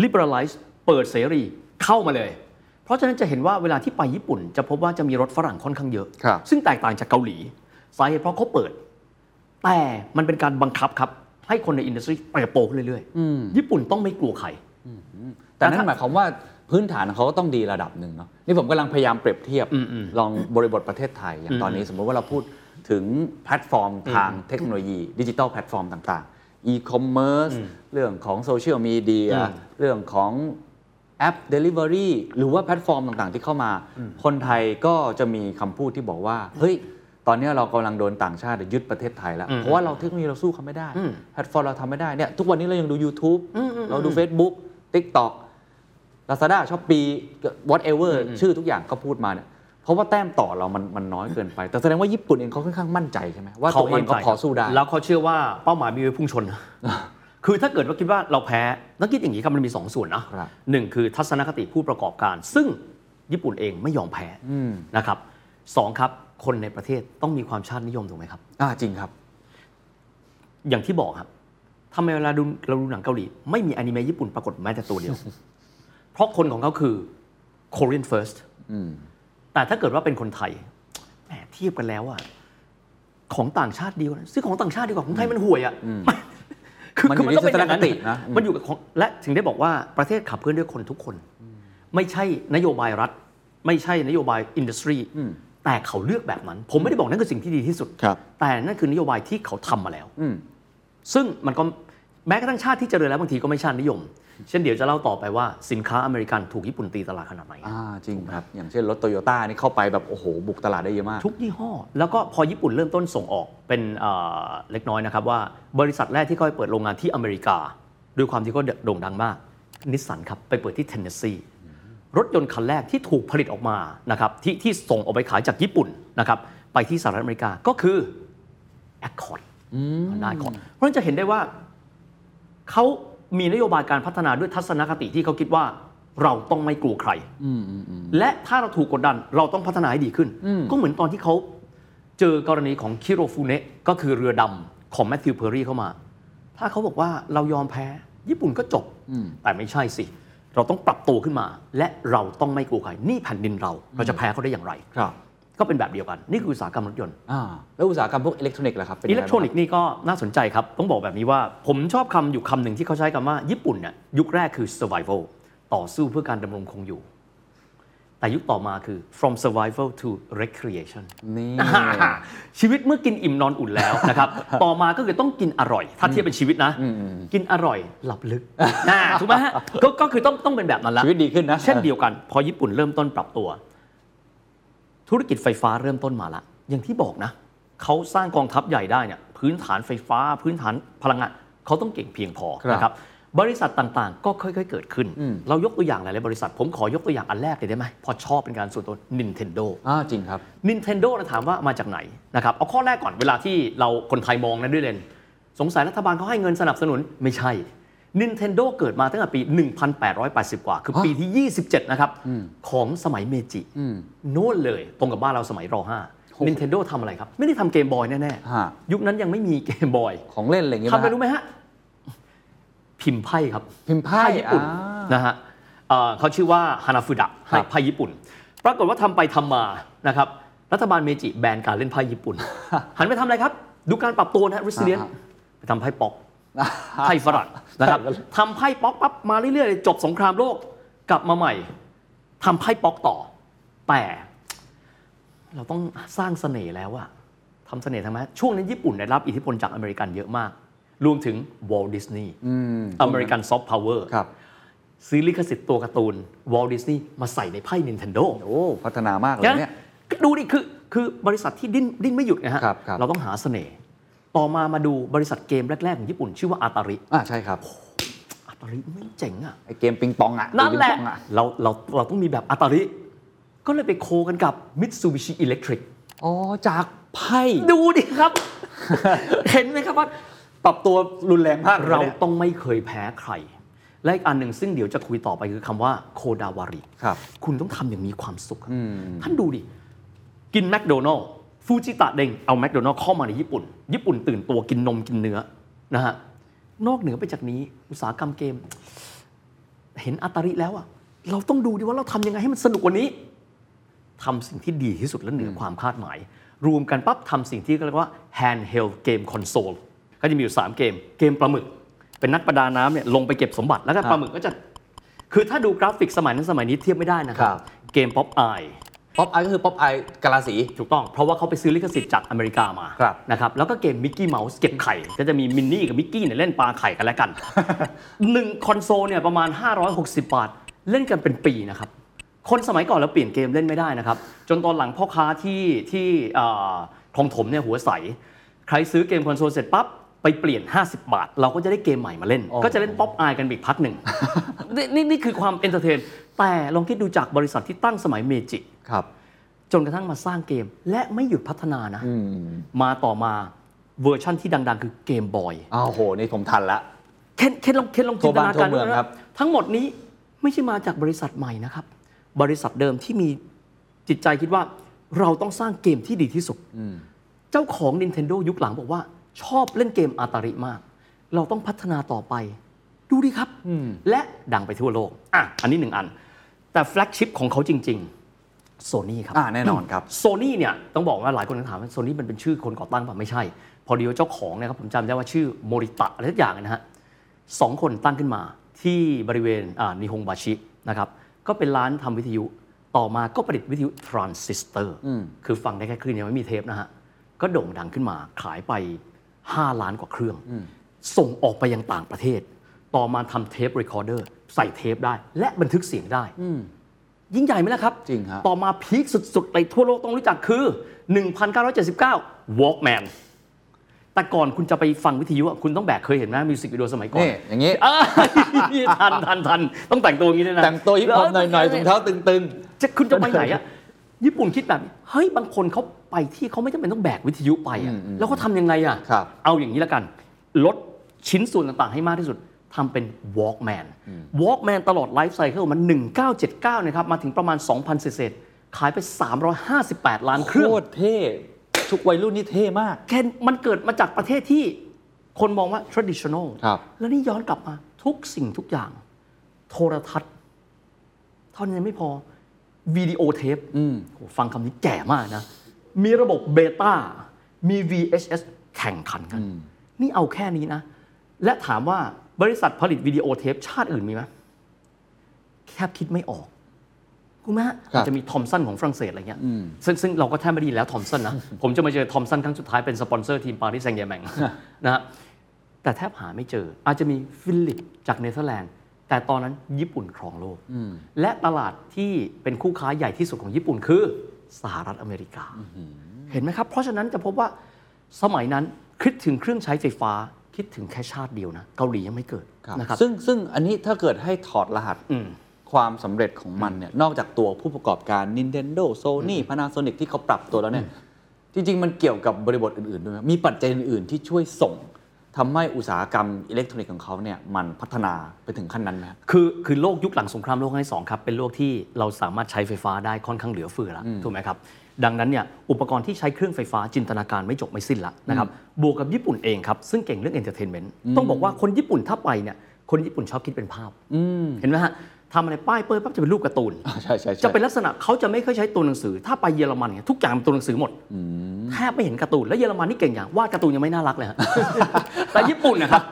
Speaker 4: liberalize เปิดเสรีเข้ามาเลย เพราะฉะนั้นจะเห็นว่าเวลาที่ไปญี่ปุ่น จะพบว่าจะมีรถฝรั่งค่อนข้างเยอะ
Speaker 5: ครับ
Speaker 4: ซึ่งแตกต่างจากเกาหลี สาเหตุเพราะเขาเปิด แต่มันเป็นการบังคับครับ ให้คนในอินดัสทรีเติบโตขึ้นเรื่อยๆญี่ปุ่นต้องไม่กลัวใคร
Speaker 5: แต่นั่นหมายความว่าพื้นฐานของเขาก็ต้องดีระดับหนึ่งเนาะนี่ผมกำลังพยายามเปรียบเทียบลองบริบทประเทศไทย อย่างตอนนี้สมมติว่าเราพูดถึงแพลตฟอร์มทางเทคโนโลยี ดิจิทัลแพลตฟอร์มต่างๆอีคอมเมิร์ซเรื่องของโซเชียลมีเดีย
Speaker 4: อืม
Speaker 5: เรื่องของแอป Delivery หรือว่าแพลตฟอร์มต่างๆ ที่เข้ามา คนไทยก็จะมีคำพูดที่บอกว่า เฮ้ย ตอนนี้เรากำลังโดนต่างชาติยึดประเทศไทยแล้ว เพราะว่าเราเทคโนโลยีเราสู้เขาไม่ได้ แพลตฟอร์มเราทำไม่ได้เนี่ยทุกวันนี้เรายังดู YouTube เราดู Facebook TikTok Lazada s h o p e whatever ชื่อทุกอย่างก็พูดมาเนี่ยเพราะว่าแต้มต่อเรามันมันน้อยเกินไป แต่แสดงว่าญี่ปุ่นเองเขาค่อนข้างมั่นใจใช่ไหมว่าตัวเองก็
Speaker 4: มั่นใจ
Speaker 5: พอสู้ได้
Speaker 4: แล้วเขาเชื่อว่าเป้าหมายมีไว้พุ่งชน คือถ้าเกิดว่าคิดว่าเราแพ้นักคิดอย่างนี้ครับมันมี 2 ส่วนนะครับ หนึ่งคือทัศนคติผู้ประกอบการ ซึ่งญี่ปุ่นเองไม่ยอมแพ้
Speaker 5: อืม
Speaker 4: นะครับสองครับ คนในประเทศต้องมีความชาตินิยมถูกไหมครับ
Speaker 5: อ่าจริงครับ
Speaker 4: อย่างที่บอกครับทำไมเวลาดูเราดูหนังเกาหลี ไม่มีอนิเมะญี่ปุ่นปรากฏแม้แต่ตัวเดียว เพราะคนของเขาคือ Korean first
Speaker 5: อืม
Speaker 4: แต่ถ้าเกิดว่าเป็นคนไทยแหมเทียบกันแล้วอะของต่างชาติดีกว่านะซื้อของต่างชาติดีกว่าของไทยมันห่วย อะ
Speaker 5: มันอยู่ที่
Speaker 4: ต้งเป็ย่าง
Speaker 5: ทัศนคตินะอืม
Speaker 4: มันอยู่กับของและถึงได้บอกว่าประเทศขับเคลื่อนด้วยคนทุกคน ไม่ใช่นโยบายรัฐ ไม่ใช่นโยบายอินดัสทรีแต่เขาเลือกแบบนั้น ผมไม่ได้บอกนั่นคือสิ่งที่ดีที่สุด
Speaker 5: ครับ
Speaker 4: แต่นั่นคือนโยบายที่เขาทำมาแล้ว
Speaker 5: อืม
Speaker 4: ซึ่งมันก็แม้กระทั่งชาติที่เจริญแล้วบางทีก็ไม่ชาตินิยม เช่นเดี๋ยวจะเล่าต่อไปว่าสินค้าอเมริกันถูกญี่ปุ่นตีตลาดขนาดไหน
Speaker 5: อ่าจริงครับ อย่างเช่นรถโตโยต้านี่เข้าไปแบบโอ้โหบุกตลาดได้เยอะมาก
Speaker 4: ทุกยี่ห้อ แล้วก็พอญี่ปุ่นเริ่มต้นส่งออกเป็นเอ่อเล็กน้อยนะครับ ว่าบริษัทแรกที่เขาไปเปิดโรงงานที่อเมริกา ด้วยความที่เขาโด่งดังมากนิสสันครับ ไปเปิดที่เทนเนสซีรถยนต์คันแรกที่ถูกผลิตออกมานะครับที่ที่ส่งออกไปขายจากญี่ปุ่นนะครับไปที่สหรัฐอเมริกาก็คือ Accord ฮอนด้าคอร์ดเพราะฉะนั้นจะเห็นได้ว่าเขามีนโยบายการพัฒนาด้วยทัศนคติที่เขาคิดว่าเราต้องไม่กลัวใคร และถ้าเราถูกกดดันเราต้องพัฒนาให้ดีขึ้น ก็เหมือนตอนที่เขาเจอกรณีของคิโรฟูเนะก็คือเรือดำของแมทธิวเพอร์รี่เข้ามา ถ้าเขาบอกว่าเรายอมแพ้ ญี่ปุ่นก็จบ แต่ไม่ใช่สิ เราต้องปรับตัวขึ้นมา และเราต้องไม่กลัวใครนี่แผ่นดินเราเราจะแพ้เขาได้อย่างไร
Speaker 5: ครับ
Speaker 4: ก็เป็นแบบเดียวกัน นี่คืออุตสาหกรรมรถยนต์
Speaker 5: อ่าแล้วอุตสาหกรรมพวกอิเล็กทรอนิกส์ล่ะครับป็ยัง
Speaker 4: อิ
Speaker 5: ไง
Speaker 4: เล็กทรอนิกส์นี่ก็น่าสนใจครับ ต้องบอกแบบนี้ว่าผมชอบคำอยู่คำหนึ่งที่เขาใช้คำว่าญี่ปุ่นเนี่ยยุคแรกคือ survival ต่อสู้เพื่อการดำรงคงอยู่ แต่ยุคต่อมาคือ from survival to recreation
Speaker 5: นี่
Speaker 4: ชีวิตเมื่อกินอิ่มนอนอุ่นแล้วนะครับ ต่อมาก็คือต้องกินอร่อย ถ้าเทียบเป็นชีวิตนะ กินอร่อยหลับลึกนะถูกไหมฮะก็ก็คือต้องต้องเป็นแบบนั้นละ
Speaker 5: ชีวิตดีขึ้นนะ
Speaker 4: เช่นเดียวกัน พอญี่ปุ่นเริ่มต้นปรับตัว ธุรกิจไฟฟ้าเริ่มต้นมาละอย่างที่บอกนะเขาสร้างกองทัพใหญ่ได้เนี่ยพื้นฐานไฟฟ้า พื้นฐานพลังงานเขาต้องเก่งเพียงพอ
Speaker 5: ครับ
Speaker 4: นะครับบริษัทต่างๆ ก็ค่อยๆ เกิดขึ้น
Speaker 5: อืม
Speaker 4: เรายกตัวอย่างหลายๆบริษัท ผมขอยกตัวอย่างอันแรกเลยได้ไหมพอชอบเป็นการส่วนตัว Nintendo
Speaker 5: อ่าจริงครับ
Speaker 4: Nintendo นะถามว่ามาจากไหนนะครับเอาข้อแรกก่อนเวลาที่เราคนไทยมองนะด้วยเลนสงสัยรัฐบาลเขาให้เงินสนับสนุนไม่ใช่ Nintendo เกิดมาตั้งแต่ปี 1880 กว่า คือ
Speaker 5: ฮะ
Speaker 4: ปีที่ 27 นะครับ
Speaker 5: อืม
Speaker 4: ของสมัยเมจิ
Speaker 5: อืม
Speaker 4: โน่นเลยตรงกับบ้านเราสมัยร
Speaker 5: โห
Speaker 4: 5 Nintendo ทำอะไรครับ ไม่ได้ทำเกมบอยแน่
Speaker 5: ฮะ
Speaker 4: ๆ ยุคนั้นยังไม่มีเกมบอย
Speaker 5: ของเล่นอะไรอย่างเงี้ย
Speaker 4: ทำอะไรรู้ไหมฮะ พิมพ์ไพ่ครับ
Speaker 5: พิมพ์ไพ่
Speaker 4: ไพ่ญี่ปุ่น
Speaker 5: อ่า
Speaker 4: นะฮะเอ่อเขาชื่อว่าฮานาฟุดะ
Speaker 5: ครับ
Speaker 4: ไพ่ญี่ปุ่น ปรากฏว่าทำไปทำมานะครับรัฐบาลเมจิแบนการเล่นไพ่ ญี่ปุ่น หันไปทำอะไรครับ ดูการปรับตัวนะฮะริสเลียนไปทำไพ่ป๊ อก ไพ่ฝรั่งนะครับทำไพ่ป๊อกปั๊บมาเรื่อยๆเลยจบสงครามโลกกลับมาใหม่ทำไพ่ป๊อกต่อ แต่ เราต้องสร้างเสน่ห์แล้วอะทำเสน่ห์ทำไมช่วงนั้นญี่ปุ่นได้รับอิทธิพลจากอเมริกันเยอะมาก รวมถึงวอลดิสนีย์
Speaker 5: อืม
Speaker 4: อเมริกันซอฟต์พาวเวอร์
Speaker 5: ครับ
Speaker 4: ซื้อลิขสิทธิ์ตัวการ์ตูนวอลดิสนีย์มาใส่ในไพ่ Nintendo
Speaker 5: โอ้พัฒนามากเลยเนี่ย
Speaker 4: ก็ดูดิคือคือบริษัทที่ดิ้นดิ้นไม่หยุดนะฮะ
Speaker 5: ครับครับ
Speaker 4: เราต้องหาเสน่ห์ต่อมามาดูบริษัทเกมแรก ๆ ของญี่ปุ่น ชื่อว่าอาตาริ
Speaker 5: อ่าใช่ครับ
Speaker 4: อาตาริไม่เจ๋งอ่ะ
Speaker 5: ไอเกมปิงปองอ่ะ
Speaker 4: นั่นแหละ
Speaker 5: ปิงปองอ
Speaker 4: เราเราเราต้องมีแบบอาตาริ ก็เลยไปโคกันกับ Mitsubishi Electric
Speaker 5: อ๋อจากไพ่
Speaker 4: ดูดิครับ เห็นไหมครับว่า
Speaker 5: ปรับตัวรุนแรงมาก
Speaker 4: เรา
Speaker 5: ลยนี่ย
Speaker 4: ต้องไม่เคยแพ้ใคร และอีกอันหนึ่งซึ่งเดี๋ยวจะคุยต่อไปคือคำว่าโคดาวาริ
Speaker 5: ครับ
Speaker 4: คุณต้องทำอย่างมีความสุขอะ
Speaker 5: อืม
Speaker 4: ท่านดูดิ กินแมคโดนัลล์ฟูจิตะเดงเอาแมคโดนัลล์เข้ามาในญี่ปุ่น ญี่ปุ่นตื่นตัวกินนมกินเนื้อนะฮะ นอกเหนือไปจากนี้อุตสาหกรรมเกม เห็นอัตาริแล้วอะเราต้องดูดิว่าเราทำยังไงให้มันสนุกกว่านี้ทำสิ่งที่ดีที่สุดและเหนือความคาดหมาย รวมกันปั๊บทำสิ่งที่เรียกว่า handheld game console ก็จะมีอยู่ 3 เกม เกมปลาหมึก เป็นนักประดาน้ำเนี่ยลงไปเก็บสมบัติแล้วก็
Speaker 5: ครับ
Speaker 4: ปลาหมึกก็จะ คือถ้าดูกราฟิกสมัยนั้นสมัยนี้เทียบไม่ได้นะครั
Speaker 5: ครับ บ
Speaker 4: เกมป๊อปอาย
Speaker 5: ป๊อปไอก็คือป๊อปไอกาลาสี
Speaker 4: ถูกต้อง เพราะว่าเขาไปซื้อลิขสิทธิ์จากอเมริกามา
Speaker 5: ครับ
Speaker 4: นะครับ แล้วก็เกมมิกกี้เมาส์เก็บไข่ ก็จะมีมินนี่กับมิกกี้เนี่ยเล่นปลาไข่กันแล้วกัน หนึ่งคอนโซลเนี่ยประมาณ 560 บาท เล่นกันเป็นปีนะครับ คนสมัยก่อนเราเปลี่ยนเกมเล่นไม่ได้นะครับ จนตอนหลังพ่อค้าที่ที่เอ่อคลองถมเนี่ยหัวใส ใครซื้อเกมคอนโซลเสร็จปั๊บไปเปลี่ยน 50 บาท เราก็จะได้เกมใหม่มาเล่น
Speaker 5: อ๋อ
Speaker 4: ก็จะเล่นป๊อปอายกันอีกพักห นึ่ง นี่นี่นี่คือความเอนเตอร์เทน แต่ลองคิดดูจากบริษัทที่ตั้งสมัยเมจิ
Speaker 5: ครับ
Speaker 4: จนกระทั่งมาสร้างเกมและไม่หยุดพัฒนานะ
Speaker 5: อืม
Speaker 4: มาต่อมาเวอร์ชั่นที่ดัง ๆ คือเกมบอย
Speaker 5: อ้าวโหนี่ผมทันละ
Speaker 4: เคนเคนลองเคนลองจิ
Speaker 5: ทั่วน
Speaker 4: ต
Speaker 5: บ้าน
Speaker 4: นาการ
Speaker 5: ทั่วเมือง
Speaker 4: ดูนะครับ ทั้งหมดนี้ไม่ใช่มาจากบริษัทใหม่นะครับ บริษัทเดิมที่มีจิตใจคิดว่าเราต้องสร้างเกมที่ดีที่สุด
Speaker 5: อืม
Speaker 4: เจ้าของ Nintendo ยุคหลังบอกว่า ชอบเล่นเกมอาตาริมาก เราต้องพัฒนาต่อไป ดูดิครับ
Speaker 5: อืม
Speaker 4: และดังไปทั่วโลกอ่ะอันนี้หนึ่งอัน แต่แฟลกชิพของเขาจริงๆโซนี่ครับ
Speaker 5: อ่าแน่นอนครับ
Speaker 4: โซนี่เนี่ยต้องบอกว่าหลายคนถามว่าโซนี่มันเป็นชื่อคนก่อตั้งป่ะไม่ใช่ พอดีว่าเจ้าของเนะครับผมจำได้ว่าชื่อโมริตะอะไรสักอย่างนะฮะสองคนตั้งขึ้นมาที่บริเวณอ่านิฮงบาชินะครับก็เป็นร้านทำวิทยุต่อมาก็ผลิตวิทยุทรานซิสเตอร์
Speaker 5: อืม
Speaker 4: คือฟังได้แค่คลื่นยังไม่มีเทปนะฮะ ก็โด่งดังขึ้นมาขายไป 5 ล้านกว่าเครื่อง ส่งออกไปยังต่างประเทศ ต่อมาทำเทปเรคคอร์เดอร์ใส่เทปได้ และบันทึกเสียงได้
Speaker 5: อืม
Speaker 4: ยิ่งใหญ่ไหมล่ะครับ
Speaker 5: จริงฮะ
Speaker 4: ต่อมาพีคสุดๆในทั่วโลกต้องรู้จักคือ 1979 Walkman แต่ก่อนคุณจะไปฟังวิทยุอะคุณต้องแบกเคยเห็นไหมมิวสิกวิดีโอสมัยก่อน
Speaker 5: นี่อย่างนี้
Speaker 4: อ่า ทันทันทันต้องแต่งตัวอย่างนี้ด้วยนะ
Speaker 5: แต่งตัวฮิปฮอปหน่อยๆถุงเท้าตึง
Speaker 4: จะคุณจะไปไหนอะญี่ปุ่นคิดแบบนี้เฮ้ยบางคนเขาไปที่เขาไม่จำเป็นต้องแบกวิทยุไปอะ
Speaker 5: อืมอืม
Speaker 4: แล้วเขาทำยังไงอะ
Speaker 5: ครับ
Speaker 4: เอาอย่างนี้ละกัน ลดชิ้นส่วนต่างๆให้มากที่สุดทำเป็น Walkman Walkman ตลอดไลฟ์ไซเคิลมัน 1979 นะครับ มาถึงประมาณ 2,000 เศษๆขายไป 358 ล้าน
Speaker 5: ๆ
Speaker 4: เครื่อง
Speaker 5: โคตรเท่ทุกวัยรุ่นนี่เท่มาก
Speaker 4: แค่มันเกิดมาจากประเทศที่คนมองว่า traditional
Speaker 5: ครับ
Speaker 4: แล้วนี่ย้อนกลับมาทุกสิ่งทุกอย่าง โทรทัศน์เท่านั้นยังไม่พอวิดีโอเทป
Speaker 5: อืม
Speaker 4: โหฟังคำนี้แก่มากนะ มีระบบเบต้า มี VHS แข่งขันกัน นี่เอาแค่นี้นะ และถามว่าบริษัทผลิตวิดีโอเทปชาติอื่นมีไหมแค่คิดไม่ออกคุณแม่
Speaker 5: ครับ
Speaker 4: จะมีทอมสันของฝรั่งเศสอะไรเงี้ย ซึ่งซึ่งเราก็แทบไม่ได้ยินแล้วทอมสันนะ ผมจะมาเจอทอมสันครั้งสุดท้ายเป็นสปอนเซอร์ทีมปารีสแซงต์แยร์แมง นะฮะแต่แทบหาไม่เจอ อาจจะมีฟิลิปจากเนเธอร์แลนด์ แต่ตอนนั้นญี่ปุ่นครองโลก และตลาดที่เป็นคู่ค้าใหญ่ที่สุดของญี่ปุ่นคือสหรัฐอเมริกา เห็นไหมครับ เพราะฉะนั้นจะพบว่าสมัยนั้นคิดถึงเครื่องใช้ไฟฟ้าคิดถึงแค่ชาติเดียวนะ เกาหลียังไม่เกิด
Speaker 5: ครับ
Speaker 4: นะครับ
Speaker 5: ซึ่งซึ่งอันนี้ถ้าเกิดให้ถอดรหัส
Speaker 4: อืม
Speaker 5: ความสำเร็จของมันเนี่ยนอกจากตัวผู้ประกอบการ Nintendo Sony Panasonic ที่เขาปรับตัวแล้วเนี่ย จริง ๆ มันเกี่ยวกับบริบทอื่น ๆ ด้วยไหมมีปัจจัยอื่น ๆ ที่ช่วยส่งทำให้อุตสาหกรรมอิเล็กทรอนิกส์ของเขาเนี่ยมันพัฒนาไปถึงขั้นนั้นไหมครับ
Speaker 4: คือคือโลกยุคหลังสงครามโลกครั้งที่สองครับเป็นโลกที่เราสามารถใช้ไฟฟ้าได้ค่อนข้างเหลือเฟือแล้วถูกไหมครับ ดังนั้นเนี่ยอุปกรณ์ที่ใช้เครื่องไฟฟ้าจินตนาการไม่จบไม่สิ้นละนะครับบวกกับญี่ปุ่นเองครับ ซึ่งเก่งเรื่องเอนเตอร์เทนเมนต์ต้องบอกว่าคนญี่ปุ่นถ้าไปเนี่ยคนญี่ปุ่นชอบคิดเป็นภาพ
Speaker 5: อืม
Speaker 4: เห็นไหมฮะทำอะไรป้ายเปิดปั๊บจะเป็นรูปการ์ตูน
Speaker 5: อ่าใช่ใช่ใช่
Speaker 4: จะเป็นลักษณะเขาจะไม่ค่อยใช้ตัวหนังสือ ถ้าไปเยอรมันเนี่ยทุกอย่างเป็นตัวหนังสือหมดแทบไม่เห็นการ์ตูน แล้วเยอรมันนี่เก่งอย่างวาดการ์ตูนยังไม่น่ารักเลยฮะ แต่ญี่ปุ่นนะครับ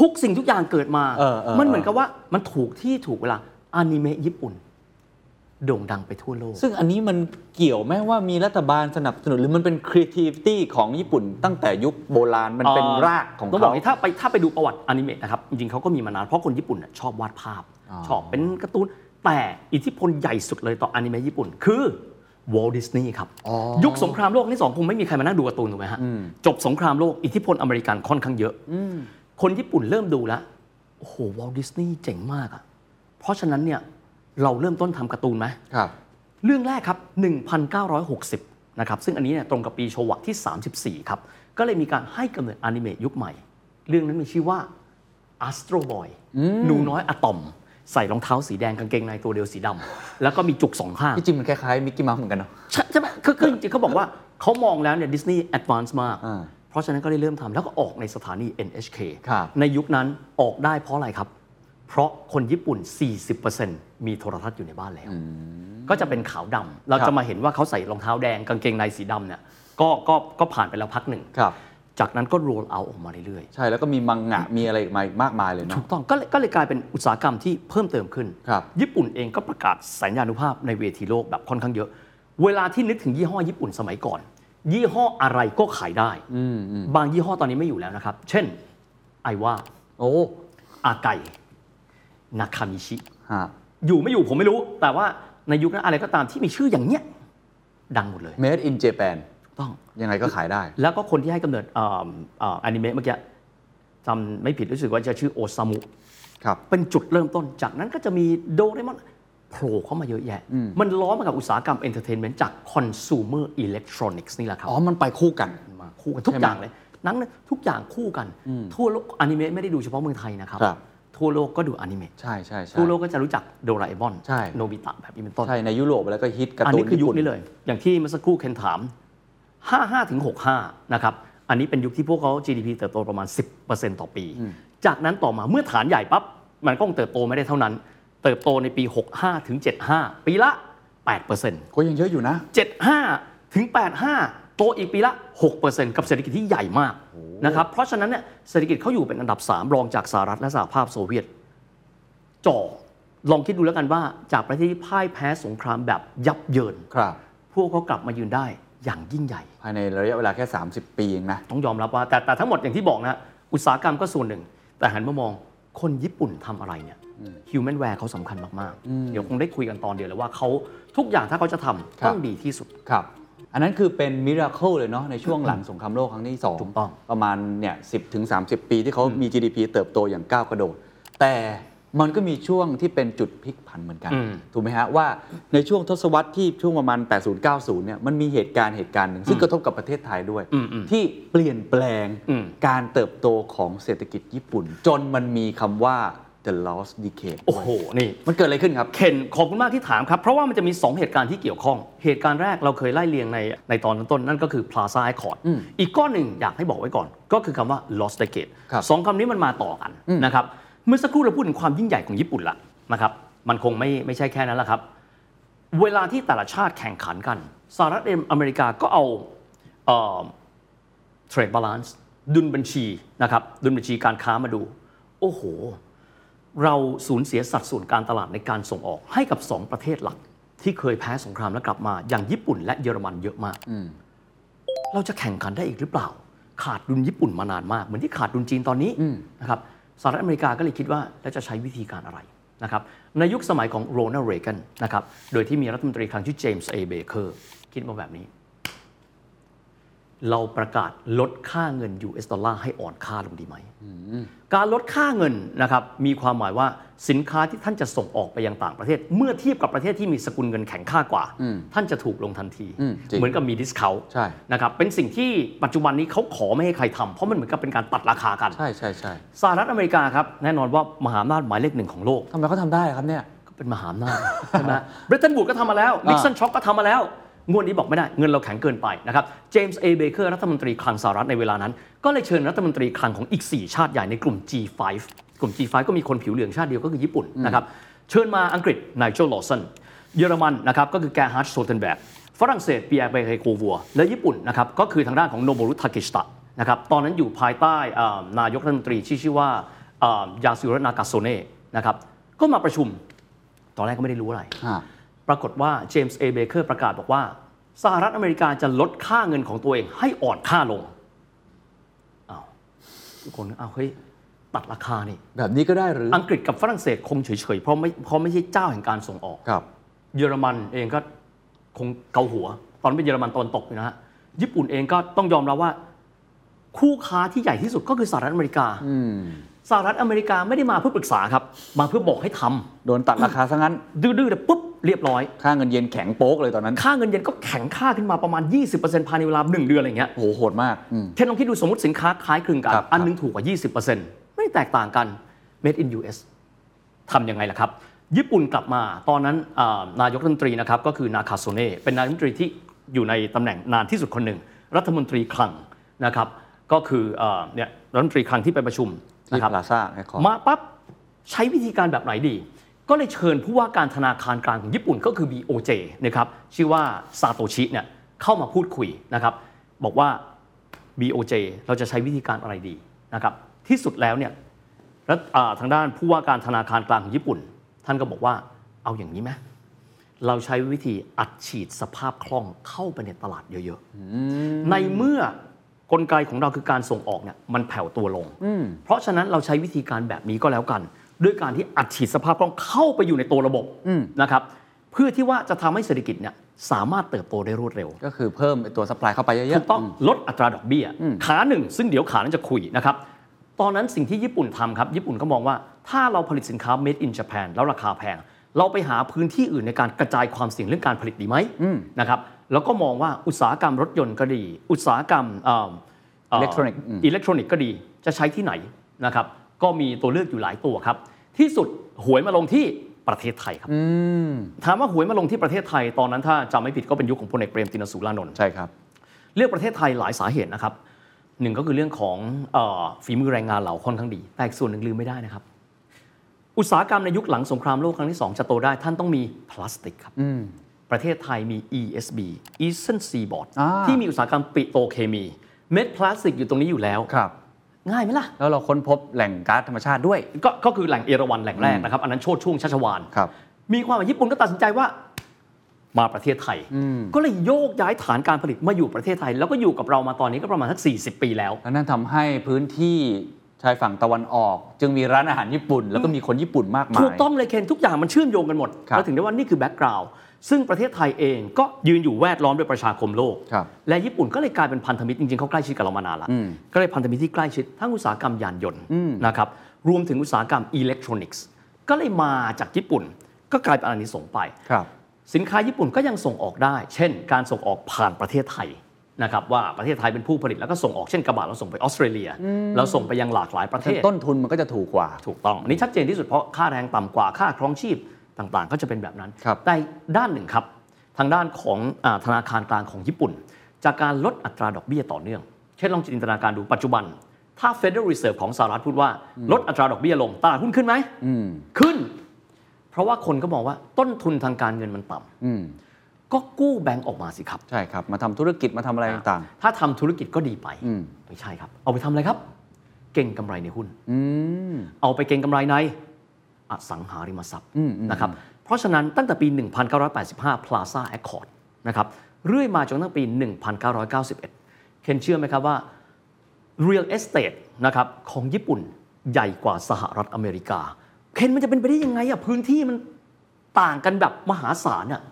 Speaker 4: ทุกสิ่งทุกอย่างเกิดมา
Speaker 5: เออเออ
Speaker 4: มันเหมือนกับว่ามันถูกที่ถูกเวลาอนิเมะญี่ปุ่น โด่งดังไปทั่วโลก
Speaker 5: ซึ่งอันนี้มันเกี่ยวแม้ว่ามีรัฐบาลสนับสนุนหรือมันเป็น creativity ของญี่ปุ่นตั้งแต่ยุคโบราณมันเป็นรากของ
Speaker 4: ต้องบอกอ
Speaker 5: เขา
Speaker 4: ย่างนี้ถ้าไปถ้าไปดูประวัติอนิเมะนะครับ จริงๆเขาก็มีมานาน เพราะคนญี่ปุ่นน่ะชอบวาดภาพ
Speaker 5: อ๋อ
Speaker 4: ชอบเป็นการ์ตูน แต่อิทธิพลใหญ่สุดเลยต่ออนิเมะญี่ปุ่น คือวอลดิสนีย์ครับ ยุคสงครามโลกครั้งที่สองคงไม่มีใครมานั่งดูการ์ตูนถูกไหมฮะ จบสงครามโลกอิทธิพลอเมริกันค่อนข้างเยอะ คนญี่ปุ่นเริ่มดูแล้ว โอ้โหวอลดิสนีย์เจ๋งมากอะเพราะฉะนั้นเนี่ยเราเริ่มต้นทำการ์ตูนไหม
Speaker 5: ครับ
Speaker 4: เรื่องแรกครับ 1960 นะครับ ซึ่งอันนี้เนี่ยตรงกับปีโชวะที่ 34 ครับ ก็เลยมีการให้กำเนิดอนิเมะยุคใหม่ เรื่องนั้นมีชื่อว่า Astro Boy หนูน้อยอะตอม ใส่รองเท้าสีแดงกางเกงในตัวเดียวสีดำ แล้วก็มีจุกสองข้าง
Speaker 5: ที่จริงมันคล้ายๆมิกกี้เมาส์เหมือนกันเนาะ
Speaker 4: ใช่ใช่ไหมคือคือจริงๆเขาบอกว่าเขามองแล้วเนี่ยดิสนีย์แอดวานซ์มาก
Speaker 5: อ่า
Speaker 4: เพราะฉะนั้นก็เลยเริ่มทำแล้วก็ออกในสถานี NHK
Speaker 5: ครับ
Speaker 4: ในยุคนั้นออกได้เพราะอะไรครับ เพราะคนญี่ปุ่น 40%มีโทรทัศน์อยู่ในบ้านแล้ว ก็จะเป็นขาวดำเราจะมาเห็นว่าเขาใส่รองเท้าแดงกางเกงในสีดำเนี่ยก็ก็ก็ผ่านไปแล้วพักหนึ่ง
Speaker 5: ครับ
Speaker 4: จากนั้นก็ roll out ออกมาเรื่อย
Speaker 5: ใช่แล้วก็มีมังงะมีอะไรอีกมาอีกมากมายเลย
Speaker 4: ๆ
Speaker 5: เนาะ
Speaker 4: ถูกต้องก็เลยก็เลยกลายเป็นอุตสาหกรรมที่เพิ่มเติมขึ้น
Speaker 5: ครับ
Speaker 4: ญี่ปุ่นเองก็ประกาศสัญญานุภาพในเวทีโลกแบบค่อนข้างเยอะ เวลาที่นึกถึงยี่ห้อญี่ปุ่นสมัยก่อน ยี่ห้ออะไรก็ขายได้
Speaker 5: อืมอืม
Speaker 4: บางยี่ห้อตอนนี้ไม่อยู่แล้วนะครับ เช่น ไอว่า
Speaker 5: โอ้
Speaker 4: อาไกนาคามิชิ
Speaker 5: ฮะ
Speaker 4: อยู่ไม่อยู่ผมไม่รู้ แต่ว่าในยุคนั้นอะไรก็ตามที่มีชื่ออย่างเนี้ยดังหมดเลย
Speaker 5: เมดอินเจแปน
Speaker 4: ต้อง
Speaker 5: ยังไงก็ขายได้
Speaker 4: แล้วก็คนที่ให้กำเนิดเอมเอ่ออนิเมะเมื่อกี้จำไม่ผิดรู้สึกว่าจะชื่อโอซามุ
Speaker 5: ครับ
Speaker 4: เป็นจุดเริ่มต้น จากนั้นก็จะมีโดเรมอนโผล่เข้ามาเยอะแยะ มันล้อมากับอุตสาหกรรมเอนเตอร์เทนเมนต์จากคอน sumer electronics นี่แหละครับ
Speaker 5: อ๋อ มันไปคู่กัน
Speaker 4: มาคู่กันทุก
Speaker 5: ใช่ไห
Speaker 4: อ
Speaker 5: ม
Speaker 4: ย่างเลยหนังเนี่ยทุกอย่างคู่กัน ทั่วโลกอนิเมะไม่ได้ดูเฉพาะเมืองไทยนะครับ
Speaker 5: ครับ
Speaker 4: ทั่วโลกก็ดูอนิเมะ
Speaker 5: ใช่ใช่ใช่
Speaker 4: ทั่วโลกก็จะรู้จักโดราเอมอน
Speaker 5: ใช่
Speaker 4: โนบิตะแบบนี้เป็นต้น
Speaker 5: ใช่ ในยุโรปแล้วก็ฮิตการ์
Speaker 4: อัน
Speaker 5: ตูน
Speaker 4: นี้คือยุ
Speaker 5: ญี่
Speaker 4: ค
Speaker 5: ปุ่น
Speaker 4: นี้เลย อย่างที่เมื่อสักครู่เคนถาม 55ถึง65 นะครับ อันนี้เป็นยุคที่พวกเขา GDP เติบโตประมาณ 10%ต่อปี จากนั้นต่อมาเมื่อฐานใหญ่ปั๊บ มันก็คงเติบโตไม่ได้เท่านั้น เติบโตในปี 65ถึง75 ปีละ 8%
Speaker 5: ก็ยังเยอะอยู่นะ
Speaker 4: 75ถึง85 โตอีกปีละ 6%กับเศรษฐกิจที่ใหญ่มากนะครับ เพราะฉะนั้นเนี่ยเศรษฐกิจเขาอยู่เป็นอันดับ 3 รองจากสหรัฐและสหภาพโซเวียต จ่อลองคิดดูแล้วกันว่าจากประเทศที่พ่ายแพ้สงครามแบบยับเยิน
Speaker 5: ครับ
Speaker 4: พวกเขากลับมายืนได้อย่างยิ่งใหญ่
Speaker 5: ภายในระยะเวลาแค่ 30 ปีเองนะ
Speaker 4: ต้องยอมรับว่าแต่แต่ทั้งหมดอย่างที่บอกนะ อุตสาหกรรมก็ส่วนหนึ่ง แต่หันมามอง คนญี่ปุ่นทำอะไรเนี่ย human w a r e เขาสำคัญมาก
Speaker 5: อืม
Speaker 4: ๆ เดี๋ยวคงได้คุยกันตอนเดียวเลยว่าเขาทุกอย่างถ้าเขาจะทำ
Speaker 5: ครับ
Speaker 4: ต้องดีที่สุด
Speaker 5: ครับ อันนั้นคือเป็นมิราเคิลเลยเนาะในช่วงหลังสงครามโลกครั้งที่สอง
Speaker 4: ถูกต้อง
Speaker 5: ประมาณเนี่ยสิถึง 30 ปีที่เขามี GDP เติบโตอย่างก้าวกระโดด แต่มันก็มีช่วงที่เป็นจุดพลิกผันเหมือนกัน
Speaker 4: อืม
Speaker 5: ถูกไหมฮะ ว่าในช่วงทศวรรษที่ช่วงประมาณ 80-90 เนี่ยมันมีเหตุการณ์เหตุการณ์หนึ่งซึ่งกระทบกับประเทศไทยด้วย
Speaker 4: อืมอืม
Speaker 5: ที่เปลี่ยนแปลง
Speaker 4: อืม
Speaker 5: การเติบโตของเศรษฐกิจญี่ปุ่น จนมันมีคำว่า the lost decade
Speaker 4: โอ้โห นี่
Speaker 5: มันเกิดอะไรขึ้นครับ
Speaker 4: เคนขอบคุณมากที่ถามครับ เพราะว่ามันจะมี 2 เหตุการณ์ที่เกี่ยวข้อง เหตุการณ์แรกเราเคยไล่เรียงในในตอนต้นๆนั่นก็คือ Plaza Accord
Speaker 5: อืม
Speaker 4: อีกก้อนหนึ่งอยากให้บอกไว้ก่อน ก็คือคำว่า Lost Decade
Speaker 5: ครับ
Speaker 4: สองคำนี้มันมาต่อกัน
Speaker 5: อืม
Speaker 4: นะครับเมื่อสักครู่เราพูดถึงความยิ่งใหญ่ของญี่ปุ่นละนะครับมันคงไม่ไม่ใช่แค่นั้นละครับ เวลาที่แต่ละชาติแข่งขันกันสหรัฐอเมริกาก็เอาเอ่อ trade balance ดุลบัญชีนะครับดุลบัญชีการค้ามาดู โอ้โห เราสูญเสียสัดส่วนการตลาดในการส่งออกให้กับ 2 ประเทศหลัก ที่เคยแพ้สงครามและกลับมาอย่างญี่ปุ่นและเยอรมันเยอะมาก
Speaker 5: อืม
Speaker 4: เราจะแข่งขันได้อีกหรือเปล่า ขาดดุลญี่ปุ่นมานานมาก เหมือนที่ขาดดุลจีนตอนนี้
Speaker 5: อืม
Speaker 4: นะครับสหรัฐอเมริกาก็เลยคิดว่าแล้วจะใช้วิธีการอะไรนะครับในยุคสมัยของโรนัลด์เรแกนนะครับโดยที่มีรัฐมนตรีครั้งชื่อเจมส์เอเบเกอร์คิดมาแบบนี้ เราประกาศลดค่าเงิน US ดอลลาร์ให้อ่อนค่าลงดีไหม การลดค่าเงินนะครับมีความหมายว่าสินค้าที่ท่านจะส่งออกไปยังต่างประเทศ เมื่อเทียบกับประเทศที่มีสกุลเงินแข็งค่ากว่า
Speaker 5: อืม
Speaker 4: ท่านจะถูกลงทันที
Speaker 5: อืมจริง
Speaker 4: เหมือนกับมีดิสเคา
Speaker 5: ใช่
Speaker 4: นะครับเป็นสิ่งที่ปัจจุบันนี้เขาขอไม่ให้ใครทำเพราะมันเหมือนกับเป็นการตัดราคากัน
Speaker 5: ใช่ใช่ใช่
Speaker 4: สหรัฐอเมริกาครับแน่นอนว่ามหาอำนาจหมายเลขหนึ่งของโลก
Speaker 5: ทำไมเขาทำได้ครับเนี่ย
Speaker 4: ก็เป็นมหาอำนา จ ใช่ไหมเบรตันบูดก็ทำมาแล้วนิกสันช็อกก็ทำมาแล้ว งวดนี้บอกไม่ได้เงินเราแข็งเกินไปนะครับเจมส์เอเบเกอร์รัฐมนตรีคลังสหรัฐในเวลานั้น ก็เลยเชิญรัฐมนตรีคลังของอีก 4 ชาติใหญ่ในกลุ่ม G5 กลุ่ม G5 ก็มีคนผิวเหลืองชาติเดียวก็คือญี่ปุ่นนะครับเชิญมาอังกฤษไนเจลลอสันเยอรมันนะครับก็คือแกฮาร์ดโซเทนแบกฝรั่งเศสปีแอร์เบเฮโควัวและญี่ปุ่นนะครับก็คือทางด้านของโนบุรุทากิชตะนะครับตอนนั้นอยู่ภายใต้อ่านายกรัฐมนตรีที่ชื่อว่าอ่ายาสุรนากาโซเน่นะครับก็มาประชุม ตอนแรกก็ไม่ได้รู้อะไร ปรากฏว่าเจมส์เอเบเกอร์ประกาศบอกว่า สหรัฐอเมริกาจะลดค่าเงินของตัวเองให้อ่อนค่าลงอ้าวทุกคนก็อ้าวเฮ้ย ตัดราคานี่
Speaker 5: แบบนี้ก็ได้หรือ
Speaker 4: อังกฤษกับฝรั่งเศสคงเฉยๆ เพราะไม่เพราะไม่ใช่เจ้าแห่งการส่งออก
Speaker 5: ครับ
Speaker 4: เยอรมันเองก็คงเกาหัว ตอนนนเป็นเยอรมันตอนตกอยู่นะฮะ ญี่ปุ่นเองก็ต้องยอมรับว่า คู่ค้าที่ใหญ่ที่สุดก็คือสหรัฐอเมริกา
Speaker 5: อืม
Speaker 4: สหรัฐอเมริกาไม่ได้มาเพื่อปรึกษาครับ มาเพื่อบอกให้ทำ
Speaker 5: โดนตัดราคาซะงั้น
Speaker 4: ดื้อๆแต่ปุ๊บเรียบร้อย
Speaker 5: ค่าเงินเยนแข็งโป๊กเลยตอนนั้น
Speaker 4: ค่าเงินเยนก็แข็งค่าขึ้นมาประมาณ 20%ภายในเวลา 1 เดือนอะไรเงี้ย
Speaker 5: โหโหดมากอืม
Speaker 4: เช่นลองคิดดูสมมติสินค้าคล้ายคลึงกัน
Speaker 5: ครับ
Speaker 4: อันหนึงถูกกว่า 20%ไม่ได้แตกต่างกัน made in US ทำยังไงล่ะครับ ญี่ปุ่นกลับมาตอนนั้นอ่านายกรัฐมนตรีนะครับก็คือนาคาโซเน่เป็นนายกรัฐมนตรีที่อยู่ในตำแหน่งนานที่สุดคนหนึ่ง รัฐมนตรีคลังนะครับก็คืออ่าเนี่ยรัฐมนตรีคลังที่ไปประชุม
Speaker 5: ที่
Speaker 4: นะครับ
Speaker 5: พลาซ่าไอคอน
Speaker 4: มาปั๊บใช้วิธีการแบบไหนดี ก็เลยเชิญผู้ว่าการธนาคารกลางของญี่ปุ่นก็คือ BOJ นะครับชื่อว่าซาโตชิเนี่ยเข้ามาพูดคุยนะครับบอกว่า BOJ เราจะใช้วิธีการอะไรดีนะครับที่สุดแล้วเนี่ยรัฐอ่าทางด้านผู้ว่าการธนาคารกลางของญี่ปุ่น ท่านก็บอกว่าเอาอย่างนี้ไหมเราใช้วิธีอัดฉีดสภาพคล่องเข้าไปในตลาดเยอะๆในเมื่อกลไกของเราคือการส่งออกเนี่ยมันแผ่วตัวลง เพราะฉะนั้นเราใช้วิธีการแบบนี้ก็แล้วกัน ด้วยการที่อัดฉีดสภาพคล่องเข้าไปอยู่ในตัวระบบ
Speaker 5: อืม
Speaker 4: นะครับเพื่อที่ว่าจะทำให้เศรษฐกิจเนี่ยสามารถเติบโตได้รวดเร็ว
Speaker 5: ก็คือเพิ่มไอ้ตัวซัพพลายเข้าไปเยอะๆ
Speaker 4: ถูกต้อง
Speaker 5: ม
Speaker 4: ลดอัตราดอกเบี้ย
Speaker 5: อืม
Speaker 4: ขาหนึ่ง ซึ่งเดี๋ยวขานั้นจะคุยนะครับ ตอนนั้นสิ่งที่ญี่ปุ่นทำครับ ญี่ปุ่นก็มองว่าถ้าเราผลิตสินค้า made in Japan แล้วราคาแพง เราไปหาพื้นที่อื่นในการกระจายความเสี่ยงเรื่องการผลิตดีไหมนะครับแล้วก็มองว่าอุตสาหกรรมรถยนต์ก็ดี อุตสาหกรรมเอิ
Speaker 5: อิเล็กทรอนิกส์อืม
Speaker 4: อิเล็กทรอนิกส์ก็ดีจะใช้ที่ไหนนะครับก็มีตัวเลือกอยู่หลายตัวครับ ที่สุดหวยมาลงที่ประเทศไทยครับ
Speaker 5: อืม
Speaker 4: ถามว่าหวยมาลงที่ประเทศไทยตอนนั้นถ้าจำไม่ผิดก็เป็นยุคของพลเอกเปรมตินสุรานนท์
Speaker 5: ใช่ครับ
Speaker 4: เลือกประเทศไทยหลายสาเหตุนะครับหนึ่งก็คือเรื่องของเออฝีมือแรงงานเราค่อนข้างดี แต่อีกส่วนหนึ่งลืมไม่ได้นะครับ อุตสาหกรรมในยุคหลังสงครามโลกครั้งที่ 2 จะโตได้ท่านต้องมีพลาสติกครับ
Speaker 5: อืม
Speaker 4: ประเทศไทยมี ESB Eastern Seaboard
Speaker 5: อ่า
Speaker 4: ที่มีอุตสาหกรรมปิโตรเคมี เม็ดพลาสติกอยู่ตรงนี้อยู่แล้ว
Speaker 5: ครับ
Speaker 4: ง่ายไหมล่ะ
Speaker 5: แล้วเราค้นพบแหล่งก๊าซธรรมชาติด้วย
Speaker 4: ก็ก็คือแหล่งเอราวัณแหล่งแรกนะครับ อันนั้นโชดช่วงชัชวาน
Speaker 5: ครับ
Speaker 4: มีความหมายญี่ปุ่นก็ตัดสินใจว่ามาประเทศไทย
Speaker 5: อืม
Speaker 4: ก็เลยโยกย้ายฐานการผลิตมาอยู่ประเทศไทย แล้วก็อยู่กับเรามาตอนนี้ก็ประมาณสัก40 ปีแล้ว
Speaker 5: แล้วนั่นทำให้พื้นที่ช ชายฝั่งตะวันออก จึงมีร้านอาหารญี่ปุ่น แล้วก็มีคนญี่ปุ่นมากมาย
Speaker 4: ถูกต้องเลยเคนทุกอย่างมันเชื่อมโยงกันหมด
Speaker 5: ครับ
Speaker 4: เราถึงได้ว่านี่คือแบ็กกราวด์ซึ่งประเทศไทยเองก็ยืนอยู่แวดล้อมด้วยประชาคมโลก
Speaker 5: ครับ
Speaker 4: และญี่ปุ่นก็เลยกลายเป็นพันธมิตรจริงๆเขาใกล้ชิดกับเรามานานละ
Speaker 5: อืม
Speaker 4: ก็เลยพันธมิตรที่ใกล้ชิดทั้งอุตสาหกรรมยานยนต์
Speaker 5: อืม
Speaker 4: นะครับรวมถึงอุตสาหกรรมอิเล็กทรอนิกส์ ก็เลยมาจากญี่ปุ่น ก็กลายเป็นอานิสงส์ไป
Speaker 5: ครับ
Speaker 4: สินค้าญี่ปุ่นก็ยังส่งออกได้ เช่น การส่งออกผ่านประเทศไทยนะครับว่าประเทศไทยเป็นผู้ผลิตแล้วก็ส่งออกเช่นกระบะเราส่งไปออสเตรเลีย เราส่งไปยังหลากหลายประเทศ
Speaker 5: ต้นทุนมันก็จะถูกกว่า
Speaker 4: ถูกต้องอันนี้ชัดเจนที่สุดเพราะค่าแรงต่ำกว่าค่าครองชีพต่างๆ ก็จะเป็นแบบนั้น
Speaker 5: ครับ
Speaker 4: แต่ด้านหนึ่งครับ ทางด้านของอาธนาคารกลางของญี่ปุ่น จากการลดอัตราดอกเบี้ยต่อเนื่อง เช่นลองจินตนาการดูปัจจุบัน ถ้า Federal Reserve ของสหรัฐพูดว่า ลดอัตราดอกเบี้ยลงตลาดหุ้นขึ้นไหม
Speaker 5: อืม
Speaker 4: ขึ้น เพราะว่าคนก็มองว่าต้นทุนทางการเงินมันต่ำ
Speaker 5: อืม
Speaker 4: ก็กู้แบงก์ออกมาสิครับ
Speaker 5: ใช่ครับ มาทำธุรกิจมาทำอะไรต่าง
Speaker 4: ถ้าทำธุรกิจก็ดีไป
Speaker 5: อืม
Speaker 4: ไม่ใช่ครับ เอาไปทำอะไรครับ เก่งกำไรในหุ้น
Speaker 5: ๆ อืม
Speaker 4: เอาไปเก็งกำไรในอสังหาริมทรัพย์
Speaker 5: อืมอืม
Speaker 4: นะครับ เพราะฉะนั้นตั้งแต่ปี 1985 Plaza Accord นะครับเรื่อยมาจนตั้งปี 1991 เคนเชื่อไหมครับว่า Real Estate นะครับของญี่ปุ่นใหญ่กว่าสหรัฐอเมริกา เคนมันจะเป็นไปได้ยังไงอะพื้นที่มันต่างกันแบบมหาศาลอะ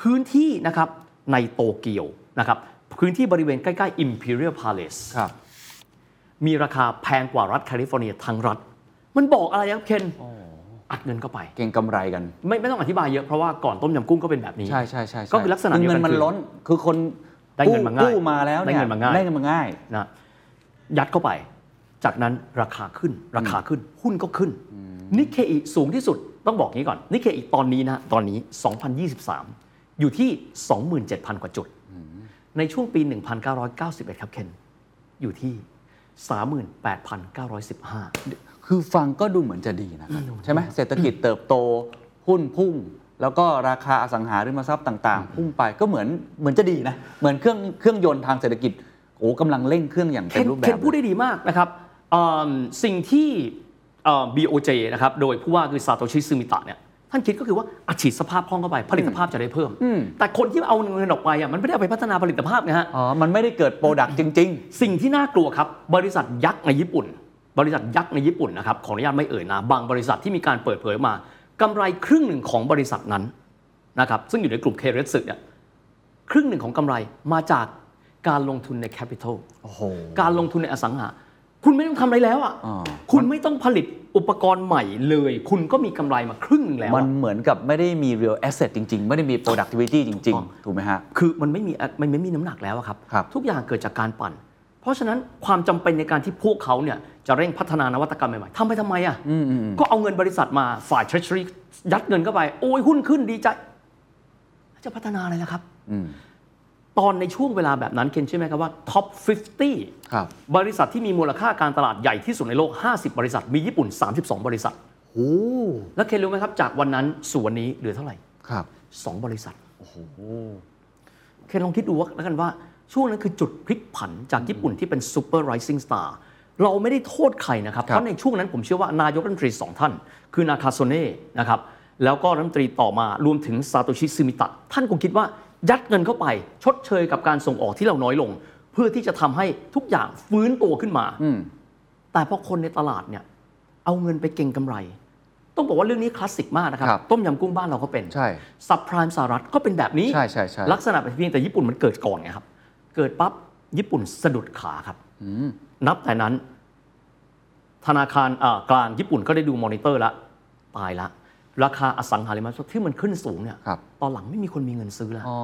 Speaker 4: พื้นที่นะครับในโตเกียวนะครับพื้นที่บริเวณใกล้ ๆ Imperial Palace
Speaker 5: ครับ
Speaker 4: มีราคาแพงกว่ารัฐแคลิฟอร์เนียทั้งรัฐ มันบอกอะไรครับเคนอัดเงินเข้าไป
Speaker 5: เก่งกำไรกัน
Speaker 4: ไม่ไม่ต้องอธิบายเยอะเพราะว่าก่อนต้มยำกุ้งก็เป็นแบบนี้
Speaker 5: ใช่ใช่ใช่ใช่
Speaker 4: ก็คือลักษณะเดียวกัน
Speaker 5: เงินมัน
Speaker 4: คือ
Speaker 5: ล้น คือคน
Speaker 4: ได้เงินมาง่าย
Speaker 5: กู้มาแล้ว
Speaker 4: ได้
Speaker 5: เนี่ย
Speaker 4: เงินมาง่าย
Speaker 5: ได้เงินมาง่าย
Speaker 4: นะยัดเข้าไป จากนั้นราคาขึ้น ราคาขึ้น หุ้นก็ขึ้น นิเคอิสูงที่สุดต้องบอกงี้ก่อน นิเคอิตอนนี้นะ ตอนนี้ 2023 อยู่ที่ 27,000 กว่าจุด ในช่วงปี 1991 ครับเคน อยู่ที่ 38,915
Speaker 5: คือฟังก็ดูเหมือนจะดีนะครับใช่ไหมเศรษฐกิจเติบโตหุ้นพุ่ง แล้วก็ราคาอสังหาริมทรัพย์ต่าง ๆ พุ่งไปก็เหมือนเหมือนจะดีนะเหมือนเครื่องเครื่องยนต์ทางเศรษฐกิจโอ้กำลังเร่งเครื่องอย่าง
Speaker 4: เคน
Speaker 5: เต็มรูปแบ
Speaker 4: เคน
Speaker 5: บ
Speaker 4: พูดได้ดีมากนะครับอืมสิ่งที่เอ่อ BOJ นะครับ โดยผู้ว่าคือซาโตชิซึมิตะเนี่ย ท่านคิดก็คือว่าอัดฉีดสภาพคล่องเข้าไป ผลิตภาพจะได้เพิ่ม แต่คนที่เอาเงินออกไปอ่ะมันไม่ได้เอาไปพัฒนาผลิตภาพนะฮะ
Speaker 5: อ๋อมันไม่ได้เกิดโปรดักต์จริง
Speaker 4: สิ่งที่น่ากลัวครับ บริษัทยักษ์ในญี่ปุ่น บริษัทยักษ์ในญี่ปุ่นนะครับ ขออนุญาตไม่เอ่ยนามบางบริษัทที่มีการเปิดเผยมากำไรครึ่งหนึ่งของบริษัทนั้นนะครับซึ่งอยู่ในกลุ่มเคเรสึเนี่ยครึ่งหนึ่งของกำไรมาจากการลงทุนในแคปิตอล
Speaker 5: ๆ โอ้โห
Speaker 4: การลงทุนในอสังหา คุณไม่ต้องทำอะไรแล้วอ่ะ
Speaker 5: อ่า
Speaker 4: คุณไม่ต้องผลิตอุปกรณ์ใหม่เลย คุณก็มีกำไรมาครึ่งหนึ่งแล้วอะ
Speaker 5: มันเหมือนกับไม่ได้มี real asset จริง ๆ ไม่ได้มี productivity จริง ๆ ถูกไหมฮะ
Speaker 4: คือมันไม่มีมันไม่มีน้ำหนักแล้วอะครับ
Speaker 5: ครับ
Speaker 4: ทุกอย่างเกิดจากการปั่น เพราะฉะนั้นความจำเป็นในการที่พวกเขาเนี่ยจะเร่งพัฒนานวัตกรรมใหม่ๆทำไปทำไมอะ่ะ
Speaker 5: อืมอืมอืม
Speaker 4: ก็เอาเงินบริษัทมาฝ่าย treasury ยัดเงินเข้าไป โอ้ยหุ้นขึ้นดีใจ จะพัฒนาอะไรล่ะครับ
Speaker 5: อืม
Speaker 4: ตอนในช่วงเวลาแบบนั้นเคนเชื่อไหมครับว่า top 50
Speaker 5: ครับ
Speaker 4: บริษัทที่มีมูลค่าการตลาดใหญ่ที่สุดในโลก 50 บริษัท มีญี่ปุ่น 32 บริษัท
Speaker 5: โอ้
Speaker 4: แล้วเคนรู้ไหมครับ จากวันนั้นสู่วันนี้เหลือเท่าไหร่
Speaker 5: ครับ
Speaker 4: 2 บริษัท โอ้โห เคนลองคิดดูว่าแล้วกันว่า ช่วงนั้นคือจุดพลิกผันจากญี่ปุ่นที่เป็นซูเปอร์ rising star เราไม่ได้โทษใครนะครับ เพราะในช่วงนั้นผมเชื่อว่านายกรัฐมนตรีสองท่าน คือนาคาโซเน่นะครับ แล้วก็รัฐมนตรีต่อมารวมถึงซาโตชิซึมิตะ ท่านคงคิดว่ายัดเงินเข้าไป ชดเชยกับการส่งออกที่เราน้อยลง เพื่อที่จะทำให้ทุกอย่างฟื้นตัวขึ้นมา
Speaker 5: อืม
Speaker 4: แต่พอคนในตลาดเนี่ยเอาเงินไปเก็งกำไร ต้องบอกว่าเรื่องนี้คลาสสิกมากนะครับ ต้มยำกุ้งบ้านเราก็เป็น
Speaker 5: ใช่
Speaker 4: ซับไพรามสหรัฐก็เป็นแบบนี้
Speaker 5: ใช่ใช่ใช่
Speaker 4: ลักษณะแบบนี้แต่ญี่ปุ่นมันเกิดก่อนไงครับ เกิดปั๊บ ญี่ปุ่นสะดุดขาครับ
Speaker 5: อืม
Speaker 4: นับแต่นั้น ธนาคารเอ่อกลางญี่ปุ่นก็ได้ดูมอนิเตอร์ละตายละ ราคาอสังหาริมทรัพย์ที่มันขึ้นสูงเนี่ย
Speaker 5: ครับ
Speaker 4: ตอนหลังไม่มีคนมีเงินซื้อแล้ว
Speaker 5: อ๋อ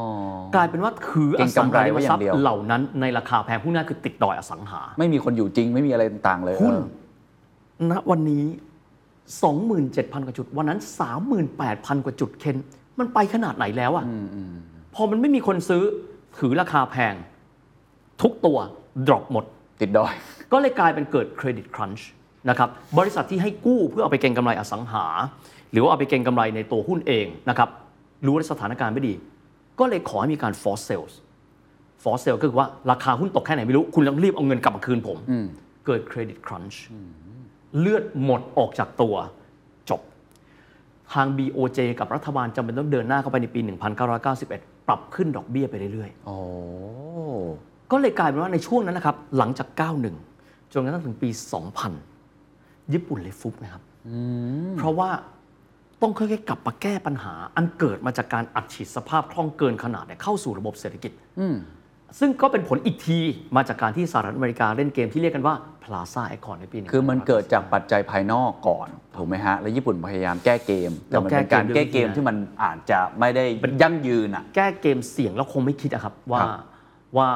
Speaker 4: กลายเป็นว่าถืออสังหาริมทรัพ
Speaker 5: เก็งกำไรไว้อย่าง
Speaker 4: ย์
Speaker 5: เดียว
Speaker 4: เหล่านั้นในราคาแพงผู้นั้นคือติดดอยอสังหา
Speaker 5: ไม่มีคนอยู่จริงไม่มีอะไรต่างๆเลย
Speaker 4: หุ้น
Speaker 5: เออ
Speaker 4: ณวันนี้ 27,000 กว่าจุด วันนั้น 38,000 กว่าจุดเคนมันไปขนาดไหนแล้วอะพอมันไม่มีคนซื้อถือราคาแพง ทุกตัว ดรอปหมด
Speaker 5: ติดดอย
Speaker 4: ก็เลยกลายเป็นเกิดเครดิตครันช์นะครับบริษัทที่ให้กู้เพื่อเอาไปเก็งกำไรอสังหา หรือว่าเอาไปเก็งกำไรในตัวหุ้นเองนะครับรู้ว่าสถานการณ์ไม่ดี ก็เลยขอให้มีการ force sales force sale ก็คือว่าราคาหุ้นตกแค่ไหนไม่รู้ คุณต้องรีบเอาเงินกลับมาคืนผม เกิดเครดิตครันช์เลือดหมดออกจากตัวจบ ทาง BOJ กับรัฐบาลจำเป็นต้องเดินหน้าเข้าไปในปี 1991 ปรับขึ้นดอกเบี้ยไปเรื่อยๆ
Speaker 5: โอ้
Speaker 4: ก็เลยกลายเป็นว่าในช่วงนั้นนะครับ หลังจาก 91 จนกระทั่งถึงปี 2000 ญี่ปุ่นเลยฟุบนะครับ เพราะว่าต้องค่อยๆกลับมาแก้ปัญหา อันเกิดมาจากการอัดฉีดสภาพคล่องเกินขนาดเนี่ยเข้าสู่ระบบเศรษฐกิจ ซึ่งก็เป็นผลอีกทีมาจากการที่สหรัฐอเมริกาเล่นเกมที่เรียกกันว่า Plaza Accord ในปี
Speaker 5: คือมันเกิดจากปัจจัยภายนอกก่อนถูกไหมฮะ แล้วญี่ปุ่นพยายามแก้เกม แต่มันเป็นการแก้เกมที่มันอาจจะไม่ได้ยั่งยืนอ่ะ
Speaker 4: แก้เกมเสี่ยงแล้วคงไม่คิดอะครับว่า
Speaker 5: ครับ
Speaker 4: ว่า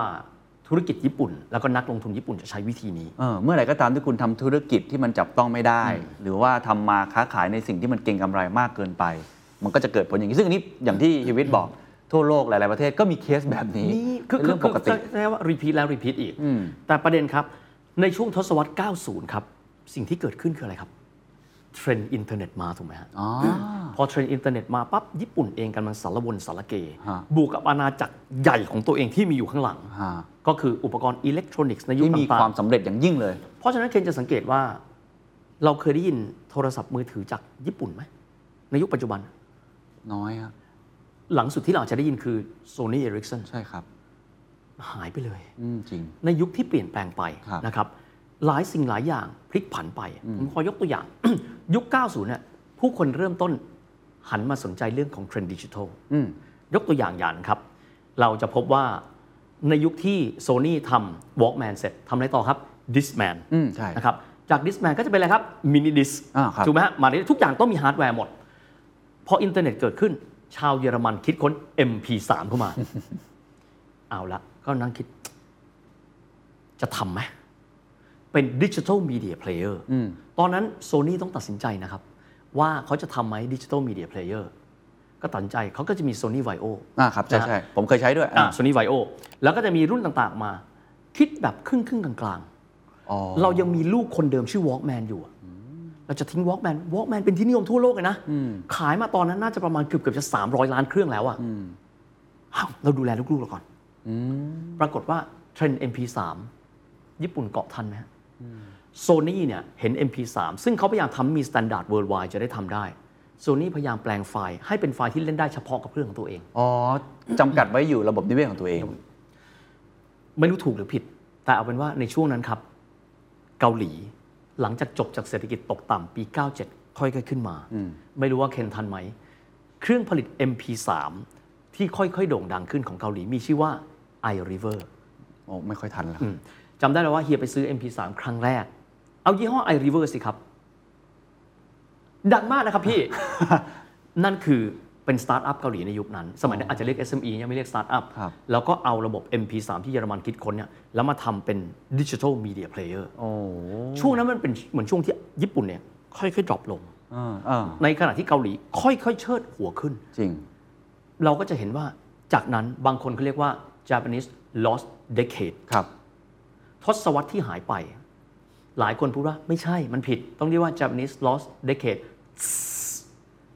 Speaker 4: ธุรกิจญี่ปุ่น แล้วก็นักลงทุนญี่ปุ่นจะใช้วิธีนี้
Speaker 5: เออเมื่อไหร่ก็ตามที่คุณทำธุรกิจที่มันจับต้องไม่ได้ หรือว่าทำมาค้าขายในสิ่งที่มันเก็งกำไรมากเกินไป มันก็จะเกิดผลอย่างนี้ซึ่งอันนี้อย่างที่ฮิวิตบอกทั่วโลกหลาย ๆ ประเทศก็มีเคสแบบนี้
Speaker 4: นี่คือคื
Speaker 5: เป็นเรื่
Speaker 4: อ
Speaker 5: อง
Speaker 4: ป
Speaker 5: ป
Speaker 4: ก
Speaker 5: ก
Speaker 4: ติ
Speaker 5: ติ
Speaker 4: แน่ว่ารีพีทแล้วรีพีทอีก
Speaker 5: อืม
Speaker 4: แต่ประเด็นครับ ในช่วงทศวรรษ 90 ครับ สิ่งที่เกิดขึ้นคืออะไรครับ เทรนด์อินเทอร์เน็ตมาถูกไหมฮะ
Speaker 5: อ๋อ
Speaker 4: พอเทรนด์อินเทอร์เน็ตมาปั๊บ ญี่ปุ่นเองกำลังสารวนสารเก
Speaker 5: ฮะ
Speaker 4: บวกกับอาณาจักรใหญ่ของตัวเองที่มีอยู่ข้างหลัง
Speaker 5: อ่า
Speaker 4: ก็คืออุปกรณ์อิเล็กทรอนิกส์ในยุค
Speaker 5: ที่มี
Speaker 4: ต่า
Speaker 5: ควา
Speaker 4: ง
Speaker 5: มสำเร็จอย่างยิ่งเลย
Speaker 4: ๆเพราะฉะนั้นเคนจะสังเกตว่า เราเคยได้ยินโทรศัพท์มือถือจากญี่ปุ่นไหมในยุคปัจจุบัน
Speaker 5: น้อยครับ
Speaker 4: หลังสุดที่เราอาจจะได้ยินคือ Sony Ericsson
Speaker 5: ใช่ครับ
Speaker 4: หายไปเลย
Speaker 5: อืมจริง
Speaker 4: ในยุคที่เปลี่ยนแปลงไป
Speaker 5: ครับ
Speaker 4: นะครับ หลายสิ่งหลายอย่างพลิกผันไป ผมขอยกตัวอย่าง ยุค 90เนี่ยผู้คนเริ่มต้นหันมาสนใจเรื่องของเทรนด์ดิจิทัล
Speaker 5: อืม
Speaker 4: ยกตัวอย่างอย่างนะครับ เราจะพบว่าในยุคที่โซนี่ทำ Walkman เสร็จทำอะไรต่อครับ Discman
Speaker 5: อืมใช่
Speaker 4: นะครับจาก Discman ก็จะเป็นอะไรครับมินิดิส
Speaker 5: อ่าครับ
Speaker 4: ถูกไหมฮะมาในทุกอย่างต้องมีฮาร์ดแวร์หมด พออินเทอร์เน็ตเกิดขึ้น ชาวเยอรมันคิดค้น MP3 เข้า มา เอาละก็นั่งคิด จะทำไหม เป็นดิจิทัลมีเดียเพลเยอร์ตอนนั้นโซนี่ต้องตัดสินใจนะครับ ว่าเขาจะทำไหมดิจิทัลมีเดียเพลเยอร์ก็ตัดสินใจเขาก็จะมี Sony Vaio
Speaker 5: อ่าครับ ใช่ใช่ผมเคยใช้ด้วย
Speaker 4: อ่า Sony Vaio แล้วก็จะมีรุ่นต่างๆมา คิดแบบครึ่งๆกลางๆ
Speaker 5: อ๋อ
Speaker 4: เรายังมีลูกคนเดิมชื่อ Walkman อยู่อะเราจะทิ้ง Walkman Walkman เป็นที่นิยมทั่วโลกเลยนะ ขายมาตอนนั้นน่าจะประมาณเกือบเกือบๆจะ 300 ล้านเครื่องแล้วอะอ้าวเราดูแลลูกๆเราก่อน ปรากฏว่าเทรนด์ MP3 ญี่ปุ่นเกาะทันไหมโซนี่เนี่ยเห็น MP3 ซึ่งเขาพยายามทำมี standard worldwide จะได้ทำได้โซนี่พยายามแปลงไฟล์ให้เป็นไฟล์ที่เล่นได้เฉพาะกับเครื่องของตัวเอง
Speaker 5: อ๋อจำกัดไว้อยู่ระบบนิเวศของตัวเอง
Speaker 4: ไม่รู้ถูกหรือผิด แต่เอาเป็นว่าในช่วงนั้นครับ เกาหลีหลังจากจบจากเศรษฐกิจตกต่ำปี 97 ค่อยๆขึ้นมา ไม่รู้ว่าเคนทันไหม เครื่องผลิต MP3 ที่ค่อยๆ โด่งดังขึ้นของเกาหลีมีชื่อว่า iRiver
Speaker 5: โอ้ไม่ค่อยทันแล้ว
Speaker 4: จำได้แล้วว่าเฮียไปซื้อ MP3 ครั้งแรก เอายี่ห้อ iRiver สิครับ ดังมาก นะครับพี่ นั่นคือเป็นสตาร์ทอัพเกาหลีในยุคนั้น สมัยนั้นอาจจะเรียก SME ยังไม่เรียกสตาร์ทอัพ
Speaker 5: ครับ
Speaker 4: แล้วก็เอาระบบ MP3 ที่เยอรมันคิดค้นเนี่ย แล้วมาทำเป็นดิจิทัลมีเดียเพลเยอร์
Speaker 5: โอ้
Speaker 4: ช่วงนั้นมันเป็นเหมือนช่วงที่ญี่ปุ่นเนี่ย ค่อยๆ ดรอปลง
Speaker 5: เออเออ
Speaker 4: ในขณะที่เกาหลี ค่อยๆ เชิดหัวขึ้น
Speaker 5: จริง
Speaker 4: เราก็จะเห็นว่าจากนั้นบางคนเขาเรียกว่า Japanese lost decade
Speaker 5: ครับ
Speaker 4: ทศวรรษที่หายไป หลายคนพูดว่าไม่ใช่มันผิด ต้องเรียกว่า Japanese lost decade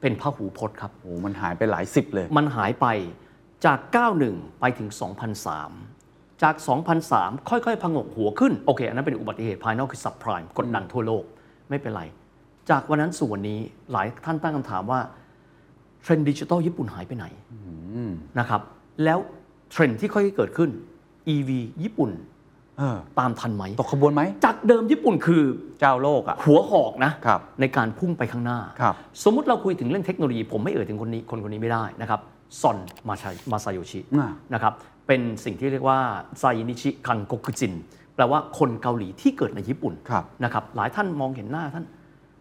Speaker 4: เป็นพหูพจน์ครับ
Speaker 5: โอ้มันหายไปหลายสิบเลย
Speaker 4: มันหายไปจาก 91 ไปถึง 2003 จาก 2003 ค่อยๆ พงกหัวขึ้น โอเค อันนั้นเป็นอุบัติเหตุภายนอกคือ subprime กดดันทั่วโลก ไม่เป็นไร จากวันนั้นสู่วันนี้หลายท่านตั้งคำถามว่า เทรนด์ดิจิทัลญี่ปุ่นหายไปไหนนะครับ แล้วเทรนด์ที่ค่อยๆเกิดขึ้น EV ญี่ปุ่น
Speaker 5: เออ
Speaker 4: ตามทันไหม
Speaker 5: ตกขบวนไหม
Speaker 4: จากเดิมญี่ปุ่นคือ
Speaker 5: เจ้าโลกอ่ะ
Speaker 4: หัวหอกนะครับ ในการพุ่งไปข้างหน้า
Speaker 5: ครับ
Speaker 4: สมมุติเราคุยถึงเรื่องเทคโนโลยี ผมไม่เอ่ยถึงคนนี้คนคนนี้ไม่ได้นะครับซอนมาชามาซาโยชิ
Speaker 5: อ่า
Speaker 4: นะครับเป็นสิ่งที่เรียกว่าไซนิชิคังโกคุจินแปลว่าคนเกาหลีที่เกิดในญี่ปุ่น
Speaker 5: ครับ
Speaker 4: นะครับหลายท่านมองเห็นหน้าท่าน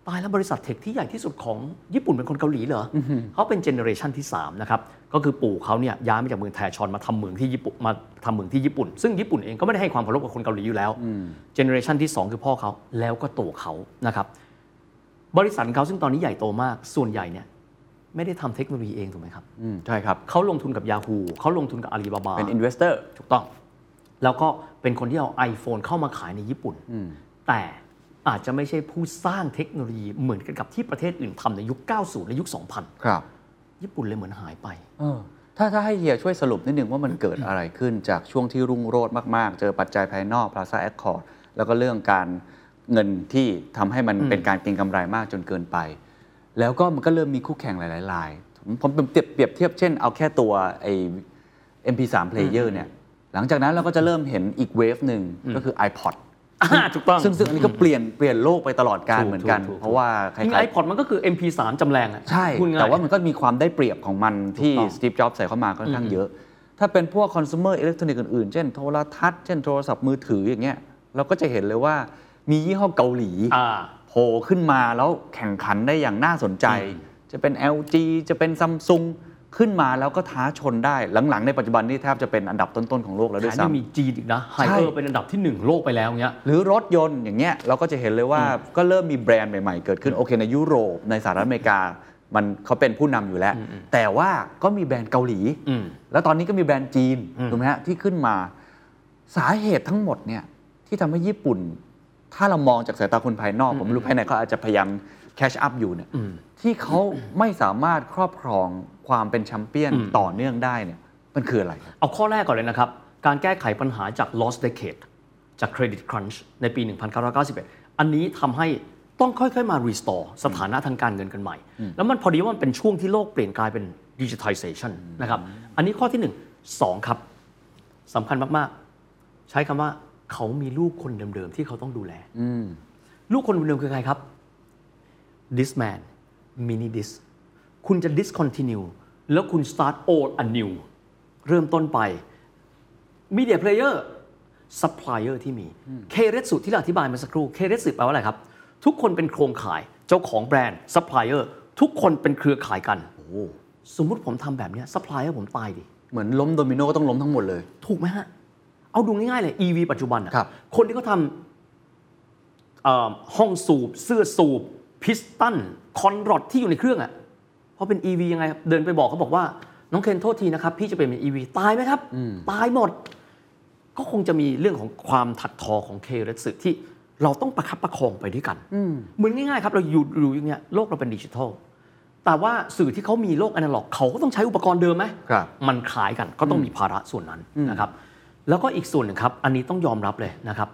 Speaker 4: ตายแล้วบริษัทเทคที่ใหญ่ที่สุดของญี่ปุ่นเป็นคนเกาหลีเหรออเขาเป็นเจเนอเรชันที่3นะครับก็คือปู่เขาเนี่ยย้ายมาจากเมืองแทชอนมาทำเมืองที่ญี่ปุ่นมาทำเมืองที่ญี่ปุ่น ซึ่งญี่ปุ่นเองก็ไม่ได้ให้ความเคารพกับคนเกาหลีอยู่แล้วเจเนอเรชันที่สองคือพ่อเขาแล้วก็ตัวเขานะครับ บริษัทของเขาซึ่งตอนนี้ใหญ่โตมาก ส่วนใหญ่เนี่ยไม่ได้ทำเทคโนโลยีเองถูกไหมครับ
Speaker 5: อืมใช่ครับ
Speaker 4: เขาลงทุนกับ Yahoo เขาลงทุนกับ Alibaba
Speaker 5: เป็น investor
Speaker 4: ถูกต้อง แล้วก็เป็นคนที่เอา iPhone เข้ามาขายในญี่ปุ่น แต่อาจจะไม่ใช่ผู้สร้างเทคโนโลยีเหมือนกันกับที่ประเทศอื่นทำในยุค 90 และยุค
Speaker 5: ครับ
Speaker 4: 2000 ญี่ปุ่นเลยเหมือนหายไป
Speaker 5: เออถ้าถ้าให้เฮียช่วยสรุปนิดนึงว่ามันเกิดอะไรขึ้นจากช่วงที่รุ่งโรจน์มาก ๆ เจอปัจจัยภายนอก Plaza Accord แล้วก็เรื่องการเงินที่ทำให้มันเป็นการเก็งกำไรมากจนเกินไป แล้วก็มันก็เริ่มมีคู่แข่งหลาย ๆ ราย ผมผมเปรียบเปรียบเทียบเช่นเอาแค่ตัวไอ้ MP3 player เนี่ย หลังจากนั้นเราก็จะเริ่มเห็นอีกเวฟหนึ่งก็คือ iPod
Speaker 4: อ่าถูกต้อง
Speaker 5: ซึ่งซึ่งอันนี้ก็เปลี่ยนเปลี่ยนโลกไปตลอดการ
Speaker 4: ถูก
Speaker 5: เหมือนกัน
Speaker 4: ถูกถูก
Speaker 5: เพราะว่าใคร
Speaker 4: ยิ่งไอพอดมันก็คือ MP3 จำแรงอะ
Speaker 5: ใช่
Speaker 4: พูดง่ย
Speaker 5: แต่ว่ามันก็มีความได้เปรียบของมันที่
Speaker 4: ถูกต้อง
Speaker 5: สตีฟจ็อบส์ใส่เข้ามาค่อนข้าง
Speaker 4: อืม
Speaker 5: เยอะ ถ้าเป็นพวกคอน sumer อิเล็กทรอนิกส์อื่นๆ เช่นโทรทัศน์ เช่นโทรศัพท์มือถืออย่างเงี้ยเราก็จะเห็นเลยว่ามียี่ห้อเกาหลี
Speaker 4: อ่า
Speaker 5: โผล่ขึ้นมาแล้วแข่งขันได้อย่างน่าสนใจ
Speaker 4: อืม
Speaker 5: จะเป็น LG จะเป็นซัมซุงขึ้นมาแล้วก็ท้าชนได้ หลังๆ ในปัจจุบันนี่แทบจะเป็นอันดับต้นๆของโลกแล้ว
Speaker 4: แถ
Speaker 5: ด้วย
Speaker 4: มยังมี
Speaker 5: ซ้ำ
Speaker 4: จีนอีกนะไฮ
Speaker 5: ใช่
Speaker 4: เออร์เป็นอันดับที่หนึ่งของโลกไปแล้วเงี้ย
Speaker 5: หรือรถยนต์อย่างเงี้ยเราก็จะเห็นเลยว่าก็เริ่มมีแบรนด์ใหม่ๆ เกิดขึ้น โอเคในยุโรปในสหรัฐอเมริกา มันเขาเป็นผู้นำอยู่แล้ว
Speaker 4: อืมอืม
Speaker 5: แต่ว่าก็มีแบรนด์เกาหลี
Speaker 4: อืม
Speaker 5: แล้วตอนนี้ก็มีแบรนด์จีน
Speaker 4: อืม
Speaker 5: ถูกไหมฮะที่ขึ้นมาสาเหตุทั้งหมดเนี่ยที่ทำให้ญี่ปุ่น ถ้าเรามองจากสายตาคนภายนอก ผมไม่รู้ภายในเขาอาจจะพยายามแคชอัพอยู่เนี่ย
Speaker 4: อืม
Speaker 5: ที่เขาไม่สามารถครอบครองความเป็นแชมเปี้ยน
Speaker 4: อืม
Speaker 5: ต่อเนื่องได้เนี่ยมันคืออะไรครับ
Speaker 4: เอาข้อแรกก่อนเลยนะครับ การแก้ไขปัญหาจาก lost decade จาก credit crunch ในปี 1991 อันนี้ทำให้ต้องค่อยๆ มา restore สถานะทางการเงินกันใหม่ แล้วมันพอดีว่ามันเป็นช่วงที่โลกเปลี่ยนกลายเป็น digitization นะครับ อันนี้ข้อที่ 1 2 ครับสำคัญมากๆ ใช้คำว่าเขามีลูกคนเดิมๆ ที่เขาต้องดูแล
Speaker 5: อืม
Speaker 4: ลูกคนเดิมคือใครครับ this man mini this คุณจะ discontinue แล้วคุณ start old and new เริ่มต้นไป media player supplier ที่มี เคเรสุที่เราอธิบายมาสักครู่ เคเรสุแปลว่าอะไรครับ ทุกคนเป็นโครงข่ายเจ้าของแบรนด์ supplier ทุกคนเป็นเครือข่ายกัน สมมุติผมทำแบบเนี้ย supplier ผมตายดิ
Speaker 5: เหมือนล้มโดมิโนก็ต้องล้มทั้งหมดเลย
Speaker 4: ถูกไหมฮะ เอาดูง่ายๆเลย EV ปัจจุบันอะ
Speaker 5: ครับ
Speaker 4: คนที่เขาทำเอ่อห้องสูบ เสื้อสูบ พิสตัน คอนรอดที่อยู่ในเครื่องอะเพราะเป็น EV ยังไงครับเดินไปบอกเขาบอกว่า น้องเคนโทษทีนะครับ พี่จะเปลี่ยนเป็น EV ตายไหมครับ ตายหมด ก็คงจะมีเรื่องของความถักทอของเคเรสึที่เราต้องประคับประคองไปด้วยกันเหมือนง่ายๆครับ เราอยู่อยู่อย่างเงี้ยโลกเราเป็นดิจิทัล แต่ว่าสื่อที่เขามีโลกอนาล็อกเขาก็ต้องใช้อุปกรณ์เดิมไหม
Speaker 5: ครับ
Speaker 4: มันคล้ายกันก็ต้องมีภาระส่วนนั้นนะครับ แล้วก็อีกส่วนหนึ่งครับ อันนี้ต้องยอมรับเลยนะครับ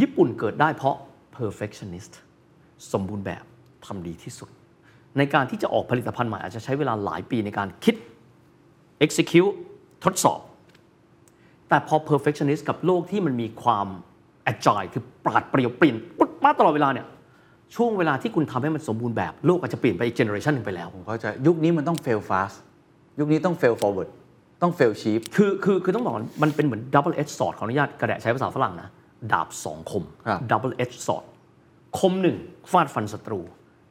Speaker 4: ญี่ปุ่นเกิดได้เพราะ perfectionist สมบูรณ์แบบทำดีที่สุด ในการที่จะออกผลิตภัณฑ์ใหม่อาจจะใช้เวลาหลายปีในการคิด execute ทดสอบ แต่พอ perfectionist กับโลกที่มันมีความ agile คือปราดเปรียวเปลี่ยนปุ๊บป้าดตลอดเวลาเนี่ยช่วงเวลาที่คุณทำให้มันสมบูรณ์แบบโลกอาจจะเปลี่ยนไปอีกเจเนอเรชันหนึ่งไปแล้ว
Speaker 5: ผมเข้าใจยุคนี้มันต้อง fail fast ยุคนี้ต้อง fail forward ต้อง fail cheap
Speaker 4: คือคือคือต้องบอกก่อนมันเป็นเหมือน double edge sword ขออนุญาตกระแดะใช้ภาษาฝรั่งนะ ดาบสองคม
Speaker 5: ครับ
Speaker 4: double edge sword คมหนึ่งฟาดฟันศัตรู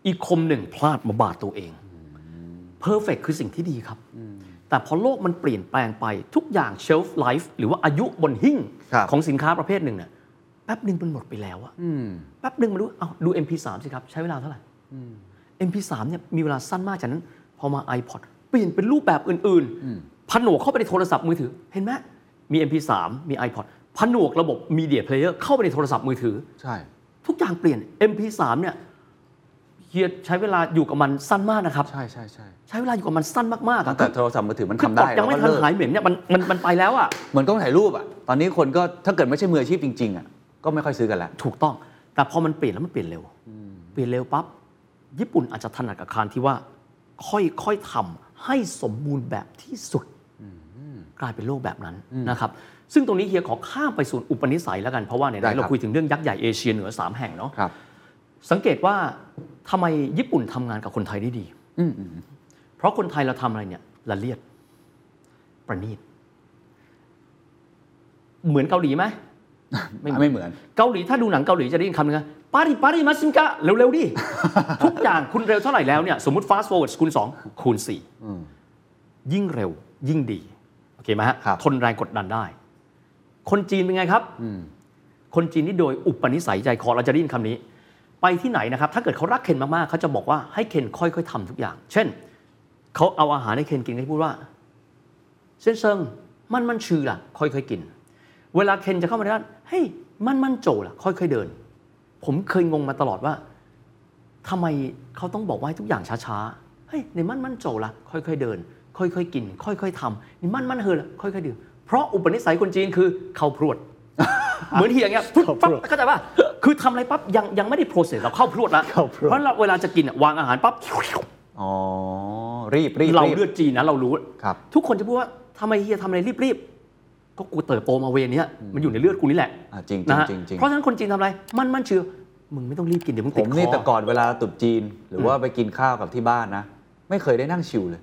Speaker 4: อีกคมหนึ่งพลาดมาบาดตัวเอง perfect คือสิ่งที่ดีครับ แต่พอโลกมันเปลี่ยนแปลงไปทุกอย่าง shelf life หรือว่าอายุบนหิ้ง
Speaker 5: ครับ
Speaker 4: ของสินค้าประเภทหนึ่งเนี่ยแป๊บหนึ่งมันหมดไปแล้วอะแป๊บหนึ่งมันรู้เอาดู MP3 สิครับ ใช้เวลาเท่าไหร่ MP3 เนี่ยมีเวลาสั้นมากจากนั้น พอมา iPod เปลี่ยนเป็นรูปแบบอื่นๆ ผนวกเข้าไปในโทรศัพท์มือถือ เห็นไหมมี MP3 มี iPod ผนวกระบบ Media Player เข้าไปในโทรศัพท์มือถือ
Speaker 5: ใช่
Speaker 4: ทุกอย่างเปลี่ยน MP3 เนี่ยเฮียใช้เวลาอยู่กับมันสั้นมากนะครับ
Speaker 5: ใช่ใช่ใช่
Speaker 4: ใช้เวลาอยู่กับมันสั้นมากๆ
Speaker 5: ตั้
Speaker 4: อะ
Speaker 5: งแต่โทรศัพท์มือถือมัน
Speaker 4: คือ
Speaker 5: ทำ
Speaker 4: ก
Speaker 5: ได้
Speaker 4: ดยังไม่ทัน
Speaker 5: แล้วก็เลิก
Speaker 4: หายเหม็นเนี่ยมันมันมันไปแล้วอ่ะ
Speaker 5: เหมือนกล้องถ่ายรูปอ่ะ ตอนนี้คนก็ถ้าเกิดไม่ใช่มืออาชีพจริงๆอ่ะก็ไม่ค่อยซื้อกันแล้ว
Speaker 4: ถูกต้อง แต่พอมันเปลี่ยนแล้วมันเปลี่ยนเร็ว เปลี่ยนเร็วปั๊บ ญี่ปุ่นอาจจะถนัดกับการที่ว่า ค่อยๆทำให้สมบูรณ์แบบที่สุด กลายเป็นโลกแบบนั้นนะครับ ซึ่งตรงนี้เฮียขอข้ามไปส่วนอุปนิสัยแล้วกัน เพราะว่าใน
Speaker 5: ได้ครั
Speaker 4: นี้
Speaker 5: บ
Speaker 4: เราคุยถึงเรื่องยักษ์ใหญ่เอเชียเหนือ 3 แห่งเนาะ
Speaker 5: ครับ
Speaker 4: สังเกตว่าทำไมญี่ปุ่นทำงานกับคนไทยได้ดี
Speaker 5: อืมอืม
Speaker 4: เพราะคนไทยเราทำอะไรเนี่ยละเลียด ประณีต เหมือนเกาหลีไหม ไม่เหมือน
Speaker 5: ไม่เหมือน
Speaker 4: เกาหลีถ้าดูหนังเกาหลีจะได้ยินคำนึงนะปาริปาริมาชินกะเร็ว ๆ ดิ ทุกอย่างคุณเร็วเท่าไหร่แล้วเนี่ย สมมติ fast forward คูณ 2 คูณ 4 ยิ่งเร็วยิ่งดี โอเคไหมฮะ
Speaker 5: ครับ
Speaker 4: ทนแรงกดดันได้ คนจีนเป็นไงครับ คนจีนนี่โดยอุปนิสัยใจคอเราจะได้ยินคำนี้ ไปที่ไหนนะครับ ถ้าเกิดเขารักเคนมาก ๆ เขาจะบอกว่าให้เคนค่อย ๆทำทุกอย่าง เช่น เขาเอาอาหารให้เคนกินก็จะพูดว่า เส้นเซิงมันมันชื่อล่ะ ค่อยๆกิน เวลาเคนจะเข้ามาในร้านเฮ้ยมันมันโจล่ะ ค่อยๆเดิน ผมเคยงงมาตลอดว่าทำไมเขาต้องบอกว่าให้ทุกอย่างช้าๆเฮ้ยในมันมันโจล่ะ ค่อยๆเดิน ค่อยๆกิน ค่อยๆทำนี่มันมันเฮอล่ะค่อยๆดื่มเพราะอุปนิสัยคนจีนคือเข้าพรวด เหมือนเฮียอย่างเงี้ยปุ๊บปั๊บเข้าใจป่ะคือทำอะไรปั๊บยังยังไม่ได้โปรเซสเราเข้าพรวดละ
Speaker 5: เข้าพรวด
Speaker 4: เพราะเราเวลาจะกินอะวางอาหารปั๊บ
Speaker 5: อ๋อ รีบรีบ
Speaker 4: เรา
Speaker 5: บ
Speaker 4: เลือดจีนนะเรารู้
Speaker 5: ครับ
Speaker 4: ทุกคนจะพูดว่าทำไมเฮียทำอะไรรีบ ก็กูเติบโตมาเวรเนี้ยมันอยู่ในเลือดกูนี่แหละ
Speaker 5: อ่ะจริง
Speaker 4: นะฮะ
Speaker 5: จริงจริง
Speaker 4: เพราะฉะนั้นคนจีนทำอะไรมันมันเชื่อมึงไม่ต้องรีบกินเดี๋ยวมึง
Speaker 5: ผ
Speaker 4: ติด
Speaker 5: ม
Speaker 4: คอ
Speaker 5: นี่แต่ก่อนเวลาตรุดจีน หรือว่าไปกินข้าวกับที่บ้านนะ ไม่เคยได้นั่งชิวเลย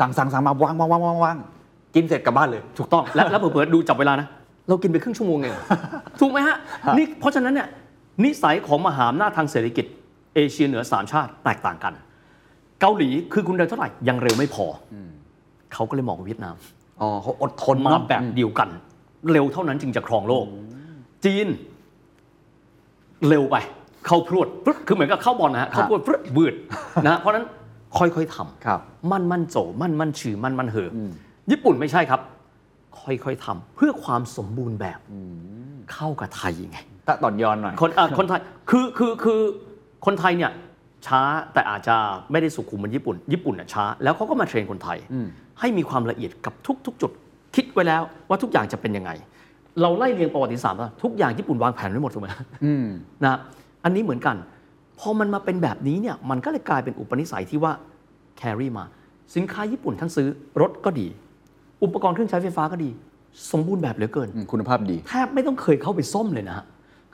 Speaker 5: สั่งสั่งสั่งมาวางวางวางวางวางกินเสร็จกลับบ้านเลย
Speaker 4: ถูกต้อง และแล้วเผื่อๆดูจับเวลานะ เรากินไปครึ่งชั่วโมงเอง ถูกไหมฮะนี่เพราะฉะนั้นเนี่ยนิสัยของมหาอำนาจทางเศรษฐกิจ เอเชียเหนือสามชาติแตกต่างกัน เกาหลีคือคุณเดินเท่าไหร่ ยังเร็วไม่พออเขาก็เลยมองว่าเวียดนาม
Speaker 5: อ๋อเขาอดทน
Speaker 4: มา
Speaker 5: เนอะ
Speaker 4: แบบเดียวกัน เร็วเท่านั้นจึงจะครองโลก จีน เร็วไป เข้าพรวดปึ๊ดคือเหมือนกับเข้าบอลนะฮะเข้าพรวดปึ๊ดวืดนะฮะเพราะฉะนั้นค่อยๆทำ
Speaker 5: ครับ
Speaker 4: มั่นมั่นโจมั่นมั่นชื่อมั่นมั่นเหออญี่ปุ่นไม่ใช่ครับ ค่อยๆทำเพื่อความสมบูรณ์แบบเข้ากับไทยไง
Speaker 5: ตะต่อนยอนหน่อย
Speaker 4: คนอ่ะคนไทยคือคือคือคนไทยเนี่ยช้าแต่อาจจะไม่ได้สุขุมเหมือนญี่ปุ่น ญี่ปุ่นน่ะช้า แล้วเขาก็มาเทรนคนไทย ให้มีความละเอียดกับทุกทุกๆจุดคิดไว้แล้วว่าทุกอย่างจะเป็นยังไง เราไล่เรียงประวัติศาสตร์มาทุกอย่างญี่ปุ่นวางแผนไว้หมดถูกไหม นะอันนี้เหมือนกันพอมันมาเป็นแบบนี้เนี่ยมันก็เลยกลายเป็นอุปนิสัยที่ว่า carry มา สินค้าญี่ปุ่นทั้งซื้อรถก็ดี อุปกรณ์เครื่องใช้ไฟฟ้าก็ดี สมบูรณ์แบบเหลือเกิน
Speaker 5: คุณภาพดี
Speaker 4: แทบไม่ต้องเคยเข้าไปซ่อมเลยนะฮะ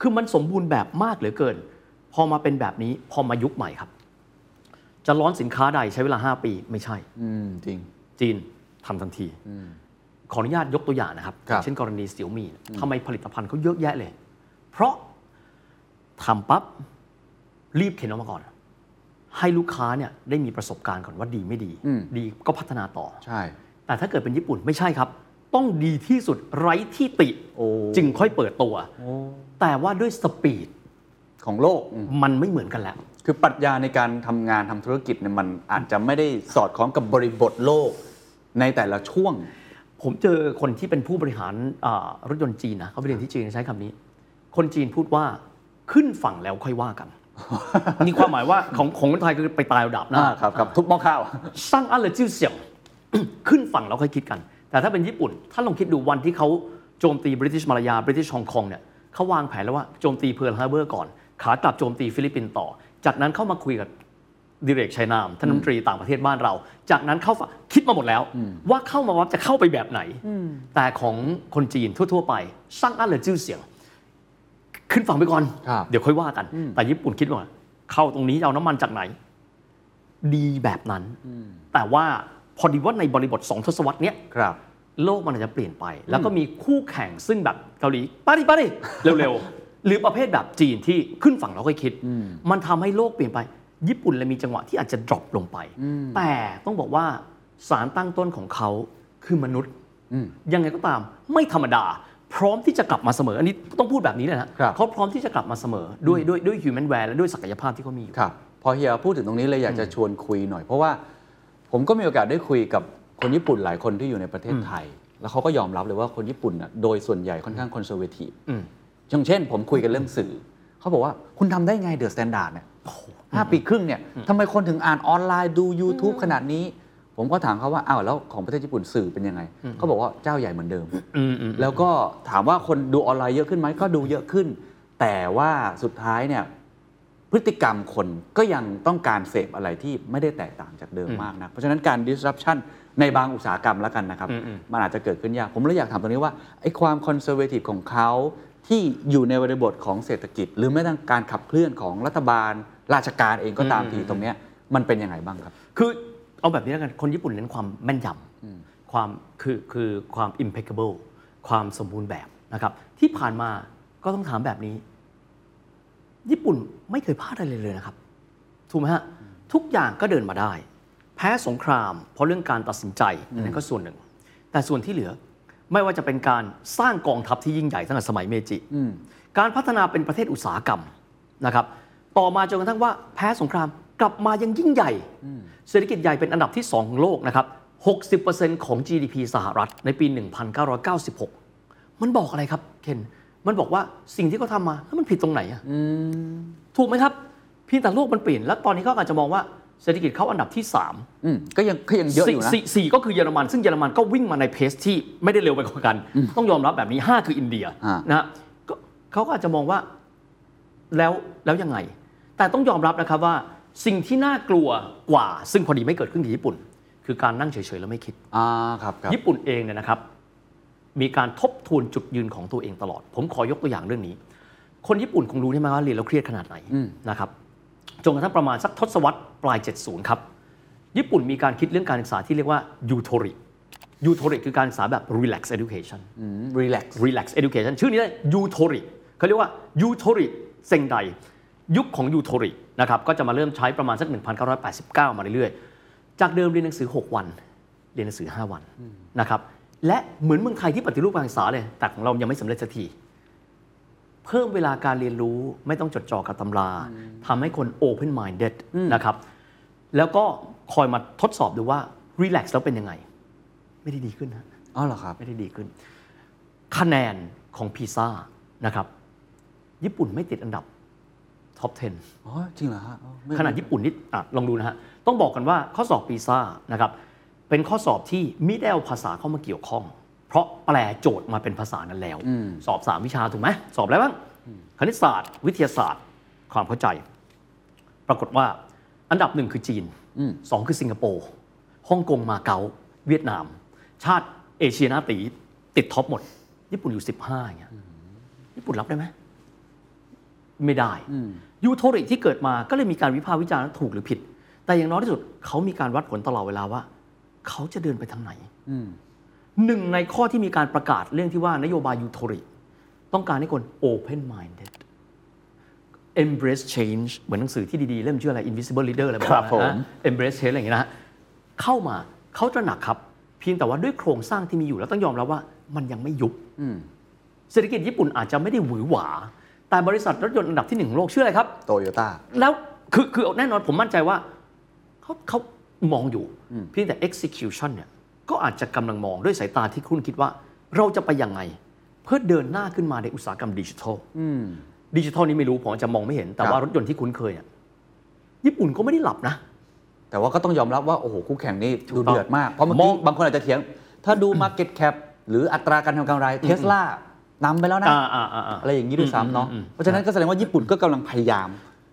Speaker 4: คือมันสมบูรณ์แบบมากเหลือเกิน พอมาเป็นแบบนี้ พอมายุคใหม่ครับ จะร้อนสินค้าใดใช้เวลา 5 ปีไม่ใช่
Speaker 5: อืม จริง
Speaker 4: จีนทำทันที ขออนุญาตยกตัวอย่างนะครับ
Speaker 5: ครับ
Speaker 4: เช่นกรณีเสี่ยวมี่ทำไมผลิตภัณฑ์เขาเยอะแยะเลย เพราะทำปั๊บ รีบเข็นออกมาก่อน ให้ลูกค้าเนี่ยได้มีประสบการณ์ก่อนว่าดีไม่ดี ดีก็พัฒนาต่อ
Speaker 5: ใช่
Speaker 4: แต่ถ้าเกิดเป็นญี่ปุ่นไม่ใช่ครับ ต้องดีที่สุดไร้ที่ติ
Speaker 5: โอ้
Speaker 4: จึงค่อยเปิดตัว แต่ว่าด้วยสปีด
Speaker 5: ของโลก
Speaker 4: มันไม่เหมือนกันแล้ว
Speaker 5: คือปรัชญาในการทำงานทำธุรกิจเนี่ยมันอาจจะไม่ได้สอดคล้องกับบริบทโลก ในแต่ละช่วง
Speaker 4: ผมเจอคนที่เป็นผู้บริหารอ่ารถยนต์จีนนะเขาไปเรียนที่จีนใช้คำนี้ คนจีนพูดว่าขึ้นฝั่งแล้วค่อยว่า กัน นี่ความหมายว่าของของคนไทยคือไปตายเอาดับหนะ
Speaker 5: อ่าครับครับทุบหม้อข้าว
Speaker 4: สร้างอะไรจิ้วเสี่ยง ขึ้นฝั่งแล้วค่อยคิดกัน แต่ถ้าเป็นญี่ปุ่น ถ้าลองคิดดูวันที่เขาโจมตีบริ t ิชมาลายาบริ t ิชฮองกงเนี่ยเขาวางแผนแล้วว่าโจมตีเพิร์ลฮาร์เบอร์ก่อน ขากลับโจมตีฟิลิปปินส์ต่อ จากนั้นเข้ามาคุยกับดิเรกชัยนามท่านรัฐมนตรีต่างประเทศบ้านเรา จากนั้นเข้าฝั่งคิดมาหมดแล้ว ว่าเข้ามาว่าจะเข้าไปแบบไหน แต่ของคนจีนทั่ว ๆ ไปสร้างอะไรจิ้วเสี่ยง ขึ้นฝั่งไปก่อน
Speaker 5: ครับ
Speaker 4: เดี๋ยวค่อยว่ากัน แต่ญี่ปุ่นคิดว่า เข้าตรงนี้จะเอาน้ำมันจากไหน ดีแบบนั้น แต่ว่าพอดีว่าในบริบท 2 ทศวรรษเนี้ย
Speaker 5: ครับ
Speaker 4: โลกมันอาจจะเปลี่ยนไป แล้วก็มีคู่แข่งซึ่งแบบเกาหลีปาดิปาดิเร็วๆ หรือประเภทแบบจีนที่ขึ้นฝั่งเราก็คิด มันทำให้โลกเปลี่ยนไป ญี่ปุ่นเลยมีจังหวะที่อาจจะ drop ลงไป แต่ต้องบอกว่าสารตั้งต้นของเขาคือมนุษย์ ยังไงก็ตามไม่ธรรมดา พร้อมที่จะกลับมาเสมอ อันนี้ต้องพูดแบบนี้เลยนะครับ เขาพร้อมที่จะกลับมาเสมอด้วยด้วยด้วย human w a r และด้วยศักยภาพที่เขามีอยู่
Speaker 5: ครับพอเฮียพูดถึงตรงนี้เลยอยากจะชวนคุยหน่อย เพราะว่าผมก็มีโอกาสได้คุยกับคนญี่ปุ่นหลายคนที่อยู่ในประเทศไทย แล้วเขาก็ยอมรับเลยว่าคนญี่ปุ่นน่ะโดยส่วนใหญ่ค่อนข้างคอนเซอร์เวทีฟ
Speaker 4: อืม
Speaker 5: อย่างเช่น ผมคุยกันเรื่องสื่อ เขาบอกว่าคุณทำได้ไงเดอะสแตนดาร์ดเนี่ยห้าปีครึ่งเนี่ยทำไมคนถึงอ่านออนไลน์ดู YouTube ขนาดนี้ ผมก็ถามเขาว่าอ้าวแล้วของประเทศญี่ปุ่นสื่อเป็นยังไงเขาบอกว่าเจ้าใหญ่เหมือนเดิม
Speaker 4: อืมอืม
Speaker 5: แล้วก็ถามว่าคนดูออนไลน์เยอะขึ้นไหมก็ดูเยอะขึ้น แต่ว่าสุดท้ายเนี่ยพฤติกรรมคนก็ยังต้องการเสพอะไรที่ไม่ได้แตกต่างจากเดิมมากนะ เพราะฉะนั้นการ disruption ในบางอุตสาหกรรมแล้วกันนะครับ มันอาจจะเกิดขึ้นยาก ผมเลยอยากถามตรงนี้ว่าไอ้ความ conservative ของเขาที่อยู่ในบริบทของเศรษฐกิจ หรือแม้แต่การขับเคลื่อนของรัฐบาล ราชการเองก็ตามทีตรงเนี้ยมันเป็นยังไงบ้างครับ
Speaker 4: คือเอาแบบนี้แล้วกันคนญี่ปุ่นเน้นความแม่นยำความคือคือความ impeccable ความสมบูรณ์แบบนะครับที่ผ่านมาก็ต้องถามแบบนี้ ญี่ปุ่นไม่เคยพลาดอะไรเลยนะครับ ถูกไหมฮะ ทุกอย่างก็เดินมาได้ แพ้สงคราม เพราะเรื่องการตัดสินใจอันนั้นก็ส่วนหนึ่ง แต่ส่วนที่เหลือไม่ว่าจะเป็นการสร้างกองทัพที่ยิ่งใหญ่ตั้งแต่สมัยเมจิ การพัฒนาเป็นประเทศอุตสาหกรรมนะครับ ต่อมาจนกระทั่งว่าแพ้สงครามกลับมายังยิ่งใหญ่ เศรษฐกิจใหญ่เป็นอันดับที่ 2 ของโลกนะครับ 60%ของ GDP สหรัฐในปี 1996 มันบอกอะไรครับเคนมันบอกว่าสิ่งที่เขาทำมาแล้วมันผิดตรงไหนอะ ถูกไหมครับเพียงแต่โลกมันเปลี่ยน แล้วตอนนี้ก็อาจจะมองว่าเศรษฐกิจเขาอันดับที่3าม
Speaker 5: อืมก็ยังก็ยังเยอะอยู่นะ
Speaker 4: สี่สี่ก็คือเยอรมัน ซึ่งเยอรมันก็วิ่งมาในเพสที่ไม่ได้เร็วไปกว่ากัน ต้องยอมรับแบบนี้ 5 คืออินเดีย
Speaker 5: อ่าน
Speaker 4: นะฮะก็เขาก็อาจจะมองว่าแล้วแล้วยังไง แต่ต้องยอมรับนะครับว่าสิ่งที่น่ากลัวกว่า ซึ่งพอดีไม่เกิดขึ้นที่ญี่ปุ่น คือการนั่งเฉยๆแล้วไม่คิด
Speaker 5: อ่าครับครับ
Speaker 4: ญี่ปุ่นเองเนี่ยนะครับ มีการทบทวนจุดยืนของตัวเองตลอด ผมขอยกตัวอย่างเรื่องนี้ คนญี่ปุ่นคงรู้ใช่ไหมว่าเรียนแล้วเครียดขนาดไหนนะครับจนกระทั่งประมาณสักทศวรรษปลาย 70 ครับ ญี่ปุ่นมีการคิดเรื่องการศึกษาที่เรียกว่ายูโทริยูโทริคือการศึกษาแบบ relax education
Speaker 5: รีแลกซ์
Speaker 4: relax education ชื่อนี้เลยยูโทริเขาเรียกว่ายูโทริเซงไดยุคของยูโทรินะครับก็จะมาเริ่มใช้ประมาณสัก 1989 มาเรื่อยๆ จากเดิมเรียนหนังสือ 6 วัน เรียนหนังสือ 5 วันนะครับและเหมือนเมืองไทยที่ปฏิรูปการศึกษาเลย แต่ของเรายังไม่สำเร็จสักที เพิ่มเวลาการเรียนรู้ไม่ต้องจดจ่อกับตำราทำให้คน open minded นะครับแล้วก็คอยมาทดสอบดูว่า relax แล้วเป็นยังไง ไม่ได้ดีขึ้นนะ
Speaker 5: อ๋อเหรอครับ
Speaker 4: ไม่ได้ดีขึ้น คะแนนของพีซ่านะครับ ญี่ปุ่นไม่ติดอันดับท็อป 10
Speaker 5: อ๋อ จริงเหรอฮะอ๋อไม่
Speaker 4: ขนาดญี่ปุ่นนี่อ่ะลองดูนะฮะ ต้องบอกกันว่าข้อสอบพีซ่านะครับ เป็นข้อสอบที่มิได้เอาภาษาเข้ามาเกี่ยวข้อง เพราะแปลโจทย์มาเป็นภาษานั้นแล้ว สอบสามวิชาถูกไหม สอบอะไรบ้าง คณิตศาสตร์ วิทยาศาสตร์ ความเข้าใจ ปรากฏว่าอันดับหนึ่งคือจีนสองคือสิงคโปร์ฮ่องกงมาเก๊าเวียดนาม ชาติเอเชียหนาตีติดท็อปหมด ญี่ปุ่นอยู่ 15อย่างเงี้ยญี่ปุ่นรับได้ไหมไม่ได้ยูโทริที่เกิดมาก็เลยมีการวิพากษ์วิจารณ์ว่าถูกหรือผิด แต่อย่างน้อยที่สุดเขามีการวัดผลตลอดเวลาว่า เขาจะเดินไปทางไหนหนึ่งในข้อที่มีการประกาศเรื่องที่ว่านโยบายยูโทริต้องการให้คน open minded embrace change เหมือนหนังสือที่ดีๆ เล่มชื่ออะไร invisible leader อะไรแนั้น
Speaker 5: ครับผม
Speaker 4: นะ embrace change อะไรอย่างเงี้ยนะฮะเข้ามาเขาตระหนักครับ เพียงแต่ว่าด้วยโครงสร้างที่มีอยู่แล้วต้องยอมรับว่ามันยังไม่ยุบเศรษฐกิจญี่ปุ่นอาจจะไม่ได้หวือหวา แต่บริษัทรถยนต์อันดับที่หนึ่งของโลกชื่ออะไรครับ
Speaker 5: โตโยต้า
Speaker 4: แล้วคือคือแน่นอนผมมั่นใจว่าเขาเขามองอยู่เพียงแต่ execution เนี่ยก็อาจจะกำลังมองด้วยสายตาที่คุณคิดว่า เราจะไปยังไง เพื่อเดินหน้าขึ้นมาในอุตสาหกรรมดิจิทัลดิจิทัลนี้ไม่รู้ผมอาจจะมองไม่เห็นแต่ว่า
Speaker 5: ครับ
Speaker 4: รถยนต์ที่คุ้นเคยเนี่ยญี่ปุ่นก็ไม่ได้หลับนะ
Speaker 5: แต่ว่าก็ต้องยอมรับว่า โอ้โห คู่แข่งนี่
Speaker 4: ถู
Speaker 5: ดู
Speaker 4: กต้อง
Speaker 5: เดือดมาก เพราะเมื่อกี้
Speaker 4: มอง
Speaker 5: บางคนอาจจะเถียง ถ้าดู Market Cap หรืออัตราการทำกำไรเทสลานำไปแล้วนะ
Speaker 4: อ่าอ่าอ่าอ่า
Speaker 5: อะไรอย่างนี้ด้วยซ้ำเนาะ
Speaker 4: อืมอืมอืม
Speaker 5: เพราะฉะนั้นก็แสดงว่าญี่ปุ่นก็กำลังพยายาม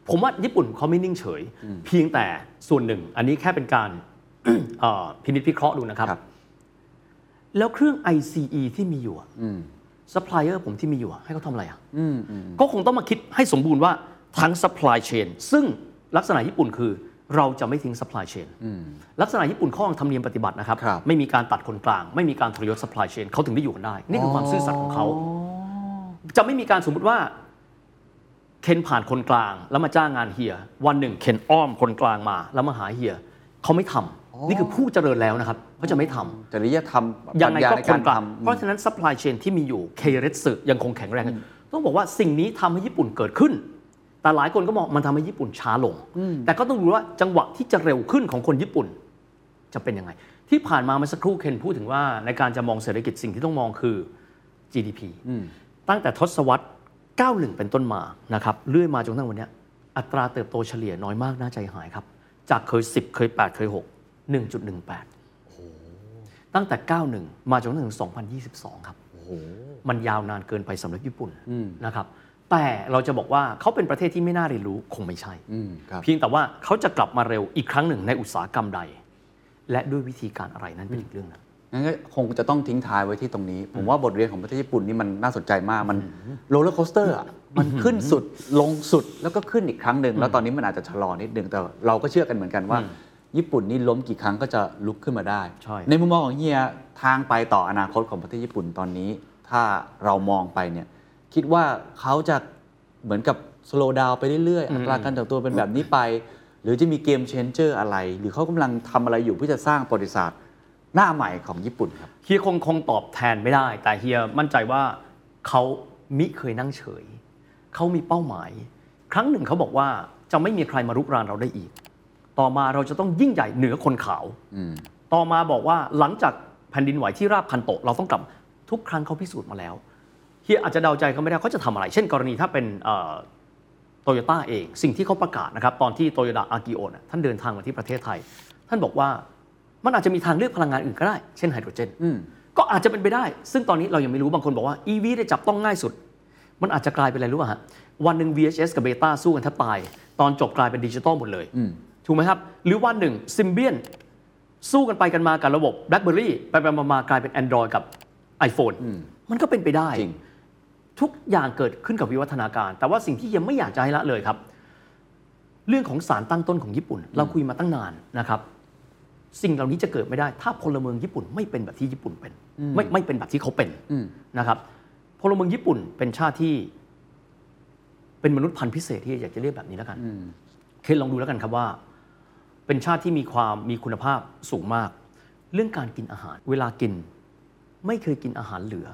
Speaker 4: ผมว่าญี่ปุ่นเขาไม่นิ่งเฉย เพียงแต่ส่วนหนึ่ง อันนี้แค่เป็นการ เอ่อพินิจพิเคราะห์ดูนะครับ
Speaker 5: ครับ
Speaker 4: แล้วเครื่อง ICE ที่มีอยู่อะซัพพลายเออร์ผมที่มีอยู่อะให้เขาทำอะไรอ่ะก็คงต้องมาคิดให้สมบูรณ์ว่าทั้งซัพพลายเชนซึ่งลักษณะญี่ปุ่นคือเราจะไม่ทิ้งซัพพลายเชนลักษณะญี่ปุ่นข้อของธรรมเนียมปฏิบัตินะครับ
Speaker 5: ครับ
Speaker 4: ไม่มีการตัดคนกลาง ไม่มีการทรยศซัพพลายเชนเขาถึงได้อยู่กันได้ นี่คือความซื่อสัตย์ของเขา จะไม่มีการสมมุติว่า เคนผ่านคนกลางแล้วมาจ้างงานเฮีย วันหนึ่งเคนอ้อมคนกลางมา แล้วมาหาเฮียเขาไม่ทำนี่คือผู้เจริญแล้วนะครับเขาจะไม่ทำ
Speaker 5: จริยธรรม
Speaker 4: ยังไง
Speaker 5: ปรัชญา
Speaker 4: ก็
Speaker 5: ใน
Speaker 4: ค
Speaker 5: การ
Speaker 4: นกลาง
Speaker 5: ทำ
Speaker 4: เพราะฉะนั้นซัพพลายเชนที่มีอยู่เคเรสึยังคงแข็งแรง ต้องบอกว่าสิ่งนี้ทำให้ญี่ปุ่นเกิดขึ้น แต่หลายคนก็มองมันทำให้ญี่ปุ่นช้าลง แต่ก็ต้องรู้ว่าจังหวะที่จะเร็วขึ้นของคนญี่ปุ่น จะเป็นยังไง ที่ผ่านมาเมื่อสักครู่เคนพูดถึงว่าในการจะมองเศรษฐกิจสิ่งที่ต้องมองคือ GDP ตั้งแต่ทศวรรษ 91 เป็นต้นมานะครับเรื่อยมาจนกระทั่งวันเนี้ยอัตราเติบโตเฉลี่ยน้อยมากน่าใจหายครับ จากเคย 10 เคย 8 เคย 6 1.18 ตั้งแต่ 91 มาจนกระทั่งถึง2022 ครับ มันยาวนานเกินไปสำหรับญี่ปุ่นนะครับแต่เราจะบอกว่าเขาเป็นประเทศที่ไม่น่าเรียนรู้คงไม่ใช่
Speaker 5: อืมครับ
Speaker 4: เพียงแต่ว่าเขาจะกลับมาเร็วอีกครั้งหนึ่งในอุตสาหกรรมใด และด้วยวิธีการอะไรนั้นเป็นอีกเรื่องหนึง
Speaker 5: งั้นก็คงจะต้องทิ้งท้ายไว้ที่ตรงนี้ ผมว่าบทเรียนของประเทศญี่ปุ่นนี่มันน่าสนใจมาก มันโรลเลอร์โคสเตอร์อ่ะ มันขึ้นสุดลงสุดแล้วก็ขึ้นอีกครั้งหนึ่ง แล้วตอนนี้มันอาจจะชะลอนิดหนึ่งแต่เราก็เชื่อกันเหมือนกันว่า ญี่ปุ่นนี่ล้มกี่ครั้งก็จะลุกขึ้นมาได้
Speaker 4: ใช่
Speaker 5: ในมุมมองของเฮียทางไปต่ออนาคตของประเทศญี่ปุ่นตอนนี้ ถ้าเรามองไปเนี่ยคิดว่าเขาจะเหมือนกับสโลดาวไปเรื่อยๆอัตราการเติบโตเป็นแบบนี้ไป หรือจะมีเกมเชนเจอร์อะไร หรือเขากำลังทำอะไรอยู่เพื่อจะสร้างประวัติศาสตร์หน้าใหม่ของญี่ปุ่นครับ
Speaker 4: เฮียคงคงตอบแทนไม่ได้ แต่เฮียมั่นใจว่าเขามิเคยนั่งเฉย เขามีเป้าหมาย ครั้งหนึ่งเขาบอกว่าจะไม่มีใครมารุกรานเราได้อีก ต่อมาเราจะต้องยิ่งใหญ่เหนือคนขาว ต่อมาบอกว่าหลังจากแผ่นดินไหวที่ราบพันโตะเราต้องกลับทุกครั้งเขาพิสูจน์มาแล้วเฮียอาจจะเดาใจเขาไม่ได้เขาจะทำอะไร เช่นกรณีถ้าเป็นโตโยต้าเอง สิ่งที่เขาประกาศนะครับ ตอนที่โตโยดาอากิโอนะท่านเดินทางมาที่ประเทศไทย ท่านบอกว่ามันอาจจะมีทางเลือกพลังงานอื่นก็ได้ เช่นไฮโดรเจน ก็อาจจะเป็นไปได้ ซึ่งตอนนี้เรายังไม่รู้บางคนบอกว่า EV ได้จับต้องง่ายสุด มันอาจจะกลายเป็นอะไรรู้ป่ะฮะวันหนึ่ง VHS กับเบต้าสู้กันแทบตาย ตอนจบกลายเป็นดิจิตอลหมดเลยถูกไหมครับ หรือวันหนึ่งซิมเบียน สู้กันไปกันมากับระบบ BlackBerry ไปไปมามากลายเป็น Android กับ iPhone
Speaker 5: อืม
Speaker 4: มันก็เป็นไปได้
Speaker 5: จริง
Speaker 4: ทุกอย่างเกิดขึ้นกับวิวัฒนาการ แต่ว่าสิ่งที่ยังไม่อยากจะให้ละเลยครับ เรื่องของสารตั้งต้นของญี่ปุ่น เราคุยมาตั้งนานนะครับ สิ่งเหล่านี้จะเกิดไม่ได้ ถ้าพลเมืองญี่ปุ่นไม่เป็นแบบที่ญี่ปุ่นเป็น ไม่ไม่เป็นแบบที่เขาเป็น
Speaker 5: อืม
Speaker 4: นะครับพลเมืองญี่ปุ่นเป็นชาติที่ เป็นมนุษย์พันธุ์พิเศษที่อยากจะเรียกแบบนี้แล้วกัน
Speaker 5: อืม
Speaker 4: เคนลองดูแล้วกันครับว่า เป็นชาติที่มีความมีคุณภาพสูงมาก เรื่องการกินอาหาร เวลากิน ไม่เคยกินอาหารเห ลือ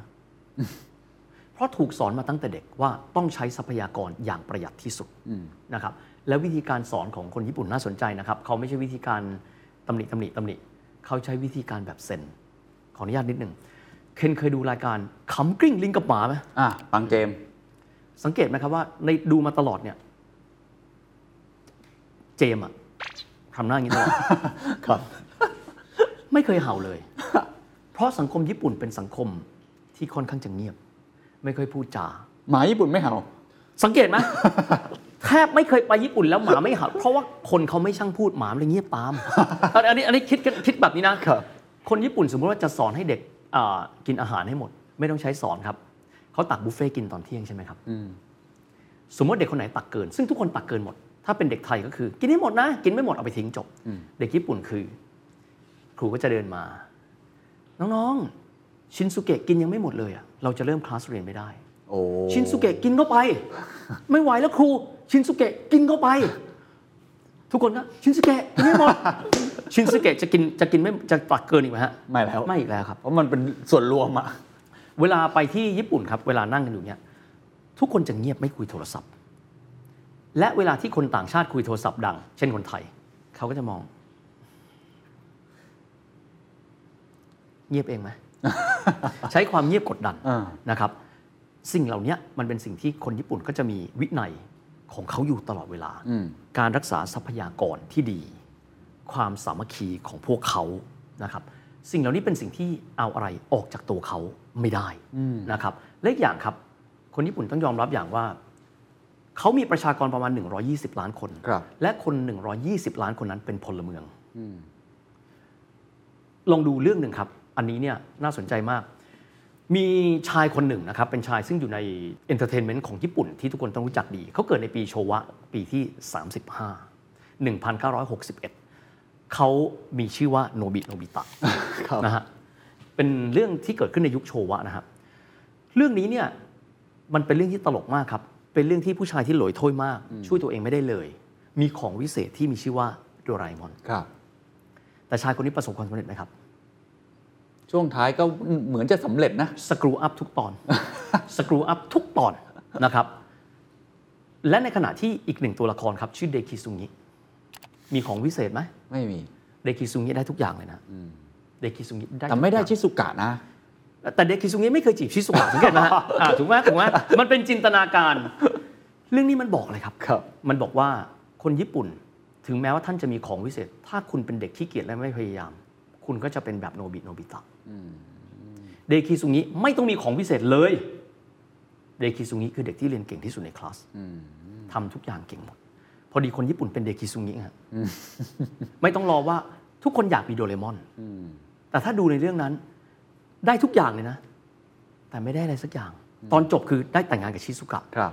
Speaker 4: เพราะถูกสอนมาตั้งแต่เด็กว่าต้องใช้ทรัพยากรอย่างประหยัดที่สุด
Speaker 5: อืม
Speaker 4: นะครับ และวิธีการสอนของคนญี่ปุ่นน่าสนใจนะครับ เขาไม่ใช่วิธีการตำหนิตำหนิตำหนิเขาใช้วิธีการแบบเซนขออนุญาตนิดหนึ่งเคนเคยดูรายการขำกริ้งลิงกับหมาไหม
Speaker 5: อ่ะปังเจมส์
Speaker 4: สังเกตไหมครับว่าในดูมาตลอดเนี่ย เจมส์อะทำหน้าอย่างนี้ตลอด
Speaker 5: ครับ
Speaker 4: ไม่เคยเห่าเลย เพราะสังคมญี่ปุ่นเป็นสังคมที่ค่อนข้างจะเงียบ ไม่ค่อยพูดจา
Speaker 5: หมาญี่ปุ่นไม่เห่า
Speaker 4: สังเกตไหม แทบไม่เคยไปญี่ปุ่นแล้วหมาไม่เห่า เพราะว่าคนเขาไม่ช่างพูดหมามันเลยเงียบ ตาม อันอันนี้อันนี้คิดกันคิดแบบนี้นะ
Speaker 5: ครับ
Speaker 4: คนญี่ปุ่นสมมติว่าจะสอนให้เด็กอ่ากินอาหารให้หมด ไม่ต้องใช้สอนครับ เขาตักบุฟเฟ่ต์กินตอนเที่ยงใช่ไหมครับ
Speaker 5: อืม
Speaker 4: สมมติเด็กคนไหนตักเกิน ซึ่งทุกคนตักเกินหมด ถ้าเป็นเด็กไทยก็คือ กินให้หมดนะ กินไม่หมดเอาไปทิ้งจบ
Speaker 5: อืม
Speaker 4: เด็กญี่ปุ่นคือ ครูก็จะเดินมา น้องๆ ชินสุเกะกินยังไม่หมดเลยอะเราจะเริ่มคลาสเรียนไม่ได้
Speaker 5: โอ้
Speaker 4: ชินสุเกะกินเข้าไป ไม่ไหวแล้วครู ชินสุเกะกินเข้าไป ทุกคนก็ชินสุเกะกินไม่หมด ชินสุเกะจะกินจะกินไม่จะตักเกินอีกไหมฮะ
Speaker 5: ไม่แล้ว
Speaker 4: ไม่อีกแล้วครับ
Speaker 5: เพราะมันเป็นส่วนรวมอะ
Speaker 4: เวลาไปที่ญี่ปุ่นครับ เวลานั่งกันอยู่เนี่ยทุกคนจะเงียบไม่คุยโทรศัพท์ และเวลาที่คนต่างชาติคุยโทรศัพท์ดัง เช่นคนไทย เขาก็จะมอง เงียบเอง ไหม ใช้ความเงียบกดดัน
Speaker 5: อ่า
Speaker 4: นะครับสิ่งเหล่านี้มันเป็นสิ่งที่คนญี่ปุ่นก็จะมีวินัยของเขาอยู่ตลอดเวลา
Speaker 5: อืม
Speaker 4: การรักษาทรัพยากรที่ดี ความสามัคคีของพวกเขานะครับสิ่งเหล่านี้เป็นสิ่งที่เอาอะไรออกจากตัวเขาไม่ได้นะครับและอีกอย่างครับคนญี่ปุ่นต้องยอมรับอย่างว่า เขามีประชากรประมาณ 120 ล้านคน
Speaker 5: ครับ
Speaker 4: และคน 120 ล้านคนนั้นเป็นพลเมือง ลองดูเรื่องหนึ่งครับ อันนี้เนี่ยน่าสนใจมาก มีชายคนหนึ่งนะครับ เป็นชายซึ่งอยู่ในเอนเตอร์เทนเมนต์ของญี่ปุ่นที่ทุกคนต้องรู้จักดี เขาเกิดในปีโชวะปีที่ 35 1961 เขามีชื่อว่าโนบิโนบิตะ
Speaker 5: ครับ
Speaker 4: นะฮะ เป็นเรื่องที่เกิดขึ้นในยุคโชวะนะครับ เรื่องนี้เนี่ยมันเป็นเรื่องที่ตลกมากครับ เป็นเรื่องที่ผู้ชายที่หลอยถ้วยมาก ช่วยตัวเองไม่ได้เลย มีของวิเศษที่มีชื่อว่าโดราเอมอน
Speaker 5: ครับ
Speaker 4: แต่ชายคนนี้ประสบความสำเร็จไหมครับ
Speaker 5: ช่วงท้ายก็เหมือนจะสำเร็จนะ
Speaker 4: สกรูอัพทุกตอน สกรูอัพทุกตอนนะครับ และในขณะที่อีกหนึ่งตัวละครครับ ชื่อเดคิซุงิมีของวิเศษไหม
Speaker 5: ไม่มี
Speaker 4: เดคิซุงิได้ทุกอย่างเลยนะเดคิซุงิได้
Speaker 5: แต่ไม่ได้
Speaker 4: ทุกอย่า
Speaker 5: ชิสุกะนะ
Speaker 4: งแต่เดคิซุงิไม่เคยจีบชิสุกะสังเกตไหมฮะ อ่า ถูกไหมถูกไหมมันเป็นจินตนาการ เรื่องนี้มันบอกอะไรครับ
Speaker 5: ครับ
Speaker 4: มันบอกว่าคนญี่ปุ่นถึงแม้ว่าท่านจะมีของวิเศษ ถ้าคุณเป็นเด็กขี้เกียจและไม่พยายาม คุณก็จะเป็นแบบโนบิโนบิตะเดคิซุงิไม่ต้องมีของวิเศษเลย เดคิซุงิคือเด็กที่เรียนเก่งที่สุดในคลาสทำทุกอย่างเก่งหมด พอดีคนญี่ปุ่นเป็นเดคิซุงิฮะไม่ต้องรอว่าทุกคนอยากมีโดเรมอนแต่ถ้าดูในเรื่องนั้น ได้ทุกอย่างเลยนะ แต่ไม่ได้อะไรสักอย่าง ตอนจบคือได้แต่งงานกับชิซุกะ
Speaker 5: ครับ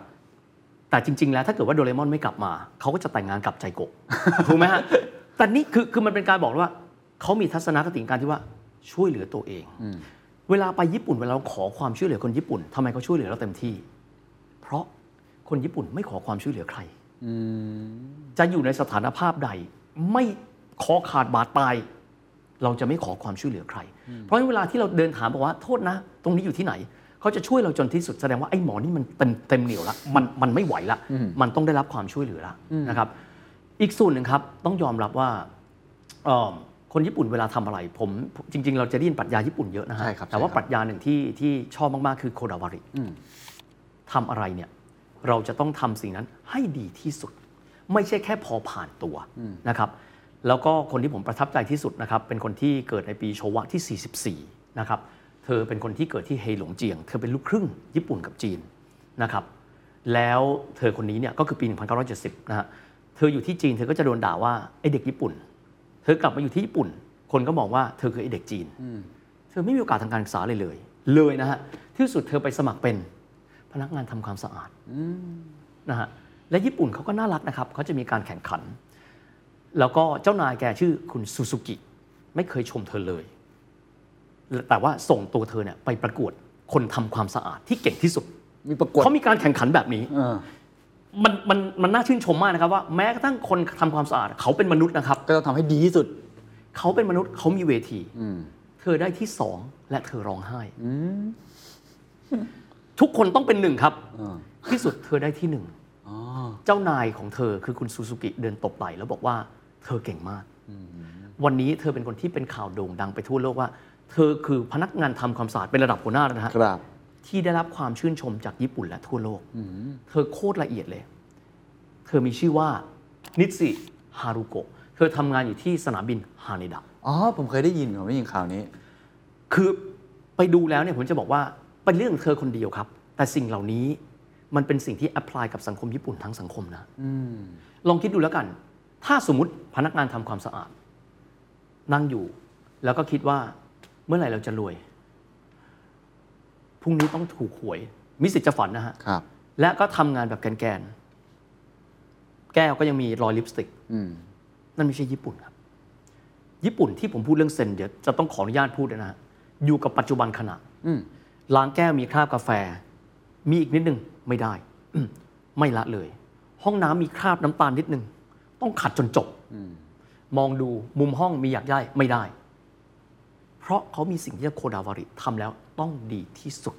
Speaker 4: แต่จริง ๆ แล้วถ้าเกิดว่าโดเรมอนไม่กลับมา เขาก็จะแต่งงานกับใจโกะ ถูกไหมฮะ แต่นี่คือคือมันเป็นการบอกว่าเขามีทัศนคติการที่ว่าช่วยเหลือตัวเอง เวลาไปญี่ปุ่นเวลาเราขอความช่วยเหลือคนญี่ปุ่นทำไมเขาช่วยเหลือเราเต็มที่ เพราะคนญี่ปุ่นไม่ขอความช่วยเหลือใคร จะอยู่ในสถานภาพใด ไม่ขอขาดบาดตาย เราจะไม่ขอความช่วยเหลือใคร เพราะฉะนั้นเวลาที่เราเดินถามบอกว่าโทษนะ ตรงนี้อยู่ที่ไหน เขาจะช่วยเราจนที่สุดแสดงว่าไอ้หมอนี่มันเต็มเต็มเหนียวละมันมันไม่ไหวละมันต้องได้รับความช่วยเหลือละนะครับ อีกส่วนหนึ่งครับต้องยอมรับว่าเอิ่มคนญี่ปุ่นเวลาทำอะไร ผมจริง ๆ เราจะได้ยินปรัชญาญี่ปุ่นเยอะนะฮะ
Speaker 5: ใช่ครับ
Speaker 4: แต่ว่า
Speaker 5: ใช่ครับ
Speaker 4: ปรัชญาหนึ่งที่ที่ชอบมากๆคือโคดาวาริ ทำอะไรเนี่ยเราจะต้องทำสิ่งนั้นให้ดีที่สุด ไม่ใช่แค่พอผ่านตัวนะครับแล้วก็คนที่ผมประทับใจที่สุดนะครับเป็นคนที่เกิดในปีโชวะที่ 44 นะครับเธอเป็นคนที่เกิดที่เฮหลงเจียง เธอเป็นลูกครึ่งญี่ปุ่นกับจีนนะครับแล้วเธอคนนี้เนี่ยก็คือปี 1970 นะฮะเธออยู่ที่จีนเธอก็จะโดนด่าว่าไอเด็กญี่ปุ่น เธอกลับมาอยู่ที่ญี่ปุ่น คนก็มองว่าเธอคือไอเด็กจีน เธอไม่มีโอกาสทางการศึกษาเลยเลย เลยนะฮะ ที่สุดเธอไปสมัครเป็นพนักงานทำความสะอาดนะฮะและญี่ปุ่นเขาก็น่ารักนะครับเขาจะมีการแข่งขัน แล้วก็เจ้านายแกชื่อคุณซูซูกิไม่เคยชมเธอเลย แต่ว่าส่งตัวเธอเนี่ยไปประกวดคนทำความสะอาดที่เก่งที่สุด
Speaker 5: มีประกวด
Speaker 4: เขามีการแข่งขันแบบนี้
Speaker 5: เออ
Speaker 4: มันมันมันน่าชื่นชมมากนะครับว่าแม้กระทั่งคนทำความสะอาดเขาเป็นมนุษย์นะครับ
Speaker 5: ก็ต้องทำให้ดีที่สุด
Speaker 4: เขาเป็นมนุษย์เขามีเวที
Speaker 5: อืม
Speaker 4: เธอได้ที่สองและเธอร้องไห้ ทุกคนต้องเป็นหนึ่งครับ
Speaker 5: เออ
Speaker 4: ที่สุดเธอได้ที่หนึ่ง
Speaker 5: อ๋อ
Speaker 4: เจ้านายของเธอคือคุณซูซูกิเดินตบไหล่แล้วบอกว่าเธอเก่งมาก วันนี้เธอเป็นคนที่เป็นข่าวโด่งดังไปทั่วโลกว่า เธอคือพนักงานทำความสะอาดเป็นระดับหัวหน้าแล้วนะฮะ
Speaker 5: ครับ
Speaker 4: ที่ได้รับความชื่นชมจากญี่ปุ่นและทั่วโลก เธอโคตรละเอียดเลย เธอมีชื่อว่านิตสิฮารุโกะ เธอทำงานอยู่ที่สนามบินฮาเนดะ
Speaker 5: อ๋อ ผมเคยได้ยินผมได้ยินข่าวนี้
Speaker 4: คือไปดูแล้วเนี่ยผมจะบอกว่าเป็นเรื่องของเธอคนเดียวครับ แต่สิ่งเหล่านี้มันเป็นสิ่งที่แอพพลายกับสังคมญี่ปุ่นทั้งสังคมนะลองคิดดูแล้วกัน ถ้าสมมติพนักงานทำความสะอาด นั่งอยู่ แล้วก็คิดว่าเมื่อไหร่เราจะรวยพรุ่งนี้ต้องถูกหวย มิสิทธิ์จะฝันนะฮะ
Speaker 5: ครับ
Speaker 4: และก็ทำงานแบบแกนๆ แก้วก็ยังมีรอยลิปสติก
Speaker 5: อืม
Speaker 4: นั่นไม่ใช่ญี่ปุ่นครับ ญี่ปุ่นที่ผมพูดเรื่องเซนเดี๋ยวจะต้องขออนุญาตพูดด้วยนะฮะอยู่กับปัจจุบันขณะ
Speaker 5: อืม
Speaker 4: ล้างแก้วมีคราบกาแฟ มีอีกนิดนึงไม่ได้ ไม่ละเลย ห้องน้ำมีคราบน้ำตาลนิดนึง ต้องขัดจนจบมองดูมุมห้องมีอยากได้ไม่ได้ เพราะเขามีสิ่งที่เรียกโคดาวาริทำแล้วต้องดีที่สุด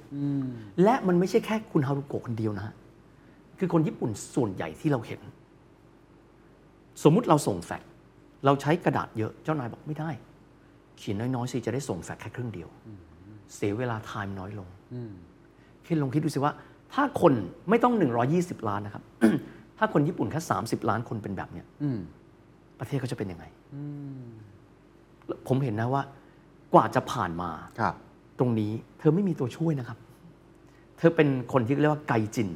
Speaker 4: และมันไม่ใช่แค่คุณฮารุโกะคนเดียวนะฮะคือคนญี่ปุ่นส่วนใหญ่ที่เราเห็น สมมุติเราส่งแฟกซ์เราใช้กระดาษเยอะเจ้านายบอกไม่ได้ เขียนน้อยๆสิจะได้ส่งแฟกซ์แค่ครึ่งเดียว เสียเวลาไทม์น้อยลงคิดลองคิดดูสิว่า ถ้าคนไม่ต้อง 120 ล้านนะครับ ถ้าคนญี่ปุ่นแค่ 30 ล้านคนเป็นแบบเนี้ย
Speaker 5: อืม
Speaker 4: ประเทศเขาจะเป็นยังไงแล้วผมเห็นนะว่า กว่าจะผ่านมา
Speaker 5: ครับ
Speaker 4: ตรงนี้เธอไม่มีตัวช่วยนะครับ เธอเป็นคนที่เรียกว่าไกจิน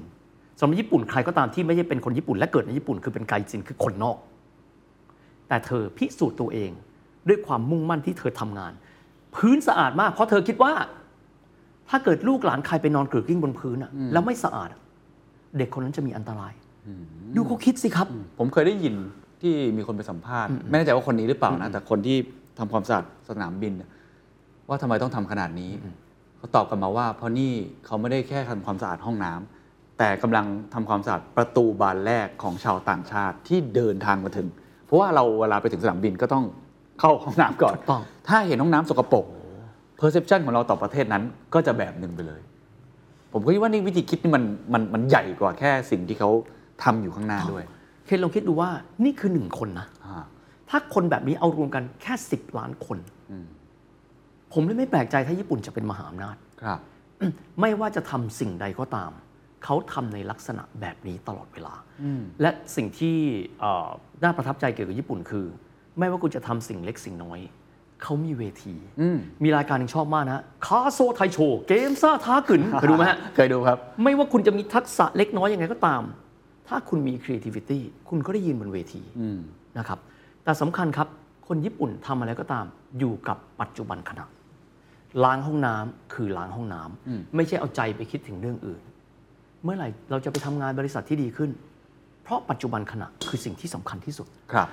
Speaker 4: สำหรับญี่ปุ่นใครก็ตามที่ไม่ใช่เป็นคนญี่ปุ่นและเกิดในญี่ปุ่นคือเป็นไกจินคือคนนอก แต่เธอพิสูจน์ตัวเองด้วยความมุ่งมั่นที่เธอทำงาน พื้นสะอาดมาก เพราะเธอคิดว่า ถ้าเกิดลูกหลานใครไปนอนกรึกกลิ้งบนพื้นอะแล้วไม่สะอาดอะเด็กคนนั้นจะมีอันตราย ดูเขาคิดสิครับ
Speaker 5: ผมเคยได้ยินที่มีคนไปสัมภาษณ์ ไม่แน่ใจว่าคนนี้หรือเปล่านะ แต่คนที่ทำความสะอาดสนามบินน่ะว่าทำไมต้องทำขนาดนี้ เขาตอบกลับมาว่า เพราะนี่เขาไม่ได้แค่ทำความสะอาดห้องน้ำแต่กำลังทำความสะอาดประตูบานแรกของชาวต่างชาติที่เดินทางมาถึง เพราะว่าเราเวลาไปถึงสนามบินก็ต้องเข้าห้องน้ำก่อน
Speaker 4: ถูกต้อง
Speaker 5: ถ้าเห็นห้องน้ำสกปรก perception ของเราต่อประเทศนั้นก็จะแบบหนึ่งไปเลย ผมก็คิดว่านี่วิธีคิดนี่มันมันมันใหญ่กว่าแค่สิ่งที่เขาทำอยู่ข้างหน้าด้วย
Speaker 4: เคนลองคิดดูว่านี่คือหนึ่งคนนะ ถ้าคนแบบนี้เอารวมกันแค่ 10 ล้านคน
Speaker 5: อืม
Speaker 4: ผมเลยไม่แปลกใจถ้าญี่ปุ่นจะเป็นมหาอำนาจ
Speaker 5: ครับ
Speaker 4: ไม่ว่าจะทำสิ่งใดก็ตาม เขาทำในลักษณะแบบนี้ตลอดเวลา และสิ่งที่เอ่อน่าประทับใจเกี่ยวกับญี่ปุ่นคือ ไม่ว่าคุณจะทำสิ่งเล็กสิ่งน้อย เขามีเวที
Speaker 5: อืม
Speaker 4: มีรายการหนึ่งชอบมากนะคาโซไทโชเกมซ่าท้ากึน เคยดูไหมฮะ
Speaker 5: เคยดูครับ
Speaker 4: ไม่ว่าคุณจะมีทักษะเล็กน้อยยังไงก็ตาม ถ้าคุณมี creativity คุณก็ได้ยืนบนเวทีนะครับ แต่สำคัญครับ คนญี่ปุ่นทำอะไรก็ตาม อยู่กับปัจจุบันขณะ ล้างห้องน้ำคือล้างห้องน้ำไม่ใช่เอาใจไปคิดถึงเรื่องอื่น เมื่อไหร่เราจะไปทำงานบริษัทที่ดีขึ้น เพราะปัจจุบันขณะคือสิ่งที่สำคัญที่สุด
Speaker 5: ครับ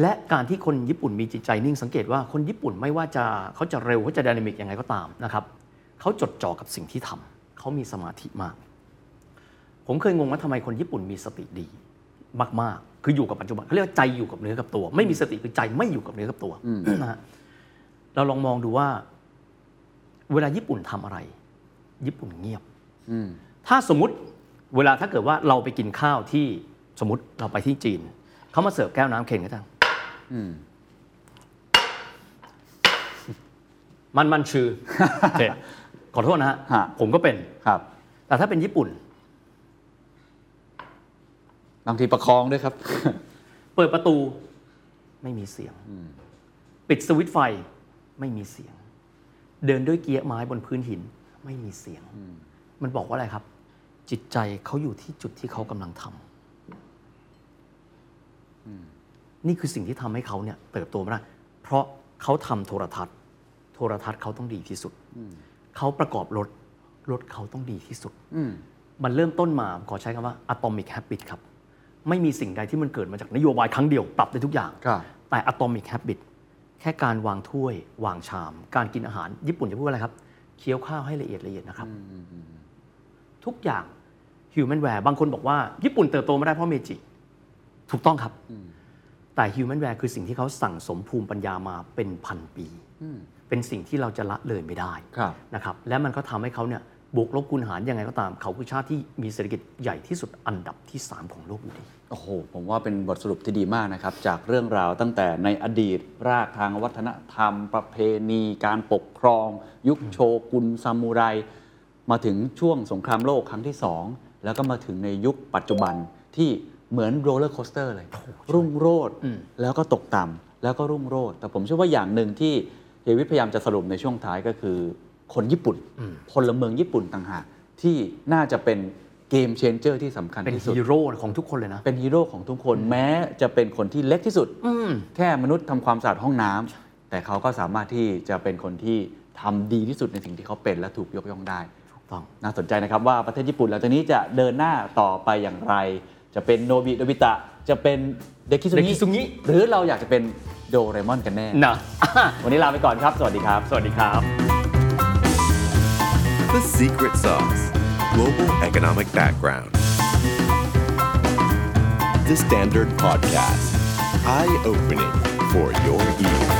Speaker 4: และการที่คนญี่ปุ่นมีจิตใจนิ่งสังเกตว่าคนญี่ปุ่นไม่ว่าจะเขาจะเร็วเขาจะดินามิกยังไงก็ตามนะครับเขาจดจ่อกับสิ่งที่ทำเขามีสมาธิมาก ผมเคยงงว่าทำไมคนญี่ปุ่นมีสติดีมากๆ คืออยู่กับปัจจุบันเขาเรียกว่าใจอยู่กับเนื้อกับตัว ไม่มีสติคือใจไม่อยู่กับเนื้อกับตัวนะฮะเราลองมองดูว่า เวลาญี่ปุ่นทำอะไร ญี่ปุ่นเงียบ
Speaker 5: อืม
Speaker 4: ถ้าสมมติเวลาถ้าเกิดว่าเราไปกินข้าวที่สมมติเราไปที่จีน เขามาเสิร์ฟแก้วน้ำเค็งก็จัง
Speaker 5: อืม
Speaker 4: มันมันชื่อ เจ็ดขอโทษนะฮะ
Speaker 5: ฮะ
Speaker 4: ผมก็เป็น
Speaker 5: ครับ
Speaker 4: แต่ถ้าเป็นญี่ปุ่น
Speaker 5: บางทีประคองด้วยครับ
Speaker 4: เปิดประตูไม่มีเสียง ปิดสวิตช์ไฟไม่มีเสียง เดินด้วยเกียร์ไม้บนพื้นหิน ไม่มีเสียง มันบอกว่าอะไรครับ จิตใจเขาอยู่ที่จุดที่เขากำลังทำนี่คือสิ่งที่ทำให้เขาเนี่ยเติบโตมาได้เพราะเขาทำโทรทัศน์ โทรทัศน์เขาต้องดีที่สุด เขาประกอบรถ รถเขาต้องดีที่สุด
Speaker 5: อืม
Speaker 4: มันเริ่มต้นมาขอใช้คำว่า atomic habit ครับ ไม่มีสิ่งใดที่มันเกิดมาจากนโยบายครั้งเดียวปรับได้ทุกอย่าง
Speaker 5: ครับ
Speaker 4: แต่ atomic habit แค่การวางถ้วย วางชาม การกินอาหาร ญี่ปุ่นจะพูดว่าอะไรครับ เคี้ยวข้าวให้ละเอียดละเอียดนะครับ ทุกอย่าง human ware บางคนบอกว่า ญี่ปุ่นเติบโตไม่ได้เพราะเมจิ ถูกต้องครับ
Speaker 5: อืม
Speaker 4: แต่ human ware คือสิ่งที่เขาสั่งสมภูมิปัญญามาเป็นพันปี
Speaker 5: อืม
Speaker 4: เป็นสิ่งที่เราจะละเลยไม่ได้
Speaker 5: ครับ
Speaker 4: นะครับและมันก็ทำให้เขาเนี่ยบวกลบคูณหารยังไงก็ตาม เขาคือชาติที่มีเศรษฐกิจใหญ่ที่สุดอันดับที่ 3 ของโลกอยู่ดี
Speaker 5: โอ้โห ผมว่าเป็นบทสรุปที่ดีมากนะครับ จากเรื่องราวตั้งแต่ในอดีต รากทางวัฒนธรรม ประเพณี การปกครอง ยุคโชกุนซามูไร มาถึงช่วงสงครามโลกครั้งที่ 2 แล้วก็มาถึงในยุคปัจจุบันที่เหมือนโรลเลอร์โคสเตอร์เลย รุ่งโรด
Speaker 4: อืม
Speaker 5: แล้วก็ตกต่ำแล้วก็รุ่งโรดแต่ผมเชื่อว่าอย่างหนึ่งที่เฮยวิทพยายามจะสรุปในช่วงท้ายก็คือ คนญี่ปุ่นพลเมืองญี่ปุ่นต่างหากที่น่าจะเป็นเกมเชนเจอร์ที่สำคัญ
Speaker 4: เป็น
Speaker 5: ที่สุด
Speaker 4: ฮีโร่ของทุกคนเลยนะ
Speaker 5: เป็นฮีโร่ของทุกคนแม้จะเป็นคนที่เล็กที่สุด
Speaker 4: อืม
Speaker 5: แค่มนุษย์ทำความสะอาดห้องน้ำแต่เขาก็สามารถที่จะเป็นคนที่ทำดีที่สุดในสิ่งที่เขาเป็นและถูกยกย่องได้
Speaker 4: ถูกต้อง
Speaker 5: น่าสนใจนะครับว่าประเทศญี่ปุ่นหลังจากนี้จะเดินหน้าต่อไปอย่างไร จะเป็นโนบิโนบิตะ จะเป็นเด็กคิ
Speaker 4: เด็กคิซุ
Speaker 5: ซุ
Speaker 4: งิ
Speaker 5: งิหรือเราอยากจะเป็นโดเรมอนกันแน่
Speaker 4: นะ
Speaker 5: วันนี้ลาไปก่อนครับ สวัสดีครับ
Speaker 4: สวัสดีครับ
Speaker 1: The Secret Sauce Global Economic Background. The Standard Podcast. Eye opening for your ears.